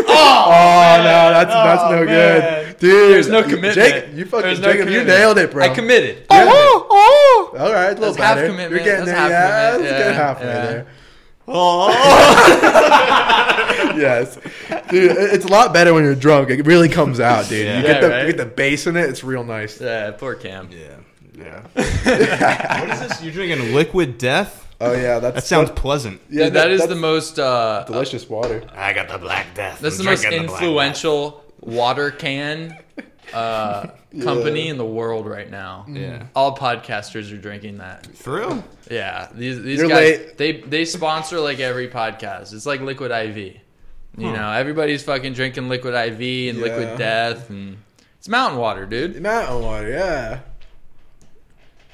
[SPEAKER 3] Oh no, that's that's no good, dude.
[SPEAKER 1] there's no commitment.
[SPEAKER 3] Jake, you fucking
[SPEAKER 1] There's
[SPEAKER 3] Jacob, you
[SPEAKER 1] commitment.
[SPEAKER 3] nailed it, bro.
[SPEAKER 1] I committed.
[SPEAKER 3] Yeah.
[SPEAKER 2] Oh,
[SPEAKER 3] All right, a little
[SPEAKER 1] That's half
[SPEAKER 3] better.
[SPEAKER 1] commitment.
[SPEAKER 3] You're getting
[SPEAKER 1] That's
[SPEAKER 3] there.
[SPEAKER 1] half commitment. Yeah,
[SPEAKER 3] yeah, let's get halfway
[SPEAKER 1] yeah.
[SPEAKER 3] there.
[SPEAKER 2] Oh,
[SPEAKER 3] yes, dude. it- It's a lot better when you're drunk. It really comes out, dude.
[SPEAKER 2] Yeah.
[SPEAKER 3] You get
[SPEAKER 1] Yeah,
[SPEAKER 3] the
[SPEAKER 1] right?
[SPEAKER 3] you get the bass in it. It's real nice.
[SPEAKER 1] Yeah, poor Cam.
[SPEAKER 2] yeah, yeah. what is this? You're drinking liquid death?
[SPEAKER 3] Oh yeah, that's
[SPEAKER 2] That sounds pleasant.
[SPEAKER 3] yeah,
[SPEAKER 1] Dude, that is
[SPEAKER 3] that's
[SPEAKER 1] the most. Uh,
[SPEAKER 3] delicious water.
[SPEAKER 2] I got the black death.
[SPEAKER 1] that's the most influential water can uh, company in the world right now.
[SPEAKER 2] Yeah.
[SPEAKER 1] All podcasters are drinking that.
[SPEAKER 2] For real?
[SPEAKER 1] Yeah, these these
[SPEAKER 3] You're
[SPEAKER 1] guys
[SPEAKER 3] late.
[SPEAKER 1] they they sponsor like every podcast. It's like Liquid IV. You know, everybody's fucking drinking Liquid IV and
[SPEAKER 3] Yeah.
[SPEAKER 1] Liquid Death and it's mountain water, dude.
[SPEAKER 3] Mountain water. Yeah.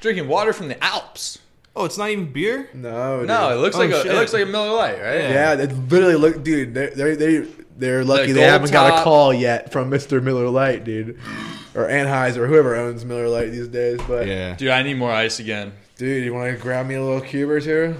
[SPEAKER 1] Drinking water from the Alps.
[SPEAKER 2] Oh, it's not even beer.
[SPEAKER 3] No. dude.
[SPEAKER 1] No, it looks
[SPEAKER 2] Oh,
[SPEAKER 1] like a, it
[SPEAKER 2] shit.
[SPEAKER 1] looks like a Miller Lite, right?
[SPEAKER 2] Yeah.
[SPEAKER 3] Yeah, they literally look, dude. They they they they're lucky they
[SPEAKER 1] gold
[SPEAKER 3] haven't got a
[SPEAKER 1] top.
[SPEAKER 3] call yet from Mister Miller Lite, dude, or Anheuser, whoever owns Miller Lite these days. But
[SPEAKER 2] Yeah.
[SPEAKER 1] Dude, I need more ice again.
[SPEAKER 3] dude, you want to grab me a little cube or two?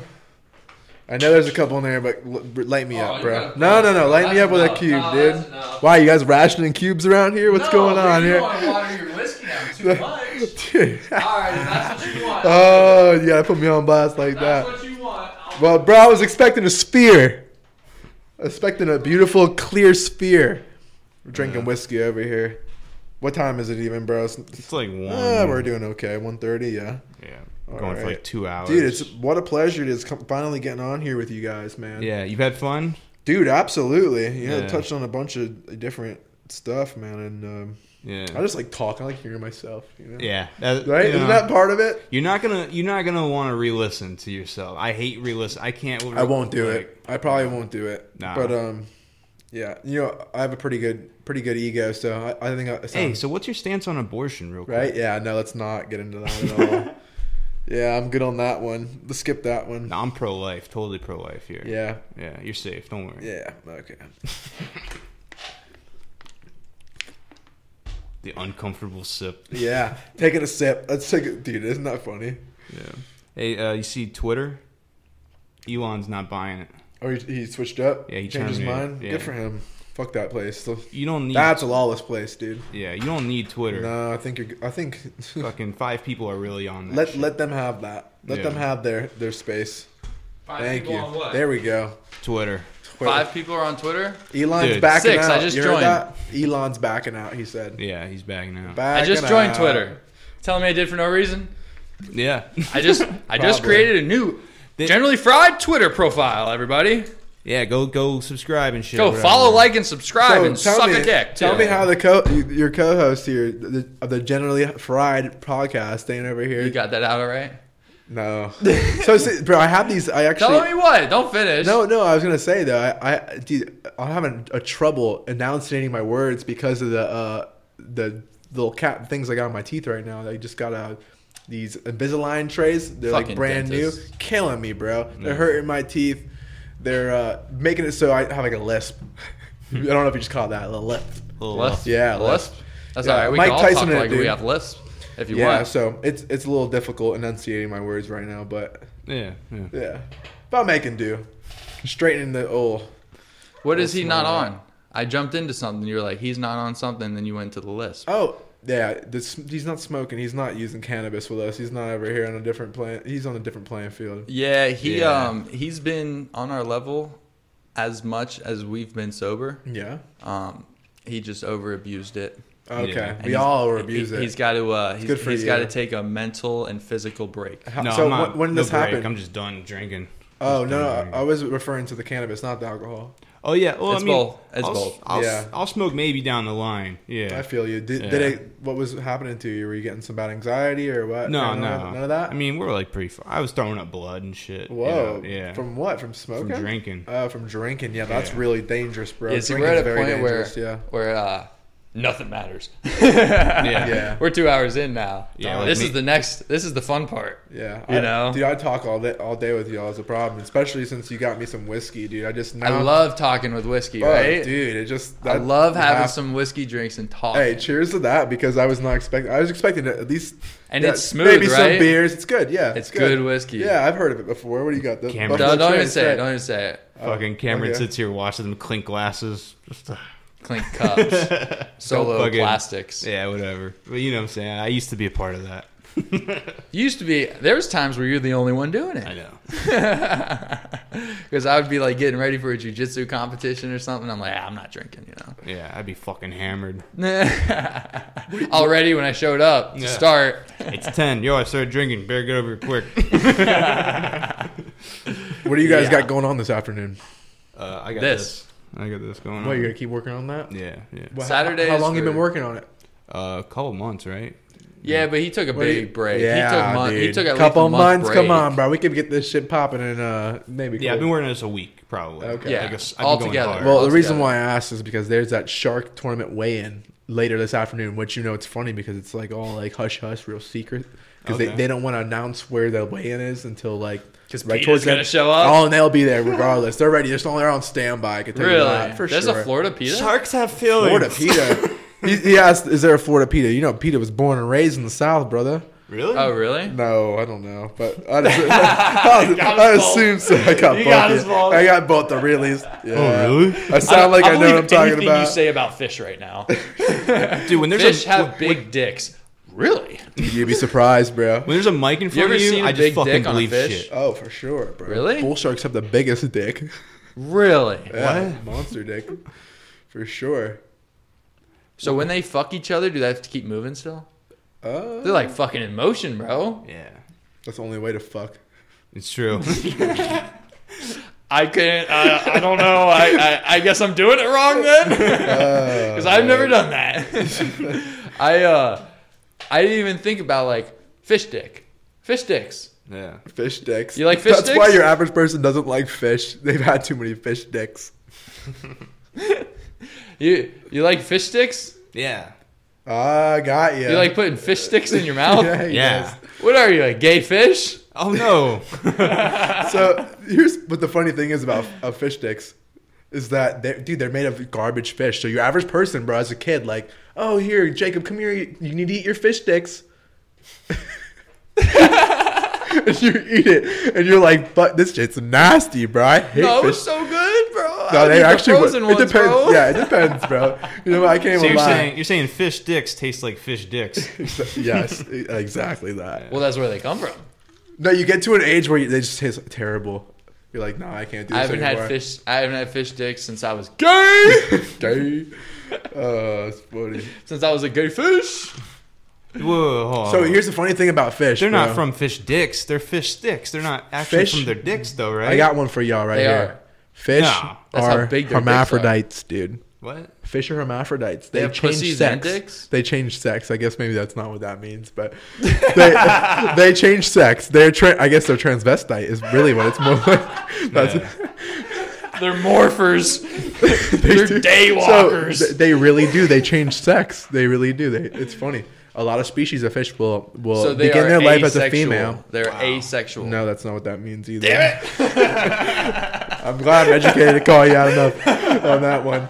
[SPEAKER 3] I know there's a couple in there, but l- light me
[SPEAKER 1] Oh,
[SPEAKER 3] up,
[SPEAKER 1] you
[SPEAKER 3] bro.
[SPEAKER 1] gotta-
[SPEAKER 3] No, no, no, light me
[SPEAKER 1] that's
[SPEAKER 3] up with a
[SPEAKER 1] enough.
[SPEAKER 3] cube,
[SPEAKER 1] No,
[SPEAKER 3] dude.
[SPEAKER 1] that's enough.
[SPEAKER 3] Why you guys rationing cubes around here? What's going on here?
[SPEAKER 1] water your whiskey down too much.
[SPEAKER 3] Dude.
[SPEAKER 1] right, that's what you want.
[SPEAKER 3] oh, you gotta put me on blast like that.
[SPEAKER 1] you want.
[SPEAKER 3] Well, bro, I was expecting a spear. Expecting a beautiful, clear spear. We're drinking whiskey over here. What time is it even, bro? It's,
[SPEAKER 2] It's like one.
[SPEAKER 3] Ah, we're doing okay. 1.30, yeah.
[SPEAKER 2] yeah.
[SPEAKER 3] All
[SPEAKER 2] Going for
[SPEAKER 3] right.
[SPEAKER 2] like two hours.
[SPEAKER 3] Dude, it's what a pleasure it is com- finally getting on here with you guys, man.
[SPEAKER 2] yeah. You've had fun.
[SPEAKER 3] Dude, absolutely. You know,
[SPEAKER 2] Yeah.
[SPEAKER 3] touched on a bunch of different stuff, man. And um,
[SPEAKER 2] Yeah.
[SPEAKER 3] I just like talking. I like hearing myself, you know?
[SPEAKER 2] yeah. That,
[SPEAKER 3] Right?
[SPEAKER 2] you know,
[SPEAKER 3] Isn't that part of it?
[SPEAKER 2] You're not gonna. You're not gonna want to re-listen to yourself. I hate re-listen. I can't.
[SPEAKER 3] I won't do it. I probably won't do it.
[SPEAKER 2] Nah.
[SPEAKER 3] But um, yeah, you know, I have a pretty good, pretty good ego, so I, I think I sound,
[SPEAKER 2] Hey, so what's your stance on abortion, real quick?
[SPEAKER 3] right? Yeah, no, let's not get into that at all. yeah, I'm good on that one. Let's skip that one.
[SPEAKER 2] No, I'm pro-life. Totally pro-life here.
[SPEAKER 3] Yeah,
[SPEAKER 2] Yeah. You're safe. Don't worry.
[SPEAKER 3] yeah, okay.
[SPEAKER 2] The uncomfortable sip.
[SPEAKER 3] Yeah, taking a sip. Let's take it, dude. Isn't that funny?
[SPEAKER 2] Yeah. Hey, uh, you see Twitter? Elon's not buying it.
[SPEAKER 3] Oh, he, he switched up.
[SPEAKER 2] Yeah, he
[SPEAKER 3] changed his
[SPEAKER 2] terminated.
[SPEAKER 3] mind.
[SPEAKER 2] Yeah.
[SPEAKER 3] Good for him. Fuck that place. So-
[SPEAKER 2] You don't need.
[SPEAKER 3] That's a lawless place, dude.
[SPEAKER 2] yeah. You don't need Twitter.
[SPEAKER 3] No, I think you're. g- I think
[SPEAKER 2] Fucking five people are really on that.
[SPEAKER 3] let
[SPEAKER 2] shit.
[SPEAKER 3] let them have that. Let
[SPEAKER 2] Yeah.
[SPEAKER 3] them have their their space.
[SPEAKER 1] Five
[SPEAKER 3] Thank
[SPEAKER 1] people
[SPEAKER 3] you.
[SPEAKER 1] on what?
[SPEAKER 3] There we go.
[SPEAKER 2] Twitter.
[SPEAKER 1] Five people are on Twitter.
[SPEAKER 3] Elon's
[SPEAKER 2] Dude,
[SPEAKER 3] backing
[SPEAKER 1] six,
[SPEAKER 3] out.
[SPEAKER 1] I just
[SPEAKER 3] You heard
[SPEAKER 1] joined.
[SPEAKER 3] that? Elon's backing out. He said.
[SPEAKER 2] Yeah, he's backing out.
[SPEAKER 1] I
[SPEAKER 3] Backing
[SPEAKER 1] just joined
[SPEAKER 3] out.
[SPEAKER 1] Twitter. Tell me I did for no reason.
[SPEAKER 2] yeah.
[SPEAKER 1] I just I just
[SPEAKER 3] Probably.
[SPEAKER 1] created a new
[SPEAKER 2] They-
[SPEAKER 1] generally fried Twitter profile. Everybody,
[SPEAKER 2] yeah, go go subscribe and shit.
[SPEAKER 1] go
[SPEAKER 2] whatever.
[SPEAKER 1] follow, like, and subscribe,
[SPEAKER 3] So,
[SPEAKER 1] and suck
[SPEAKER 3] me,
[SPEAKER 1] a dick.
[SPEAKER 3] Tell
[SPEAKER 1] too.
[SPEAKER 3] me how the co your co-host here the, of the generally fried podcast staying over here.
[SPEAKER 1] you got that out all right.
[SPEAKER 3] no. so see, bro, I have these. I
[SPEAKER 1] Tell
[SPEAKER 3] actually
[SPEAKER 1] me what. Don't finish.
[SPEAKER 3] no no. I was gonna say though. I, I dude, I'm having a trouble enunciating my words because of the uh, the little cat things I got on my teeth right now. I just got uh These Invisalign trays, they're
[SPEAKER 1] Fucking
[SPEAKER 3] like brand
[SPEAKER 1] dentists.
[SPEAKER 3] new, killing me, bro. They're hurting my teeth. They're uh, making it so I have like a lisp. I don't know if you just call it that, a lisp.
[SPEAKER 2] Little- uh,
[SPEAKER 1] Lisp?
[SPEAKER 3] Yeah,
[SPEAKER 1] lisp.
[SPEAKER 3] lisp.
[SPEAKER 1] That's
[SPEAKER 3] Yeah,
[SPEAKER 1] all right. We
[SPEAKER 3] Mike
[SPEAKER 1] can all talk
[SPEAKER 3] Tyson it,
[SPEAKER 1] like we
[SPEAKER 3] dude.
[SPEAKER 1] have lisps. If you
[SPEAKER 3] Yeah,
[SPEAKER 1] want.
[SPEAKER 3] so it's it's a little difficult enunciating my words right now, but
[SPEAKER 2] Yeah, yeah.
[SPEAKER 3] yeah, but I'm making do. Straightening the old.
[SPEAKER 1] What is he not on? I jumped into something. You were like, he's not on something. Then you went to the list.
[SPEAKER 3] Oh yeah, this, he's not smoking. He's not using cannabis with us. He's not over here on a different plan. He's on a different playing field.
[SPEAKER 1] Yeah, he
[SPEAKER 2] Yeah.
[SPEAKER 1] um he's been on our level as much as we've been sober.
[SPEAKER 3] Yeah.
[SPEAKER 1] Um, he just over abused it.
[SPEAKER 3] Okay.
[SPEAKER 2] Yeah.
[SPEAKER 1] And
[SPEAKER 3] We
[SPEAKER 1] he's-
[SPEAKER 3] all over abuse
[SPEAKER 1] he,
[SPEAKER 3] it.
[SPEAKER 1] He's got to. Uh, he's
[SPEAKER 3] good for
[SPEAKER 1] he's got to
[SPEAKER 3] you.
[SPEAKER 1] take a mental and physical break.
[SPEAKER 3] How-
[SPEAKER 2] No,
[SPEAKER 3] Uh, so
[SPEAKER 2] I'm not-
[SPEAKER 3] when, when did
[SPEAKER 2] no
[SPEAKER 3] this
[SPEAKER 2] break.
[SPEAKER 3] happen?
[SPEAKER 2] I'm just done drinking.
[SPEAKER 3] oh
[SPEAKER 2] Just
[SPEAKER 3] no,
[SPEAKER 2] done
[SPEAKER 3] no,
[SPEAKER 2] drinking.
[SPEAKER 3] I was referring to the cannabis, not the alcohol.
[SPEAKER 2] Oh yeah, well
[SPEAKER 1] It's
[SPEAKER 2] I mean,
[SPEAKER 1] both. It's
[SPEAKER 2] I'll,
[SPEAKER 1] both.
[SPEAKER 2] I'll,
[SPEAKER 3] Yeah.
[SPEAKER 2] I'll smoke maybe down the line. Yeah.
[SPEAKER 3] I feel you. Did,
[SPEAKER 2] Yeah.
[SPEAKER 3] did it? What was happening to you? Were you getting some bad anxiety or what?
[SPEAKER 2] no,
[SPEAKER 3] None of
[SPEAKER 2] no,
[SPEAKER 3] that- none of that.
[SPEAKER 2] I mean, we're like pretty. Far. I was throwing up blood and shit. you
[SPEAKER 3] Whoa.
[SPEAKER 2] know, yeah.
[SPEAKER 3] From what? From smoking?
[SPEAKER 2] drinking.
[SPEAKER 3] Oh, from drinking. Yeah, that's
[SPEAKER 2] Yeah.
[SPEAKER 3] really dangerous, bro.
[SPEAKER 1] Yeah, see, we're at
[SPEAKER 3] Drinking's
[SPEAKER 1] a
[SPEAKER 3] very
[SPEAKER 1] point where
[SPEAKER 3] dangerous, yeah.
[SPEAKER 1] where uh, nothing matters.
[SPEAKER 2] Yeah.
[SPEAKER 1] we're two hours in now.
[SPEAKER 2] Yeah,
[SPEAKER 1] this
[SPEAKER 2] like
[SPEAKER 1] is
[SPEAKER 2] me-
[SPEAKER 1] the next. This is the fun part.
[SPEAKER 3] Yeah,
[SPEAKER 1] You
[SPEAKER 3] I,
[SPEAKER 1] know?
[SPEAKER 3] dude, I talk all day, all day with y'all is a problem, especially since you got me some whiskey, dude. I just
[SPEAKER 1] I
[SPEAKER 3] now,
[SPEAKER 1] love talking with whiskey,
[SPEAKER 3] Oh,
[SPEAKER 1] right?
[SPEAKER 3] dude. It just
[SPEAKER 1] I love
[SPEAKER 3] you
[SPEAKER 1] having
[SPEAKER 3] have-
[SPEAKER 1] some whiskey drinks and talking.
[SPEAKER 3] Hey, cheers to that because I was not expecting. I was expecting at least
[SPEAKER 1] And
[SPEAKER 3] yeah,
[SPEAKER 1] it's smooth,
[SPEAKER 3] maybe some
[SPEAKER 1] right?
[SPEAKER 3] beers. It's good, yeah.
[SPEAKER 1] It's good whiskey.
[SPEAKER 3] Yeah, I've heard of it before. What do you got? The
[SPEAKER 2] Cameron.
[SPEAKER 3] Buffalo
[SPEAKER 1] don't, don't even
[SPEAKER 3] Trace,
[SPEAKER 1] say it.
[SPEAKER 3] right?
[SPEAKER 1] Don't even say it.
[SPEAKER 2] Fucking Cameron
[SPEAKER 3] okay.
[SPEAKER 2] sits here watching them clink glasses. Just, uh,
[SPEAKER 1] Clink cups, solo
[SPEAKER 2] fucking-
[SPEAKER 1] plastics.
[SPEAKER 2] yeah, whatever. But you know what I'm saying. I used to be a part of that.
[SPEAKER 1] You used to be. There was times where you're the only one doing
[SPEAKER 2] I
[SPEAKER 1] it.
[SPEAKER 2] know.
[SPEAKER 1] Because I would be like getting ready for a jujitsu competition or something. I'm like, "Ah, I'm not drinking, you know.
[SPEAKER 2] Yeah, I'd be fucking hammered.
[SPEAKER 1] Already when I showed up to
[SPEAKER 2] Yeah.
[SPEAKER 1] start,
[SPEAKER 2] It's ten. Yo, I started drinking. Better get over here quick.
[SPEAKER 3] What do you guys
[SPEAKER 1] Yeah.
[SPEAKER 3] got going on this afternoon?
[SPEAKER 2] Uh, I got
[SPEAKER 1] This.
[SPEAKER 2] this. I got this going on.
[SPEAKER 3] What you gonna keep working on that?
[SPEAKER 2] Yeah, yeah.
[SPEAKER 3] Well, how-
[SPEAKER 1] Saturdays
[SPEAKER 3] How long you
[SPEAKER 1] were-
[SPEAKER 3] been working on it?
[SPEAKER 2] Uh, a couple months, right?
[SPEAKER 1] yeah, but he took a
[SPEAKER 3] What do
[SPEAKER 1] big
[SPEAKER 3] you-
[SPEAKER 1] break.
[SPEAKER 3] Yeah,
[SPEAKER 1] he took mon- he
[SPEAKER 3] dude.
[SPEAKER 1] took a
[SPEAKER 3] couple months.
[SPEAKER 1] Month break.
[SPEAKER 3] Come on, bro. We could get this shit popping in uh maybe.
[SPEAKER 2] Yeah, I've
[SPEAKER 3] cool.
[SPEAKER 2] been working on this a week, probably.
[SPEAKER 3] Okay.
[SPEAKER 1] Yeah,
[SPEAKER 2] Like a s- I've been
[SPEAKER 1] all
[SPEAKER 2] going
[SPEAKER 1] together.
[SPEAKER 2] hard.
[SPEAKER 3] Well, the
[SPEAKER 1] altogether.
[SPEAKER 3] reason why I asked is because there's that shark tournament weigh-in later this afternoon, which you know it's funny because it's like all like hush hush, real secret, because they,
[SPEAKER 2] Okay.
[SPEAKER 3] they don't want to announce where the weigh-in is until like
[SPEAKER 1] 'Cause Peter's
[SPEAKER 3] the
[SPEAKER 1] gonna
[SPEAKER 3] end.
[SPEAKER 1] show up?
[SPEAKER 3] Oh, and they'll be there regardless. They're ready. They're still they're on standby. I can tell you
[SPEAKER 1] Really?
[SPEAKER 3] that, for
[SPEAKER 1] There's
[SPEAKER 3] sure.
[SPEAKER 1] a Florida pizza.
[SPEAKER 2] Sharks have feelings.
[SPEAKER 3] Florida Pita. he, he asked, "Is there a Florida Pita?" You know, Pita was born and raised in the South, brother.
[SPEAKER 2] Really?
[SPEAKER 1] Oh, really?
[SPEAKER 3] No, I don't know, but I, I,
[SPEAKER 2] got
[SPEAKER 3] I
[SPEAKER 2] us both.
[SPEAKER 3] assume so. I got
[SPEAKER 2] You
[SPEAKER 3] both.
[SPEAKER 2] got us
[SPEAKER 3] yeah.
[SPEAKER 2] both.
[SPEAKER 3] I got both the realies. Yeah.
[SPEAKER 2] really?
[SPEAKER 3] I sound like I, know what I'm talking about.
[SPEAKER 1] You say about fish right now.
[SPEAKER 2] Dude, when there's
[SPEAKER 1] fish
[SPEAKER 2] a
[SPEAKER 1] have
[SPEAKER 2] when-
[SPEAKER 1] big dicks. Really?
[SPEAKER 3] You'd be surprised, bro.
[SPEAKER 2] when there's a mic in front
[SPEAKER 1] ever
[SPEAKER 2] of you,
[SPEAKER 1] seen a
[SPEAKER 2] I just
[SPEAKER 1] big
[SPEAKER 2] fucking
[SPEAKER 1] dick on a
[SPEAKER 2] believe
[SPEAKER 1] fish?
[SPEAKER 2] shit.
[SPEAKER 3] Oh, for sure, bro.
[SPEAKER 1] Really?
[SPEAKER 3] Bull sharks have the biggest dick.
[SPEAKER 1] Really?
[SPEAKER 3] Yeah, Monster dick. For sure.
[SPEAKER 1] So when they fuck each other, do they have to keep moving still?
[SPEAKER 3] Uh,
[SPEAKER 1] They're like fucking in motion, bro.
[SPEAKER 2] Yeah,
[SPEAKER 3] that's the only way to fuck.
[SPEAKER 2] it's true.
[SPEAKER 1] I couldn't. Uh, I don't know. I, I I guess I'm doing it wrong then,
[SPEAKER 3] Uh,
[SPEAKER 1] because I've never done that. I uh, I didn't even think about like fish dick, fish dicks.
[SPEAKER 2] yeah.
[SPEAKER 3] Fish dicks.
[SPEAKER 1] You like fish
[SPEAKER 3] That's
[SPEAKER 1] dicks?
[SPEAKER 3] why your average person doesn't like fish. They've had too many fish dicks.
[SPEAKER 1] You you like fish sticks?
[SPEAKER 2] Yeah.
[SPEAKER 3] Ah, got ya.
[SPEAKER 1] You like putting fish sticks in your mouth?
[SPEAKER 3] Yeah, he
[SPEAKER 2] Yeah.
[SPEAKER 1] What are you, a gay fish?
[SPEAKER 2] Oh no.
[SPEAKER 3] does. So here's what the funny thing is about uh, fish dicks is that they dude they're made of garbage fish. So your average person, bro, as a kid, like, oh here, Jacob, come here, you you need to eat your fish dicks. and you eat it, and you're like, but this shit's nasty, bro. I hate
[SPEAKER 1] No, it
[SPEAKER 3] fish.
[SPEAKER 1] was so good, bro.
[SPEAKER 3] no,
[SPEAKER 1] I
[SPEAKER 3] they
[SPEAKER 1] need
[SPEAKER 3] actually
[SPEAKER 1] the
[SPEAKER 3] were-
[SPEAKER 1] frozen
[SPEAKER 3] it
[SPEAKER 1] ones,
[SPEAKER 3] depends.
[SPEAKER 1] bro.
[SPEAKER 3] Yeah, it depends, bro. You know, I can't
[SPEAKER 2] So
[SPEAKER 3] even
[SPEAKER 2] you're
[SPEAKER 3] lie.
[SPEAKER 2] saying you're saying fish dicks taste like fish dicks?
[SPEAKER 3] yes, e, exactly that.
[SPEAKER 1] Well, that's where they come from.
[SPEAKER 3] No, you get to an age where you, they just taste terrible. You're like, nah, I can't do this
[SPEAKER 1] I haven't
[SPEAKER 3] anymore.
[SPEAKER 1] had fish. I haven't had fish dicks since I was gay.
[SPEAKER 3] Gay. Oh, it's funny.
[SPEAKER 1] since I was a gay fish.
[SPEAKER 2] Whoa. hold on.
[SPEAKER 3] So here's the funny thing about fish.
[SPEAKER 2] They're not
[SPEAKER 3] bro.
[SPEAKER 2] from fish dicks. They're fish sticks. They're not actually
[SPEAKER 3] Fish-
[SPEAKER 2] from their dicks, though, right?
[SPEAKER 3] I got one for y'all right
[SPEAKER 1] They
[SPEAKER 3] here.
[SPEAKER 1] are.
[SPEAKER 3] Fish
[SPEAKER 2] No,
[SPEAKER 1] that's how
[SPEAKER 3] are
[SPEAKER 1] big their dicks are.
[SPEAKER 3] hermaphrodites, dude.
[SPEAKER 2] what?
[SPEAKER 3] Fish are hermaphrodites. They,
[SPEAKER 1] have
[SPEAKER 3] change
[SPEAKER 1] pussies
[SPEAKER 3] sex.
[SPEAKER 1] and dicks?
[SPEAKER 3] They change sex. I guess maybe that's not what that means, but they, they change sex. They're tra- I guess they're transvestite is really what it's more like. That's,
[SPEAKER 2] Yeah.
[SPEAKER 1] They're morphers.
[SPEAKER 3] they
[SPEAKER 1] They're
[SPEAKER 3] do-
[SPEAKER 1] daywalkers.
[SPEAKER 3] th- they really do. They change sex. They really do. They, it's funny. A lot of species of fish will will
[SPEAKER 1] So they
[SPEAKER 3] begin
[SPEAKER 1] are
[SPEAKER 3] their life as a
[SPEAKER 1] asexual.
[SPEAKER 3] female.
[SPEAKER 1] They're asexual.
[SPEAKER 3] No, that's not what that means either. I'm glad I'm educated to call you out enough on that one.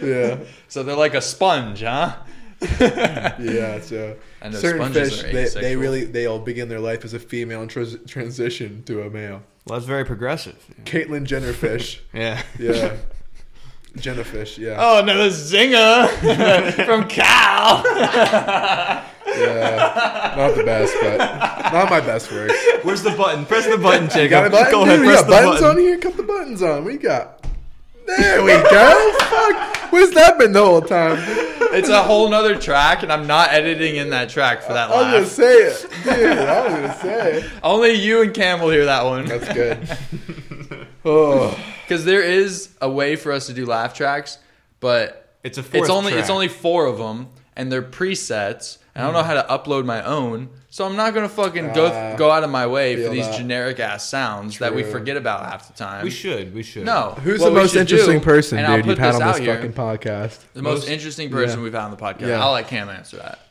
[SPEAKER 3] Yeah.
[SPEAKER 1] So they're like a sponge, huh?
[SPEAKER 3] yeah, so
[SPEAKER 1] I know
[SPEAKER 3] certain
[SPEAKER 1] sponges
[SPEAKER 3] fish
[SPEAKER 1] are
[SPEAKER 3] they, they
[SPEAKER 1] asexual.
[SPEAKER 3] really they'll begin their life as a female and trans- transition to a male.
[SPEAKER 2] Well, that's very progressive.
[SPEAKER 3] Caitlyn Jenner fish,
[SPEAKER 2] Yeah.
[SPEAKER 3] yeah, Jenner fish, yeah,
[SPEAKER 1] Oh, another zinger from Cal.
[SPEAKER 3] yeah, not the best, but not my best work.
[SPEAKER 2] Where's the button? Press the button, Jacob.
[SPEAKER 3] Got a button?
[SPEAKER 2] Go
[SPEAKER 3] Dude,
[SPEAKER 2] ahead,
[SPEAKER 3] we
[SPEAKER 2] press
[SPEAKER 3] got
[SPEAKER 2] the
[SPEAKER 3] buttons
[SPEAKER 2] button.
[SPEAKER 3] on here. Cut the buttons on. We got. There we go. Fuck. Where's that been the whole time?
[SPEAKER 1] it's a whole nother track, and I'm not editing in that track for that
[SPEAKER 3] I was
[SPEAKER 1] laugh.
[SPEAKER 3] gonna say it, dude. I was gonna say it.
[SPEAKER 1] Only you and Cam will hear that one.
[SPEAKER 3] That's good. Oh,
[SPEAKER 1] Because there is a way for us to do laugh tracks, but
[SPEAKER 2] It's a fourth
[SPEAKER 1] it's only it's
[SPEAKER 2] track.
[SPEAKER 1] only four of them, and they're presets. And I don't know
[SPEAKER 3] Hmm.
[SPEAKER 1] how to upload my own, so I'm not gonna fucking go
[SPEAKER 3] Ah,
[SPEAKER 1] go out of my way for
[SPEAKER 3] feel
[SPEAKER 1] these
[SPEAKER 3] that.
[SPEAKER 1] generic ass sounds that we
[SPEAKER 3] True.
[SPEAKER 1] forget about half the time.
[SPEAKER 2] We should. We should.
[SPEAKER 1] No.
[SPEAKER 3] who's
[SPEAKER 1] What
[SPEAKER 3] the
[SPEAKER 1] we
[SPEAKER 3] most
[SPEAKER 1] should
[SPEAKER 3] interesting
[SPEAKER 1] do,
[SPEAKER 3] person,
[SPEAKER 1] and I'll
[SPEAKER 3] dude? You've
[SPEAKER 1] put
[SPEAKER 3] had on
[SPEAKER 1] out
[SPEAKER 3] this
[SPEAKER 1] here,
[SPEAKER 3] fucking podcast.
[SPEAKER 1] The most,
[SPEAKER 2] Most-
[SPEAKER 1] interesting person
[SPEAKER 3] yeah.
[SPEAKER 1] we've had on the podcast.
[SPEAKER 3] Yeah.
[SPEAKER 1] I'll let Cam answer that.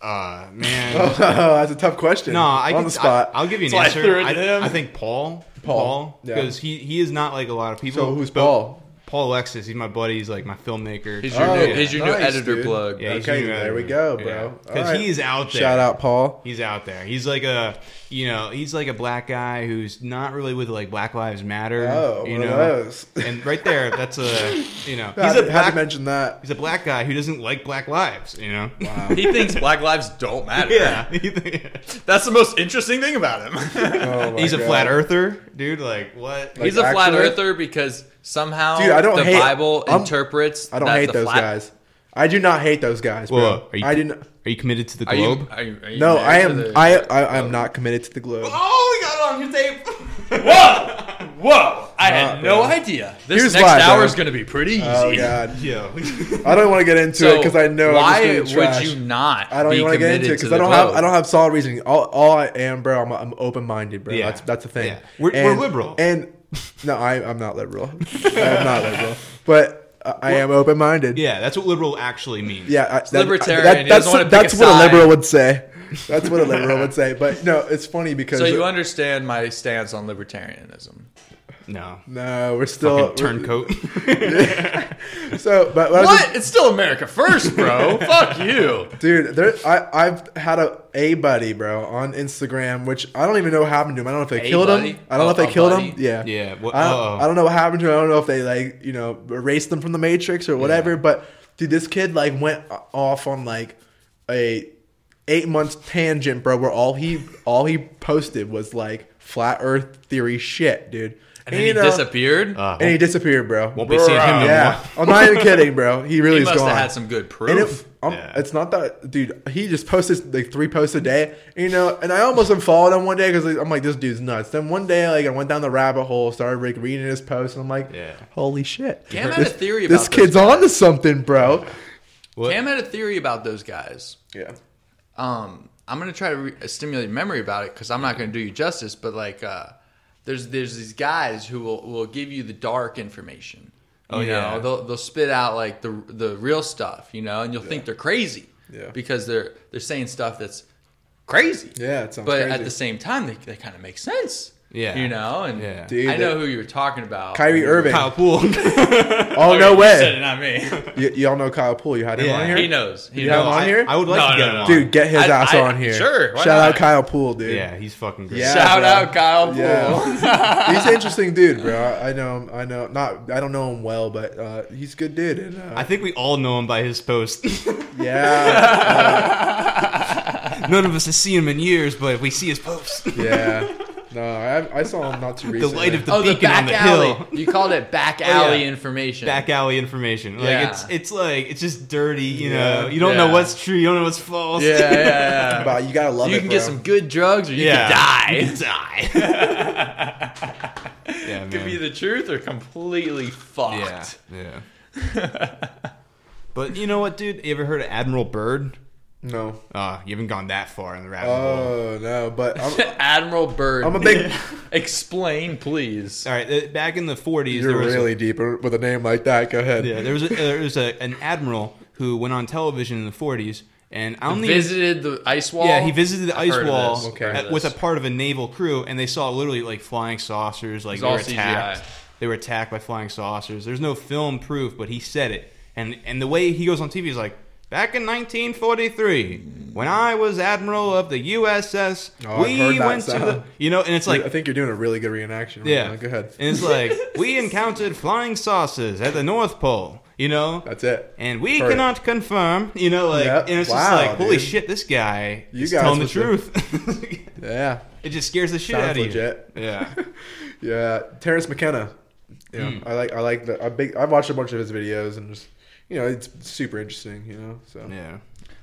[SPEAKER 2] Uh, man.
[SPEAKER 3] Oh, that's a tough question.
[SPEAKER 2] No, I
[SPEAKER 3] on
[SPEAKER 2] can,
[SPEAKER 3] the spot.
[SPEAKER 2] I, will give you an
[SPEAKER 1] That's why I
[SPEAKER 2] answer.
[SPEAKER 1] threw it
[SPEAKER 2] I,
[SPEAKER 1] to him.
[SPEAKER 2] I think Paul.
[SPEAKER 3] Paul,
[SPEAKER 2] Paul,
[SPEAKER 3] yeah.
[SPEAKER 2] because he he is not like a lot of people.
[SPEAKER 3] so who's
[SPEAKER 2] but
[SPEAKER 3] Paul?
[SPEAKER 2] Paul Alexis. He's my buddy. He's like my filmmaker.
[SPEAKER 1] He's your,
[SPEAKER 3] Oh,
[SPEAKER 1] new,
[SPEAKER 3] yeah.
[SPEAKER 1] he's your new
[SPEAKER 3] Nice,
[SPEAKER 1] editor
[SPEAKER 3] dude.
[SPEAKER 1] plug.
[SPEAKER 2] Yeah, he's
[SPEAKER 3] okay,
[SPEAKER 2] new at
[SPEAKER 3] there
[SPEAKER 2] it.
[SPEAKER 3] we go, bro.
[SPEAKER 2] Yeah.
[SPEAKER 3] All
[SPEAKER 2] 'Cause
[SPEAKER 3] right.
[SPEAKER 2] he is out there.
[SPEAKER 3] Shout out, Paul.
[SPEAKER 2] He's out there. He's like a, you know, he's like a black guy who's not really with like Black Lives Matter.
[SPEAKER 3] Oh,
[SPEAKER 2] you
[SPEAKER 3] one of
[SPEAKER 2] know,
[SPEAKER 3] those.
[SPEAKER 2] and right there, that's a, you know, he's
[SPEAKER 3] He's
[SPEAKER 2] a
[SPEAKER 3] had
[SPEAKER 2] black,
[SPEAKER 3] to mention that.
[SPEAKER 2] he's a black guy who doesn't like Black Lives. You know.
[SPEAKER 1] He thinks black lives don't matter.
[SPEAKER 2] yeah.
[SPEAKER 1] That's the most interesting thing about him.
[SPEAKER 3] Oh my
[SPEAKER 2] he's a
[SPEAKER 3] God.
[SPEAKER 2] flat earther, dude. Like what?
[SPEAKER 1] He's a
[SPEAKER 3] Like,
[SPEAKER 1] flat
[SPEAKER 3] actually-
[SPEAKER 1] earther because somehow
[SPEAKER 3] Dude, I don't
[SPEAKER 1] the
[SPEAKER 3] hate-
[SPEAKER 1] Bible
[SPEAKER 3] I'm-
[SPEAKER 1] interprets.
[SPEAKER 3] I don't
[SPEAKER 1] that
[SPEAKER 3] hate
[SPEAKER 1] the
[SPEAKER 3] those
[SPEAKER 1] flat-
[SPEAKER 3] guys. I do not hate those guys, bro.
[SPEAKER 2] Whoa, are you-
[SPEAKER 3] I do not.
[SPEAKER 2] Are you committed to the
[SPEAKER 1] Are you,
[SPEAKER 2] globe?
[SPEAKER 1] are you- are you
[SPEAKER 3] No,
[SPEAKER 1] married
[SPEAKER 3] I
[SPEAKER 1] to
[SPEAKER 3] am.
[SPEAKER 1] the-
[SPEAKER 3] I, I I'm not committed to the globe.
[SPEAKER 2] Oh, we got it on your tape.
[SPEAKER 1] Whoa! Whoa! I
[SPEAKER 3] Nah,
[SPEAKER 1] had no
[SPEAKER 3] bro.
[SPEAKER 1] idea. This
[SPEAKER 3] Here's
[SPEAKER 1] next
[SPEAKER 3] why,
[SPEAKER 1] hour
[SPEAKER 3] bro.
[SPEAKER 1] is going to be pretty easy.
[SPEAKER 3] Oh god,
[SPEAKER 2] Yo.
[SPEAKER 3] I don't want to get into it
[SPEAKER 1] So
[SPEAKER 3] because I know.
[SPEAKER 1] why
[SPEAKER 3] I'm just gonna be trash.
[SPEAKER 1] would you not?
[SPEAKER 3] I don't
[SPEAKER 1] be
[SPEAKER 3] even want to get into it
[SPEAKER 1] committed to
[SPEAKER 3] because
[SPEAKER 1] the
[SPEAKER 3] I don't have
[SPEAKER 1] globe?
[SPEAKER 3] I don't have solid reasoning. All, all I am, bro, I'm, I'm open minded, bro.
[SPEAKER 2] Yeah.
[SPEAKER 3] That's that's the thing.
[SPEAKER 2] Yeah. We're- we're liberal.
[SPEAKER 3] and no, I, I'm not liberal. I'm not liberal, but I, I am open minded.
[SPEAKER 2] yeah, that's what liberal actually means.
[SPEAKER 3] Yeah, I, that-
[SPEAKER 1] libertarian.
[SPEAKER 3] that-
[SPEAKER 1] He
[SPEAKER 3] that's
[SPEAKER 1] doesn't wanna pick
[SPEAKER 3] that's
[SPEAKER 1] a
[SPEAKER 3] what a
[SPEAKER 1] side.
[SPEAKER 3] liberal would say. That's what a liberal would say. But no, it's funny because
[SPEAKER 1] So you understand my stance on libertarianism.
[SPEAKER 2] No.
[SPEAKER 3] no, we're still
[SPEAKER 2] turncoat.
[SPEAKER 3] So, but what? I was just-
[SPEAKER 1] What? It's still America first, bro. Fuck you.
[SPEAKER 3] dude, there, I I've had a a buddy, bro, on Instagram, which I don't even know what happened to him. I don't know if they
[SPEAKER 1] A
[SPEAKER 3] killed
[SPEAKER 1] buddy?
[SPEAKER 3] him. I don't know
[SPEAKER 1] Oh,
[SPEAKER 3] if they
[SPEAKER 1] a
[SPEAKER 3] killed
[SPEAKER 1] buddy?
[SPEAKER 3] him. Yeah,
[SPEAKER 2] Yeah, what-
[SPEAKER 3] I
[SPEAKER 2] uh-oh.
[SPEAKER 1] uh,
[SPEAKER 3] don't, I don't know what happened to him. I don't know if they like you know erased them from the matrix or whatever. But dude, this kid like went off on like a eight month tangent, bro. Where all he all he posted was like flat Earth theory shit, dude.
[SPEAKER 1] And then he
[SPEAKER 3] you know,
[SPEAKER 1] disappeared.
[SPEAKER 2] Uh,
[SPEAKER 3] And he disappeared, bro.
[SPEAKER 2] won't be seeing him no
[SPEAKER 3] yeah, I'm not even kidding, bro. He really
[SPEAKER 1] he
[SPEAKER 3] is
[SPEAKER 1] must
[SPEAKER 3] gone.
[SPEAKER 1] have had some good proof.
[SPEAKER 3] And it, um,
[SPEAKER 2] Yeah.
[SPEAKER 3] it's not that, dude. He just posted like three posts a day, you know. And I almost unfollowed him one day because I'm like, this dude's nuts. Then one day, like, I went down the rabbit hole, started like reading his posts, and I'm like,
[SPEAKER 2] Yeah.
[SPEAKER 3] holy shit,
[SPEAKER 1] Cam had a
[SPEAKER 3] this,
[SPEAKER 1] theory
[SPEAKER 3] this
[SPEAKER 1] about this
[SPEAKER 3] kid's on to something, bro.
[SPEAKER 2] What?
[SPEAKER 1] Cam had a theory about those guys.
[SPEAKER 3] Yeah,
[SPEAKER 1] Um, I'm gonna try to re- stimulate memory about it because I'm not gonna do you justice. But like, uh, there's there's these guys who will, will give you the dark information. You
[SPEAKER 2] Oh,
[SPEAKER 1] know,
[SPEAKER 2] yeah.
[SPEAKER 1] they'll they'll spit out like the the real stuff, you know, and you'll think they're crazy
[SPEAKER 3] Yeah.
[SPEAKER 1] because they're they're saying stuff that's crazy.
[SPEAKER 3] Yeah, it sounds
[SPEAKER 1] but
[SPEAKER 3] crazy.
[SPEAKER 1] at the same time, they, they kind of make sense.
[SPEAKER 2] Yeah.
[SPEAKER 1] you know, and
[SPEAKER 2] Yeah.
[SPEAKER 3] Dude,
[SPEAKER 1] I know
[SPEAKER 3] that-
[SPEAKER 1] who you were talking about,
[SPEAKER 3] Kyrie Irving.
[SPEAKER 2] Kyle Pool.
[SPEAKER 3] oh
[SPEAKER 1] yeah,
[SPEAKER 3] no
[SPEAKER 1] you said it,
[SPEAKER 3] way.
[SPEAKER 1] not me.
[SPEAKER 3] Y- y'all know Kyle Poole. You had him
[SPEAKER 2] Yeah.
[SPEAKER 3] on here,
[SPEAKER 1] he knows. He
[SPEAKER 3] You
[SPEAKER 1] knows.
[SPEAKER 3] have him on here?
[SPEAKER 2] I, I would like
[SPEAKER 1] No,
[SPEAKER 2] to
[SPEAKER 1] no,
[SPEAKER 2] get
[SPEAKER 1] no.
[SPEAKER 2] him on.
[SPEAKER 3] dude. Get his
[SPEAKER 1] I-
[SPEAKER 3] ass
[SPEAKER 1] I-
[SPEAKER 3] on here.
[SPEAKER 1] sure, why
[SPEAKER 3] Shout
[SPEAKER 1] not?
[SPEAKER 3] out Kyle Poole, dude.
[SPEAKER 2] Yeah, he's fucking great.
[SPEAKER 3] Yeah.
[SPEAKER 1] Shout
[SPEAKER 3] bro.
[SPEAKER 1] out Kyle Poole.
[SPEAKER 3] Yeah, he's an interesting dude, bro. I I know him. I know not. I don't know him well, but uh, he's a good dude. And uh,
[SPEAKER 2] I think we all know him by his post.
[SPEAKER 3] yeah,
[SPEAKER 2] None of us has seen him in years, but we see his post. the
[SPEAKER 3] yeah. No, I, I saw him not too recently.
[SPEAKER 2] light of the
[SPEAKER 1] Oh, the
[SPEAKER 2] beacon
[SPEAKER 1] back
[SPEAKER 2] on the
[SPEAKER 1] alley.
[SPEAKER 2] hill. Oh,
[SPEAKER 1] You called it back alley
[SPEAKER 2] yeah.
[SPEAKER 1] information.
[SPEAKER 2] Back alley information. Like
[SPEAKER 1] Yeah.
[SPEAKER 2] it's it's like it's just dirty, you
[SPEAKER 3] Yeah.
[SPEAKER 2] know. You don't know
[SPEAKER 1] Yeah.
[SPEAKER 2] what's true, you don't know what's false.
[SPEAKER 1] Yeah, yeah, yeah.
[SPEAKER 3] But you gotta love
[SPEAKER 1] you
[SPEAKER 3] it.
[SPEAKER 1] can get
[SPEAKER 3] bro.
[SPEAKER 1] some good drugs, or you
[SPEAKER 2] Yeah.
[SPEAKER 1] can die.
[SPEAKER 2] die. yeah, man.
[SPEAKER 1] Could be the truth or completely
[SPEAKER 2] yeah,
[SPEAKER 1] fucked.
[SPEAKER 2] yeah. but you know what, dude? You ever heard of Admiral Byrd?
[SPEAKER 3] No.
[SPEAKER 2] Uh, you haven't gone that far in the rabbit hole.
[SPEAKER 3] Oh no, but I'm,
[SPEAKER 1] Admiral Byrd,
[SPEAKER 3] I'm a big.
[SPEAKER 1] explain, please.
[SPEAKER 2] All right, uh, back in the 40s,
[SPEAKER 3] You're
[SPEAKER 2] there was a-
[SPEAKER 3] really deep with a name like that. Go ahead.
[SPEAKER 2] yeah, there was a, there was a, an admiral who went on television in the 40s, and I only
[SPEAKER 1] Visited the ice wall.
[SPEAKER 2] yeah he visited the
[SPEAKER 1] I've
[SPEAKER 2] ice
[SPEAKER 1] heard of
[SPEAKER 2] wall
[SPEAKER 1] this,
[SPEAKER 3] Okay.
[SPEAKER 1] heard of
[SPEAKER 2] at- with a
[SPEAKER 1] this.
[SPEAKER 2] part of a naval crew, and they saw literally like flying saucers,
[SPEAKER 1] was
[SPEAKER 2] like they were
[SPEAKER 1] all CGI.
[SPEAKER 2] attacked. They were attacked by flying saucers. There's no film proof, but he said it, and and the way he goes on TV is like, Back in 1943, when I was admiral of the USS,
[SPEAKER 3] Oh, I've
[SPEAKER 2] we
[SPEAKER 3] heard that
[SPEAKER 2] went to the
[SPEAKER 3] sound.
[SPEAKER 2] you know, and it's like
[SPEAKER 3] I think you're doing a really good reenaction. Right
[SPEAKER 2] yeah,
[SPEAKER 3] now. Go ahead.
[SPEAKER 2] And it's like we encountered flying saucers at the North Pole, you know,
[SPEAKER 3] That's it.
[SPEAKER 2] and we
[SPEAKER 3] Perfect.
[SPEAKER 2] cannot confirm, you know, like
[SPEAKER 3] Yep.
[SPEAKER 2] and it's
[SPEAKER 3] Wow,
[SPEAKER 2] just like holy
[SPEAKER 3] dude.
[SPEAKER 2] shit, this guy
[SPEAKER 3] You
[SPEAKER 2] is
[SPEAKER 3] guys
[SPEAKER 2] telling the
[SPEAKER 3] with the-
[SPEAKER 2] truth.
[SPEAKER 3] Yeah.
[SPEAKER 2] it just scares the shit
[SPEAKER 3] Sounds
[SPEAKER 2] out of
[SPEAKER 3] legit.
[SPEAKER 2] you. Yeah,
[SPEAKER 3] Yeah. Terrence McKenna. You know,
[SPEAKER 2] Hmm.
[SPEAKER 3] I like I like the I big I've watched a bunch of his videos and just you know, it's super interesting, you know. So
[SPEAKER 2] yeah.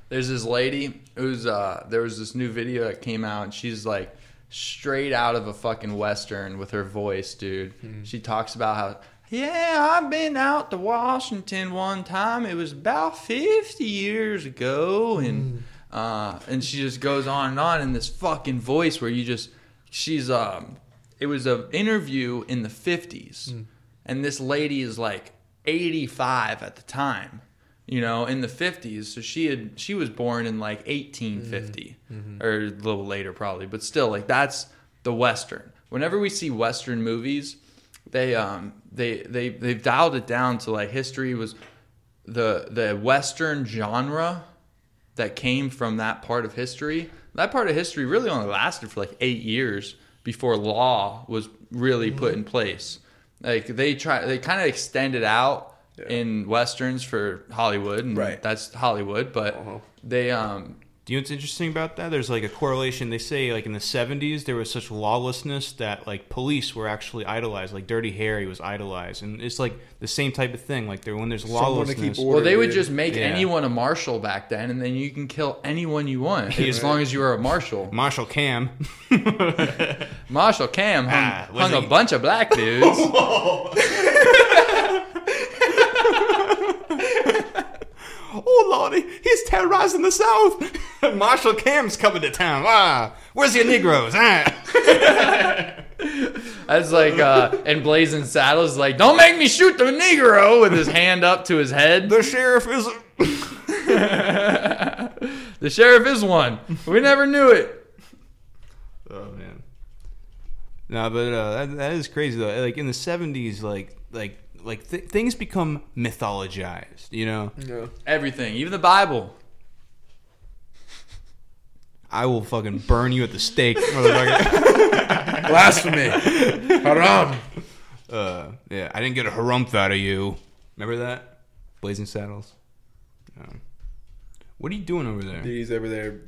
[SPEAKER 1] There's this lady who's uh there was this new video that came out and she's like straight out of a fucking western with her voice, dude. She talks about how yeah, I've been out to Washington one time. It was about 50 years ago and uh and she just goes on and on in this fucking voice where you just she's um it was an interview in the 50s and this lady is like 85 at the time you know in the 50s so she had she was born in like 1850 or a little later probably but still like that's the western whenever we see western movies they um they they they've dialed it down to like history was the the western genre that came from that part of history. That part of history really only lasted for like eight years before law was really
[SPEAKER 3] Mm-hmm.
[SPEAKER 1] put in place. Like they try, they kind of extended out in westerns for Hollywood, and
[SPEAKER 3] Right.
[SPEAKER 1] that's Hollywood. But
[SPEAKER 3] Uh-huh.
[SPEAKER 1] they, um,
[SPEAKER 2] Do you know what's interesting about that? There's like a correlation. They say like in the 70s there was such lawlessness that like police were actually idolized. Like Dirty Harry was idolized, and it's like the same type of thing. Like there when there's
[SPEAKER 3] Someone to keep
[SPEAKER 2] lawlessness,
[SPEAKER 3] order.
[SPEAKER 1] well, they would
[SPEAKER 3] dude.
[SPEAKER 1] just make
[SPEAKER 2] Yeah.
[SPEAKER 1] anyone a marshal back then, and then you can kill anyone you want
[SPEAKER 2] Yeah.
[SPEAKER 1] as long as you are a marshal.
[SPEAKER 2] Marshall Cam.
[SPEAKER 1] Marshal Cam hung,
[SPEAKER 2] Ah, was
[SPEAKER 1] hung a
[SPEAKER 2] he-
[SPEAKER 1] bunch of black dudes.
[SPEAKER 2] oh lordy, he's terrorizing the South. Marshall Cam's coming to town. Ah, where's your Negroes? Ah.
[SPEAKER 1] That's like, uh, and Blazing Saddles like, don't make me shoot the Negro with his hand up to his head.
[SPEAKER 2] The sheriff is.
[SPEAKER 1] the sheriff is one. We never knew it.
[SPEAKER 2] Oh man. No, but uh, that, that is crazy though. Like in the seventies, like like like th- things become mythologized. You know,
[SPEAKER 3] Yeah.
[SPEAKER 1] Everything, even the Bible.
[SPEAKER 2] I will fucking burn you at the stake, motherfucker.
[SPEAKER 3] Blasphemy. Haram.
[SPEAKER 2] uh, yeah, I didn't get a harumph out of you. Remember that? Blazing Saddles. Yeah. What are you doing over there?
[SPEAKER 3] He's over there.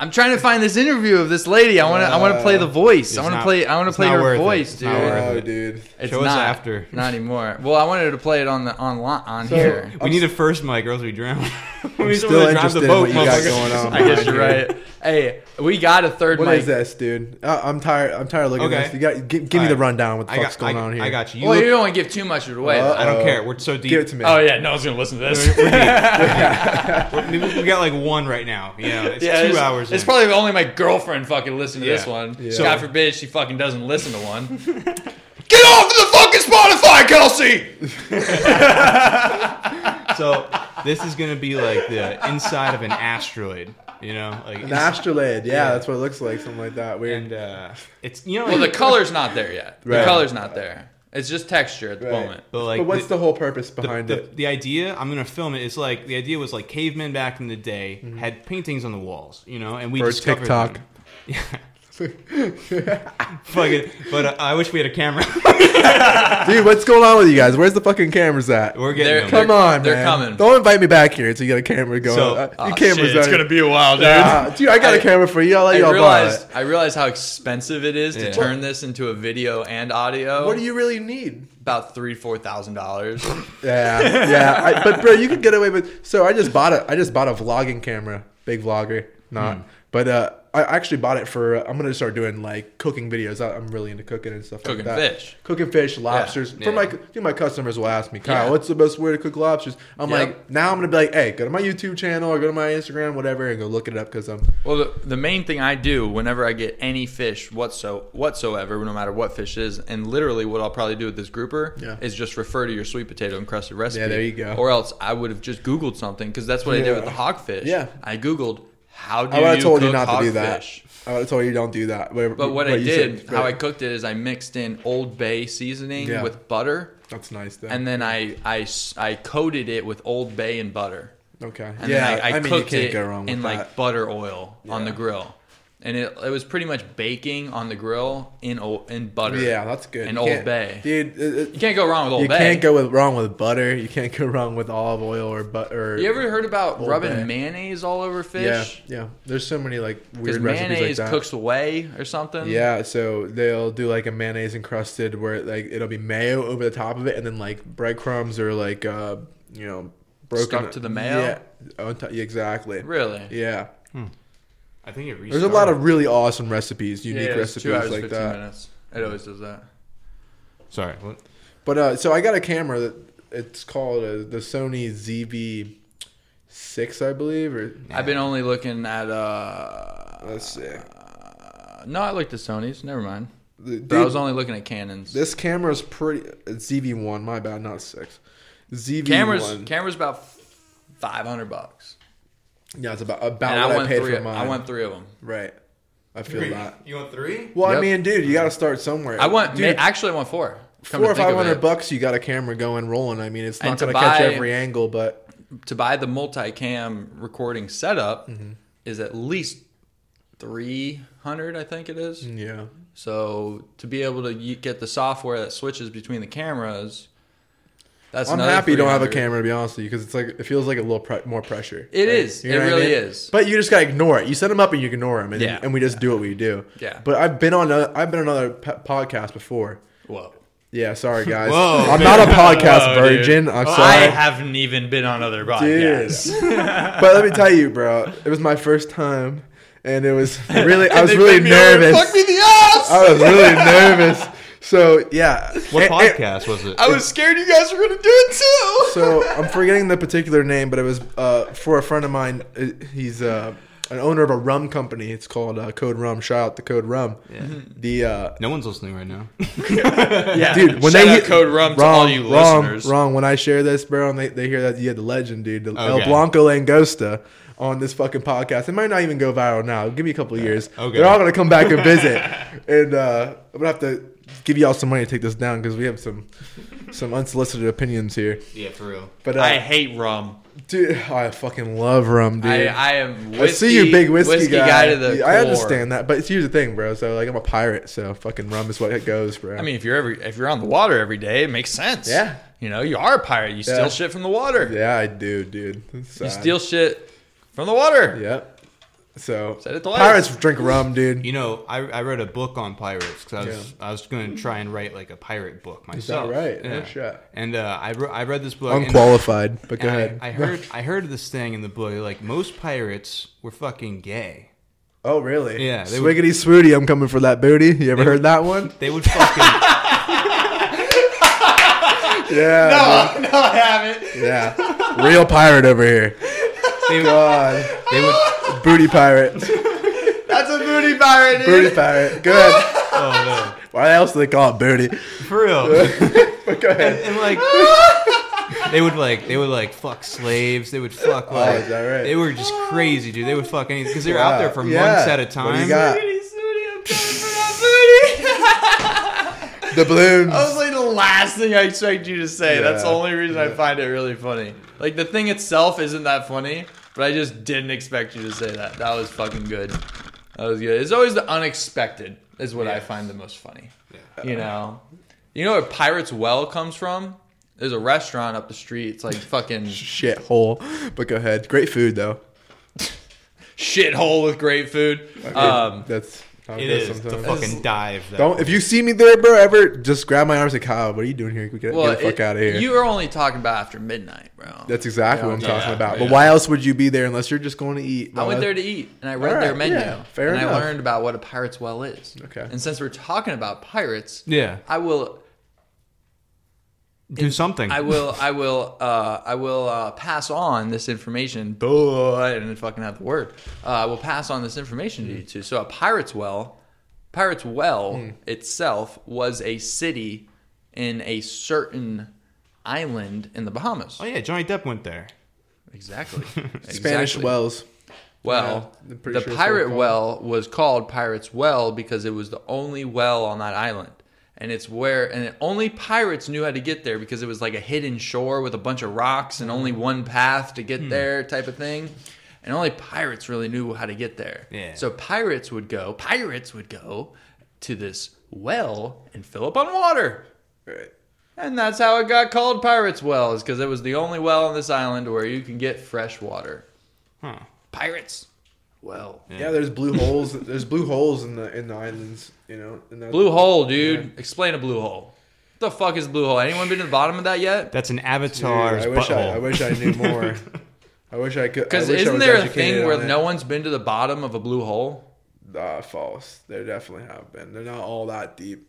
[SPEAKER 1] I'm trying to find this interview of this lady. I want to. I want to play the voice. I
[SPEAKER 2] Uh, It's
[SPEAKER 1] want to
[SPEAKER 2] not-
[SPEAKER 1] play. I want to
[SPEAKER 2] it's
[SPEAKER 1] play
[SPEAKER 2] not
[SPEAKER 1] her
[SPEAKER 2] worth it.
[SPEAKER 1] voice,
[SPEAKER 2] It's
[SPEAKER 1] dude.
[SPEAKER 2] not worth
[SPEAKER 3] Oh,
[SPEAKER 2] it.
[SPEAKER 3] dude.
[SPEAKER 1] It's
[SPEAKER 2] Show us
[SPEAKER 1] not-
[SPEAKER 2] after.
[SPEAKER 1] Not anymore. Well, I wanted to play it on the online on here.
[SPEAKER 2] We need a first mic, or else we drown. we need
[SPEAKER 3] still
[SPEAKER 2] someone to drive
[SPEAKER 3] interested in what you got
[SPEAKER 2] motherfucker.
[SPEAKER 3] going on.
[SPEAKER 1] I guess you're right. Hey, we got a third
[SPEAKER 3] What is
[SPEAKER 1] mic.
[SPEAKER 3] this, dude? I, I'm tired. I'm tired of looking
[SPEAKER 2] Okay.
[SPEAKER 3] at this. You got give, give me the
[SPEAKER 2] Alright.
[SPEAKER 3] rundown. What the
[SPEAKER 2] I
[SPEAKER 3] fuck's
[SPEAKER 2] got,
[SPEAKER 3] going
[SPEAKER 2] I,
[SPEAKER 3] on here?
[SPEAKER 2] I got you. you
[SPEAKER 1] Well,
[SPEAKER 2] look-
[SPEAKER 1] you don't want to give too much of it away. though.
[SPEAKER 2] uh, I
[SPEAKER 3] Uh-oh.
[SPEAKER 2] don't care. We're so deep.
[SPEAKER 3] Give it to me.
[SPEAKER 1] oh yeah, no one's gonna listen to this.
[SPEAKER 2] Maybe we got like one right now. Yeah, it's
[SPEAKER 1] Yeah,
[SPEAKER 2] two
[SPEAKER 1] it's,
[SPEAKER 2] hours.
[SPEAKER 1] It's
[SPEAKER 2] in.
[SPEAKER 1] probably only my girlfriend fucking listened to this
[SPEAKER 2] Yeah.
[SPEAKER 1] one.
[SPEAKER 3] Yeah.
[SPEAKER 1] God forbid she fucking doesn't listen to one. Get off of the fucking Spotify, Kelsey.
[SPEAKER 2] so. This is gonna be like the inside of an asteroid. You know, like
[SPEAKER 3] An astrolabe. Yeah, that's what it looks like. Something like that. Weird.
[SPEAKER 2] and uh, it's you know,
[SPEAKER 1] Well, the
[SPEAKER 2] like,
[SPEAKER 1] color's not there yet. The
[SPEAKER 3] Right.
[SPEAKER 1] color's not there. It's just texture at the
[SPEAKER 3] Right.
[SPEAKER 1] moment.
[SPEAKER 2] but like
[SPEAKER 3] but what's the,
[SPEAKER 2] the,
[SPEAKER 3] whole purpose
[SPEAKER 2] the,
[SPEAKER 3] behind
[SPEAKER 2] the,
[SPEAKER 3] it?
[SPEAKER 2] the idea? I'm gonna film it. It's like the idea was like cavemen back in the day
[SPEAKER 1] Mm-hmm.
[SPEAKER 2] had paintings on the walls. You know, and we
[SPEAKER 3] For
[SPEAKER 2] discovered
[SPEAKER 3] TikTok.
[SPEAKER 2] them. Yeah, fucking. But uh, I wish we had a camera.
[SPEAKER 3] Dude, what's going on with you guys? Where's the fucking cameras at?
[SPEAKER 2] We're getting
[SPEAKER 1] There-
[SPEAKER 2] them.
[SPEAKER 3] Come on,
[SPEAKER 1] They're
[SPEAKER 3] man.
[SPEAKER 1] coming.
[SPEAKER 3] Don't invite me back here until you got a camera going.
[SPEAKER 2] So-
[SPEAKER 3] Uh,
[SPEAKER 1] Ah,
[SPEAKER 3] your camera's
[SPEAKER 1] shit, it's
[SPEAKER 3] out.
[SPEAKER 1] gonna be a while, dude.
[SPEAKER 3] Ah, dude, I got a
[SPEAKER 1] I-
[SPEAKER 3] camera for you. I'll let
[SPEAKER 1] I
[SPEAKER 3] y'all
[SPEAKER 1] realized
[SPEAKER 3] buy
[SPEAKER 1] I realized how expensive it is to
[SPEAKER 2] Yeah.
[SPEAKER 1] turn this into a video and audio.
[SPEAKER 3] it. What do you really need?
[SPEAKER 1] about three four thousand dollars?
[SPEAKER 3] Yeah, yeah. I, but bro, you could get away with. So I just bought a. I just bought a vlogging camera. Big vlogger, not.
[SPEAKER 1] Hmm.
[SPEAKER 3] But uh, I actually bought it for. I'm gonna start doing like cooking videos. I, I'm really into cooking and stuff.
[SPEAKER 1] Cooking
[SPEAKER 3] like that.
[SPEAKER 1] fish.
[SPEAKER 3] Cooking fish, lobsters.
[SPEAKER 2] Yeah.
[SPEAKER 3] For my dude, my customers will ask me, Kyle,
[SPEAKER 1] Yeah.
[SPEAKER 3] what's the best way to cook lobsters? I'm
[SPEAKER 1] Yep.
[SPEAKER 3] like, now I'm gonna be like, hey, go to my YouTube channel or go to my Instagram, whatever, and go look it up because I'm.
[SPEAKER 1] Well, the, the main thing I do whenever I get any fish whatso, whatsoever, no matter what fish is, and literally what I'll probably do with this grouper
[SPEAKER 3] Yeah.
[SPEAKER 1] is just refer to your sweet potato encrusted recipe.
[SPEAKER 3] there you go.
[SPEAKER 1] Or else I would have just Googled something because that's what I did with the
[SPEAKER 3] Yeah.
[SPEAKER 1] hogfish.
[SPEAKER 3] Yeah. Oh,
[SPEAKER 1] I Googled how do
[SPEAKER 3] I would
[SPEAKER 1] you
[SPEAKER 3] have told
[SPEAKER 1] cook
[SPEAKER 3] you not to do that.
[SPEAKER 1] hogfish.
[SPEAKER 3] I would have told you don't do that. Whatever,
[SPEAKER 1] But what I
[SPEAKER 3] you
[SPEAKER 1] did,
[SPEAKER 3] said,
[SPEAKER 1] how I
[SPEAKER 3] right.
[SPEAKER 1] cooked it, is I mixed in Old Bay seasoning
[SPEAKER 3] Yeah.
[SPEAKER 1] with butter,
[SPEAKER 3] That's nice though.
[SPEAKER 1] and then I, I s- I coated it with Old Bay and butter.
[SPEAKER 3] Okay.
[SPEAKER 1] And
[SPEAKER 3] yeah.
[SPEAKER 1] then I, I,
[SPEAKER 3] mean,
[SPEAKER 1] cooked
[SPEAKER 3] you can't
[SPEAKER 1] it
[SPEAKER 3] go wrong with
[SPEAKER 1] in
[SPEAKER 3] that.
[SPEAKER 1] like butter oil on the
[SPEAKER 3] Yeah.
[SPEAKER 1] grill, and it, it was pretty much baking on the grill in o- in butter.
[SPEAKER 3] yeah, that's good.
[SPEAKER 1] In
[SPEAKER 3] You
[SPEAKER 1] Old
[SPEAKER 3] can't-
[SPEAKER 1] Bay,
[SPEAKER 3] dude. It, it-
[SPEAKER 1] you can't go wrong with Old
[SPEAKER 3] you
[SPEAKER 1] Bay.
[SPEAKER 3] can't go with, wrong with butter. You can't go wrong with olive oil or butter.
[SPEAKER 1] You ever heard about
[SPEAKER 3] Old
[SPEAKER 1] rubbing
[SPEAKER 3] Bay.
[SPEAKER 1] mayonnaise all over
[SPEAKER 3] Yeah,
[SPEAKER 1] fish?
[SPEAKER 3] yeah. There's so many like
[SPEAKER 1] Because
[SPEAKER 3] weird recipes like
[SPEAKER 1] mayonnaise
[SPEAKER 3] that.
[SPEAKER 1] cooks away or something.
[SPEAKER 3] Yeah, so they'll do like a mayonnaise encrusted where like it'll be mayo over the top of it, and then like breadcrumbs or like uh you know broken
[SPEAKER 1] Stuck to the mayo?
[SPEAKER 3] Yeah, on top- yeah, exactly.
[SPEAKER 1] Really?
[SPEAKER 3] Yeah,
[SPEAKER 2] I think it
[SPEAKER 3] there's a lot of really awesome recipes, unique
[SPEAKER 1] Yeah, it's
[SPEAKER 3] recipes
[SPEAKER 1] two hours,
[SPEAKER 3] like
[SPEAKER 1] 15
[SPEAKER 3] that.
[SPEAKER 1] Minutes. It always does that.
[SPEAKER 2] Sorry. What?
[SPEAKER 3] But uh, so I got a camera that it's called uh the Sony ZV6, I believe. Or
[SPEAKER 1] I've been only looking at uh,
[SPEAKER 3] let's see,
[SPEAKER 1] uh no, I looked at Sony's. Never mind.
[SPEAKER 3] The-
[SPEAKER 1] But I
[SPEAKER 3] dude,
[SPEAKER 1] was only looking at Canons.
[SPEAKER 3] this camera's pretty. It's ZV1. My bad, not six. ZV1.
[SPEAKER 1] Cameras, cameras about five hundred bucks.
[SPEAKER 3] Yeah, it's about
[SPEAKER 1] And
[SPEAKER 3] about
[SPEAKER 1] I
[SPEAKER 3] what I,
[SPEAKER 1] won
[SPEAKER 3] paid
[SPEAKER 1] three.
[SPEAKER 3] for
[SPEAKER 1] of-
[SPEAKER 3] mine.
[SPEAKER 1] I won three of them.
[SPEAKER 3] Right. I feel that.
[SPEAKER 2] You want three?
[SPEAKER 3] Well, I
[SPEAKER 1] Yep.
[SPEAKER 3] mean, dude, you got to start somewhere.
[SPEAKER 1] I want
[SPEAKER 3] dude,
[SPEAKER 1] actually I want four. Come
[SPEAKER 3] four or
[SPEAKER 1] to think
[SPEAKER 3] five
[SPEAKER 1] of
[SPEAKER 3] hundred
[SPEAKER 1] it,
[SPEAKER 3] bucks. You got a camera going, rolling. I mean, it's
[SPEAKER 1] And
[SPEAKER 3] not
[SPEAKER 1] to
[SPEAKER 3] going to catch
[SPEAKER 1] buy-
[SPEAKER 3] every angle, but
[SPEAKER 1] to buy the multicam recording setup
[SPEAKER 3] Mm-hmm.
[SPEAKER 1] is at least three hundred. I think it is.
[SPEAKER 3] yeah,
[SPEAKER 1] So to be able to y- get the software that switches between the cameras, that's
[SPEAKER 3] I'm
[SPEAKER 1] another
[SPEAKER 3] happy you don't have a
[SPEAKER 1] 300.
[SPEAKER 3] camera to be honest with you because it's like it feels like a little pre- more pressure.
[SPEAKER 1] It
[SPEAKER 3] It
[SPEAKER 1] is.
[SPEAKER 3] is.
[SPEAKER 1] It really is.
[SPEAKER 3] But you just gotta ignore it. You set them up and you ignore them, and,
[SPEAKER 1] Yeah.
[SPEAKER 3] and we just do what we do.
[SPEAKER 1] Yeah.
[SPEAKER 3] But I've been on another, I've been on another pe- podcast before.
[SPEAKER 1] Whoa.
[SPEAKER 3] Yeah, sorry guys.
[SPEAKER 2] Whoa.
[SPEAKER 3] I'm not a podcast
[SPEAKER 1] Whoa, Oh, dude.
[SPEAKER 3] virgin. I'm
[SPEAKER 1] Well,
[SPEAKER 3] sorry.
[SPEAKER 1] I haven't even been on other podcasts.
[SPEAKER 3] but let me tell you, bro, it was my first time, and it was really I
[SPEAKER 1] And
[SPEAKER 3] was
[SPEAKER 1] they
[SPEAKER 3] really
[SPEAKER 1] bent me over and
[SPEAKER 3] nervous.
[SPEAKER 1] Fucked me in the ass.
[SPEAKER 3] I was really nervous. So yeah,
[SPEAKER 2] What
[SPEAKER 3] And- and-
[SPEAKER 2] podcast was it?
[SPEAKER 1] I
[SPEAKER 3] Oh.
[SPEAKER 1] was scared you guys were gonna do it too.
[SPEAKER 3] so I'm forgetting the particular name, but it was uh, for a friend of mine. Uh, He's uh, an owner of a rum company. It's called uh, Code Rum. Shout out to Code Rum. The uh,
[SPEAKER 2] no one's listening right now.
[SPEAKER 1] yeah,
[SPEAKER 3] dude
[SPEAKER 1] Shout
[SPEAKER 3] when they
[SPEAKER 1] out
[SPEAKER 3] hit-
[SPEAKER 1] code rum, to all you
[SPEAKER 3] wrong,
[SPEAKER 1] listeners.
[SPEAKER 3] wrong. When I share this, bro, and they, they hear that you had the legend, dude, the El
[SPEAKER 2] Okay.
[SPEAKER 3] Blanco Langosta on this fucking podcast. It might not even go viral now. Give me a couple years.
[SPEAKER 2] Okay.
[SPEAKER 3] They're all gonna come back and visit, and uh, I'm gonna have to give y'all some money to take this down because we have some some unsolicited opinions here.
[SPEAKER 2] yeah, for real.
[SPEAKER 3] But uh,
[SPEAKER 1] I hate rum.
[SPEAKER 3] dude, I fucking love rum, dude.
[SPEAKER 1] I, I am. Whiskey,
[SPEAKER 3] I see you, big whiskey, guy.
[SPEAKER 1] to the
[SPEAKER 3] Yeah, I
[SPEAKER 1] core.
[SPEAKER 3] understand that, but here's the thing, bro. So like, I'm a pirate, so fucking rum is what it goes, bro.
[SPEAKER 1] I mean, if you're every if you're on the water every day, it makes sense.
[SPEAKER 3] Yeah.
[SPEAKER 1] you know, you are a pirate. You
[SPEAKER 3] Yeah.
[SPEAKER 1] steal shit from the water.
[SPEAKER 3] yeah, I do, dude.
[SPEAKER 1] You steal shit from the water.
[SPEAKER 3] Yep. So
[SPEAKER 1] Said it twice.
[SPEAKER 3] pirates drink rum, dude.
[SPEAKER 2] You know, I, I read a book on pirates because I was
[SPEAKER 3] Yeah.
[SPEAKER 2] I was going to try and write like a pirate book myself.
[SPEAKER 3] right? No shit.
[SPEAKER 2] And uh, I re- I read this book. and-
[SPEAKER 3] Unqualified, but go
[SPEAKER 2] and I-
[SPEAKER 3] ahead.
[SPEAKER 2] I, heard I heard this thing in the book like most pirates were fucking gay.
[SPEAKER 3] oh, really?
[SPEAKER 2] Yeah, they would-
[SPEAKER 3] Swiggity swooty, I'm coming for that booty. You ever heard that one?
[SPEAKER 2] They would fucking
[SPEAKER 3] Yeah.
[SPEAKER 1] Oh, no, I haven't.
[SPEAKER 3] dude. Yeah. Real pirate over here.
[SPEAKER 2] they would,
[SPEAKER 3] God.
[SPEAKER 2] they would oh,
[SPEAKER 3] Booty pirate.
[SPEAKER 1] That's a booty pirate.
[SPEAKER 3] Booty
[SPEAKER 1] Dude.
[SPEAKER 3] pirate. Go ahead.
[SPEAKER 2] oh
[SPEAKER 3] Why else do they call it booty?
[SPEAKER 2] no for real.
[SPEAKER 3] But go ahead.
[SPEAKER 2] and like they would like they would like fuck slaves. They would fuck like
[SPEAKER 3] Oh, is that right?
[SPEAKER 2] they were just crazy, dude. They would fuck anything because they were out there for
[SPEAKER 3] Yeah.
[SPEAKER 2] months at a
[SPEAKER 3] What do
[SPEAKER 2] time.
[SPEAKER 3] you got?
[SPEAKER 1] Booty, booty, I'm coming for that booty.
[SPEAKER 3] The balloons.
[SPEAKER 1] That was like the last thing I expect you to say. That's the
[SPEAKER 3] Yeah.
[SPEAKER 1] only reason I find it really funny. Like the thing itself isn't that funny, but I just didn't expect you to say that. That was fucking good. That was good. It's always the unexpected is what I find the most funny. You know, you know where Pirates Well comes from? There's a restaurant up the street. It's like fucking
[SPEAKER 3] Shithole. But go ahead. Great food though.
[SPEAKER 1] shithole with great food. Um,
[SPEAKER 3] That's how it,
[SPEAKER 2] It
[SPEAKER 3] goes
[SPEAKER 2] is the
[SPEAKER 3] sometimes.
[SPEAKER 2] fucking dive. That
[SPEAKER 3] Don't if you see me there, bro, ever just grab my arms like Kyle, what are you doing here? Get,
[SPEAKER 1] well,
[SPEAKER 3] get the fuck
[SPEAKER 1] it-
[SPEAKER 3] out of here.
[SPEAKER 1] You were only talking about after midnight, bro.
[SPEAKER 3] That's exactly what I'm
[SPEAKER 1] Yeah,
[SPEAKER 3] talking about. But
[SPEAKER 1] yeah.
[SPEAKER 3] why else would you be there unless you're just going to eat?
[SPEAKER 1] I went there to eat, and I read their
[SPEAKER 3] Alright,
[SPEAKER 1] menu,
[SPEAKER 3] yeah, fair
[SPEAKER 1] and I
[SPEAKER 3] enough.
[SPEAKER 1] learned about what a pirate's well is.
[SPEAKER 3] Okay.
[SPEAKER 1] And since we're talking about pirates,
[SPEAKER 2] Yeah.
[SPEAKER 1] I will,
[SPEAKER 2] do something.
[SPEAKER 1] I will, I will, uh, I will uh, pass on this information. Boy, I didn't fucking have the word. Uh, I will pass on this information to you two. So a pirate's well, pirate's well
[SPEAKER 3] Hmm.
[SPEAKER 1] itself was a city in a certain island in the Bahamas.
[SPEAKER 2] oh yeah, Johnny Depp went there.
[SPEAKER 1] Exactly.
[SPEAKER 3] Spanish
[SPEAKER 1] Exactly.
[SPEAKER 3] wells.
[SPEAKER 1] Well,
[SPEAKER 3] Yeah, I'm pretty
[SPEAKER 1] the
[SPEAKER 3] sure it's what
[SPEAKER 1] pirate
[SPEAKER 3] it's called.
[SPEAKER 1] well was called Pirate's Well because it was the only well on that island. and it's where and only pirates knew how to get there because it was like a hidden shore with a bunch of rocks and
[SPEAKER 3] Hmm.
[SPEAKER 1] only one path to get there type of thing and only pirates really knew how to get there
[SPEAKER 2] Yeah.
[SPEAKER 1] so pirates would go pirates would go to this well and fill up on water
[SPEAKER 3] Right.
[SPEAKER 1] and that's how it got called pirates well is because it was the only well on this island where you can get fresh water
[SPEAKER 2] Huh.
[SPEAKER 1] pirates well
[SPEAKER 3] Yeah, there's blue holes. There's blue holes in the in the islands. You know, in the,
[SPEAKER 1] blue hole dude explain a blue hole the fuck is blue hole anyone been to the bottom of that yet
[SPEAKER 2] That's an
[SPEAKER 3] Dude,
[SPEAKER 2] avatar's
[SPEAKER 3] I wish I,
[SPEAKER 2] butthole.
[SPEAKER 3] I wish I knew more. I wish I could. I
[SPEAKER 1] Because
[SPEAKER 3] wish I
[SPEAKER 1] isn't
[SPEAKER 3] was
[SPEAKER 1] there a
[SPEAKER 3] educated
[SPEAKER 1] thing
[SPEAKER 3] on
[SPEAKER 1] where
[SPEAKER 3] it.
[SPEAKER 1] no one's been to the bottom of a blue hole?
[SPEAKER 3] Uh, false. There definitely have been. They're not all that deep.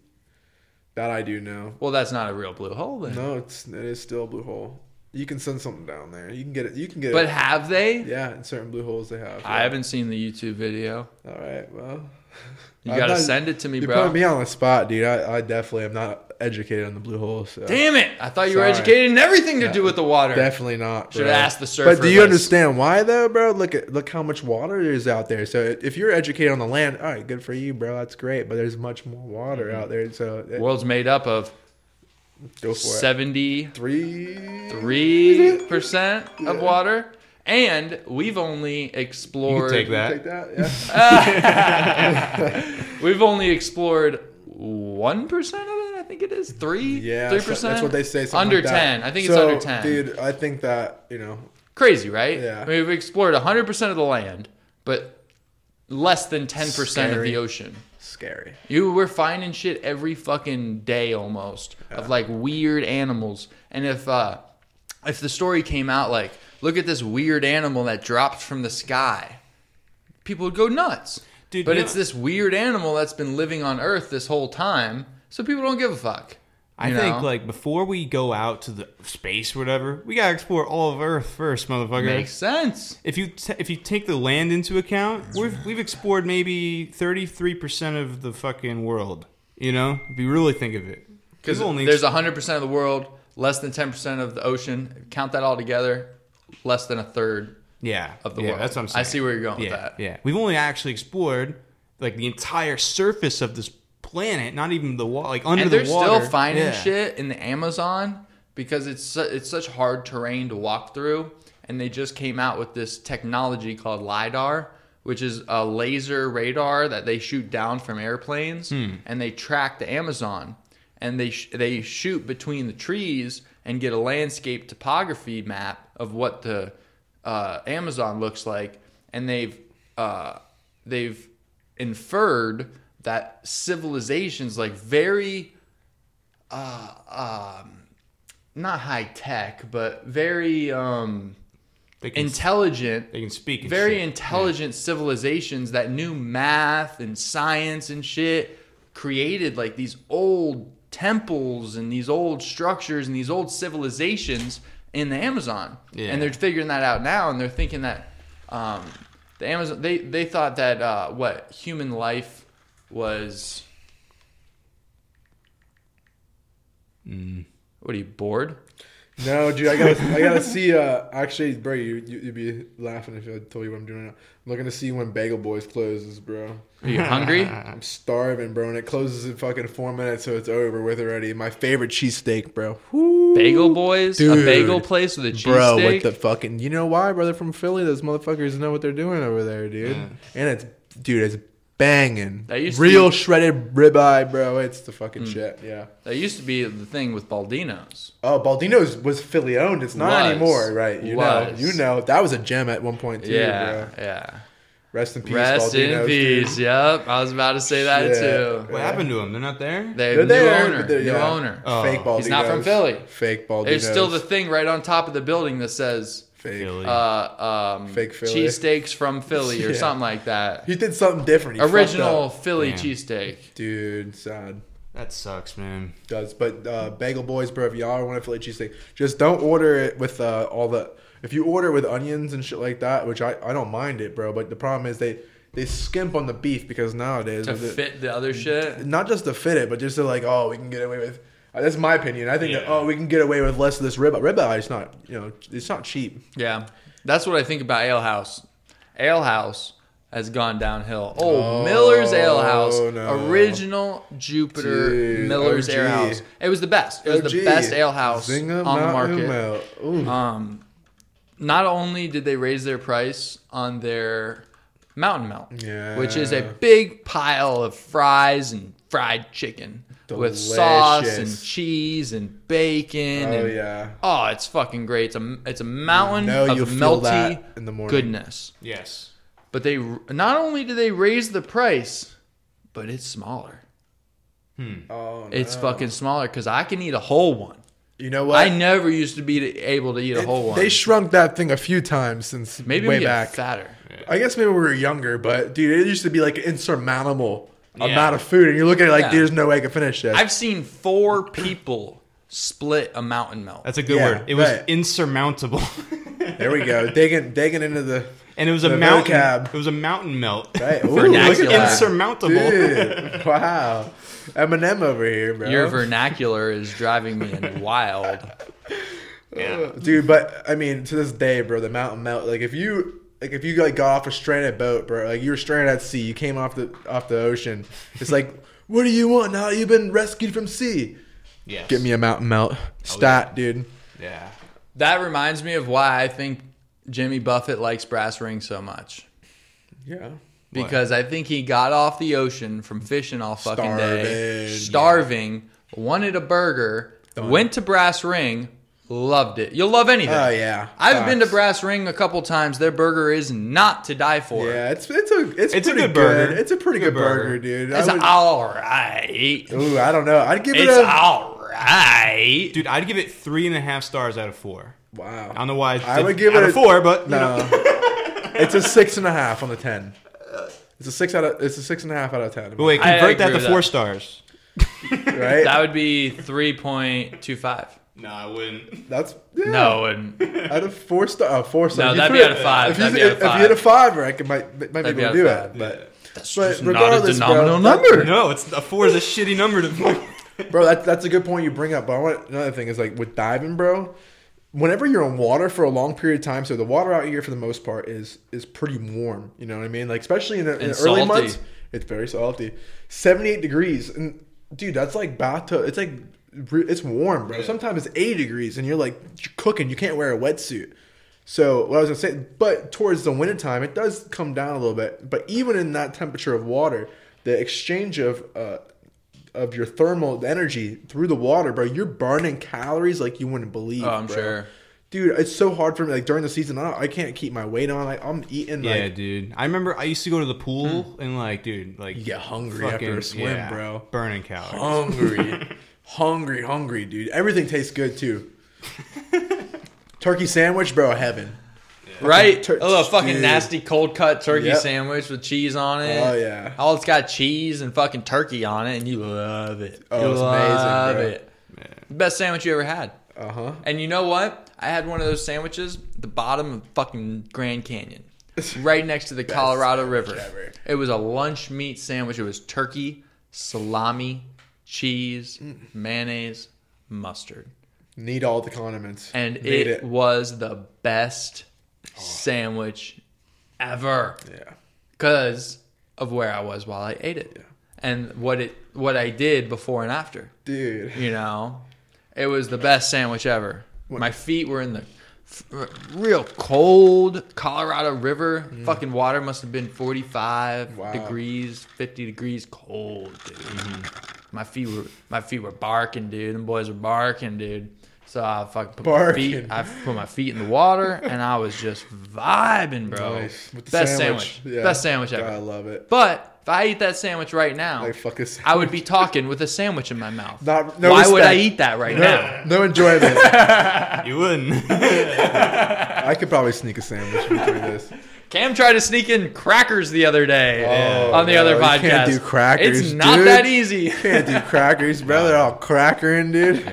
[SPEAKER 3] That I do know.
[SPEAKER 1] Well, that's not a real blue hole then.
[SPEAKER 3] No, it's it is still a blue hole. You can send something down there. You can get it. You can get
[SPEAKER 1] But
[SPEAKER 3] it.
[SPEAKER 1] have they?
[SPEAKER 3] Yeah, in certain blue holes they have.
[SPEAKER 1] I haven't seen the YouTube video.
[SPEAKER 3] All right. Well,
[SPEAKER 1] You
[SPEAKER 3] I'm
[SPEAKER 1] gotta
[SPEAKER 3] not-
[SPEAKER 1] send it to me,
[SPEAKER 3] You're
[SPEAKER 1] bro.
[SPEAKER 3] putting me on the spot, dude. I, I definitely am not educated on the blue hole. So
[SPEAKER 1] Damn it! I thought you were
[SPEAKER 3] Sorry.
[SPEAKER 1] educated in everything to do with the water.
[SPEAKER 3] Definitely not.
[SPEAKER 1] Should
[SPEAKER 3] bro.
[SPEAKER 1] ask the surfer
[SPEAKER 3] But do you
[SPEAKER 1] list.
[SPEAKER 3] understand why though, bro? Look at look how much water is out there. So if you're educated on the land, all right, good for you, bro. That's great. But there's much more water
[SPEAKER 1] Mm-hmm.
[SPEAKER 3] out there. So eh,
[SPEAKER 1] World's made up of
[SPEAKER 3] go for it.
[SPEAKER 1] seventy-three
[SPEAKER 3] Three.
[SPEAKER 1] percent of water, and we've only explored.
[SPEAKER 2] take that.
[SPEAKER 3] Take that. Yeah.
[SPEAKER 1] We've only explored one percent of it. I think it is three.
[SPEAKER 3] Yeah,
[SPEAKER 1] three
[SPEAKER 3] so-
[SPEAKER 1] percent.
[SPEAKER 3] That's what they say. something
[SPEAKER 1] Under
[SPEAKER 3] like that.
[SPEAKER 1] ten. I think it's
[SPEAKER 3] So,
[SPEAKER 1] under ten.
[SPEAKER 3] dude. I think that you know.
[SPEAKER 1] Crazy, right?
[SPEAKER 3] Yeah.
[SPEAKER 1] I mean, we've explored 100% of the land, but less than 10% of
[SPEAKER 3] Scary.
[SPEAKER 1] the ocean.
[SPEAKER 3] Scary.
[SPEAKER 1] You we're finding shit every fucking day almost of like weird animals. And if uh if the story came out like, look at this weird animal that dropped from the sky, people would go nuts.
[SPEAKER 2] Dude,
[SPEAKER 1] but
[SPEAKER 2] you
[SPEAKER 1] it's
[SPEAKER 2] know-
[SPEAKER 1] this weird animal that's been living on Earth this whole time, so people don't give a fuck.
[SPEAKER 2] I
[SPEAKER 1] you
[SPEAKER 2] think
[SPEAKER 1] know?
[SPEAKER 2] like before we go out to the space or whatever, we gotta explore all of Earth first, motherfucker.
[SPEAKER 1] makes sense.
[SPEAKER 2] if you t- if you take the land into account, we've we've explored maybe thirty three percent of the fucking world. You know, if you really think of it,
[SPEAKER 1] Because
[SPEAKER 2] We've only
[SPEAKER 1] there's 100% of the world, less than 10% of the ocean. Count that all together, less than a third.
[SPEAKER 2] yeah
[SPEAKER 1] of the
[SPEAKER 2] yeah,
[SPEAKER 1] world.
[SPEAKER 2] That's what I'm saying.
[SPEAKER 1] I see where you're going with
[SPEAKER 2] yeah,
[SPEAKER 1] that.
[SPEAKER 2] Yeah, we've only actually explored like the entire surface of this planet, not even the water, like under
[SPEAKER 1] And
[SPEAKER 2] the
[SPEAKER 1] they're
[SPEAKER 2] water.
[SPEAKER 1] still finding
[SPEAKER 2] Yeah.
[SPEAKER 1] shit in the Amazon because it's su- it's such hard terrain to walk through. And they just came out with this technology called LIDAR, which is a laser radar that they shoot down from airplanes and they track the Amazon. And they, sh- they shoot between the trees and get a landscape topography map of what the uh, Amazon looks like, and they've uh, they've inferred that civilizations like very uh, um, not high tech, but very um,
[SPEAKER 2] They can,
[SPEAKER 1] intelligent
[SPEAKER 2] they can speak. and
[SPEAKER 1] very
[SPEAKER 2] shit.
[SPEAKER 1] intelligent civilizations that knew math and science and shit created like these old temples and these old structures and these old civilizations in the Amazon.
[SPEAKER 2] Yeah.
[SPEAKER 1] And they're figuring that out now and they're thinking that um, the Amazon they they thought that uh, what human life was
[SPEAKER 2] Mm.
[SPEAKER 1] What are you bored?
[SPEAKER 3] No, dude, I gotta, I gotta see. Uh, actually, bro, you, you, you'd be laughing if I told you what I'm doing. Right now. I'm looking to see when Bagel Boys closes, bro.
[SPEAKER 1] Are you hungry?
[SPEAKER 3] I'm starving, bro, and it closes in fucking four minutes, so it's over with already. My favorite cheesesteak, bro. Woo.
[SPEAKER 1] bagel boys, a
[SPEAKER 3] Dude.
[SPEAKER 1] bagel place with a cheese
[SPEAKER 3] Bro,
[SPEAKER 1] steak.
[SPEAKER 3] what the fucking? You know why, brother? From Philly, those motherfuckers know what they're doing over there, dude. And it's, dude, it's banging.
[SPEAKER 1] That used to
[SPEAKER 3] Real
[SPEAKER 1] be- Hmm.
[SPEAKER 3] shredded ribeye, bro. It's the fucking shit. Yeah.
[SPEAKER 1] That used to be the thing with Baldino's.
[SPEAKER 3] Oh, Baldino's was Philly owned. It's not
[SPEAKER 1] Was.
[SPEAKER 3] anymore, right? You
[SPEAKER 1] Was.
[SPEAKER 3] know, you know that was a gem at one point too.
[SPEAKER 1] yeah,
[SPEAKER 3] bro.
[SPEAKER 1] yeah.
[SPEAKER 3] Rest in peace,
[SPEAKER 1] Rest in
[SPEAKER 3] Baldino's, dude.
[SPEAKER 1] peace. Yep, I was about to say that
[SPEAKER 3] Shit.
[SPEAKER 1] too.
[SPEAKER 2] What happened to them? They're not there.
[SPEAKER 1] They
[SPEAKER 3] They're
[SPEAKER 1] new
[SPEAKER 3] there,
[SPEAKER 1] owner,
[SPEAKER 3] but they're-
[SPEAKER 1] new
[SPEAKER 3] yeah.
[SPEAKER 1] owner.
[SPEAKER 2] Oh.
[SPEAKER 3] Fake Baldino's.
[SPEAKER 1] He's not from Philly.
[SPEAKER 3] Fake Baldino's.
[SPEAKER 1] There's still the thing right on top of the building that says
[SPEAKER 3] fake.
[SPEAKER 2] Philly.
[SPEAKER 1] uh, um,
[SPEAKER 3] Fake Philly.
[SPEAKER 1] cheesesteaks from Philly or
[SPEAKER 3] Yeah.
[SPEAKER 1] something like that.
[SPEAKER 3] He did something different. He fucked
[SPEAKER 1] Original
[SPEAKER 3] up.
[SPEAKER 1] Philly
[SPEAKER 2] Yeah.
[SPEAKER 1] cheesesteak.
[SPEAKER 3] dude. Sad.
[SPEAKER 2] that sucks, man.
[SPEAKER 3] Does but uh, Bagel Boys, bro. If y'all want a Philly cheesesteak, just don't order it with uh, all the. If you order it with onions and shit like that, which I, I don't mind it, bro. But the problem is they they skimp on the beef because nowadays
[SPEAKER 1] To
[SPEAKER 3] with it-
[SPEAKER 1] fit the other shit.
[SPEAKER 3] not just to fit it, but just to like, oh, we can get away with. uh, That's my opinion. I think that
[SPEAKER 2] Yeah.
[SPEAKER 3] oh, we can get away with less of this ribeye. Ribeye is not, you know, it's not cheap.
[SPEAKER 1] Yeah, that's what I think about Ale House. Ale House has gone downhill. Oh, Miller's Ale House,
[SPEAKER 3] no.
[SPEAKER 1] original Jupiter
[SPEAKER 3] Dude,
[SPEAKER 1] Miller's
[SPEAKER 3] OG.
[SPEAKER 1] Ale House. It was the best. It was the
[SPEAKER 3] OG.
[SPEAKER 1] best ale house
[SPEAKER 3] Zinga
[SPEAKER 1] on the
[SPEAKER 3] Mountain
[SPEAKER 1] market.
[SPEAKER 3] Mel. Ooh.
[SPEAKER 1] Um, not only did they raise their price on their Mountain Melt, which is a
[SPEAKER 3] Yeah.
[SPEAKER 1] big pile of fries and fried chicken with sauce and
[SPEAKER 3] Delicious.
[SPEAKER 1] cheese and bacon.
[SPEAKER 3] oh
[SPEAKER 1] and-
[SPEAKER 3] yeah.
[SPEAKER 1] Oh, it's fucking great. It's a it's a mountain
[SPEAKER 3] know
[SPEAKER 1] of
[SPEAKER 3] you'll
[SPEAKER 1] melty
[SPEAKER 3] feel that in the morning.
[SPEAKER 1] goodness.
[SPEAKER 2] Yes.
[SPEAKER 1] But they not only do they raise the price, but it's smaller.
[SPEAKER 3] Oh, no.
[SPEAKER 1] It's fucking smaller because I can eat a whole one.
[SPEAKER 3] you know what?
[SPEAKER 1] I never used to be able to eat a whole one.
[SPEAKER 3] They shrunk that thing a few times since
[SPEAKER 1] Maybe
[SPEAKER 3] way
[SPEAKER 1] we get
[SPEAKER 3] back.
[SPEAKER 1] fatter.
[SPEAKER 3] I guess maybe we were younger, but dude, it used to be like an insurmountable
[SPEAKER 2] Yeah.
[SPEAKER 3] amount of food, and you look at it like
[SPEAKER 1] Yeah.
[SPEAKER 3] there's no way I could finish this.
[SPEAKER 1] I've seen four people split a mountain melt.
[SPEAKER 2] That's a good
[SPEAKER 3] Yeah,
[SPEAKER 2] word. It was
[SPEAKER 3] right.
[SPEAKER 2] insurmountable.
[SPEAKER 3] there we go, digging digging into the
[SPEAKER 2] and it was a
[SPEAKER 3] The
[SPEAKER 2] mountain
[SPEAKER 3] vocab.
[SPEAKER 2] it was a mountain melt.
[SPEAKER 3] Right. Ooh,
[SPEAKER 1] Vernacular.
[SPEAKER 3] look at that.
[SPEAKER 2] insurmountable.
[SPEAKER 3] Dude, wow, Eminem over here, bro.
[SPEAKER 1] Your vernacular is driving me wild.
[SPEAKER 2] Yeah.
[SPEAKER 3] dude but i mean to this day bro the mountain melt like if you like if you like got off a stranded boat bro like you were stranded at sea you came off the off the ocean it's like what do you want now that you've been rescued from sea
[SPEAKER 2] Yes.
[SPEAKER 3] get me a mountain melt stat dude
[SPEAKER 2] Yeah.
[SPEAKER 1] That reminds me of why I think Jimmy Buffett likes brass rings so much.
[SPEAKER 3] yeah
[SPEAKER 1] Because I think he got off the ocean from fishing all fucking day,
[SPEAKER 3] Starving.
[SPEAKER 1] starving, wanted a burger, went to Brass Ring, loved it. You'll love anything.
[SPEAKER 3] oh yeah
[SPEAKER 1] I've been to
[SPEAKER 3] Facts.
[SPEAKER 1] Brass Ring a couple times. Their burger is not to die for.
[SPEAKER 3] yeah it's it's a it's,
[SPEAKER 2] It's a
[SPEAKER 3] pretty
[SPEAKER 2] good burger.
[SPEAKER 3] it's a pretty
[SPEAKER 2] Good
[SPEAKER 3] good, burger.
[SPEAKER 2] burger.
[SPEAKER 3] dude
[SPEAKER 1] It's
[SPEAKER 3] I would-
[SPEAKER 1] all right.
[SPEAKER 3] ooh i don't know i'd give it
[SPEAKER 1] It's
[SPEAKER 3] a
[SPEAKER 1] all right.
[SPEAKER 2] Dude, I'd give it three and a half stars out of four.
[SPEAKER 3] wow
[SPEAKER 2] I don't know why.
[SPEAKER 3] I would give
[SPEAKER 2] out of
[SPEAKER 3] it a-
[SPEAKER 2] four, but you know.
[SPEAKER 3] no it's a six and a half on the ten it's a six out of it's a six and a half out of ten
[SPEAKER 2] But wait,
[SPEAKER 1] I
[SPEAKER 2] convert
[SPEAKER 1] agree
[SPEAKER 2] that to
[SPEAKER 1] with
[SPEAKER 2] four
[SPEAKER 1] that.
[SPEAKER 2] stars.
[SPEAKER 3] right
[SPEAKER 1] That would be 3.25.
[SPEAKER 2] No, I wouldn't.
[SPEAKER 3] that's yeah.
[SPEAKER 1] No, it wouldn't.
[SPEAKER 3] out of four star, oh, four star.
[SPEAKER 1] No,
[SPEAKER 3] If
[SPEAKER 1] that'd
[SPEAKER 3] you put
[SPEAKER 1] be out
[SPEAKER 3] it-
[SPEAKER 1] of five.
[SPEAKER 3] If
[SPEAKER 1] That'd be
[SPEAKER 3] you,
[SPEAKER 1] out of
[SPEAKER 3] if you hit a
[SPEAKER 1] five.
[SPEAKER 3] fiver, I could might might be
[SPEAKER 1] That'd
[SPEAKER 3] able
[SPEAKER 1] be
[SPEAKER 3] to
[SPEAKER 1] out
[SPEAKER 3] do
[SPEAKER 1] of
[SPEAKER 3] it.
[SPEAKER 1] five.
[SPEAKER 3] But
[SPEAKER 1] That's
[SPEAKER 3] But
[SPEAKER 1] just not a
[SPEAKER 3] regardless, bro,
[SPEAKER 1] denominal
[SPEAKER 3] that's-
[SPEAKER 1] number.
[SPEAKER 2] No, it's a four is a shitty number to
[SPEAKER 3] bro, that, that's a good point you bring up. But I want another thing is like with diving, bro. Whenever you're in water for a long period of time, so the water out here for the most part is is pretty warm. You know what I mean? Like especially in the, in
[SPEAKER 1] And
[SPEAKER 3] the
[SPEAKER 1] salty.
[SPEAKER 3] early months, it's very salty. Seventy eight degrees, and dude, that's like bathtub. It's like re- it's warm, bro. Sometimes it's eighty degrees, and you're like you're cooking. You can't wear a wetsuit. So what I was gonna say, but towards the wintertime, it does come down a little bit. But even in that temperature of water, the exchange of uh, of your thermal energy through the water, bro, you're burning calories like you wouldn't believe.
[SPEAKER 1] Oh, I'm
[SPEAKER 3] bro.
[SPEAKER 1] sure.
[SPEAKER 3] dude. It's so hard for me. Like during the season, I, I can't keep my weight on. Like I'm eating.
[SPEAKER 2] Yeah,
[SPEAKER 3] Like,
[SPEAKER 2] dude. I remember I used to go to the pool
[SPEAKER 1] Hmm.
[SPEAKER 2] and like, dude, like
[SPEAKER 3] You get hungry after a swim, bro.
[SPEAKER 2] Burning calories.
[SPEAKER 3] hungry, hungry, hungry, dude. Everything tastes good too. Turkey sandwich, bro, heaven.
[SPEAKER 1] Right? Oh,
[SPEAKER 3] Tur-
[SPEAKER 1] a little fucking
[SPEAKER 3] dude.
[SPEAKER 1] nasty cold cut turkey
[SPEAKER 3] Yep.
[SPEAKER 1] sandwich with cheese on it.
[SPEAKER 3] Oh, yeah.
[SPEAKER 1] All it's got cheese and fucking turkey on it, and you love it.
[SPEAKER 3] Oh,
[SPEAKER 1] you
[SPEAKER 3] it's amazing,
[SPEAKER 1] love
[SPEAKER 3] bro.
[SPEAKER 1] it. Best sandwich you ever had.
[SPEAKER 3] Uh huh.
[SPEAKER 1] And you know what? I had one of those sandwiches at the bottom of fucking Grand Canyon, right next to the Colorado River.
[SPEAKER 3] ever.
[SPEAKER 1] It was a lunch meat sandwich. It was turkey, salami, cheese,
[SPEAKER 3] Mm.
[SPEAKER 1] mayonnaise, mustard,
[SPEAKER 3] Need all the condiments.
[SPEAKER 1] and
[SPEAKER 3] Need
[SPEAKER 1] it, was the best sandwich ever
[SPEAKER 3] Yeah.
[SPEAKER 1] because of where I was while I ate it and what it what I did before and after
[SPEAKER 3] Dude.
[SPEAKER 1] you know it was the best sandwich ever my feet were in the f- r- real cold colorado river fucking water must have been 45
[SPEAKER 3] Mm. Wow.
[SPEAKER 1] degrees 50 degrees cold dude
[SPEAKER 3] Mm-hmm.
[SPEAKER 1] my feet were my feet were barking dude and boys were barking dude so I fucking put
[SPEAKER 3] Barking.
[SPEAKER 1] my feet. I put my feet in the water, and I was just vibing, bro.
[SPEAKER 3] Nice. With the
[SPEAKER 1] Best sandwich,
[SPEAKER 3] Yeah.
[SPEAKER 1] best sandwich
[SPEAKER 3] God, I
[SPEAKER 1] ever.
[SPEAKER 3] love it.
[SPEAKER 1] But if I eat that sandwich right now,
[SPEAKER 3] Like fuck this.
[SPEAKER 1] I would be talking with a sandwich in my mouth.
[SPEAKER 3] Not- no
[SPEAKER 1] Why would I
[SPEAKER 3] respect.
[SPEAKER 1] eat that right now?
[SPEAKER 3] no, no enjoyment.
[SPEAKER 2] You wouldn't.
[SPEAKER 3] I could probably sneak a sandwich between this.
[SPEAKER 1] Cam tried to sneak in crackers the other day on the
[SPEAKER 3] no,
[SPEAKER 1] other
[SPEAKER 3] Oh, you
[SPEAKER 1] podcast.
[SPEAKER 3] can't do crackers,
[SPEAKER 1] It's not
[SPEAKER 3] dude.
[SPEAKER 1] that easy. It's
[SPEAKER 3] Can't do crackers, bro. They're all crackering, dude.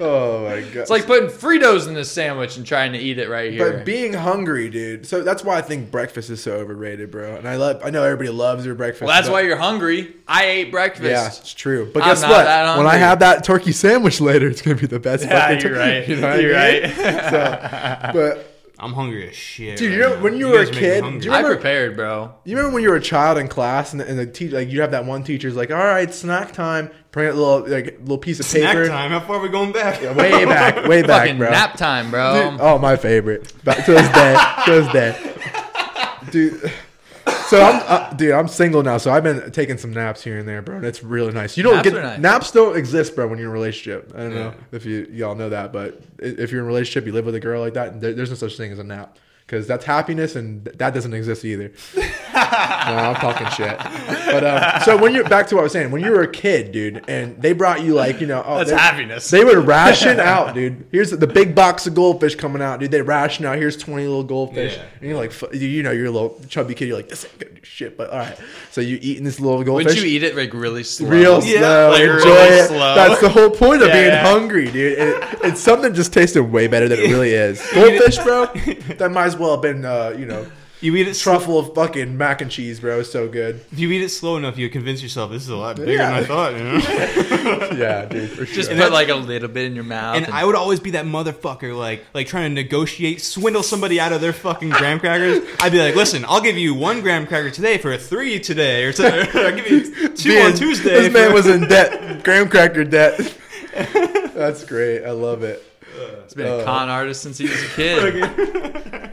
[SPEAKER 3] Oh my god. It's
[SPEAKER 1] like putting Fritos in this sandwich and trying to eat it right here.
[SPEAKER 3] but being hungry, dude. So that's why I think breakfast is so overrated, bro. And I love I know everybody loves their breakfast.
[SPEAKER 1] well, that's
[SPEAKER 3] but-
[SPEAKER 1] why you're hungry. I ate breakfast.
[SPEAKER 3] Yeah, it's true. But
[SPEAKER 1] I'm
[SPEAKER 3] guess
[SPEAKER 1] not
[SPEAKER 3] what?
[SPEAKER 1] that
[SPEAKER 3] When I
[SPEAKER 1] hungry.
[SPEAKER 3] have that turkey sandwich later, it's gonna be the best.
[SPEAKER 1] Yeah,
[SPEAKER 3] fucking
[SPEAKER 1] you're
[SPEAKER 3] turkey-
[SPEAKER 1] right.
[SPEAKER 3] You know what I
[SPEAKER 1] You're
[SPEAKER 3] mean?
[SPEAKER 1] right.
[SPEAKER 3] so, but
[SPEAKER 2] I'm hungry as shit.
[SPEAKER 3] Dude,
[SPEAKER 2] right
[SPEAKER 3] you know,
[SPEAKER 2] now.
[SPEAKER 3] when you were a
[SPEAKER 2] guys make me
[SPEAKER 3] kid,
[SPEAKER 2] hungry.
[SPEAKER 3] do you
[SPEAKER 1] I
[SPEAKER 3] remember-
[SPEAKER 1] prepared, bro.
[SPEAKER 3] You remember when you were a child in class and the, and the teacher, like you have that one teacher's like, all right, snack time. Print a little like little piece of
[SPEAKER 2] snack
[SPEAKER 3] paper.
[SPEAKER 2] time? How far are we going back?
[SPEAKER 3] Way back, way back,
[SPEAKER 1] Fucking
[SPEAKER 3] bro.
[SPEAKER 1] nap time, bro.
[SPEAKER 3] Dude, oh, my favorite. Back to this day, to this day, dude. So I'm, uh, dude, I'm single now, so I've been taking some naps here and there, bro, and it's really nice. You don't
[SPEAKER 1] Naps
[SPEAKER 3] get
[SPEAKER 1] are nice.
[SPEAKER 3] naps don't exist, bro, when you're in a relationship. I don't know
[SPEAKER 2] Yeah.
[SPEAKER 3] if you y'all know that, but i- if you're in a relationship, you live with a girl like that, and there, there's no such thing as a nap because that's happiness, and th- that doesn't exist either. no, I'm talking shit. But uh, so when you're back to what I was saying, when you were a kid, dude, and they brought you like you know, oh,
[SPEAKER 1] That's
[SPEAKER 3] they-
[SPEAKER 1] happiness.
[SPEAKER 3] They would ration out, dude. Here's the big box of goldfish coming out, dude. They ration out. Here's 20 little goldfish,
[SPEAKER 2] Yeah.
[SPEAKER 3] and you're like, fu- you- you know, you're a little chubby kid. You're like, this ain't gonna do shit. But all right, so you eating this little
[SPEAKER 1] Would
[SPEAKER 3] goldfish.
[SPEAKER 1] you eat it like really slow?
[SPEAKER 3] Real
[SPEAKER 2] Yeah,
[SPEAKER 3] slow,
[SPEAKER 2] like
[SPEAKER 3] enjoy
[SPEAKER 2] really
[SPEAKER 3] it.
[SPEAKER 2] slow.
[SPEAKER 3] That's the whole point of
[SPEAKER 1] Yeah,
[SPEAKER 3] being
[SPEAKER 1] yeah.
[SPEAKER 3] hungry, dude. It, it's something just tasted way better than it really is. Goldfish, bro, that might as well have been, uh, you know,
[SPEAKER 2] You eat it slow.
[SPEAKER 3] truffle of fucking mac and cheese, bro. It's so good.
[SPEAKER 2] If you eat it slow enough, you convince yourself this is a lot bigger than
[SPEAKER 3] Yeah.
[SPEAKER 2] I thought. You know?
[SPEAKER 3] Yeah, dude, for
[SPEAKER 1] Just
[SPEAKER 3] sure.
[SPEAKER 1] put like a little bit in your mouth.
[SPEAKER 2] and I would always be that motherfucker, like like trying to negotiate, swindle somebody out of their fucking graham crackers. I'd be like, listen, I'll give you one graham cracker today for a three today, or t- I'll give you two
[SPEAKER 3] Man,
[SPEAKER 2] on Tuesday.
[SPEAKER 3] This
[SPEAKER 2] for-
[SPEAKER 3] man was in debt, graham cracker debt. That's great. I love it.
[SPEAKER 1] has been
[SPEAKER 3] Oh.
[SPEAKER 1] a con artist since he was a kid.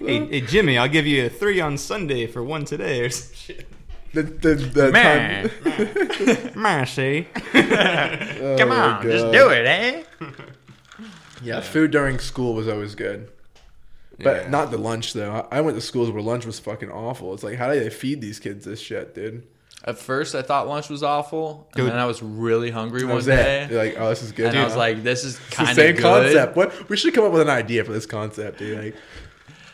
[SPEAKER 2] hey, hey, Jimmy, I'll give you a three on Sunday for one today, or some shit.
[SPEAKER 3] The, the, the
[SPEAKER 1] Man.
[SPEAKER 3] time-
[SPEAKER 2] Mercy.
[SPEAKER 3] Oh
[SPEAKER 1] Come
[SPEAKER 3] my
[SPEAKER 1] on, just
[SPEAKER 3] God.
[SPEAKER 1] do it, eh?
[SPEAKER 3] Yeah, food during school was always good. But not the lunch though. I I went to schools where lunch was fucking awful. It's like, how do they feed these kids this shit, dude?
[SPEAKER 1] At first, I thought lunch was awful, and
[SPEAKER 2] Dude.
[SPEAKER 1] then I was really hungry
[SPEAKER 3] That
[SPEAKER 1] one
[SPEAKER 3] was it.
[SPEAKER 1] day,
[SPEAKER 3] You're like, oh, this is good.
[SPEAKER 1] and I was
[SPEAKER 3] huh?
[SPEAKER 1] like, "This is
[SPEAKER 3] It's
[SPEAKER 1] kind
[SPEAKER 3] the same
[SPEAKER 1] of good."
[SPEAKER 3] concept. What we should come up with an idea for this concept, dude. Like,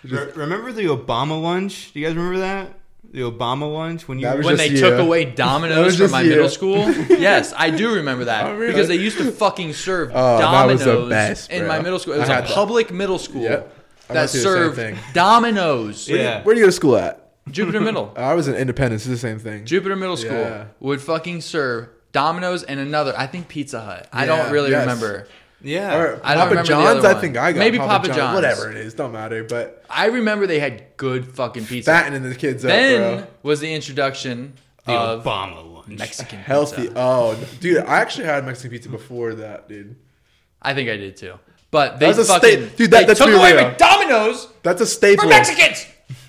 [SPEAKER 2] Re- remember the Obama lunch? Do you guys remember that? The Obama lunch when you
[SPEAKER 3] That was
[SPEAKER 1] When
[SPEAKER 3] just
[SPEAKER 1] they took
[SPEAKER 3] you.
[SPEAKER 1] away
[SPEAKER 3] That was
[SPEAKER 1] Dominoes from
[SPEAKER 3] just
[SPEAKER 1] my
[SPEAKER 3] you.
[SPEAKER 1] middle school, yes, I do remember that
[SPEAKER 3] Oh, really?
[SPEAKER 1] because they used to fucking serve
[SPEAKER 3] Oh, that was
[SPEAKER 1] Dominoes
[SPEAKER 3] the best,
[SPEAKER 1] in
[SPEAKER 3] bro.
[SPEAKER 1] my middle school. It
[SPEAKER 3] I
[SPEAKER 1] was a
[SPEAKER 3] had that.
[SPEAKER 1] public middle school
[SPEAKER 3] Yep. I
[SPEAKER 1] that
[SPEAKER 3] went through the same
[SPEAKER 1] served
[SPEAKER 3] thing.
[SPEAKER 1] Dominoes.
[SPEAKER 2] Yeah.
[SPEAKER 3] where do you go to school at?
[SPEAKER 1] Jupiter Middle.
[SPEAKER 3] I was in Independence. It's the same thing.
[SPEAKER 1] Jupiter Middle School
[SPEAKER 3] Uh, Yeah.
[SPEAKER 1] would fucking serve Domino's and another. I think Pizza Hut. I
[SPEAKER 3] Yeah,
[SPEAKER 1] don't really
[SPEAKER 3] yes.
[SPEAKER 1] remember.
[SPEAKER 2] yeah.
[SPEAKER 3] Or
[SPEAKER 1] I don't
[SPEAKER 3] Papa
[SPEAKER 1] remember the
[SPEAKER 3] John's.
[SPEAKER 1] other
[SPEAKER 3] I
[SPEAKER 1] one.
[SPEAKER 3] think I got
[SPEAKER 1] Maybe Papa John's.
[SPEAKER 3] Whatever it is, don't matter. But
[SPEAKER 1] I remember they had good fucking pizza.
[SPEAKER 3] fattening the kids
[SPEAKER 1] then
[SPEAKER 3] up, bro.
[SPEAKER 1] was the introduction
[SPEAKER 2] the
[SPEAKER 1] of
[SPEAKER 2] Obama lunch.
[SPEAKER 1] Mexican
[SPEAKER 3] Healthy.
[SPEAKER 1] pizza.
[SPEAKER 3] Oh, dude, I actually had Mexican pizza before that, dude.
[SPEAKER 1] I think I did too. But they
[SPEAKER 3] That was a
[SPEAKER 1] fucking
[SPEAKER 3] sta- dude, that-
[SPEAKER 1] they
[SPEAKER 3] that's
[SPEAKER 1] took
[SPEAKER 3] pretty
[SPEAKER 1] away
[SPEAKER 3] real.
[SPEAKER 1] with Domino's
[SPEAKER 3] That's a
[SPEAKER 1] for
[SPEAKER 3] staple.
[SPEAKER 1] Mexicans.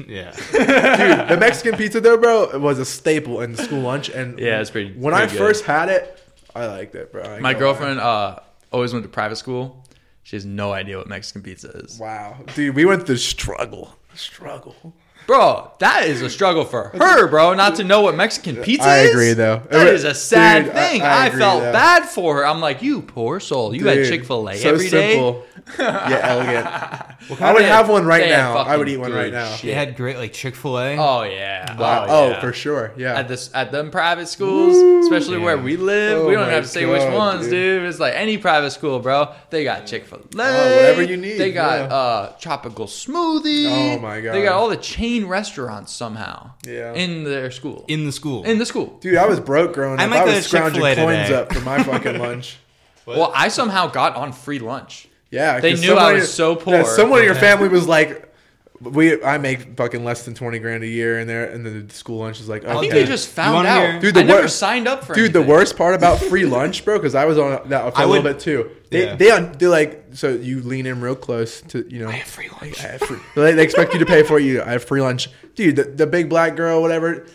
[SPEAKER 2] Yeah.
[SPEAKER 3] Dude, the Mexican pizza though, bro, it was a staple in the school lunch. And
[SPEAKER 1] Yeah, it's pretty-
[SPEAKER 3] When
[SPEAKER 1] pretty
[SPEAKER 3] I
[SPEAKER 1] good.
[SPEAKER 3] first had it, I liked it, bro. I ain't
[SPEAKER 1] My
[SPEAKER 3] gonna lie.
[SPEAKER 1] girlfriend uh, always went to private school. She has no idea what Mexican pizza is.
[SPEAKER 3] Wow, dude, we went through struggle. Struggle.
[SPEAKER 1] Bro, that is a struggle for her, bro, not to know what Mexican pizza
[SPEAKER 3] I
[SPEAKER 1] is.
[SPEAKER 3] agree, though.
[SPEAKER 1] That
[SPEAKER 3] It-
[SPEAKER 1] is a sad
[SPEAKER 3] Dude, I-
[SPEAKER 1] thing.
[SPEAKER 3] I
[SPEAKER 1] I,
[SPEAKER 3] agree,
[SPEAKER 1] felt
[SPEAKER 3] though.
[SPEAKER 1] bad for her. I'm like, you poor soul. You had
[SPEAKER 3] Dude,
[SPEAKER 1] Chick fil A
[SPEAKER 3] so
[SPEAKER 1] every day.
[SPEAKER 3] simple, yeah, elegant. I would have one right
[SPEAKER 1] They had
[SPEAKER 3] now. I would
[SPEAKER 1] fucking
[SPEAKER 3] eat one right
[SPEAKER 1] good
[SPEAKER 3] now.
[SPEAKER 1] shit.
[SPEAKER 2] They had great like Chick Fil A.
[SPEAKER 1] Oh yeah.
[SPEAKER 3] Wow.
[SPEAKER 1] Oh,
[SPEAKER 3] Oh,
[SPEAKER 1] yeah.
[SPEAKER 3] for sure. Yeah.
[SPEAKER 1] At this at them private schools, especially where we live,
[SPEAKER 3] Oh
[SPEAKER 1] we don't
[SPEAKER 3] my
[SPEAKER 1] have to say
[SPEAKER 3] God,
[SPEAKER 1] which ones,
[SPEAKER 3] dude.
[SPEAKER 1] dude. It's like any private school, bro. They got Chick Fil A,
[SPEAKER 3] Oh, whatever you need,
[SPEAKER 1] They got
[SPEAKER 3] yeah.
[SPEAKER 1] uh, tropical smoothie.
[SPEAKER 3] Oh, my
[SPEAKER 1] They
[SPEAKER 3] God.
[SPEAKER 1] got all the chain restaurants somehow.
[SPEAKER 3] Yeah.
[SPEAKER 1] In their school. In,
[SPEAKER 2] in the school.
[SPEAKER 1] the school.
[SPEAKER 3] Dude, I was broke growing
[SPEAKER 2] I
[SPEAKER 3] up.
[SPEAKER 2] might
[SPEAKER 3] I
[SPEAKER 2] go
[SPEAKER 3] was
[SPEAKER 2] to
[SPEAKER 3] scrounging
[SPEAKER 2] Chick-fil-A
[SPEAKER 3] coins
[SPEAKER 2] today.
[SPEAKER 3] up for my fucking lunch.
[SPEAKER 1] Well, I somehow got on free lunch.
[SPEAKER 3] Yeah,
[SPEAKER 1] They
[SPEAKER 3] 'cause
[SPEAKER 1] knew I
[SPEAKER 3] someone-
[SPEAKER 1] was so
[SPEAKER 3] Yeah,
[SPEAKER 1] poor.
[SPEAKER 3] someone in your family was like, "We, I make fucking less than twenty grand a year," and there, and then the school lunch is like, okay.
[SPEAKER 1] I think
[SPEAKER 2] Okay.
[SPEAKER 1] they just
[SPEAKER 2] You
[SPEAKER 1] found
[SPEAKER 2] wanna
[SPEAKER 1] out.
[SPEAKER 2] hear-
[SPEAKER 1] Dude,
[SPEAKER 3] Dude,
[SPEAKER 1] the
[SPEAKER 3] the
[SPEAKER 1] I never
[SPEAKER 3] wor-
[SPEAKER 1] signed up for
[SPEAKER 3] Dude, the
[SPEAKER 1] anything.
[SPEAKER 3] worst part about free lunch, bro, because I was on that for a
[SPEAKER 2] I would-
[SPEAKER 3] little bit too. They,
[SPEAKER 2] Yeah.
[SPEAKER 3] they, un- they're like, so you lean in real close to, you know,
[SPEAKER 2] free lunch.
[SPEAKER 3] I have free- they, they expect you to pay for it. You, I have free lunch, dude. The, the big black girl, whatever.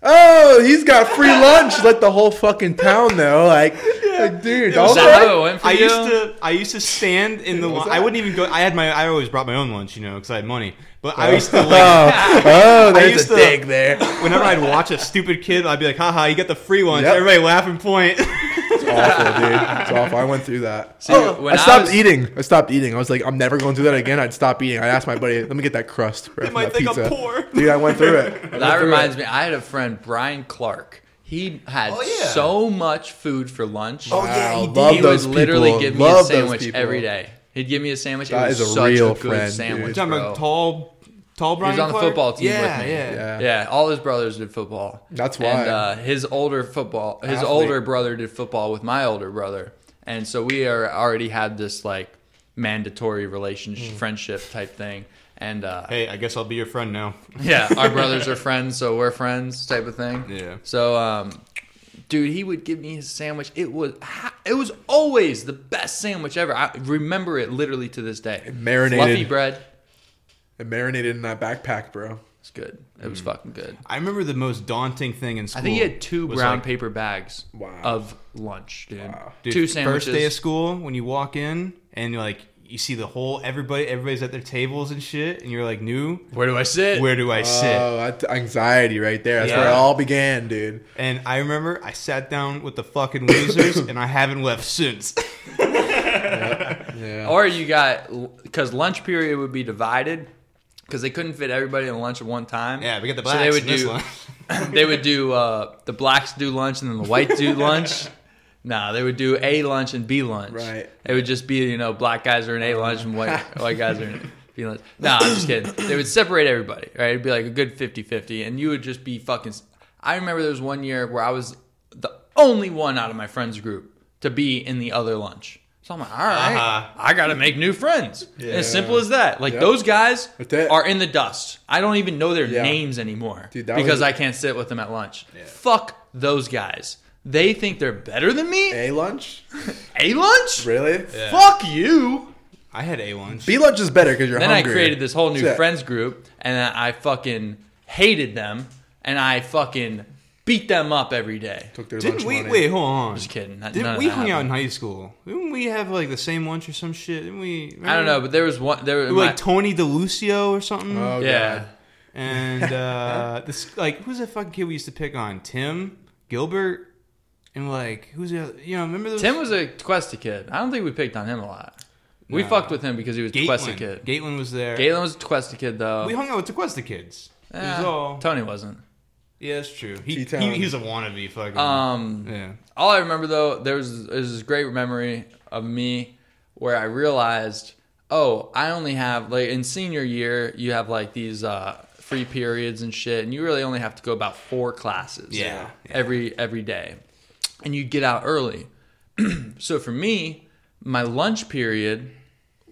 [SPEAKER 3] Oh, he's got free lunch. Let the whole fucking town know, like, like, dude.
[SPEAKER 1] Is
[SPEAKER 3] all
[SPEAKER 1] that
[SPEAKER 3] right.
[SPEAKER 1] how it went for
[SPEAKER 2] I
[SPEAKER 1] you?
[SPEAKER 2] used to I used to stand in the line. I wouldn't even go. I had my I always brought my own lunch, you know, because I had money. But I used to like
[SPEAKER 3] Oh, oh,
[SPEAKER 2] used
[SPEAKER 3] there's a
[SPEAKER 2] to-
[SPEAKER 3] dig there.
[SPEAKER 2] whenever I'd watch a stupid kid, I'd be like, haha, you got the free lunch.
[SPEAKER 3] Yep.
[SPEAKER 2] Everybody laugh and point.
[SPEAKER 3] awful, dude. It's awful. I went through that.
[SPEAKER 1] See,
[SPEAKER 3] Oh,
[SPEAKER 1] when
[SPEAKER 3] I
[SPEAKER 1] I
[SPEAKER 3] stopped
[SPEAKER 1] was-
[SPEAKER 3] eating. I stopped eating. I was like, I'm never going through that again. I'd stop eating. I asked my buddy, let me get that crust. Bro,
[SPEAKER 2] They
[SPEAKER 3] from
[SPEAKER 2] might
[SPEAKER 3] that
[SPEAKER 2] think I'm
[SPEAKER 3] pizza."
[SPEAKER 2] poor.
[SPEAKER 3] Dude, I went through it. I went
[SPEAKER 1] That
[SPEAKER 3] through
[SPEAKER 1] reminds
[SPEAKER 3] it.
[SPEAKER 1] me, I had a friend, Brian Clark. He had
[SPEAKER 2] Oh, yeah.
[SPEAKER 1] so much food for lunch.
[SPEAKER 2] Oh, yeah,
[SPEAKER 3] Wow,
[SPEAKER 2] he did.
[SPEAKER 3] love
[SPEAKER 1] he
[SPEAKER 3] those
[SPEAKER 1] would literally
[SPEAKER 3] people.
[SPEAKER 1] give me
[SPEAKER 3] Love
[SPEAKER 1] a
[SPEAKER 3] those
[SPEAKER 1] sandwich
[SPEAKER 3] people.
[SPEAKER 1] every day. He'd give me a sandwich.
[SPEAKER 3] That
[SPEAKER 1] it was
[SPEAKER 3] is a
[SPEAKER 1] such
[SPEAKER 3] real
[SPEAKER 1] a good
[SPEAKER 3] friend,
[SPEAKER 1] sandwich,
[SPEAKER 3] dude.
[SPEAKER 2] Talking
[SPEAKER 1] bro.
[SPEAKER 2] about tall, tall Brian.
[SPEAKER 1] on the
[SPEAKER 2] Clark?
[SPEAKER 1] football team with
[SPEAKER 2] Yeah,
[SPEAKER 1] me.
[SPEAKER 2] yeah.
[SPEAKER 3] Yeah.
[SPEAKER 1] yeah, all his brothers did football.
[SPEAKER 3] That's why.
[SPEAKER 1] And uh, his older football, his
[SPEAKER 3] Athlete.
[SPEAKER 1] older brother did football with my older brother, and so we are already had this like mandatory relationship,
[SPEAKER 2] Mm.
[SPEAKER 1] friendship type thing. And uh,
[SPEAKER 2] Hey, I guess I'll be your friend now.
[SPEAKER 1] yeah, our brothers are friends, so we're friends type of thing.
[SPEAKER 2] Yeah.
[SPEAKER 1] So, um, dude, he would give me his sandwich. It was ha- it was always the best sandwich ever. I remember it literally to this day.
[SPEAKER 3] Marinated.
[SPEAKER 1] fluffy bread.
[SPEAKER 3] It marinated in that backpack, bro.
[SPEAKER 1] It's good. It
[SPEAKER 2] Mm.
[SPEAKER 1] was fucking good.
[SPEAKER 2] I remember the most daunting thing in school.
[SPEAKER 1] I think he had two
[SPEAKER 2] was,
[SPEAKER 1] brown
[SPEAKER 2] like,
[SPEAKER 1] paper bags
[SPEAKER 3] Wow.
[SPEAKER 1] of lunch, dude.
[SPEAKER 2] Dude,
[SPEAKER 1] two sandwiches.
[SPEAKER 2] First day of school, when you walk in and like you see the whole everybody, everybody's at their tables and shit, and you're like, new.
[SPEAKER 1] Where do I sit?
[SPEAKER 2] Where do I sit?
[SPEAKER 3] Oh, that's anxiety right there. That's where it
[SPEAKER 2] Yeah.
[SPEAKER 3] all began, dude.
[SPEAKER 2] And I remember I sat down with the fucking losers, and I haven't left since.
[SPEAKER 3] Yeah.
[SPEAKER 1] Or you got because lunch period would be divided because they couldn't fit everybody in lunch at one time.
[SPEAKER 2] Yeah, we got the
[SPEAKER 1] So
[SPEAKER 2] blacks.
[SPEAKER 1] they would
[SPEAKER 2] in this
[SPEAKER 1] do-
[SPEAKER 2] one.
[SPEAKER 1] they would do uh, the blacks do lunch and then the whites do lunch. Nah, they would do A lunch and B lunch.
[SPEAKER 3] Right. Oh,
[SPEAKER 1] It would just be you know black guys are in A lunch and white white guys are in B lunch. Nah, I'm just kidding. They would separate everybody. Right. It'd be like a good 50-50 and you would just be fucking. s- I remember there was one year where I was the only one out of my friends group to be in the other lunch. So I'm like, all right,
[SPEAKER 2] Uh-huh.
[SPEAKER 1] I gotta make new friends. And As
[SPEAKER 3] Yeah.
[SPEAKER 1] simple as that. Like
[SPEAKER 3] Yep.
[SPEAKER 1] those guys
[SPEAKER 3] That's it.
[SPEAKER 1] are in the dust. I don't even know their
[SPEAKER 3] Yeah.
[SPEAKER 1] names anymore
[SPEAKER 3] Dude, that
[SPEAKER 1] because
[SPEAKER 3] was-
[SPEAKER 1] I can't sit with them at lunch. Fuck those guys. They think they're better than me.
[SPEAKER 3] A lunch?
[SPEAKER 1] A lunch?
[SPEAKER 3] Really?
[SPEAKER 1] Fuck you.
[SPEAKER 2] I had a lunch.
[SPEAKER 3] B lunch is better because you're
[SPEAKER 1] Then
[SPEAKER 3] hungry.
[SPEAKER 1] I created this whole new
[SPEAKER 3] That's it.
[SPEAKER 1] friends group, and I fucking hated them, and I fucking beat them up every day.
[SPEAKER 3] Took their
[SPEAKER 2] Didn't
[SPEAKER 3] lunch
[SPEAKER 2] we?
[SPEAKER 3] money.
[SPEAKER 2] Wait, hold on.
[SPEAKER 1] Just kidding. Not- none
[SPEAKER 2] Didn't
[SPEAKER 1] of
[SPEAKER 2] we
[SPEAKER 1] that
[SPEAKER 2] hung out in
[SPEAKER 1] happened.
[SPEAKER 2] high school? Didn't we have like the same lunch or some shit? Didn't we?
[SPEAKER 1] I don't know, but there was one. There was
[SPEAKER 2] like Tony DeLucio or something.
[SPEAKER 3] Oh,
[SPEAKER 1] yeah.
[SPEAKER 3] God.
[SPEAKER 2] And uh, this like who's that fucking kid we used to pick on? Tim Gilbert. And like who's the other, you know remember those
[SPEAKER 1] Tim was a Questa kid. I don't think we picked on him a lot. We fucked with him because he was a Questa
[SPEAKER 2] Gatelin.
[SPEAKER 1] kid.
[SPEAKER 2] Gatelin was there.
[SPEAKER 1] Galen was a Questa kid though.
[SPEAKER 2] We hung out with the Questa kids. It
[SPEAKER 1] Eh,
[SPEAKER 2] was all
[SPEAKER 1] Tony wasn't.
[SPEAKER 2] yeah, that's true. He,
[SPEAKER 3] T-Town.
[SPEAKER 2] he he's a wannabe fucking
[SPEAKER 1] Um,
[SPEAKER 2] yeah.
[SPEAKER 1] All I remember though, there was, there was this great memory of me where I realized, oh, I only have like in senior year, you have like these uh, free periods and shit, and you really only have to go about four classes,
[SPEAKER 2] Yeah, yeah.
[SPEAKER 1] every every day, and you get out early. so for me, my lunch period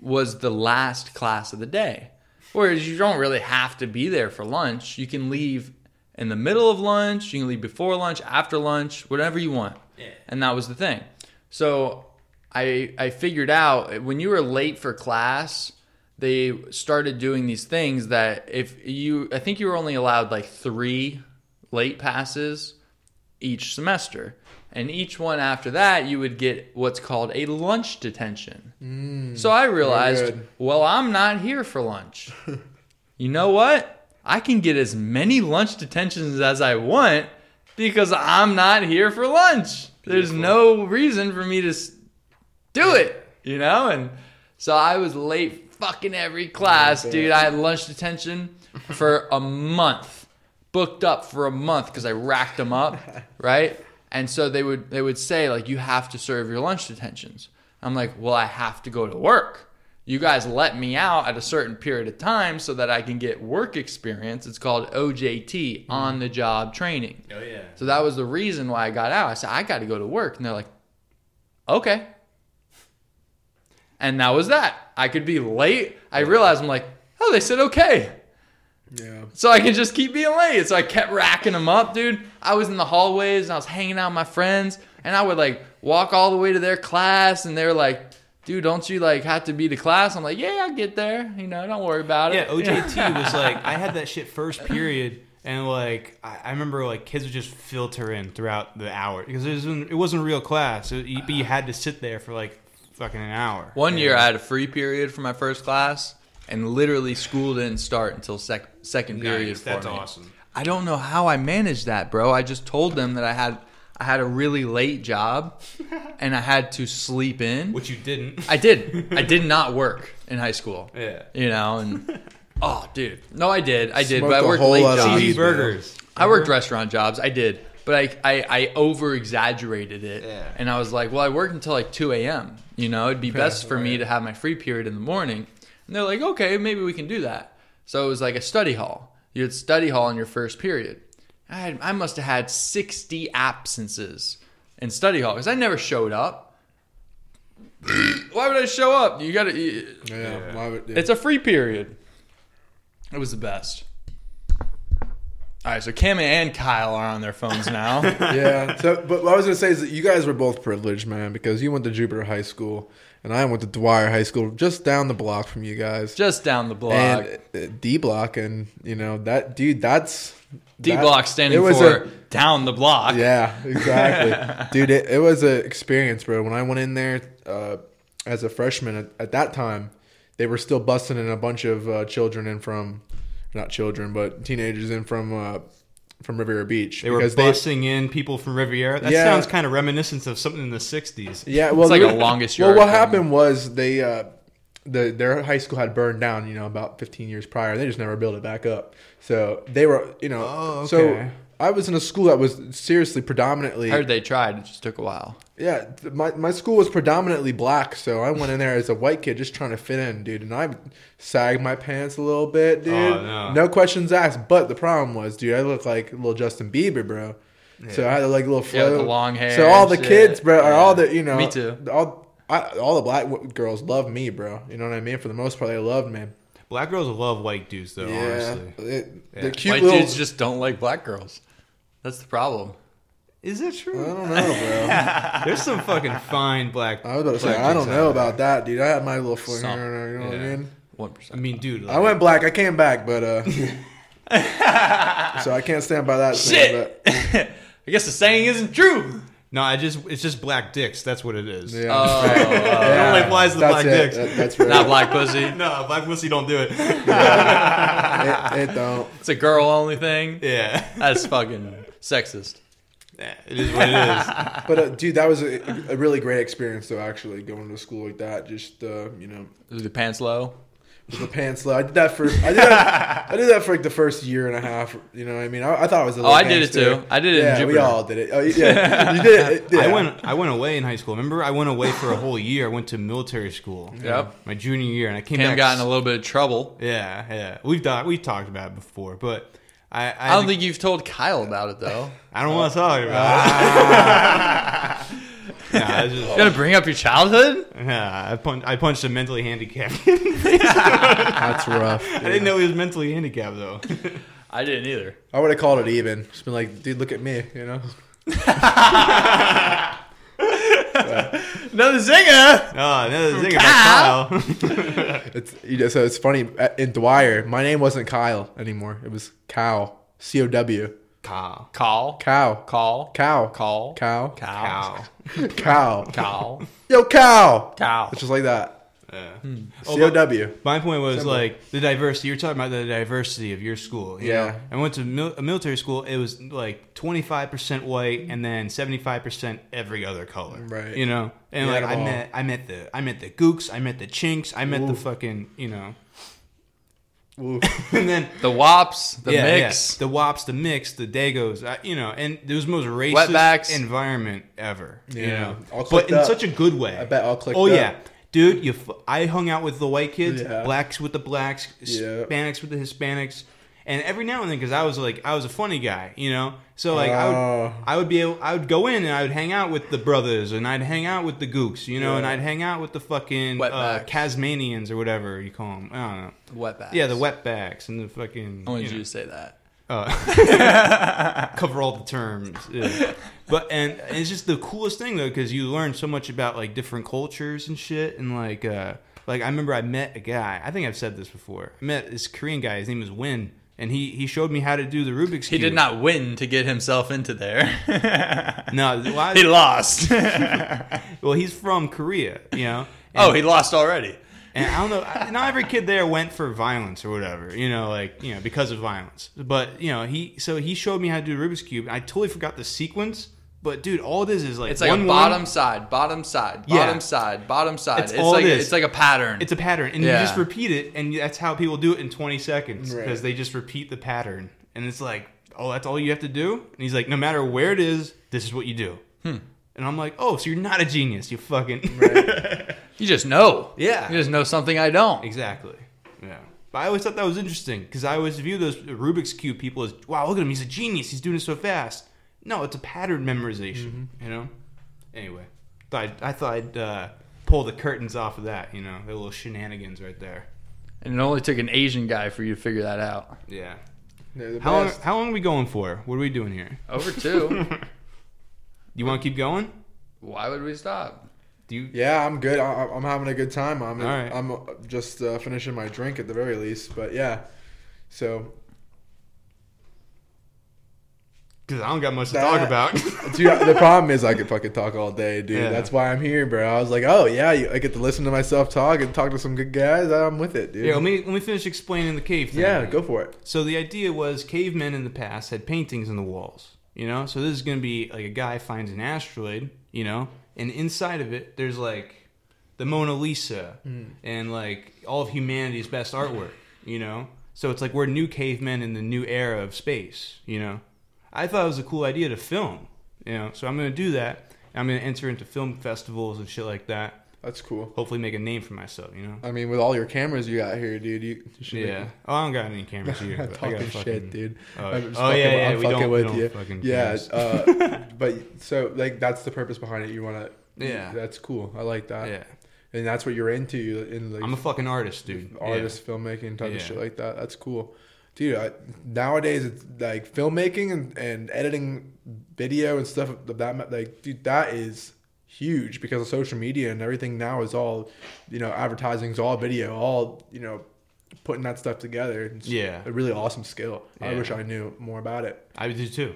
[SPEAKER 1] was the last class of the day. Whereas you don't really have to be there for lunch. You can leave in the middle of lunch, you can leave before lunch, after lunch, whatever you want. And that was the thing. So I I figured out when you were late for class, they started doing these things that if you I think you were only allowed like 3 late passes each semester. And each one after that, you would get what's called a lunch detention. so I realized,
[SPEAKER 3] good.
[SPEAKER 1] well, I'm not here for lunch. you know what? I can get as many lunch detentions as I want because I'm not here for lunch. There's no reason for me to s- do it, you know? And so I was late fucking every class, dude. I had lunch detention for a month, booked up for a month because I racked them up, right? And so they would they would say like you have to serve your lunch detentions. I'm like, well, I have to go to work. You guys let me out at a certain period of time so that I can get work experience. It's called OJT, on the job training.
[SPEAKER 2] Oh yeah.
[SPEAKER 1] So that was the reason why I got out. I said, I got to go to work. And they're like, okay. And that was that. I could be late. I realized I'm like, oh, they said okay.
[SPEAKER 3] Yeah.
[SPEAKER 1] So I can just keep being late. So I kept racking them up, dude. I was in the hallways and I was hanging out with my friends. And I would like walk all the way to their class. And they were like, dude, don't you like have to be to class? I'm like, yeah, I'll get there. You know, don't worry about
[SPEAKER 2] Yeah,
[SPEAKER 1] it.
[SPEAKER 2] OJT was like I had that shit first period, and like I, I remember like kids would just filter in throughout the hour because it wasn't, it wasn't a real class, it, you, but you had to sit there for like fucking an hour.
[SPEAKER 1] One year I had a free period for my first class, and literally school didn't start until sec- second period
[SPEAKER 2] Nice,
[SPEAKER 1] for
[SPEAKER 2] that's
[SPEAKER 1] me.
[SPEAKER 2] awesome.
[SPEAKER 1] I don't know how I managed that, bro. I just told them that I had I had a really late job, and I had to sleep in.
[SPEAKER 2] which you didn't.
[SPEAKER 1] I did. I did not work in high school.
[SPEAKER 2] Yeah.
[SPEAKER 1] You know, and oh, dude, no, I did. I did,
[SPEAKER 3] Smoked
[SPEAKER 1] but I
[SPEAKER 3] a
[SPEAKER 1] worked
[SPEAKER 3] whole
[SPEAKER 1] late
[SPEAKER 3] lot of
[SPEAKER 1] jobs.
[SPEAKER 3] weed.
[SPEAKER 2] Cheeseburgers.
[SPEAKER 1] I worked restaurant jobs. I did, but I I, I over exaggerated it,
[SPEAKER 2] Yeah.
[SPEAKER 1] and I was like, well, I worked until like two a.m. You know, it'd be best for me
[SPEAKER 3] right.
[SPEAKER 1] to have my free period in the morning. And they're like, okay, maybe we can do that. So it was like a study hall. You had study hall in your first period. I had, I must have had sixty absences in study hall because I never showed up. Why would I show up? You got to.
[SPEAKER 3] Yeah, why would- yeah.
[SPEAKER 1] It's a free period. It was the best. All right, so Kim and Kyle are on their phones now.
[SPEAKER 3] yeah. So, but what I was gonna say is that you guys were both privileged, man, because you went to Jupiter High School and I went to Dwyer High School, just down the block from you guys,
[SPEAKER 1] Just down the block.
[SPEAKER 3] and uh, D Block, and you know that dude. That's
[SPEAKER 1] D
[SPEAKER 3] that-
[SPEAKER 1] block standing
[SPEAKER 3] it was
[SPEAKER 1] for
[SPEAKER 3] a-
[SPEAKER 1] down the block.
[SPEAKER 3] yeah, exactly, dude. It, it was an experience, bro. When I went in there uh, as a freshman at, at that time, they were still busting in a bunch of uh, children in from, not children, but teenagers in from uh, from Riviera Beach.
[SPEAKER 2] They were busing in people from Riviera. That
[SPEAKER 3] Yeah.
[SPEAKER 2] sounds kind of reminiscent of something in the '60s.
[SPEAKER 3] Yeah, well,
[SPEAKER 1] like
[SPEAKER 3] the-
[SPEAKER 1] a longest
[SPEAKER 3] Well,
[SPEAKER 1] yard
[SPEAKER 3] what
[SPEAKER 1] thing.
[SPEAKER 3] happened was they, uh, the their high school had burned down, you know, about 15 years prior. They just never built it back up. So they were, you know,
[SPEAKER 2] Oh,
[SPEAKER 3] so
[SPEAKER 2] okay.
[SPEAKER 3] I was in a school that was seriously predominantly,
[SPEAKER 1] I heard they tried. It just took a while.
[SPEAKER 3] yeah. th- My my school was predominantly black, so I went in there as a white kid just trying to fit in, dude. And I sagged my pants a little bit, dude.
[SPEAKER 2] Oh, no.
[SPEAKER 3] questions asked. But the problem was, dude, I looked like little Justin Bieber, bro. So I had like a little flow.
[SPEAKER 1] Yeah, with the long hair
[SPEAKER 3] So all
[SPEAKER 1] and
[SPEAKER 3] the
[SPEAKER 1] shit.
[SPEAKER 3] kids, bro, are
[SPEAKER 1] Yeah.
[SPEAKER 3] all the you know.
[SPEAKER 1] Me too.
[SPEAKER 3] All I, all the black w- girls love me, bro. You know what I mean? For the most part, they loved me.
[SPEAKER 2] Black girls love white dudes, though. Honestly,
[SPEAKER 3] It- the
[SPEAKER 2] Yeah.
[SPEAKER 3] cute
[SPEAKER 1] White
[SPEAKER 3] little.
[SPEAKER 1] dudes just don't like black girls. That's the problem.
[SPEAKER 2] is that
[SPEAKER 3] I
[SPEAKER 2] true?
[SPEAKER 3] don't know, bro.
[SPEAKER 2] There's some fucking fine black.
[SPEAKER 3] I was about to say
[SPEAKER 2] black
[SPEAKER 3] I
[SPEAKER 2] dudes
[SPEAKER 3] don't
[SPEAKER 2] out
[SPEAKER 3] know
[SPEAKER 2] there.
[SPEAKER 3] about that, dude. I had my little fling.
[SPEAKER 1] Some-
[SPEAKER 3] You know what I
[SPEAKER 2] yeah.
[SPEAKER 3] mean?
[SPEAKER 1] One
[SPEAKER 2] I
[SPEAKER 1] percent.
[SPEAKER 2] mean, dude, like,
[SPEAKER 3] I went black. I came back, but uh, so I can't stand by that.
[SPEAKER 1] Shit. I guess the saying isn't true.
[SPEAKER 2] No, I just it's just black dicks. That's what it is.
[SPEAKER 3] but, yeah,
[SPEAKER 1] Oh,
[SPEAKER 3] Yeah,
[SPEAKER 2] It only applies to
[SPEAKER 3] that's
[SPEAKER 2] black
[SPEAKER 3] it.
[SPEAKER 2] dicks.
[SPEAKER 3] That- that's right.
[SPEAKER 1] not black pussy.
[SPEAKER 2] No, black pussy don't do it.
[SPEAKER 3] It, it don't.
[SPEAKER 1] It's a girl only thing.
[SPEAKER 2] Yeah,
[SPEAKER 1] That's fucking sexist.
[SPEAKER 2] it is what it is.
[SPEAKER 3] But uh, dude, that was a, a really great experience though. Actually, going to school like that, just uh, you know,
[SPEAKER 1] Is the pants low?
[SPEAKER 3] with the pants low. I did that for I did that, I did that for like the first year and a half. You know, what I mean, I, I thought it was. A little
[SPEAKER 1] Oh, I did it,
[SPEAKER 3] gangster.
[SPEAKER 1] too. I did it in
[SPEAKER 3] Yeah, we
[SPEAKER 1] Jupiter.
[SPEAKER 3] all did it. Oh, yeah, you did it. Yeah.
[SPEAKER 2] I went I went away in high school. Remember, I went away for a whole year. I went to military school.
[SPEAKER 1] Yep.
[SPEAKER 2] My junior year, and I came
[SPEAKER 1] Cam
[SPEAKER 2] back.
[SPEAKER 1] got in a little bit of trouble.
[SPEAKER 2] yeah, yeah. We've talked we talked about it before, but I I,
[SPEAKER 1] I don't think you've told Kyle about it though.
[SPEAKER 2] I don't
[SPEAKER 1] Oh.
[SPEAKER 2] want to talk about it. nah, I
[SPEAKER 1] You
[SPEAKER 2] just,
[SPEAKER 1] gonna bring up your childhood?
[SPEAKER 2] nah, I, punch, I punched a mentally handicapped.
[SPEAKER 3] That's rough.
[SPEAKER 2] I didn't know he was mentally handicapped though.
[SPEAKER 1] I didn't either.
[SPEAKER 3] I would have called it even. Just been like, dude, look at me. You know.
[SPEAKER 1] Another zinger.
[SPEAKER 2] Oh, another thing about Kyle.
[SPEAKER 3] It's you know, so it's funny uh, in Dwyer. My name wasn't Kyle anymore. It was Cow. C O W.
[SPEAKER 2] Kyle.
[SPEAKER 1] Call.
[SPEAKER 3] Cow.
[SPEAKER 1] Call.
[SPEAKER 3] Cow.
[SPEAKER 1] Call.
[SPEAKER 3] Cow.
[SPEAKER 1] Cow.
[SPEAKER 2] Kyle.
[SPEAKER 3] Cow.
[SPEAKER 1] Cow.
[SPEAKER 3] Yo, cow.
[SPEAKER 1] Cow.
[SPEAKER 3] It's just like that.
[SPEAKER 2] Yeah.
[SPEAKER 3] Hmm. C O W.
[SPEAKER 2] My point was
[SPEAKER 3] Similar.
[SPEAKER 2] like the diversity. You're talking about the diversity of your school. you
[SPEAKER 3] Yeah.
[SPEAKER 2] know? I went to mil- a military school. It was like 25 percent white and then 75 percent every other color.
[SPEAKER 3] Right.
[SPEAKER 2] You know. And
[SPEAKER 3] You
[SPEAKER 2] like
[SPEAKER 3] had 'em
[SPEAKER 2] I
[SPEAKER 3] all.
[SPEAKER 2] met, I met the, I met the gooks. I met the chinks. I met the fucking, you know.
[SPEAKER 3] Ooh.
[SPEAKER 2] And then
[SPEAKER 1] The wops. The
[SPEAKER 2] yeah, yeah.
[SPEAKER 1] mix.
[SPEAKER 2] the wops, the mix, the dagos. I, you know, and it was the most racist
[SPEAKER 1] Wetbacks.
[SPEAKER 2] environment ever. You
[SPEAKER 3] Yeah.
[SPEAKER 2] know,
[SPEAKER 3] All
[SPEAKER 2] but
[SPEAKER 3] clicked
[SPEAKER 2] in
[SPEAKER 3] up.
[SPEAKER 2] such a good way.
[SPEAKER 3] I bet all clicked
[SPEAKER 2] Oh
[SPEAKER 3] up.
[SPEAKER 2] yeah, dude. You, f- I hung out with the white kids,
[SPEAKER 3] Yeah.
[SPEAKER 2] blacks with the blacks,
[SPEAKER 3] Yeah.
[SPEAKER 2] Hispanics with the Hispanics, and every now and then because I was like I was a funny guy, you know. So like I
[SPEAKER 3] Oh.
[SPEAKER 2] would I would be able, I would go in and I would hang out with the brothers and I'd hang out with the gooks, you know, and
[SPEAKER 3] Yeah.
[SPEAKER 2] I'd hang out with the fucking uh,
[SPEAKER 1] Wetbacks.
[SPEAKER 2] Tasmanians or whatever you call them. I don't know.
[SPEAKER 1] Wetbacks.
[SPEAKER 2] Yeah, the wetbacks and the fucking.
[SPEAKER 1] I wanted
[SPEAKER 2] you know
[SPEAKER 1] you to say that.
[SPEAKER 2] uh, cover all the terms. Yeah. But and, and it's just the coolest thing though, because you learn so much about like different cultures and shit, and like uh, like I remember I met a guy. I think I've said this before. I met this Korean guy. His name was Win, and he he showed me how to do the Rubik's
[SPEAKER 1] He
[SPEAKER 2] cube.
[SPEAKER 1] did not win to get himself into there.
[SPEAKER 2] No, well, I-
[SPEAKER 1] he lost.
[SPEAKER 2] well, he's from Korea, you know.
[SPEAKER 1] oh, he lost already.
[SPEAKER 2] And I don't know. I- Not every kid there went for violence or whatever, you know, like you know because of violence. But you know, he so he showed me how to do Rubik's cube. I totally forgot the sequence, but dude, all it is is like
[SPEAKER 1] It's like
[SPEAKER 2] one
[SPEAKER 1] a
[SPEAKER 2] woman-
[SPEAKER 1] bottom side, bottom side,
[SPEAKER 2] Yeah.
[SPEAKER 1] bottom side, bottom side.
[SPEAKER 2] It's
[SPEAKER 1] It's,
[SPEAKER 2] all
[SPEAKER 1] like
[SPEAKER 2] it is.
[SPEAKER 1] it's like a pattern.
[SPEAKER 2] It's a pattern, and
[SPEAKER 1] Yeah.
[SPEAKER 2] you just repeat it, and that's how people do it in 20 seconds
[SPEAKER 3] Right.
[SPEAKER 2] because they just repeat the pattern, and it's like, oh, that's all you have to do. And he's like, no matter where it is, this is what you do. And I'm like, oh, so you're not a genius, you fucking
[SPEAKER 1] you just know.
[SPEAKER 2] Yeah.
[SPEAKER 1] You just know something I don't.
[SPEAKER 2] exactly. Yeah. But I always thought that was interesting because I always view those Rubik's cube people as, wow, look at him, he's a genius, he's doing it so fast. No, it's a pattern memorization, you know. Anyway, thought I'd, I thought I'd uh, pull the curtains off of that. You know, their little shenanigans right there.
[SPEAKER 1] And it only took an Asian guy for you to figure that out.
[SPEAKER 2] Yeah.
[SPEAKER 3] They're the
[SPEAKER 2] How long,
[SPEAKER 3] best.
[SPEAKER 2] how long are we going for? What are we doing here?
[SPEAKER 1] Over two.
[SPEAKER 2] You want to keep going?
[SPEAKER 1] Why would we stop?
[SPEAKER 2] Do you?
[SPEAKER 3] Yeah, I'm good. I, I'm having a good time. I'm
[SPEAKER 2] All right.
[SPEAKER 3] I'm just uh, finishing my drink at the very least. But yeah, so
[SPEAKER 2] Because I don't got much to
[SPEAKER 3] That-
[SPEAKER 2] talk about.
[SPEAKER 3] dude, the problem is I could fucking talk all day, dude.
[SPEAKER 2] Yeah.
[SPEAKER 3] That's why I'm here, bro. I was like, oh yeah, you- I get to listen to myself talk and talk to some good guys. I'm with it, dude.
[SPEAKER 2] yeah, let me let me finish explaining the cave. Thing
[SPEAKER 3] yeah, go for it.
[SPEAKER 2] So the idea was cavemen in the past had paintings on the walls, you know? So this is going to be like a guy finds an asteroid, you know, and inside of it there's like the Mona Lisa
[SPEAKER 3] Hmm.
[SPEAKER 2] and like all of humanity's best artwork, you know? So it's like we're new cavemen in the new era of space, you know? I thought it was a cool idea to film, you know? So I'm going to do that. I'm going to enter into film festivals and shit like that.
[SPEAKER 3] That's cool.
[SPEAKER 2] Hopefully make a name for myself, you know?
[SPEAKER 3] I mean, with all your cameras you got here, dude, you, you should.
[SPEAKER 2] Yeah. Oh, I don't got any cameras here. but I got
[SPEAKER 3] talking
[SPEAKER 2] fucking-
[SPEAKER 3] shit, dude.
[SPEAKER 2] Oh,
[SPEAKER 3] I'm just
[SPEAKER 2] oh,
[SPEAKER 3] fucking-
[SPEAKER 2] yeah, yeah,
[SPEAKER 3] I'm
[SPEAKER 2] we
[SPEAKER 3] fucking
[SPEAKER 2] don't- we
[SPEAKER 3] with
[SPEAKER 2] don't
[SPEAKER 3] you.
[SPEAKER 2] fucking
[SPEAKER 3] yeah,
[SPEAKER 2] cast.
[SPEAKER 3] uh, but so like that's the purpose behind it. You want to,
[SPEAKER 2] Yeah.
[SPEAKER 3] that's cool. I like that.
[SPEAKER 2] Yeah.
[SPEAKER 3] and that's what you're into in like
[SPEAKER 2] I'm a fucking artist, dude.
[SPEAKER 3] artist filmmaking type
[SPEAKER 2] Yeah.
[SPEAKER 3] of shit like that. That's cool, dude. I, nowadays it's like filmmaking and, and editing video and stuff of that ma- like dude that is huge because of social media and everything now is all you know advertising's all video all you know putting that stuff together. It's
[SPEAKER 2] Yeah.
[SPEAKER 3] a really awesome skill. I
[SPEAKER 2] Yeah.
[SPEAKER 3] wish I knew more about it.
[SPEAKER 2] Yeah. I do too.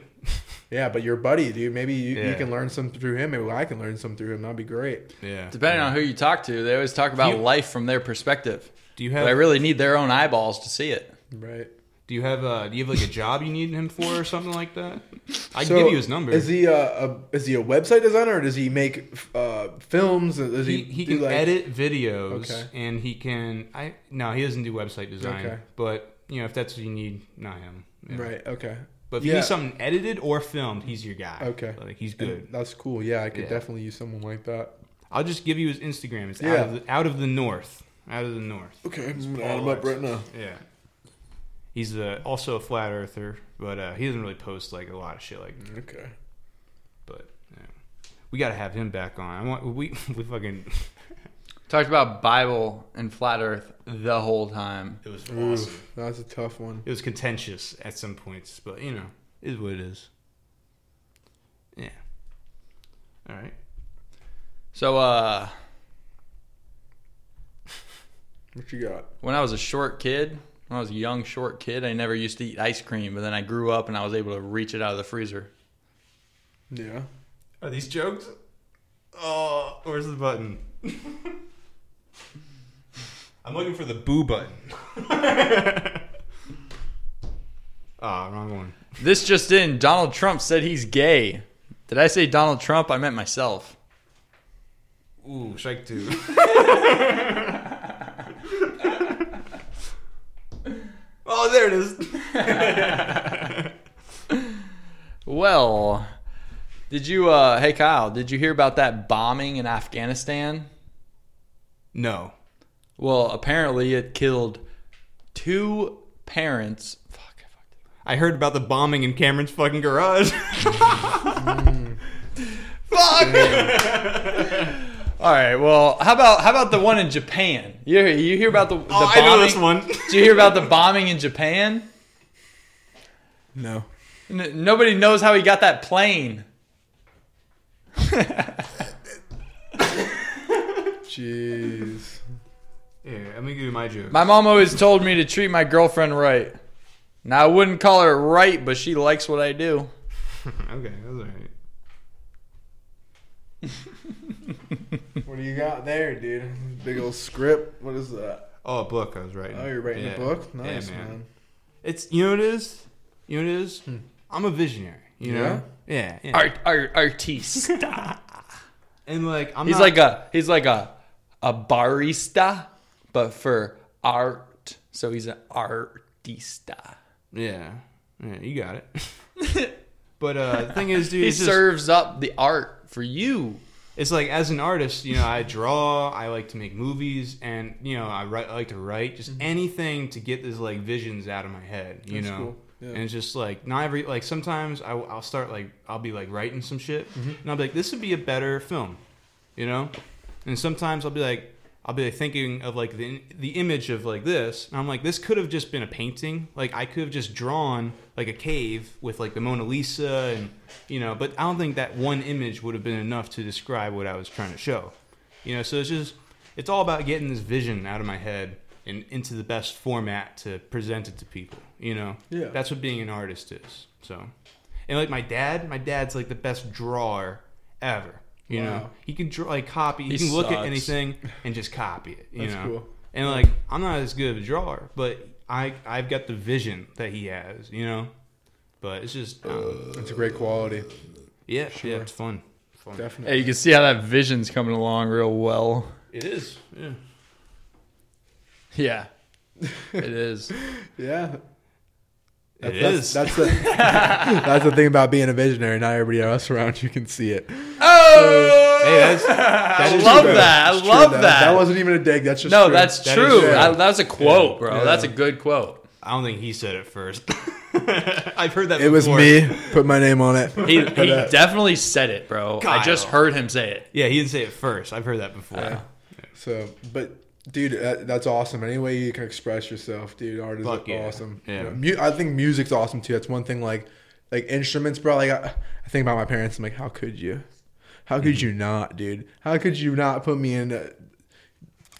[SPEAKER 3] Yeah, but your buddy, dude, maybe you, you
[SPEAKER 2] Yeah.
[SPEAKER 3] can learn some through him. Maybe I can learn some through him. That'd be great.
[SPEAKER 2] Yeah.
[SPEAKER 1] Depending on who you talk to, they always talk about
[SPEAKER 2] Do you-
[SPEAKER 1] life from their perspective.
[SPEAKER 2] Do you
[SPEAKER 1] But I
[SPEAKER 2] have
[SPEAKER 1] really need their own eyeballs to see it.
[SPEAKER 3] Right.
[SPEAKER 2] do you have uh do you have like a job you need him for or something like that? I
[SPEAKER 3] So,
[SPEAKER 2] can give you his number.
[SPEAKER 3] Is he a, a is he a website designer or does he make uh, films? Does he
[SPEAKER 2] he, he
[SPEAKER 3] do,
[SPEAKER 2] can
[SPEAKER 3] like-
[SPEAKER 2] edit videos
[SPEAKER 3] Okay.
[SPEAKER 2] and he can I no, he doesn't do website design.
[SPEAKER 3] Okay.
[SPEAKER 2] But you know, if that's what you need, not him. Yeah.
[SPEAKER 3] Right. Okay.
[SPEAKER 2] But if you
[SPEAKER 3] Yeah.
[SPEAKER 2] need something edited or filmed, he's your guy.
[SPEAKER 3] Okay.
[SPEAKER 2] Like he's
[SPEAKER 3] And
[SPEAKER 2] good.
[SPEAKER 3] That's cool. Yeah, I could
[SPEAKER 2] Yeah.
[SPEAKER 3] definitely use someone like that.
[SPEAKER 2] I'll just give you his Instagram. It's
[SPEAKER 3] Yeah.
[SPEAKER 2] out of the out of the north. Out of the north.
[SPEAKER 3] Okay, I'm gonna
[SPEAKER 2] Paul
[SPEAKER 3] add him up
[SPEAKER 2] Arts.
[SPEAKER 3] right now.
[SPEAKER 2] Yeah. He's uh also a flat earther, but uh, he doesn't really post like a lot of shit like
[SPEAKER 3] Okay.
[SPEAKER 2] But yeah. we got to have him back on. I want we we fucking
[SPEAKER 1] Talked about Bible and flat Earth the whole time.
[SPEAKER 2] it was
[SPEAKER 3] Oof, that's a tough one.
[SPEAKER 2] It was contentious at some points, but you know, it is what it is. Yeah. All right.
[SPEAKER 1] So, uh,
[SPEAKER 3] What you got?
[SPEAKER 1] when I was a short kid, when I was a young short kid, I never used to eat ice cream, but then I grew up and I was able to reach it out of the freezer.
[SPEAKER 3] Yeah.
[SPEAKER 2] Are these jokes? Oh, where's the button? I'm looking for the boo button. Ah, wrong one.
[SPEAKER 1] This just in, Donald Trump said he's gay. Did I say Donald Trump? I meant myself.
[SPEAKER 2] Ooh, strike two. oh, there it is.
[SPEAKER 1] Well, did you, uh, hey Kyle, did you hear about that bombing in Afghanistan?
[SPEAKER 2] no.
[SPEAKER 1] Well, apparently it killed two parents. Fuck, I fucked it
[SPEAKER 2] I heard about the bombing in Cameron's fucking garage.
[SPEAKER 1] up. All right. Well, how about how about the one in Japan? You hear, you hear about the, the
[SPEAKER 2] oh, I
[SPEAKER 1] bombing?
[SPEAKER 2] know this one.
[SPEAKER 1] Did you hear about the bombing in Japan?
[SPEAKER 3] No.
[SPEAKER 1] N- nobody knows how he got that plane.
[SPEAKER 3] Jeez.
[SPEAKER 2] Here, let me give you my joke.
[SPEAKER 1] My mom always told me to treat my girlfriend right. Now I wouldn't call her right, but she likes what I do.
[SPEAKER 2] okay, that's alright.
[SPEAKER 3] what do you got there, dude? Big old script. What is that?
[SPEAKER 2] Oh, a book I was writing.
[SPEAKER 3] Oh, you're writing
[SPEAKER 2] Yeah.
[SPEAKER 3] a book.
[SPEAKER 2] Yeah,
[SPEAKER 3] Nice, man. Hmm.
[SPEAKER 2] It's you know what it is. You know what it is. I'm a visionary. You know. Yeah. yeah.
[SPEAKER 1] Art, art, artista.
[SPEAKER 2] And like I'm
[SPEAKER 1] He's
[SPEAKER 2] not-
[SPEAKER 1] like a he's like a a barista, but for art. So he's an artista.
[SPEAKER 2] Yeah. Yeah, you got it. but uh the thing is, dude,
[SPEAKER 1] He
[SPEAKER 2] it's, just,
[SPEAKER 1] serves up the art for you.
[SPEAKER 2] it's like as an artist, you know, I draw, I like to make movies, and you know, I write, I like to write just anything to get these like visions out of my head, you
[SPEAKER 3] Mm-hmm. That's
[SPEAKER 2] know.
[SPEAKER 3] cool. Yeah.
[SPEAKER 2] And it's just like not every like sometimes I, I'll start like I'll be like writing some shit, and I'll be like, this would be a better film, you know. And sometimes I'll be like, I'll be like thinking of like the the image of like this, and I'm like, this could have just been a painting. Like I could have just drawn like a cave with like the Mona Lisa, and you know. But I don't think that one image would have been enough to describe what I was trying to show. You know, so it's just it's all about getting this vision out of my head and into the best format to present it to people. You know,
[SPEAKER 3] Yeah.
[SPEAKER 2] That's what being an artist is. So, and like my dad, my dad's like the best drawer ever. You know,
[SPEAKER 3] Wow.
[SPEAKER 2] he can draw like copy. He,
[SPEAKER 1] He
[SPEAKER 2] can look at
[SPEAKER 1] sucks.
[SPEAKER 2] anything and just copy it. You
[SPEAKER 3] That's
[SPEAKER 2] know,
[SPEAKER 3] cool.
[SPEAKER 2] and like I'm not as good of a drawer, but I I've got the vision that he has. You know, but it's just um,
[SPEAKER 3] It's a great quality,
[SPEAKER 2] yeah, yeah, it's fun. fun.
[SPEAKER 3] definitely.
[SPEAKER 1] Hey, you can see how that vision's coming along real well.
[SPEAKER 2] It is. Yeah.
[SPEAKER 1] Yeah, it is.
[SPEAKER 3] Yeah,
[SPEAKER 2] It
[SPEAKER 3] that's,
[SPEAKER 2] is.
[SPEAKER 3] That's the that's the thing about being a visionary. Not everybody else around you can see it.
[SPEAKER 1] Oh,
[SPEAKER 2] hey, that's, that
[SPEAKER 1] I
[SPEAKER 2] is
[SPEAKER 1] love
[SPEAKER 2] true.
[SPEAKER 1] that. I
[SPEAKER 3] It's true,
[SPEAKER 1] love
[SPEAKER 3] though.
[SPEAKER 1] that.
[SPEAKER 3] That wasn't even a dig. That's just
[SPEAKER 1] no,
[SPEAKER 3] true.
[SPEAKER 1] that's
[SPEAKER 2] That is
[SPEAKER 1] true.
[SPEAKER 2] true.
[SPEAKER 1] I, that was a quote, bro.
[SPEAKER 3] Yeah.
[SPEAKER 1] That's a good quote.
[SPEAKER 2] I don't think he said it first. I've heard that.
[SPEAKER 3] it was
[SPEAKER 2] before.
[SPEAKER 3] me. Put my name on it.
[SPEAKER 1] He, he
[SPEAKER 3] uh,
[SPEAKER 1] definitely said it, bro. I just
[SPEAKER 2] Kyle.
[SPEAKER 1] heard him say it.
[SPEAKER 2] Yeah, he didn't say it first. I've heard that before.
[SPEAKER 3] So, but dude, that, that's awesome. Any way you can express yourself, dude, art is
[SPEAKER 2] Fuck yeah.
[SPEAKER 3] awesome.
[SPEAKER 2] Yeah.
[SPEAKER 3] mu- I think music's awesome too. That's one thing. Like, like instruments, bro. Like, I, I think about my parents. I'm like, how could you? How
[SPEAKER 1] Mm-hmm.
[SPEAKER 3] could you not, dude? How could you not put me in? A,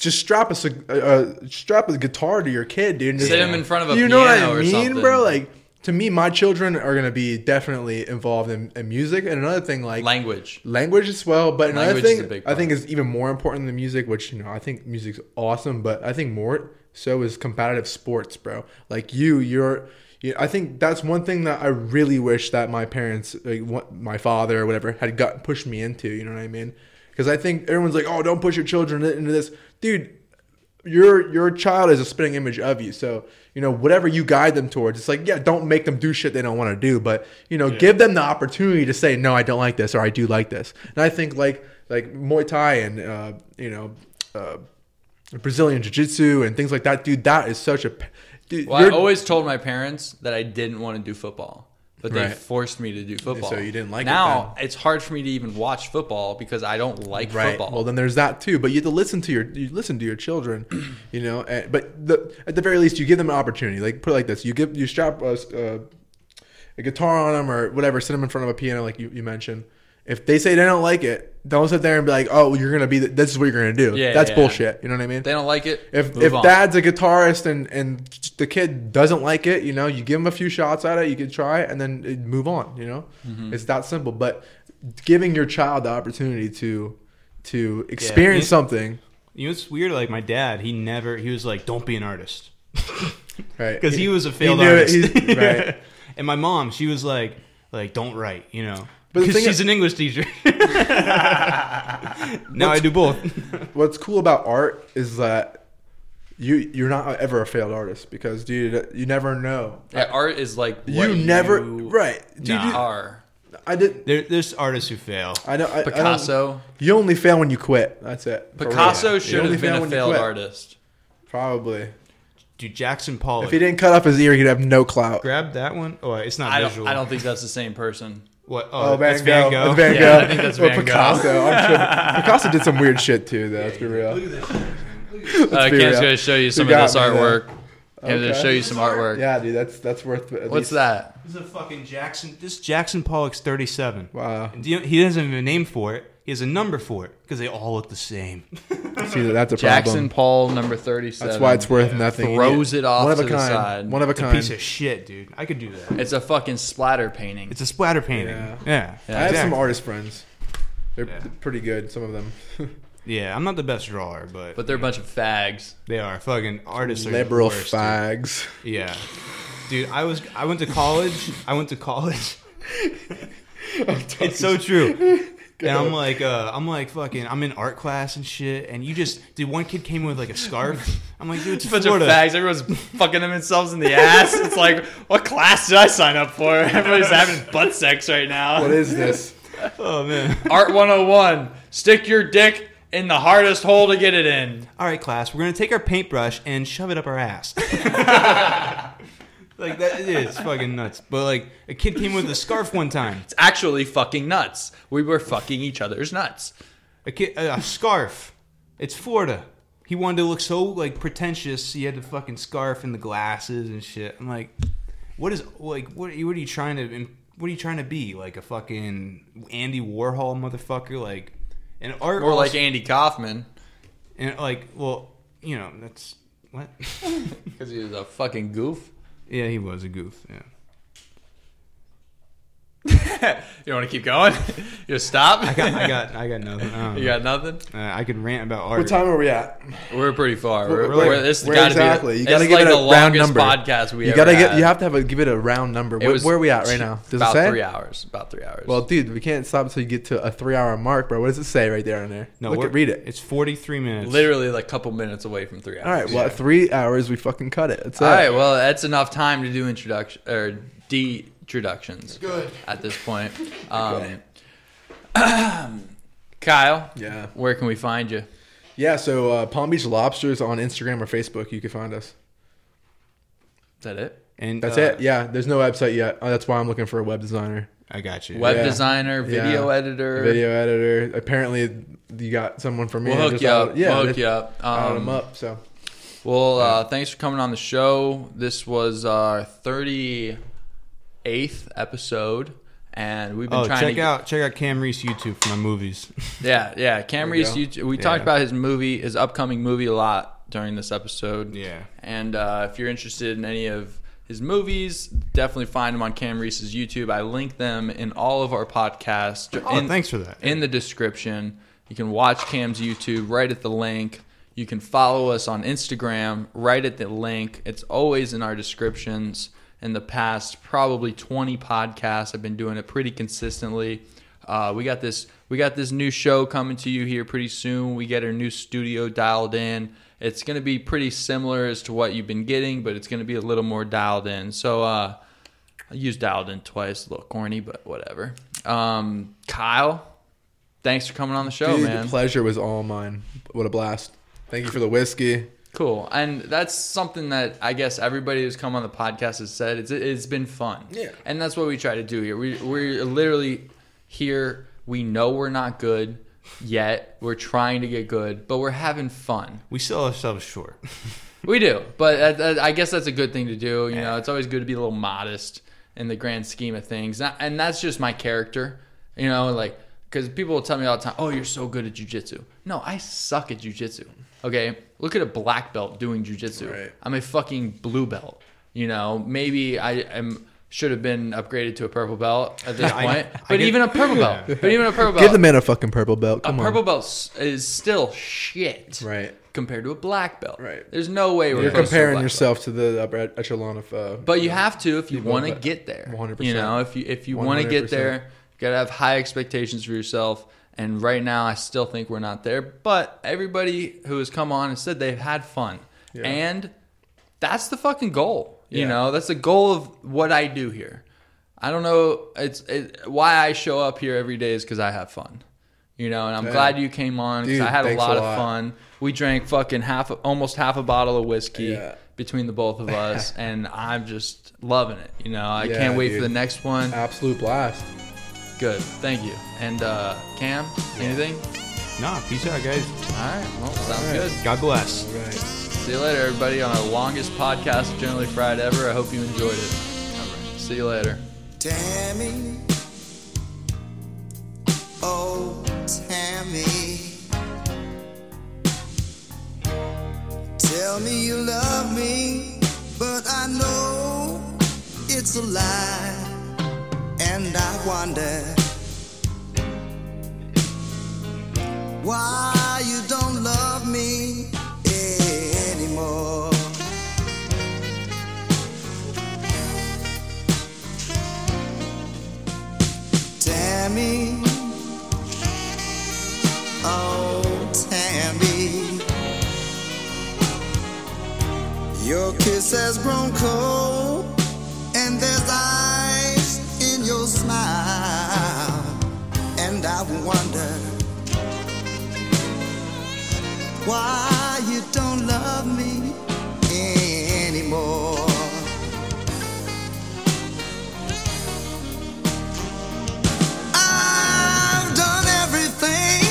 [SPEAKER 3] just strap a, cig- uh, uh, strap a guitar to your kid, dude. and
[SPEAKER 1] Sit
[SPEAKER 3] just-
[SPEAKER 1] him in front of a
[SPEAKER 3] you
[SPEAKER 1] piano
[SPEAKER 3] know what I
[SPEAKER 1] or
[SPEAKER 3] mean,
[SPEAKER 1] something,
[SPEAKER 3] bro? Like. To me, my children are gonna be definitely involved in, in music. And another thing, like
[SPEAKER 1] language.
[SPEAKER 3] language as well. But another
[SPEAKER 1] Language is a
[SPEAKER 3] thing
[SPEAKER 1] big
[SPEAKER 3] I think is even more important than music, which you know I think music's awesome, but I think more so is competitive sports, bro. Like you, you're. You, I think that's one thing that I really wish that my parents, like what, my father or whatever, had got pushed me into. You know what I mean? Because I think everyone's like, "Oh, don't push your children into this, dude." your your child is a spinning image of you. So you know whatever you guide them towards, it's like yeah, don't make them do shit they don't want to do, but you know give them the opportunity to say no, I don't like this or I do like this. And I think like like Muay Thai and uh, you know uh, Brazilian Jiu Jitsu and things like that, dude. That is such a p- dude.
[SPEAKER 1] Well, I
[SPEAKER 3] you're-
[SPEAKER 1] always told my parents that I didn't want to do football, but they
[SPEAKER 3] Right.
[SPEAKER 1] forced me to do football.
[SPEAKER 3] so you didn't like it
[SPEAKER 1] now, it's hard for me to even watch football because I don't like
[SPEAKER 3] Right.
[SPEAKER 1] football.
[SPEAKER 3] Well, then there's that too. But you have to listen to your you listen to your children, you know. And, but the, at the very least, you give them an opportunity. Like put it like this: you give you strap a, uh, a guitar on them or whatever, sit them in front of a piano, like you, you mentioned. If they say they don't like it, don't sit there and be like, "Oh, well, you're gonna be the, this is what you're gonna do."
[SPEAKER 1] Yeah,
[SPEAKER 3] that's
[SPEAKER 1] yeah.
[SPEAKER 3] bullshit. You know what I mean?
[SPEAKER 1] If they don't like it.
[SPEAKER 3] if
[SPEAKER 1] move
[SPEAKER 3] if
[SPEAKER 1] on.
[SPEAKER 3] dad's a guitarist and and the kid doesn't like it, you know, you give him a few shots at it, you can try, it, and then it- move on. You know,
[SPEAKER 1] Mm-hmm.
[SPEAKER 3] it's that simple. But giving your child the opportunity to to experience
[SPEAKER 2] you-
[SPEAKER 3] something,
[SPEAKER 2] You know, it's weird. Like my dad, he never. He was like, "Don't be an artist,"
[SPEAKER 3] right?
[SPEAKER 2] because he was a failed
[SPEAKER 3] knew it.
[SPEAKER 2] artist.
[SPEAKER 3] He's- right.
[SPEAKER 2] and my mom, she was like, "Like, don't write," you know.
[SPEAKER 3] But the
[SPEAKER 2] Because
[SPEAKER 3] thing
[SPEAKER 2] she's
[SPEAKER 3] is-
[SPEAKER 2] an English teacher. now I do both.
[SPEAKER 3] What's cool about art is that you you're not ever a failed artist because dude, you never know.
[SPEAKER 1] Yeah, art is like what
[SPEAKER 3] You never right, dude.
[SPEAKER 2] Nah.
[SPEAKER 3] you-
[SPEAKER 1] are.
[SPEAKER 3] I did.
[SPEAKER 2] There, there's artists who fail.
[SPEAKER 3] I know. I, I don't,
[SPEAKER 1] Picasso.
[SPEAKER 3] you only fail when you quit. That's it. For real.
[SPEAKER 1] Picasso
[SPEAKER 2] Yeah.
[SPEAKER 3] You
[SPEAKER 1] should
[SPEAKER 3] only
[SPEAKER 1] have been
[SPEAKER 3] fail
[SPEAKER 1] a
[SPEAKER 3] when you
[SPEAKER 1] failed
[SPEAKER 3] quit.
[SPEAKER 1] artist.
[SPEAKER 3] Probably.
[SPEAKER 2] Dude, Jackson Pollock.
[SPEAKER 3] If he didn't cut off his ear, he'd have no clout.
[SPEAKER 2] grab that one. Oh, it's not
[SPEAKER 1] I don't,
[SPEAKER 2] visual.
[SPEAKER 1] I don't think that's the same person.
[SPEAKER 2] What?
[SPEAKER 3] Oh,
[SPEAKER 2] Oh,
[SPEAKER 3] Van
[SPEAKER 2] that's
[SPEAKER 3] Gogh.
[SPEAKER 2] Van Gogh.
[SPEAKER 3] That's Van Gogh.
[SPEAKER 1] Yeah, I think that's
[SPEAKER 3] Or
[SPEAKER 1] Van Gogh.
[SPEAKER 3] Picasso. I'm sure Picasso did some weird shit too, though. Let's be real.
[SPEAKER 1] Uh,
[SPEAKER 3] be
[SPEAKER 1] Cam's
[SPEAKER 3] real.
[SPEAKER 1] going to show you some of
[SPEAKER 3] got
[SPEAKER 1] this
[SPEAKER 3] me there.
[SPEAKER 1] artwork. Cam's going to
[SPEAKER 3] Okay.
[SPEAKER 1] show you some artwork.
[SPEAKER 3] Yeah, dude, that's that's worth. at
[SPEAKER 1] What's
[SPEAKER 3] least-
[SPEAKER 1] that?
[SPEAKER 2] This is a fucking Jackson. This Jackson Pollock's 37.
[SPEAKER 3] Wow.
[SPEAKER 2] And do you- he doesn't have a name for it. He has a number for it because they all look the same.
[SPEAKER 3] See, that's a
[SPEAKER 1] Jackson
[SPEAKER 3] problem.
[SPEAKER 1] Paul, number 37.
[SPEAKER 3] That's why it's worth nothing. You
[SPEAKER 1] Throws
[SPEAKER 3] need-
[SPEAKER 1] it off
[SPEAKER 3] One of a
[SPEAKER 1] to the
[SPEAKER 3] kind.
[SPEAKER 1] side.
[SPEAKER 3] One of a
[SPEAKER 2] It's a
[SPEAKER 3] kind.
[SPEAKER 2] piece of shit, dude. I could do that.
[SPEAKER 1] It's a fucking splatter painting.
[SPEAKER 2] It's a splatter painting.
[SPEAKER 3] Yeah.
[SPEAKER 2] Yeah.
[SPEAKER 3] I have some
[SPEAKER 2] exactly.
[SPEAKER 3] artist friends. They're
[SPEAKER 2] Yeah.
[SPEAKER 3] pretty good. Some of them.
[SPEAKER 2] Yeah, I'm not the best drawer, but,
[SPEAKER 1] but they're a bunch of fags.
[SPEAKER 2] they are fucking artists. Are the
[SPEAKER 3] Liberal
[SPEAKER 2] worst, dude.
[SPEAKER 3] fags.
[SPEAKER 2] Yeah, dude. I was. I went to college. I went to college. it's so true. And I'm like, uh, I'm like, fucking, I'm in art class and shit. And you just, dude, one kid came in with like a scarf. I'm like, dude, it's
[SPEAKER 1] bunch
[SPEAKER 2] Florida.
[SPEAKER 1] of fags. Everyone's fucking themselves in the ass. It's like, what class did I sign up for? Everybody's having butt sex right now.
[SPEAKER 3] What is this?
[SPEAKER 2] Oh man.
[SPEAKER 1] Art 101. Stick your dick in the hardest hole to get it in.
[SPEAKER 2] All right, class, we're gonna take our paintbrush and shove it up our ass. like that, it's fucking nuts. But like, a kid came with a scarf one time.
[SPEAKER 1] It's actually fucking nuts. We were fucking each other's nuts.
[SPEAKER 2] a, kid, a, a scarf. It's Florida. He wanted to look so like pretentious. He had the fucking scarf and the glasses and shit. I'm like, what is like what? Are you, what are you trying to? What are you trying to be like a fucking Andy Warhol motherfucker? Like an art
[SPEAKER 1] Or like
[SPEAKER 2] also-
[SPEAKER 1] Andy Kaufman
[SPEAKER 2] and like well you know that's what
[SPEAKER 1] because he was a fucking goof.
[SPEAKER 2] yeah he was a goof yeah
[SPEAKER 1] you want to keep going? you stop.
[SPEAKER 2] I got I got I got nothing I, don't
[SPEAKER 1] you
[SPEAKER 2] know.
[SPEAKER 1] got nothing.
[SPEAKER 2] uh, I could rant about art
[SPEAKER 3] What time are we at?
[SPEAKER 1] We're pretty far. We're,
[SPEAKER 3] We're like-
[SPEAKER 1] we're- this has
[SPEAKER 3] where
[SPEAKER 1] got to
[SPEAKER 3] exactly?
[SPEAKER 1] be.
[SPEAKER 3] You
[SPEAKER 1] You got
[SPEAKER 3] gotta
[SPEAKER 1] to
[SPEAKER 3] give
[SPEAKER 1] like
[SPEAKER 3] it a
[SPEAKER 1] the
[SPEAKER 3] round
[SPEAKER 1] longest
[SPEAKER 3] number.
[SPEAKER 1] podcast we
[SPEAKER 3] You
[SPEAKER 1] ever
[SPEAKER 3] gotta get.
[SPEAKER 1] had.
[SPEAKER 3] You have to have a, give it a round number.
[SPEAKER 1] It
[SPEAKER 3] Where,
[SPEAKER 1] was
[SPEAKER 3] where are we at right now? Does
[SPEAKER 1] about
[SPEAKER 3] it say?
[SPEAKER 1] three hours. About three hours.
[SPEAKER 3] Well, dude, we can't stop until you get to a three-hour mark, bro. What does it say right there on there?
[SPEAKER 2] no
[SPEAKER 3] look
[SPEAKER 2] we're-
[SPEAKER 3] at read it.
[SPEAKER 2] it's 43 minutes
[SPEAKER 1] literally like a couple minutes away from three hours.
[SPEAKER 3] All right, well, at three hours we fucking cut it. That's
[SPEAKER 1] All
[SPEAKER 3] it.
[SPEAKER 1] right, well, that's enough time to do introduction or de-introductions. Good. At this point, um, Kyle.
[SPEAKER 3] Yeah.
[SPEAKER 1] Where can we find you?
[SPEAKER 3] Yeah. So uh, Palm Beach Lobsters on Instagram or Facebook, you can find us.
[SPEAKER 1] Is that it?
[SPEAKER 2] and
[SPEAKER 3] That's
[SPEAKER 2] uh,
[SPEAKER 3] it. Yeah. There's no website yet. Oh, that's why I'm looking for a web designer,
[SPEAKER 2] I got you
[SPEAKER 1] Web
[SPEAKER 3] Yeah.
[SPEAKER 1] designer, video
[SPEAKER 3] Yeah.
[SPEAKER 1] editor.
[SPEAKER 3] video editor. Apparently, you got someone for me.
[SPEAKER 1] We'll
[SPEAKER 3] I
[SPEAKER 1] hook
[SPEAKER 3] just
[SPEAKER 1] you
[SPEAKER 3] added-
[SPEAKER 1] up.
[SPEAKER 3] Yeah.
[SPEAKER 1] we'll
[SPEAKER 3] just
[SPEAKER 1] hook you up.
[SPEAKER 3] added
[SPEAKER 1] Um,
[SPEAKER 3] 'em up. So
[SPEAKER 1] Well, uh, thanks for coming on the show. This was our 38th episode, and we've been
[SPEAKER 2] oh
[SPEAKER 1] trying
[SPEAKER 2] check
[SPEAKER 1] to
[SPEAKER 2] out check out Cam Reese YouTube for my movies
[SPEAKER 1] Yeah, yeah. Cam
[SPEAKER 3] There you
[SPEAKER 1] Reese,
[SPEAKER 3] go.
[SPEAKER 1] you, we
[SPEAKER 2] Yeah.
[SPEAKER 1] talked about his movie, his upcoming movie a lot during this episode.
[SPEAKER 2] Yeah.
[SPEAKER 1] And uh, if you're interested in any of his movies, definitely find him on Cam Reese's YouTube. I link them in all of our podcasts.
[SPEAKER 2] Oh,
[SPEAKER 1] in,
[SPEAKER 2] thanks for that.
[SPEAKER 1] In the description, you can watch Cam's YouTube right at the link. You can follow us on Instagram right at the link. It's always in our descriptions. In the past, probably 20 podcasts, I've been doing it pretty consistently. Uh, we got this. We got this new show coming to you here pretty soon. We get our new studio dialed in. It's going to be pretty similar as to what you've been getting, but it's going to be a little more dialed in. So uh, I used dialed in twice. A little corny, but whatever. Um, Kyle, thanks for coming on the show,
[SPEAKER 3] dude,
[SPEAKER 1] man.
[SPEAKER 3] the pleasure was all mine. What a blast! Thank you for the whiskey.
[SPEAKER 1] Cool. And that's something that I guess everybody who's come on the podcast has said. It's it's been fun.
[SPEAKER 3] Yeah.
[SPEAKER 1] And that's what we try to do here. We we're literally here. We know we're not good yet. We're trying to get good, but we're having fun.
[SPEAKER 2] we sell ourselves short
[SPEAKER 1] We do, but that, that- I guess that's a good thing to do. You know, it's always good to be a little modest in the grand scheme of things, and, I- and that's just my character. You know, like because people will tell me all the time, "Oh, you're so good at jujitsu." No, I suck at jujitsu. Okay, look at a black belt doing jujitsu.
[SPEAKER 3] Right.
[SPEAKER 1] I'm a fucking blue belt. You know, maybe I am should have been upgraded to a purple belt at this
[SPEAKER 2] I-
[SPEAKER 1] point.
[SPEAKER 2] I
[SPEAKER 1] but
[SPEAKER 2] get-
[SPEAKER 1] even a purple belt, but even a purple belt,
[SPEAKER 3] Give the man a fucking purple
[SPEAKER 1] a
[SPEAKER 3] belt. Come
[SPEAKER 1] purple
[SPEAKER 3] on.
[SPEAKER 1] belt s- is still shit
[SPEAKER 3] Right.
[SPEAKER 1] compared to a black belt.
[SPEAKER 3] Right.
[SPEAKER 1] There's no way we're
[SPEAKER 3] You're
[SPEAKER 1] close to a
[SPEAKER 3] comparing
[SPEAKER 1] black belt.
[SPEAKER 3] yourself to the upper ech- echelon of. Uh,
[SPEAKER 1] But you have to if you
[SPEAKER 3] will,
[SPEAKER 1] want to
[SPEAKER 3] but
[SPEAKER 1] get there.
[SPEAKER 3] 100%.
[SPEAKER 1] You know, if you if you want to get
[SPEAKER 3] 100%.
[SPEAKER 1] there, you got to have high expectations for yourself. And right now, I still think we're not there. But everybody who has come on and said they've had fun,
[SPEAKER 3] Yeah.
[SPEAKER 1] and that's the fucking goal. You
[SPEAKER 3] Yeah.
[SPEAKER 1] know, that's the goal of what I do here. I don't know. It's it, why I show up here every day is because I have fun. You know, and I'm
[SPEAKER 3] Yeah.
[SPEAKER 1] glad you came on because
[SPEAKER 3] Dude,
[SPEAKER 1] I had a
[SPEAKER 3] thanks a
[SPEAKER 1] lot, of
[SPEAKER 3] lot.
[SPEAKER 1] fun. We drank fucking half, almost half a bottle of whiskey
[SPEAKER 3] Yeah.
[SPEAKER 1] between the both of us, and I'm just loving it. You know, I
[SPEAKER 3] Yeah,
[SPEAKER 1] can't wait for
[SPEAKER 3] dude. Uh,
[SPEAKER 1] the next one.
[SPEAKER 3] absolute blast.
[SPEAKER 1] Good, thank you. And uh, Cam, anything?
[SPEAKER 2] nah peace out guys
[SPEAKER 1] All right, well, sounds
[SPEAKER 3] All right.
[SPEAKER 1] good.
[SPEAKER 2] God bless
[SPEAKER 3] Right.
[SPEAKER 1] See you later, everybody, on our longest podcast, generally fried ever. I hope you enjoyed it. All right, see you later.
[SPEAKER 4] Tammy. Oh, Tammy. Tell me you love me, but I know it's a lie. And I wonder why you don't love me anymore. Tammy. Oh, Tammy. Your kiss has grown cold, and there's ice in your smile. And I wonder why you don't love me anymore. I've done everything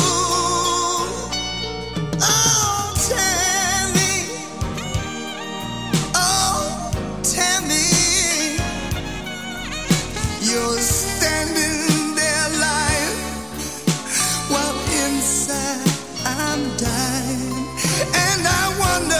[SPEAKER 4] true. Oh, tell me. Oh, tell me. You're standing there lying while inside I'm dying. And I wonder Mm-hmm.